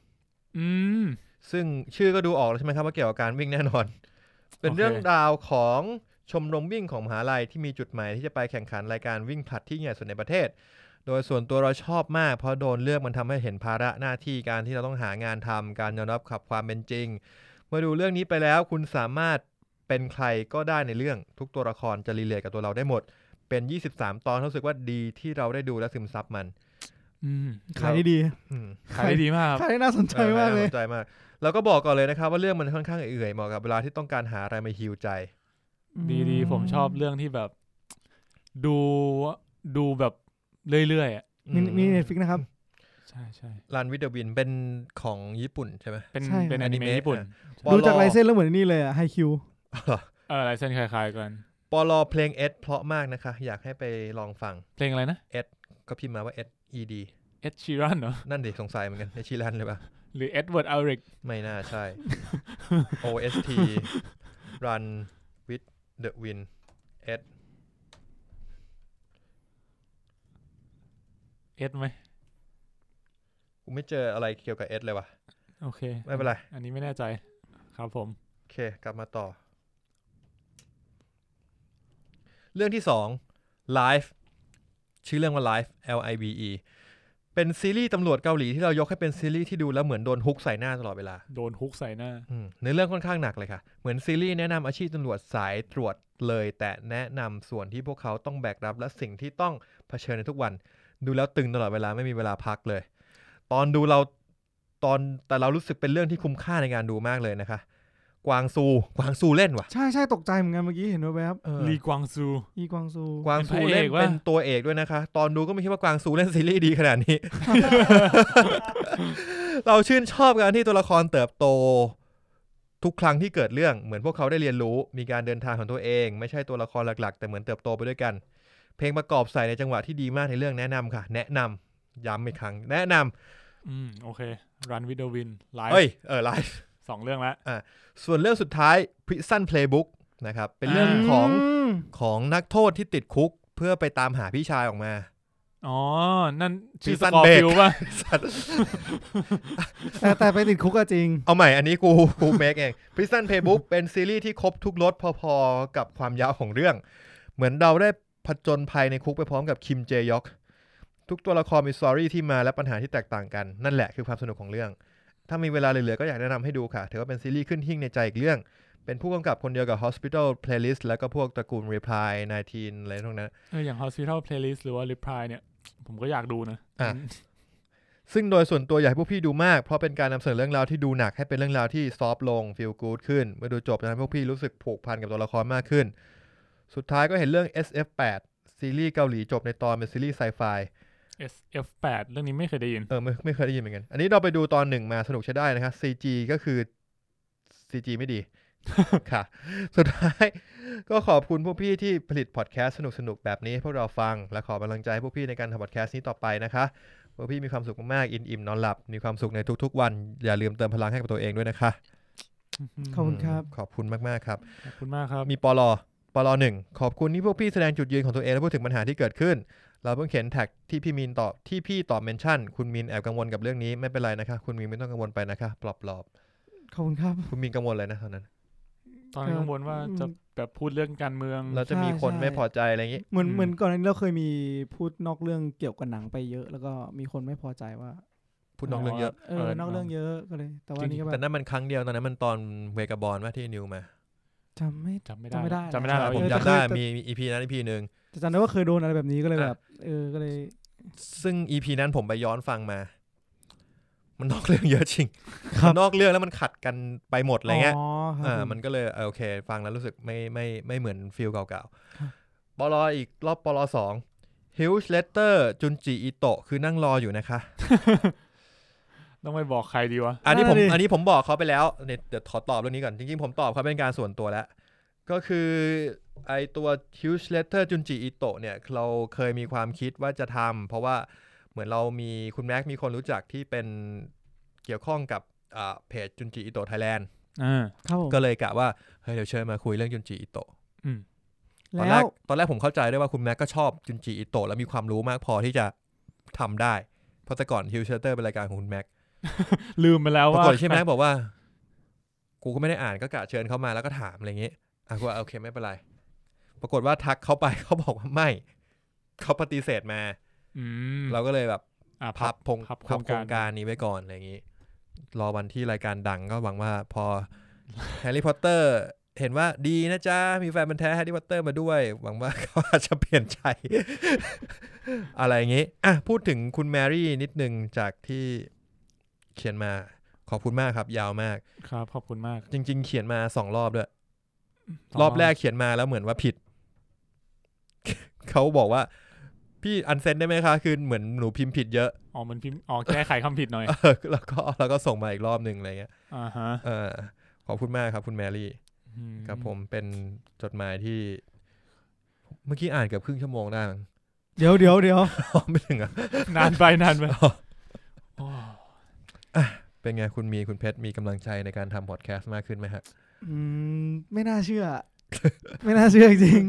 อืม
ซึ่งชื่อก็ดูออกแล้วใช่ไหมครับ ว่าเกี่ยวกับการวิ่งแน่นอน เป็น
โอเค
เรื่องราวของชมรมวิ่งของมหาลัยที่มีจุดหมายที่จะไปแข่งขันรายการวิ่งผลัดที่ใหญ่สุดในประเทศ โดยส่วนตัวเราชอบมาก เพราะโดนเลือกมันทำให้เห็นภาระหน้าที่การที่เราต้องหางานทำการยอมรับขับความเป็นจริง เมื่อดูเรื่องนี้ไปแล้วคุณสามารถเป็นใครก็ได้ในเรื่องทุกตัวละครจะรีเลทกับตัวเราได้หมด เป็น 23 ตอนรู้สึกว่าดีที่เราได้ดูและซึมซับมัน
อืม
ขายได้ดี
อืม
ขายได้ดีมากครับ
ขายได้น่าสนใจ
ออ
มากเลย
น่สนใจมากเราก็บอกก่อนเลยนะครับ ว่าเรื่องมันค่อนข้างเอื่อยๆเหมาะกับเวลาที่ต้องการหาอะไรมาฮิวใจ
ดีดีผมชอบเรื่องที่แบบ ดูดูแบบเรื่อยๆอ่ะ
มีมีเน็ตฟิกนะครับ
ใช่ใช่
รันวิดเดอร์บินเป็นของญี่ปุ่นใช่ไหม
เป็น
ใช่
เป็นอนิเมะ
อนิเมะ
ญี่ปุ่น
อ่ะ
ดูจากลายเส้นแล้วเหมือนนี่เลยอะไฮคิว
เออลายเส้นคล้ายๆกัน
ปลอเพลงเอสเพราะมากนะคะ อยากให้ไปลองฟัง
เพลงอะไรนะ
ก็พิมพ์มาว่า S E D
เอ็ดชีรันเหรอ
นั่นดิสงสัยเหมือนกันในชิลันเลยปะ
หรือเอ็ดเวิร์ดอริก
ไม่น่าใช่ O S T Run with the Wind S
เอ็ดไหม
กูไม่เจออะไรเกี่ยวกับ S เลยว่ะ
โอเค
ไม่เป็นไร
อันนี้ไม่แน่ใจครับผม
โอเค กลับมาต่อ เรื่องที่สอง Life ชื่อเรื่องว่า Life L I V E เป็นซีรีส์ตำรวจเกาหลีที่เรายกให้เป็นซีรีส์ที่ดูแล้วเหมือนโดนฮุกใส่หน้าตลอดเวลา
โดนฮุกใส่หน้า
อืมเนื้อเรื่องค่อนข้างหนักเลยค่ะ เหมือนซีรีส์แนะนำอาชีพตำรวจสายตรวจเลย แต่แนะนำส่วนที่พวกเขาต้องแบกรับและสิ่งที่ต้องเผชิญในทุกวัน ดูแล้วตึงตลอดเวลาไม่มีเวลาพักเลย ตอนดูเราตอนแต่เรารู้สึกเป็นเรื่องที่คุ้มค่าในการดูมากเลยนะคะ กวางซูกวางซูเล่นว่ะ
ใช่ใช่ตกใจเหมือนกันเมื่อกี้เห็นแวบ
เออ
ลีกวางซู
ๆอีกวางซู
กวางซูเล่น
เป็นพระเอกว่ะ
เป็นตัวเอกด้วยนะคะ ตอนดูก็ไม่คิดว่ากวางซูเล่นซีรีส์ดีขนาด นี้ เราชื่นชอบการที่ตัวละครเติบโต ทุกครั้งที่เกิดเรื่องเหมือนพวกเขาได้เรียนรู้ มีการเดินทางของตัวเอง ไม่ใช่ตัวละครหลักๆ แต่เหมือนเติบโตไปด้วยกัน เพลงประกอบใส่ในจังหวะที่ดีมากในเรื่องแนะนำค่ะ แนะนำย้ำอีกครั้ง แนะนำ
อืมโอเครันวิดวินไลฟ์
เอ้ยเออไลฟ์
สองเรื่องละ
ส่วนเรื่องสุดท้าย Prison Playbook นะครับเป็นเรื่อง
อ่า
ของของนักโทษที่ติดคุก เพื่อไปตามหาพี่ชายออกมา
อ๋อ นั่นชื่อส
Prison
กอร์
Break
ฟิวป่ะ
สัตว์
แต่แต่ไปติดคุกอะจริง
เอาใหม่อันนี้กู กูเมคเอง Prison Playbook เป็นซีรีส์ที่ครบทุกรสพอๆ กับความยาวของเรื่อง เหมือนเราได้ผจญภัยในคุกไปพร้อมกับคิมเจยอก ทุกตัวละครมีสตอรี่ที่มาและปัญหาที่แตกต่างกัน นั่นแหละคือความสนุกของเรื่อง ถ้ามีเวลาเหลือๆก็อยากแนะนำให้ดูค่ะ ถือว่าเป็นซีรีส์ขึ้นหิ้งในใจอีกเรื่อง เป็นผู้กำกับคนเดียวกับ Hospital Playlist แล้วก็พวกตระกูล Reply 19อะไรพวกนั้น
เอออย่าง Hospital Playlist หรือว่า Reply เนี่ย ผมก็อยากดูนะ
อ่ะ ซึ่งโดยส่วนตัวอยากให้พวกพี่ดูมาก เพราะเป็นการนำเสนอเรื่องราวที่ดูหนักให้เป็นเรื่องราวที่ซอฟต์ลงฟีลกู๊ดขึ้น เมื่อดูจบจะทำให้พวกพี่รู้สึกผูกพันกับตัวละครมากขึ้น สุดท้ายก็เห็นเรื่อง SF8 ซีรีส์เกาหลีจบในตอนเป็นซีรีส์ไซไฟ
อืม SF8 เรื่องนี้ไม่เคยได้ยิน
เออไม่ไม่เคยได้ยินเหมือนกัน อันนี้เราไปดูตอนหนึ่งมาสนุกใช้ได้นะครับ CG ก็คือ CG ไม่ดี ค่ะ สุดท้าย ก็ขอบคุณพวกพี่ที่ผลิตพอดแคสต์สนุกๆแบบนี้ให้พวกเราฟัง และขอกำลังใจให้พวกพี่ในการทำพอดแคสต์นี้ต่อไปนะคะพวกพี่มีความสุขมากๆ อินอิ่มนอนหลับ มีความสุขในทุกๆวัน อย่าลืมเติมพลังให้กับตัวเองด้วยนะคะ
ขอบคุณครับ
ขอบคุณมากๆครับ
ขอบคุณมากครับ
มีปลอปลอหนึ่งขอบคุณที่พวกพี่แสดงจุดยืนของตัวเองและพูดถึงปัญหาที่เกิดขึ้น เราเพิ่งเขียนแท็กที่พี่มีนตอบที่พี่ตอบเมนชั่น คุณมีนแอบกังวลกับเรื่องนี้ไม่เป็นไรนะคะ คุณมีนไม่ต้องกังวลไปนะคะปลอบปลอบ
ขอบคุณครับ
ๆคุณมีนกังวลเลยนะตอนนั้น
ตอนนี้กังวลว่า
อืม
จะแบบพูดเรื่องการเมือง
เราจะมีคนไม่พอใจอะไรอย่างนี้
เหมือน
อืม
เหมือนก่อนหน้านี้เราเคยมีพูดนอกเรื่องเกี่ยวกับหนังไปเยอะ แล้วก็มีคนไม่พอใจว่า
พูดนอกเรื่องเยอะ
เออนอกเรื่องเยอะก็เลย แต่ว่านี่ก็แบ
แต่
บ
นั่นมันครั้งเดียวตอนนั้นมันตอนเวกาบอลว่าที่นิวมา
จำไม่
จำไม่
จำไม่ได้
ได้จำไม่ได้
ใช่
แล้ว
ผม
เออแต่
จำได้
เคยแต่
มีอีพีนั้นอีพีหนึ่ง
จะจำได้ว่าเคยโดนอะไรแบบนี้ก็เลย
อ่ะ
แบบ เออก็เลย
ซึ่งอีพีนั้นผมไปย้อนฟังมา มันนอกเรื่องเยอะจริงมันนอกเรื่องแล้วมันขัดกันไปหมดอะไรเงี้ย
อ๋อครับ
อ่า
ผม
มันก็เลยเออโอเค ฟังแล้วรู้สึกไม่ไม่ไม่เหมือนฟิลเก่า
ครับ
ๆปลออีกรอบปลอสองฮิวช์เลเตอร์จุนจิอิโตะคือนั่งรออยู่นะคะ
ต้องไปบอกใครดีวะ
อันนี้ผม
นั่นน่ะดิ
อันนี้ผมบอกเขาไปแล้วเนี่ยเดี๋ยวขอตอบเรื่องนี้ก่อน จริงๆ ผมตอบเขาเป็นการส่วนตัวแล้ว ก็คือไอตัวฮิวช์เลเตอร์จุนจิอิโตะเนี่ย เราเคยมีความคิดว่าจะทำเพราะว่าเหมือนเรามีคุณแม็กมีคนรู้จักที่เป็นเกี่ยวข้องกับอ่าเพจจุนจิอิโตะไทยแลนด์
อ่า
ครับผม
ก็เลยกะว่าเฮ้ยเดี๋ยวเชิญมาคุยเรื่องจุนจิอิโตะ
อืม
ตอนแร
แล้
ก
ว
ตอนแรกผมเข้าใจได้ว่าคุณแม็กก็ชอบจุนจิอิโตะและมีความรู้มากพอที่จะทำได้ เพราะแต่ก่อนฮิวเชอร์เตอร์เป็นรายการของคุณแม็ก
ลืมไปแล้ว
ปรา
ว่าก
ฏที่แม็กบอกว่า กูก็ไม่ได้อ่านก็กะเชิญเข้ามาแล้วก็ถามอะไรอย่างเงี้ยอ่ะกูว่าโอเคไม่เป็นไร ปรากฏว่าทักเขาไป เขาบอกว่าไม่ เขาปฏิเสธมา
อืม
เราก็เลยแบบ
อ่ะ
พั
พั
บ
บ
พง
พับโครง
พับโครง
กา
การ รนี้ไว้ก่อนอะไรอย่างงี้ รอวันที่รายการดังก็หวังว่าพอแฮร์รี่พอตเตอร์ เห็นว่าดีนะจ๊ะ มีแฟนมันธุ์แท้แฮร์รี่พอตเตอร์มาด้วย หวังว่าเขาอาจจะเปลี่ยนใจ อะไรอย่างงี้ อ่ะ พูดถึงคุณแมรี่นิดนึงจากที่เขียนมาขอบคุณมากครับ ยาวมาก
ครับ ขอบคุณมาก
จริง ๆ เขียนมาสองรอบด้วย
สง
รอบแรกเขียนมาแล้วเหมือนว่าผิด เขาบอกว่า พี่อันเซนได้ไหมคะ คือเหมือนหนูพิมพ์ผิดเยอะ
อ๋อมันพิมพ์อ๋อแก้ไขคำผิดหน่อย
เอ อแล้วก็แล้วก็ส่งมาอีกรอบหนึ่งอะไรเงี้ย
อ่าฮะ
เออขอบคุณมากครับ คุณแมรี่
อื
ครับผมเป็นจดหมายที่ เมื่อกี้อ่านเกือบครึ่งชั่วโมงได้มั้ง
เดี๋ยวเดี๋ยวเดี๋ยว
ไม่ถึงอ่ะ
นานไปนานไป
อ๋อ
โอ้
เป็นไงคุณมีคุณเพชรมีกำลังใจในการทำพอดแคสต์มากขึ้นไหมฮะ
อืมไม่น่าเชื่อ ไม่น่าเชื่อจริง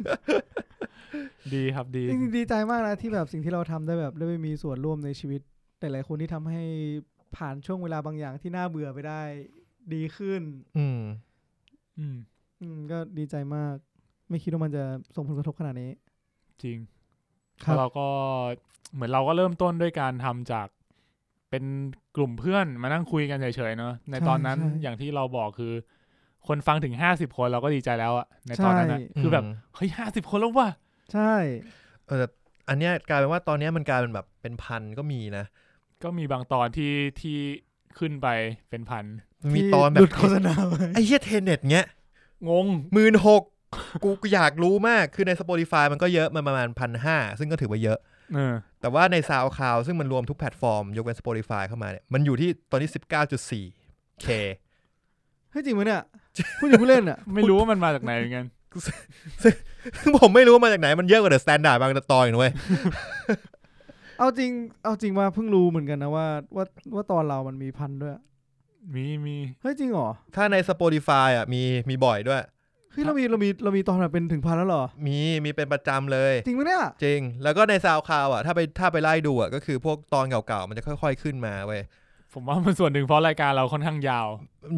ดีครับดี
จริงๆดีใจมากนะที่แบบสิ่งที่เราทำได้แบบได้ไปมีส่วนร่วมในชีวิตหลายๆคนที่ทำให้ผ่านช่วงเวลาบางอย่างที่น่าเบื่อไปได้ดีขึ้น
อืม
อืม
อืมก็ดีใจมาก ไม่คิดว่ามันจะส่งผลกระทบขนาดนี้
จริง
ค
แล้
รับ
วเราก็เหมือนเราก็เริ่มต้นด้วยการทำจากเป็นกลุ่มเพื่อนมานั่งคุยกันเฉยๆเนาะในตอนนั้น
ใช่ใช่
อย่างที่เราบอกคือ คนฟังถึงห้าสิบคนเราก็ดีใจแล้วอะในตอนนั้นนะ
ใช่
คือแบบเฮ้ยห้าสิบคนแล้วว่ะ
ใช่
เออแต่อันเนี้ยกลายเป็นว่าตอนเนี้ยมันกลายเป็นแบบเป็นพันก็มีนะ
ก็มีบางตอนที่ที่ขึ้นไปเป็นพัน
มี
ที่
ตอนแบ
หลุ
บ
ดโฆษณาไป
ไอ้เหี้ยเทเน็ตเงี้ย
งง
หมื่นหกกูกูอยากรู้มาก คือใน Spotify มันก็เยอะมันประมาณพันห้าซึ่งก็ถือว่าเยอะ
เออ
แต่ว่าในซาวคลาวซึ่งมันรวมทุกแพลตฟอร์ม ยกเว้น Spotify เข้ามาเนี่ย มันอยู่ที่ตอนนี้สิบเก้าจุดสี่เค
เฮ้ยจริงมั้ยเนี่ยพูดถึงผู้เล่นอ่ะ
ไม่รู้ว่ามันมาจากไหนเหมือนกัน
ซึ่ง ผมไม่รู้ว่ามาจากไหนมันเยอะกว่าเดอะสแตนดาร์ดบางตอนอีกนะเว้ย
เอาจริง เอาจริงว่าเพิ่งรู้เหมือนกันนะว่าว่าว่าตอนเรามันมีพันด้วย
มีมี
เฮ้ยจริงเหรอ
ถ้าใน Spotify อ่ะมีมีบ่อยด้วย
เฮ้ยเรามีเรามีเรามีตอนแบบเป็นถึงพันแล้วเหรอ
มีมีเป็นประจำเลย
จริงมั้ยเนี่ย
จริง แล้วก็ในซาวคลาวอ่ะถ้าไปถ้าไปไล่ดูอ่ะก็คือพวกตอนเก่าๆ มันจะค่อยๆขึ้นมาเว้ย
ผมว่ามันส่วนหนึ่งเพราะรายการเราค่อนข้างยาว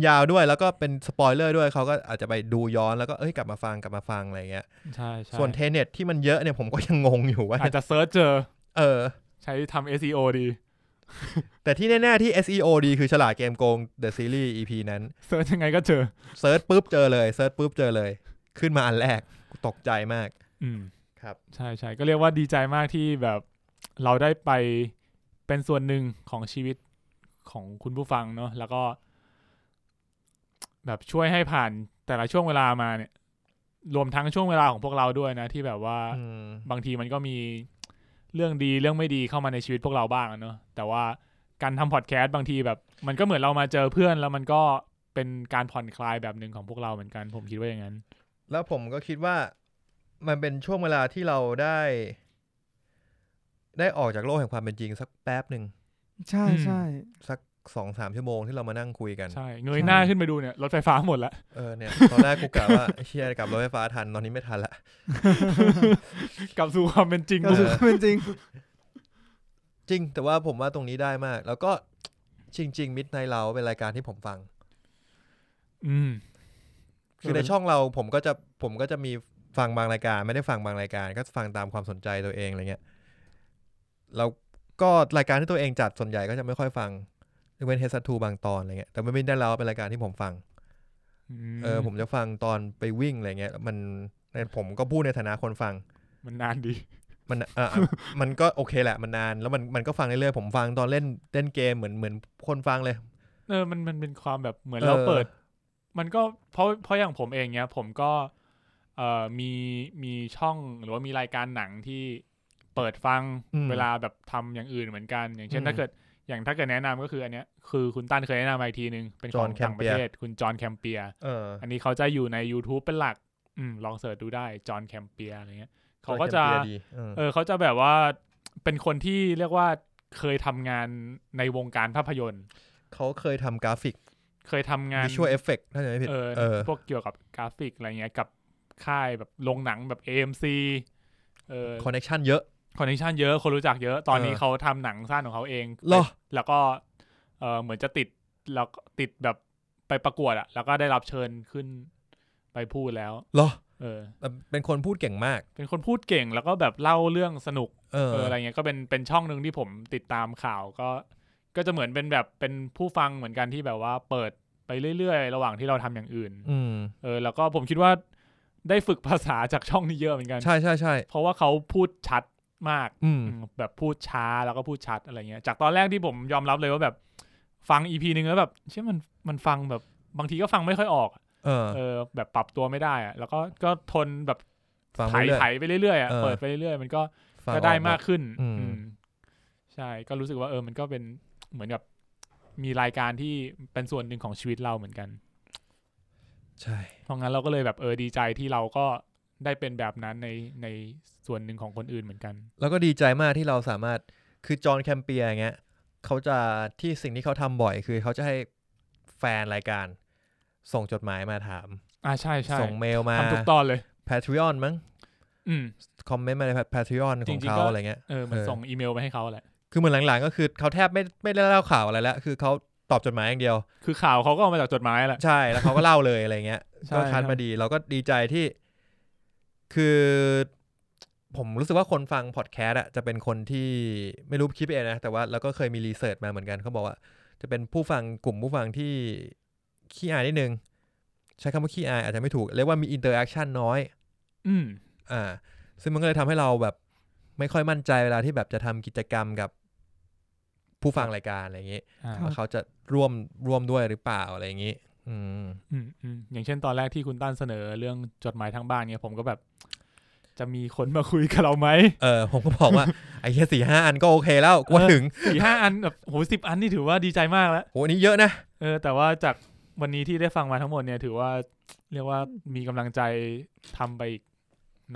ยาวด้วยแล้วก็เป็นสปอยเลอร์ด้วยเขาก็อาจจะไปดูย้อนแล้วก็เอ้ยกลับมาฟังกลับมาฟังอะไรเงี้ย
ใช่ใช่
ส่วนเทเน็ตที่มันเยอะเนี่ยผมก็ยังงงอยู่ว่า
อาจจะเซิร์ชเจอ
เออ
ใช้ทำ SEO ดี
แต่ที่แน่ๆที่ SEO ดีคือฉลาดเกมโกง The Series EP นั้น
เซิร์ชยังไงก็เจอ
เซิร์ชปุ๊บเจอเลยเซิร์ชปุ๊บเจอเลย ขึ้นมาอันแรกกูตกใจมาก
อืม
ครับ
ใช่ใช่ก็เรียกว่าดีใจมากที่แบบเราได้ไปเป็นส่วนหนึ่งของชีวิตของคุณผู้ฟังเนอะแล้วก็ แบบช่วยให้ผ่านแต่ละช่วงเวลามาเนี่ย รวมทั้งช่วงเวลาของพวกเราด้วยนะ ที่แบบว่า
อืม
บางทีมันก็มีเรื่องดีเรื่องไม่ดีเข้ามาในชีวิตพวกเราบ้างอะเนอะแต่ว่าการทำพอดแคสต์บางทีแบบ มันก็เหมือนเรามาเจอเพื่อน แล้วมันก็เป็นการผ่อนคลายแบบหนึ่งของพวกเราเหมือนกัน ผมคิดว่าอย่างนั้น
แล้วผมก็คิดว่ามันเป็นช่วงเวลาที่เราได้ ได้ออกจากโลกแห่งความเป็นจริงสักแป๊บหนึ่ง
ใช่
อืม
ใช่
สักสองสามชั่วโมงที่เรามานั่งคุยกัน
ใช่เงยหน้าขึ้นไปดูเนี่ยรถไฟฟ้าหมดละ
เออเนี่ย ตอนแรกกูกะว่า ไอ้เชียกลับรถไฟฟ้าทัน ตอนนี้ไม่ทันละ
กลับสู่ความเป็นจริง
ก็คือเป็นจริง
จริง แต่ว่าผมว่าตรงนี้ได้มาก แล้วก็จริง ๆ มิดในเราเป็นรายการที่ผมฟัง
อืม
คือในช่องเราผมก็จะผมก็จะมีฟังบางรายการ ไม่ได้ฟังบางรายการ ก็ฟังตามความสนใจตัวเองอะไรเงี้ยแล้วก็รายการที่ตัวเองจัดส่วนใหญ่ก็จะไม่ค่อยฟังยกเว้นเฮสทูบางตอนอะไรเงี้ยแต่ไม่ได้เราเป็นรายการที่ผมฟัง เออผมจะฟังตอนไปวิ่งอะไรเงี้ยมันผมก็พูดในฐานะคนฟัง
มันนานดี
มันเออ มันก็โอเคแหละมันนาน แล้วมันมันก็ฟังเรื่อยๆผมฟังตอนเล่นเล่นเกมเหมือนเหมือนคนฟังเลย
เออมันมันเป็นความแบบเหมือน
เออ
เราเปิด มันก็เพราะเพราะอย่างผมเองเนี้ย ผมก็ เอ่อมีมีช่องหรือว่ามีรายการหนังที่เปิดฟัง
อืม
เวลาแบบทำอย่างอื่นเหมือนกัน อย่างเช่
อื
น
ม
ถ้าเกิด อย่างถ้าเกิดแนะนำก็คืออันเนี้ยคือคุณตั้นเคยแนะนำมาอีกทีนึง เป็นข
จ
อง
อห์นแคม
ต่างป
เปีย
ระ
ร์
เทศ คุณจอห์นแคมเปียร์
เออ
อันนี้เขาจะอยู่ใน YouTube เป็นหลัก อืมลองเสิร์ชดูได้จอห์นแคมเปียร์อะไรเงี้ยเขาก็จะ
ตัวกมปียร์ดีเออ
เออเขาจะแบบว่าเป็นคนที่เรียกว่าเคยทำงานในวงการภาพยนตร์
เขาเคยทำกราฟิก
เคยทำงาน
วิชวลเอฟเฟกต์ถ้าจำไม่ผิด
เออ
เออ
พวกเกี่ยวกับกราฟิกอะไรเงี้ยกับค่ายแบบโรงหนังแบบ AMC เออ
คอนเนคชันเยอะ
คอนเนคชันเยอะคนรู้จักเยอะตอนนี้
เออ
เขาทำหนังสั้นของเขาเอง
เหรอ
แล้วก็เออเหมือนจะติดแล้วก็ติดแบบไปประกวดอะแล้วก็ได้รับเชิญขึ้นไปพูดแล้ว
เหรอ
เออ
แต่เป็นคนพูดเก่งมาก
เป็นคนพูดเก่งแล้วก็แบบเล่าเรื่องสนุก
เออ
เอออะไรเงี้ยก็เป็นเป็นช่องหนึ่งที่ผมติดตามข่าวก็ ก็จะเหมือนเป็นแบบเป็นผู้ฟังเหมือนกันที่แบบว่าเปิดไป ไปเรื่อยๆ ระหว่างที่เราทำอย่างอื่น
อืม
เออ แล้วก็ผมคิดว่าได้ฝึกภาษาจากช่องนี้เยอะเหมือนกัน
ใช่ใช่ใช่
เพราะว่าเขาพูดชัดมาก
อืม
อืมแบบพูดช้าแล้วก็พูดชัดอะไรเงี้ย จากตอนแรกที่ผมยอมรับเลยว่าแบบ ฟังอีพีหนึ่งแล้วแบบเชื่อมันมันฟังแบบบางทีก็ฟังไม่ค่อยออกอะ
เออ
เออ แบบปรับตัวไม่ได้อะแล้วก็ก็ทนแบบ
ฟัง
ไถ
ปเรื่อย
ไถไปเรื่อยๆอะ
เออ
เปิดไปเรื่อยๆมันก็
ฟังอ
ก็
อ
ได้มากขึ้น
อืม
อืมใช่ก็รู้สึกว่าเออมันก็เป็นเหมือนกับมีรายการที่เป็นส่วนหนึ่งของชีวิตเราเหมือนกัน
ใช่
เพราะงั้นเราก็เลยแบบเออดีใจที่เราก็ได้เป็นแบบนั้นในในส่วนหนึ่งของคนอื่นเหมือนกัน
แล้วก็ดีใจมากที่เราสามารถคือจอห์นแคมเปียอย่างเงี้ยเขาจะที่สิ่งที่เขาทำบ่อยคือเขาจะให้แฟนรายการ ส่งจดหมายมาถาม
อ่าใช่ใช่
ส่งเมลมา
ทำทุกตอนเลย
Patreon มั้ง
อืม
คอมเมนต์มาใน Patreon ข
จริ
อง ง
ๆ
เขา
ก็
อะไรเงี้ย
เออเหมือน
เออ
ส่งอีเมลไปให้เขาแหละ
คือเหมือนหลังๆ ก็คือเขาแทบไม่ไม่ได้เล่าข่าวอะไรแล้ว คือเขาตอบจดหมายอย่างเดียว
คือข่าวเขาก็เอามาจากจดหมายแหละ
ใช่แล้วเขาก็เล่าเลยอะไรเงี้ย
ใช่
ก็คัด
ใช่
มาดี เราก็ดีใจที่ คือ ผมรู้สึกว่าคนฟังพอดแคสต์อะจะเป็นคนที่ไม่รู้คิดไปเองนะ แต่ว่าเราก็เคยมีรีเสิร์ชมาเหมือนกันเขาบอกว่า จะเป็นผู้ฟังกลุ่มผู้ฟังที่ขี้อายนิดนึง ใช้คำว่าขี้อายอาจจะไม่ถูก เรียกว่ามีอินเตอร์แอคชั่นน้อย
อืม
อ่า ซึ่งมันก็เลยทำให้เราแบบไม่ค่อยมั่นใจเวลาที่แบบจะทำกิจกรรมกับผู้ฟังรายการอะไรอย่างงี้
อ่า
ว่าเขาจะร่วมร่วมด้วยหรือเปล่าอะไรอย่างงี้ อืม
อืมอืมอย่างเช่นตอนแรกที่คุณตั้นเสนอเรื่องจดหมายทางบ้านเนี่ยผมก็แบบ จะมีคนมาคุยกับเราไหม
เออผมก็บอกว่า ไอ้แค่สี่ห้าอันก็โอเคแล้วกว่า
เออ
ถึง
สี่ห้าอันแบบโหสิบอันนี่ถือว่าดีใจมากแล้ว
โหอันนี้เยอะนะ
เออ แต่ว่าจากวันนี้ที่ได้ฟังมาทั้งหมดเนี่ย ถือว่าเรียกว่ามีกำลังใจทำไปอีก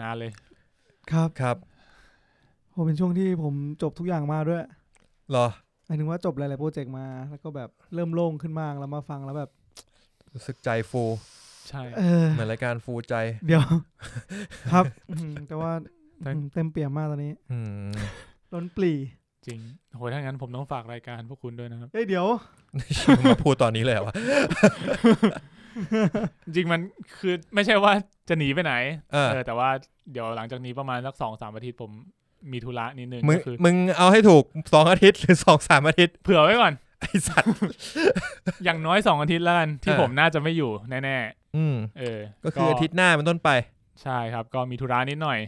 นานเลย
ครับ
ครับ
โหเป็นช่วงที่ผมจบทุกอย่างมาด้วย
รอ
หมายถึงว่าจบหลายๆโปรเจกต์มา แล้วก็แบบเริ่มโล่งขึ้นมากแล้วมาฟังแล้วแบบ
รู้สึกใจฟู
ใช่
เอ อ
เหมือนรายการฟูใจ
เดี๋ยว ครับอื มแต่ว่า
แต่
อืมเต็มเปี่ยมมากตอนนี้
อืม
ล้นปลี
จริงโหถ้างั้นผมต้องฝากรายการพวกคุณด้วยนะครับ
เอ้ยเดี๋ยว
มาพูดตอนนี้เลยเหรอวะ
จริงมันคือไม่ใช่ว่าจะหนีไปไหน
เออ
เออแต่ว่าเดี๋ยวหลังจากนี้ประมาณสักสองสามอาทิตย์ผมมีธุระนิดนึง
มึง
ก็คือ
มึงเอาให้ถูกสองอาทิตย์หรือสองสามอาทิตย์
เผื่อไว้ก่อน
ไอสัตว์
อย่างน้อยสองอาทิตย์แล้วกันที่
เออ
ผมน่าจะไม่อยู่แน่
อืม
ๆเออ
ก็คืออาทิตย์หน้าเป็นต้นไป
ใช่ครับ ก็มีธุระนิดหน่อย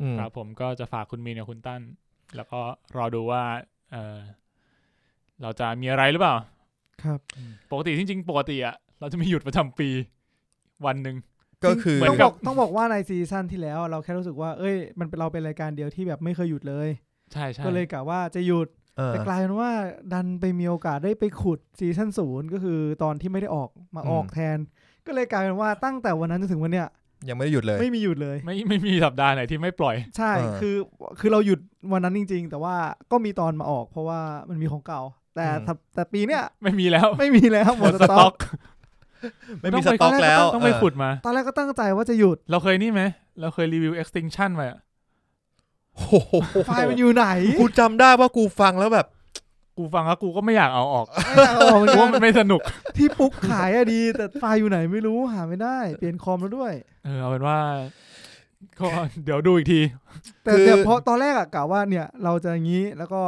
อืม
ครับผมก็จะฝากคุณมีนกับคุณตั้น แล้วก็รอดูว่าเออเราจะมีอะไรหรือเปล่า
ครับ
ปกติจริงๆปกติอะเราจะมีหยุดประจำปีวันหนึ่ง
ก็คือ
เหมื
ต้อน งบบ
กั
อกต้องบอกว่าในซีซั่นที่แล้ว เราแค่รู้สึกว่า เอ้ย มันเป็นเราเป็นรายการเดียวที่แบบไม่เคยหยุดเลย
ใช่ใช่
ก็เลยกะว่าจะหยุด
เออ
แต่กลายเป็นว่าดันไปมีโอกาสได้ไปขุดซีซั่นศูนย์ก็คือตอนที่ไม่ได้ออกมา
อืม
ออกแทน ก็เลยกลายเป็นว่าตั้งแต่วันนั้นจนถึงวันเนี้ย
ยังไม่ได้หยุดเลย
ไม่มีหยุดเลย
ไม่ไม่มีสัปดาห์ไหนที่ไม่ปล่อย
ใช่
เออ
คือคือเราหยุดวันนั้นจริง ๆ แต่ว่าก็มีตอนมาออก เพราะว่ามันมีของเก่า แต่
อืม
ถ้าแต่ปีเนี้ย
ไม่มีแล้ว
ไม่มีแล้วหมดสต็อก
ไม่มี
ง
ส
ป
ต็อกแล้ว
ต้องไป
เออ
ขุดมา
ตอนแรกก็ตั้งใจว่าจะหยุด
เราเคยนี่ไหม เราเคยรีวิว extinction ไปอะ
โอ้โห
ไฟล์มันอยู่ไหน
กูจำได้ว่ากูฟังแล้วแบบ
กูฟังแล้วกูก็ไม่อยากเอาออก
ไม่อยากเอาออกเหมือน
กู
กั
ว่าน มันไม่สนุก
ที่ปุ๊กขายอะดี แต่ไฟล์อยู่ไหนไม่รู้หาไม่ได้ เปลี่ยนคอมแล้วด้วย
เออเอาเป็นว่าก็เดี๋ยวดูอีกที
แต่
คือ
เนี่ยเพราะตอนแรกอะกะว่าเนี่ยเราจะอย่างนี้แล้วก็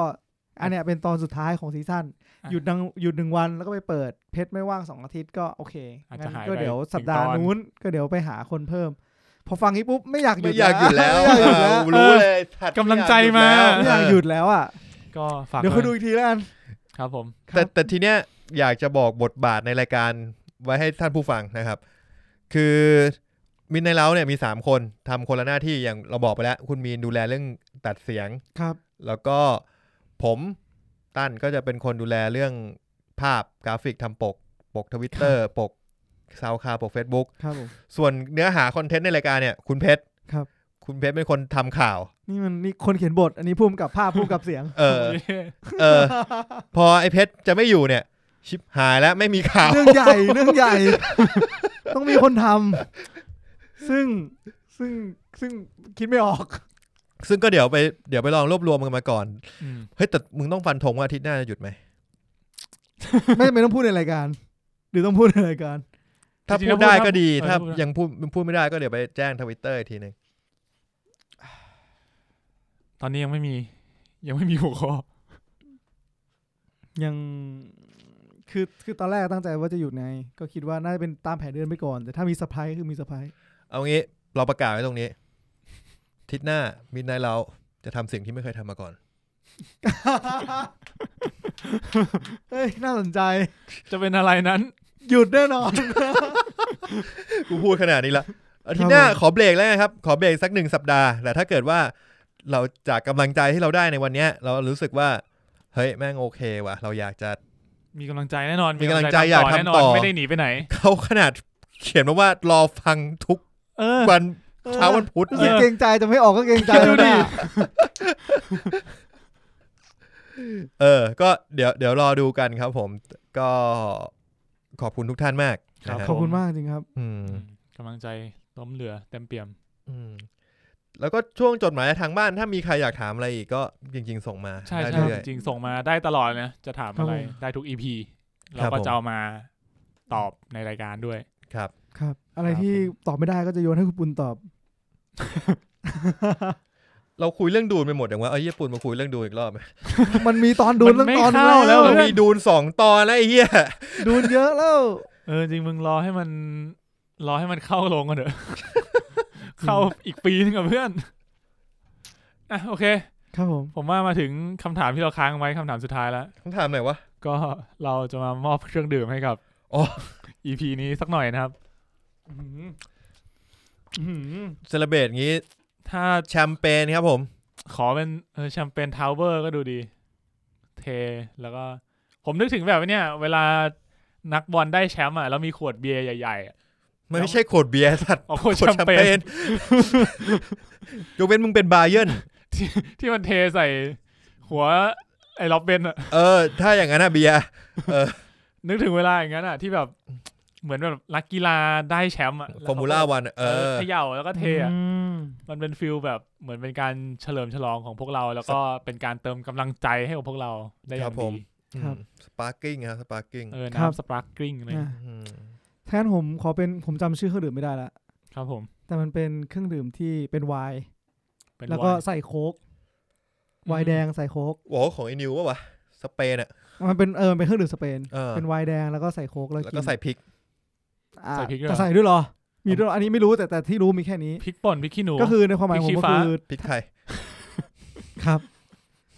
อันเนี้ยเป็นตอนสุดท้ายของซีซั่น
อ่ะ
หยุดดังหยุดหนึ่งวันแล้วก็ไปเปิดเพชรไม่ว่างสองอาทิตย์ก็โอเค
อาจจะ
งั้น
หายไป
ก็เดี๋ยวสัปดาห์
หนึ่งตอน
นู้นก็เดี๋ยวไปหาคนเพิ่ม พอฟังนี้ปุ๊บไม่อยากหยุ
ไม่
ด
อยากหยุดแล้ว
ไม่อยากหยุดแล้ว
เออรู้เลยถัด
กำลังใจมา
ไม่อยากหยุดแล้วอ่ะ
ก็ฝาก
เดี๋ยวคุณดู
ไว้
อีกทีแล้วกัน
ครับผม
ครับ
แต่แต่ทีเนี้ยอยากจะบอกบทบาทในรายการไว้ให้ท่านผู้ฟังนะครับ คือมินในเล้าเนี่ยมี 3 คนทำคนละหน้าที่อย่างเราบอกไปแล้ว คุณมีนดูแลเรื่องตัดเสียง
ครับ
แล้วก็ผมตั้นก็จะเป็นคนดูแลเรื่องภาพกราฟิกทำปก ปกทวิตเตอร์ปกซาวคาปก Facebook
ครับผม
ส่วนเนื้อหาคอนเทนต์ในรายการเนี่ย คุณเพชร
ครับ
คุณเพชรเป็นคนทำข่าว
นี่มันนี่คนเขียนบท อันนี้พุ่มกับภาพพุ่มกับเสียง
เออ เออ พอไอเพชรจะไม่อยู่เนี่ย ชิบหายแล้วไม่มีข่าว
เรื่องใหญ่เรื่องใหญ่ ต้องมีคนทำซึ่งซึ่งซึ่งคิดไม่ออก
ซึ่งก็เดี๋ยวไปเดี๋ยวไปลองรวบรวมกันมาก่อน
อืม
เฮ้ย แต่มึงต้องฟันธงว่าอาทิตย์หน้าจะหยุดไหม
ไม่ไม่ต้องพูดในรายการ หรือต้องพูดในรายการ
ถ้าพูดได้ก็ดี
เออ
ถ้า
พูดได้
ยังพูดพูดไม่ได้ก็เดี๋ยวไปแจ้งทวิตเตอร์อีกทีหนึ่ง
ตอนนี้ยังไม่มี ยังไม่มีหัวข้อ
ยัง คือคือตอนแรกตั้งใจว่าจะหยุดไง ก็คิดว่าน่าจะเป็นตามแผนเดือนไปก่อน แต่ถ้ามีเซอร์ไพรส์คือมีเซอร์ ไพรส์
เอางี้เราประกาศไว้ตรงนี้ ทิศหน้ามิดไนเราจะทำสิ่งที่ไม่เคยทำมาก่อน
เฮ้ย น่าสนใจ
จะเป็นอะไรนั้น
หยุดแน่นอน
กูพูดขนาดนี้ละอาทิตย์หน้า
ครับผม
ขอเบรกแล้วนะครับ ขอเบรกสักหนึ่งสัปดาห์แต่ถ้าเกิดว่าเราจากกำลังใจที่เราได้ในวันเนี้ย เรารู้สึกว่า เฮ้ย แม่งโอเคว่ะ เราอยากจะ
มีกำลังใจแน่นอน
มีกำลังใจอยากทำ
แน่นน
ต่อ
ไม่ได้หนีไปไหน
เขาขนาดเขียนมาว่ารอฟังทุก
เออ
วันเช้าวันพุธ
รู้สึ
เนี่
ก
ย
เกรงใจจะไม่ออกก็เกรงใจ
คิดดู
แล้ว
ดิ
นะ
เออ ก็เดี๋ยวเดี๋ยวรอดูกันครับผม ก็ขอบคุณทุกท่านมาก
ครับ
นะฮะ
ขอบคุณมากจริงครับ
อืม
กำลังใจล้มเหลือเต็มเปี่ยม
อืมแล้วก็ช่วงจดหมายทางบ้านถ้ามีใครอยากถามอะไรอีกก็จริง ๆ ส่งมา
ใช่
ได้
ใช่
เรื่อย
จริงๆส่งมาได้ตลอดนะจะถาม
ครับ
อะไร
ผม
ได้ทุกอีพีเรา
ครับ
ก็
ผม
จะเอามาตอบในรายการด้วย
ๆครับ
ครับ อะไร
ครับ
ที่ตอบไม่ได้ก็จะโยนให้คุณปุณตอบ
เราคุยเรื่องดูนไปหมดอย่างว่าเอ้ยญี่ปุ่นมาคุยเรื่องดูนอีกรอบไหม
มันมีตอนดูน
มั
ตั้ง
นไม่
ตอน
เข้าแล้ว
เรามีดูนสองตอนแล้วไอ้เหี้ย
ดูนเยอะแล้ว
เออจริงมึงรอให้มัน รอให้มันเข้าลงกันเถอะ เข้าอีกปีนึงกับเพื่อนอ่ะโอเค
ครับผม
ผมว่ามาถึงคำถามที่เราค้างไว้คำถามสุดท้ายแล้ว
คำถามไหนวะ
ก็เราจะมามอบเครื่องดื่มให้กับ
อ๋อ
อีพีนี้สักหน่อยนะครับอื้อหืออื้อหือ
เซเลเบตงี้
ถ้า
แชมเปญครับผม
ขอเป็นเออแชมเปญทาวเวอร์ก็ดูดี เทแล้วก็ ผมนึกถึงแบบว่าเนี่ย เวลานักบอลได้แชมป์อ่ะแล้วมีขวดเบียร์ใหญ่ๆอะ
มันไม่ใช่ขวดเบียร์สัตว์
อ๋อข
ข
ว
วด
ดแช
แช
ม
ม
เป
เป
ญ
ญยกเว้นมึงเป็นบาเยร์น
ที่มันเทใส่หัวไอ้ล็อบเบนอ่ะ
เออ ถ้าอย่างนั้นนะเบียร์
นึกถึงเวลาอย่างนั้นอ่ะ ที่แบบเหมือนแบบนักกีฬาได้แชมป์อ่ะ
ฟอร์มูล่า
แวเขก็
วันเอ
เออ
อ
เขย่าแล้วก็เทอ่ะ
อืม
มันเป็นฟิลแบบเหมือนเป็นการเฉลิมฉลองของพวกเรา แล้วก็เป็นการเติมกำลังใจให้กับพวกเราได้อย่างดี
สปาร์กิ้งครับสปาร์กิ้ง
เออน้ำสปาร์กิ้งอะไรอย่าง
นะ
เงี้ย
แทนผมขอเป็นผมจำชื่อเครื่องดื่มไม่ได้ละ
ครับผม
แต่มันเป็นเครื่องดื่มที่เป็นไวน์
เป็น
แล้วก็
ไน์
ใส่โค้ก ไวน์แดงใส่โค้ก
วอของไอ้นิวปะวะสเปนอ่ะ
มันเป็นเออมันเป็นเครื่องดื่มสเปน
เออ
เป็นไวน์แดงแล้วก็ใส่โค้กแล้ว
แล้ว
กิ
ก็
น
ใส่พริก
อ่า
ใส่พริกด้วย
จะ
เหรอ
ใส่ด้วยเหรอ มีด้วยเหรออันนี้ไม่รู้แต่แต่ที่รู้มีแค่นี้
พริกป่นพริกขี้หนู
ก็คือในความหมายของผมก็คือ
พริกไทย
ครับ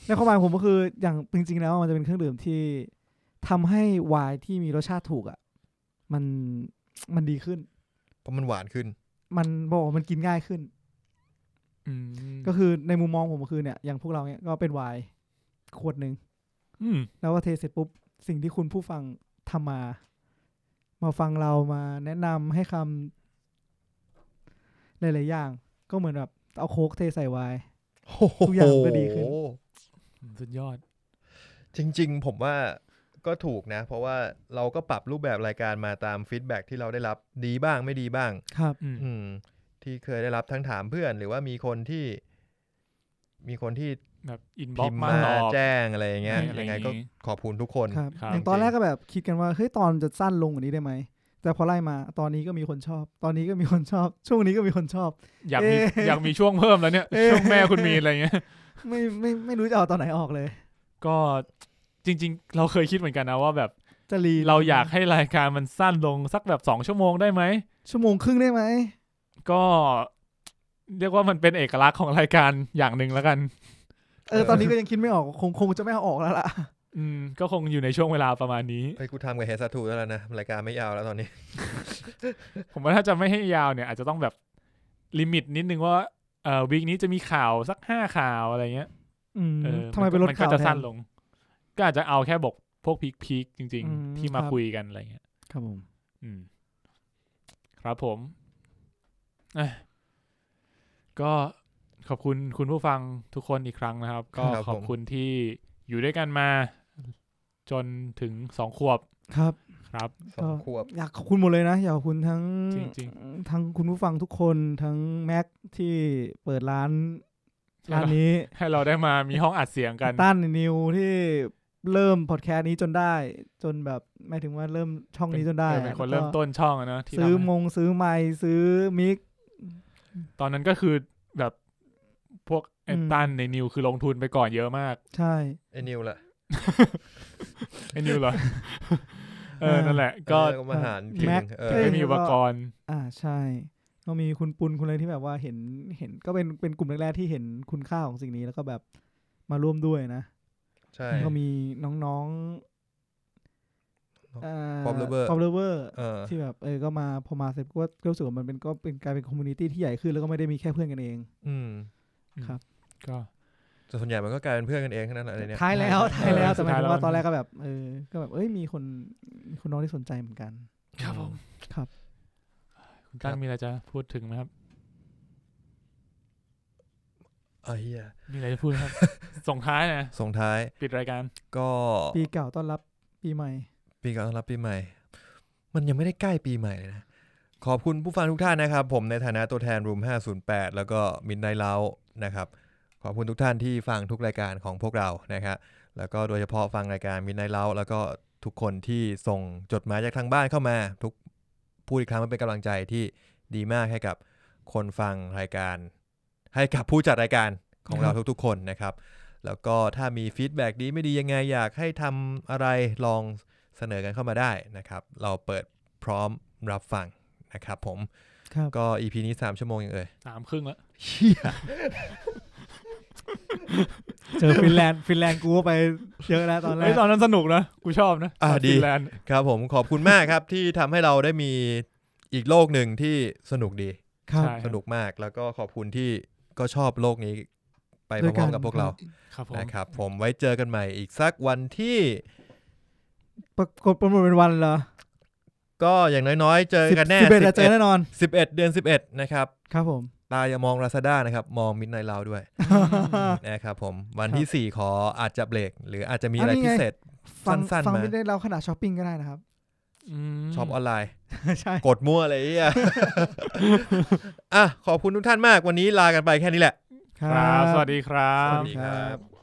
ในความหมายของผมก็คืออย่างจริงๆแล้วมันจะเป็นเครื่องดื่มที่ทำให้ไวน์ที่มีรสชาติถูกอ่ะ มันมันดีขึ้น
เพราะมันหวานขึ้น
มันบอกว่ามันกินง่ายขึ้น
อืม
ก็คือในมุมมองผมก็คือเนี่ยอย่างพวกเราเนี่ยก็เป็นไวน์ขวดหนึ่ง
ม
แล้วก็เทเสร็จปุ๊บ สิ่งที่คุณผู้ฟังทำมา มาฟังเรามาแนะนำให้คำหลายๆอย่าง ก็เหมือนแบบเอาโค้กเทใส่ไวน์ ทุกอย่างมันก็ดีขึ้น
สุดยอด
จริงๆ ผมว่าก็ถูกนะ เพราะว่าเราก็ปรับรูปแบบรายการมาตามฟีดแบ็กที่เราได้รับดีบ้างไม่ดีบ้าง
ครับ
อืม
อืม ที่เคยได้รับทั้งถามเพื่อน หรือว่ามีคนที่ มีคนที่
แบบอินบ็อ
พิ
ก
มพ์
มา
มา
ตอบ
แจ้งอะไรอย่างเงี้ย
อะไรอ
ยั
ย่าง ง
ไง
งี้
ก็ขอบคุณทุกคน
ครับ
ครับ
อย่างตอนแรกก็แบบคิดกันว่าเฮ้ยตอนจะสั้นลงกว่านี้ได้ไหม แต่พอไล่มาตอนนี้ก็มีคนชอบ ตอนนี้ก็มีคนชอบ ช่วงนี้ก็มีคนชอบ
อยากมี
เอ๊ะ
อยากมีช่วงเพิ่มแล้วเนี่ย
เอ๊ะ
ช่วงแม่คุณมีอะไรเงี้ย
ไม่ไม่ไม่รู้จะเอาตอนไหนออกเลย
ก็จริง ๆ เราเคยคิดเหมือนกันนะว่าแบบ
จะรี
เราอยากให้รายการมันสั้นลงสักแบบสองชั่วโมงได้ไหม
ชั่วโมงครึ่งได้ไหม
ก็เรียกว่ามันเป็นเอกลักษณ์ของรายการอย่างหนึ่งแล้วกัน
เออตอนนี้ก็ยังคิดไม่ออกคงคงจะไม่เอาออกแล้วล่ะ
อืมก็คงอยู่ในช่วงเวลาประมาณนี้
ไอ้ยกูทำกับเฮสัทูแล้วนะ รายการไม่ยาวแล้วตอนนี้
ผมว่าถ้าจะไม่ให้ยาวเนี่ย อาจจะต้องแบบลิมิตนิดนึงว่าเอ่อวีคนี้จะมีข่าวสักห้าข่าวอะไรเงี้ย
อืม
เออ
ทำไมไปลด
มันก็
ข่าว
จะ
แท
สั้
น
นลง ก็อาจจะเอาแค่บอกพวกพีคพีคจริง
อืม
ๆ ที่มา
ครับ
คุยกันอะไรเงี้ย
ครับผม
อืม ครับผมเอ้ยก็ขอบคุณคุณผู้ฟังทุกคนอีกครั้งนะครับ ก็
ครับ
ขอบ
ผม
คุณที่อยู่ด้วยกันมา จนถึงสองขวบ
ครับ
ครับ
สองขวบ
อยากขอบคุณหมดเลยนะ อยากขอบคุณทั้ง
จริง
ทั้งคุณผู้ฟังทุกคนทั้งแม็กที่เปิดร้านร้านนี้
ให้เราได้มามีห้องอัดเสียงกัน
ต้านนิวที่เริ่มพอดแคสต์นี้จนได้ จนแบบไม่ถึงว่าเริ่มช่องนี้จนได้
เออเป็นคนเริ่ม
แล้วก็
ต้นช่องอะเนอะที่
ซื้อม
ทำให้
งซื้อไมค์ซื้อมิก
ตอนนั้นก็คือแบบพวกไอ้
อืม
ตันในนิวคือลงทุนไปก่อนเยอะมาก
ใช่
ไอ้นิวล่ะ
ไอ้นิวเหรอ เออนั่นแหละ ก็
เออมาหารที
แม็
นึ
ก
งเออ
เอ้ย
ไม่มีอุปกรณ์
อ่าใช่ก็มีคุณปุณคุณอะไรที่แบบว่าเห็นเห็นก็เป็นเป็นกลุ่มแรกๆที่เห็นคุณค่าของสิ่งนี้แล้วก็แบบมาร่วมด้วยนะ
ใช่
ก็มีน้องๆเอ่อ
Pop Lover
ปอปเลเวอร์
เออ
ที่แบบเออก็มาพอมาเสร็จก็ก็รู้สึกว่ามันเป็นก็เป็นกลายเป็นคอมมูนิตี้ที่ใหญ่ขึ้นแล้วก็ไม่ได้มีแค่เพื่อนกันเอง
อืม
ก็
แต่ส่วนใหญ่มันก็กลายเป็นเพื่อนกันเองทั้งนั้นแหละในเนี่ย
ท้ายแล้วท้ายแล้วแต่หมายถึงว่า
สุดท้
ตอนแรกก็แบบเออก็แบบเอ้ยมีคนมีคนน้องที่สนใจเหมือนกัน
ครับผม
ครับ
คุณตั้
ครั
น
บ
มีอะไรจะพูดถึงไหม ครับ
ไอ้เหี้ย
มีอะไรจะพูดไหมครับ ส่งท้ายนะ
ส่งท้าย
ปิดรายการ
ก็
ปีเก่าต้อนรับปีใหม่
ปีก่อนต้อนรับปีใหม่ มันยังไม่ได้ใกล้ปีใหม่เลยนะ ขอบคุณผู้ฟังทุกท่านนะครับ ผมในฐานะตัวแทนรูม 508 แล้วก็มินไนเล้านะครับ ขอบคุณทุกท่านที่ฟังทุกรายการของพวกเรานะครับแล้วก็โดยเฉพาะฟังรายการมินไนเล้าแล้วก็ทุกคนที่ส่งจดหมายจากทางบ้านเข้ามา ทุกพูดอีกครั้งมันเป็นกำลังใจที่ดีมากให้กับคนฟังรายการ ให้กับผู้จัดรายการของเราทุกๆคนนะครับ แล้วก็ถ้ามีฟีดแบ็กดีไม่ดียังไงอยากให้ทำอะไรลองเสนอกันเข้ามาได้นะครับ เราเปิดพร้อมรับฟังนะครับผม
ครับ
ก็ EP นี้ 3 ชั่วโมงยังเอ่ย
สามครึ่งแล้ว
เจอฟินแลนด์ฟินแลนด์กูก็ไปเยอะแล้วตอนแร
เฮ้ย
ก
ตอนนั้นสนุกนะ กูชอบนะ
อ่า
ตน
ดี
ฟินแลนด์
ครับผมขอบคุณมากครับ ที่ทำให้เราได้มีอีกโลกหนึ่งที่สนุกดี
ครับ
ใช่
สนุกมากแล้วก็ขอบคุณที่ก็ชอบโลกนี้ไปพ
ด้วยกั
ร้อน มๆกับพวกเรา
ครับผม
นะครับ ผมไว้เจอกันใหม่อีกสักวันที่
ปรากฏประมวลเป็นวันเหรอ
ก็อย่างน้อยๆ เจอกันแน่
สิบเอ็ดเจอแน่นอน
11 11 เดือน 11 นะครับ
ครับผม
ตาอย่ามองลาซาด้านะครับ มองมิดไนเรา ด้วย นะครับผม วันที่ 4 ขออาจจะเบรก หรืออาจจะมีอะไรพิเศษ
ฟัง
สั้นๆ
ฟัง
มา
ไม่ได้เราขนาดช้อปปิ้งก็ได้นะครับ
ม
ช็อปออนไลน์
ใช่
กดมั่วเลยไอ่ะ อ่ะ ขอบคุณทุกท่านมากวันนี้ลากันไปแค่นี้แหละ
ค
ครั
รับ บ
สวัสดีครั
สวั
บ
สดีครับ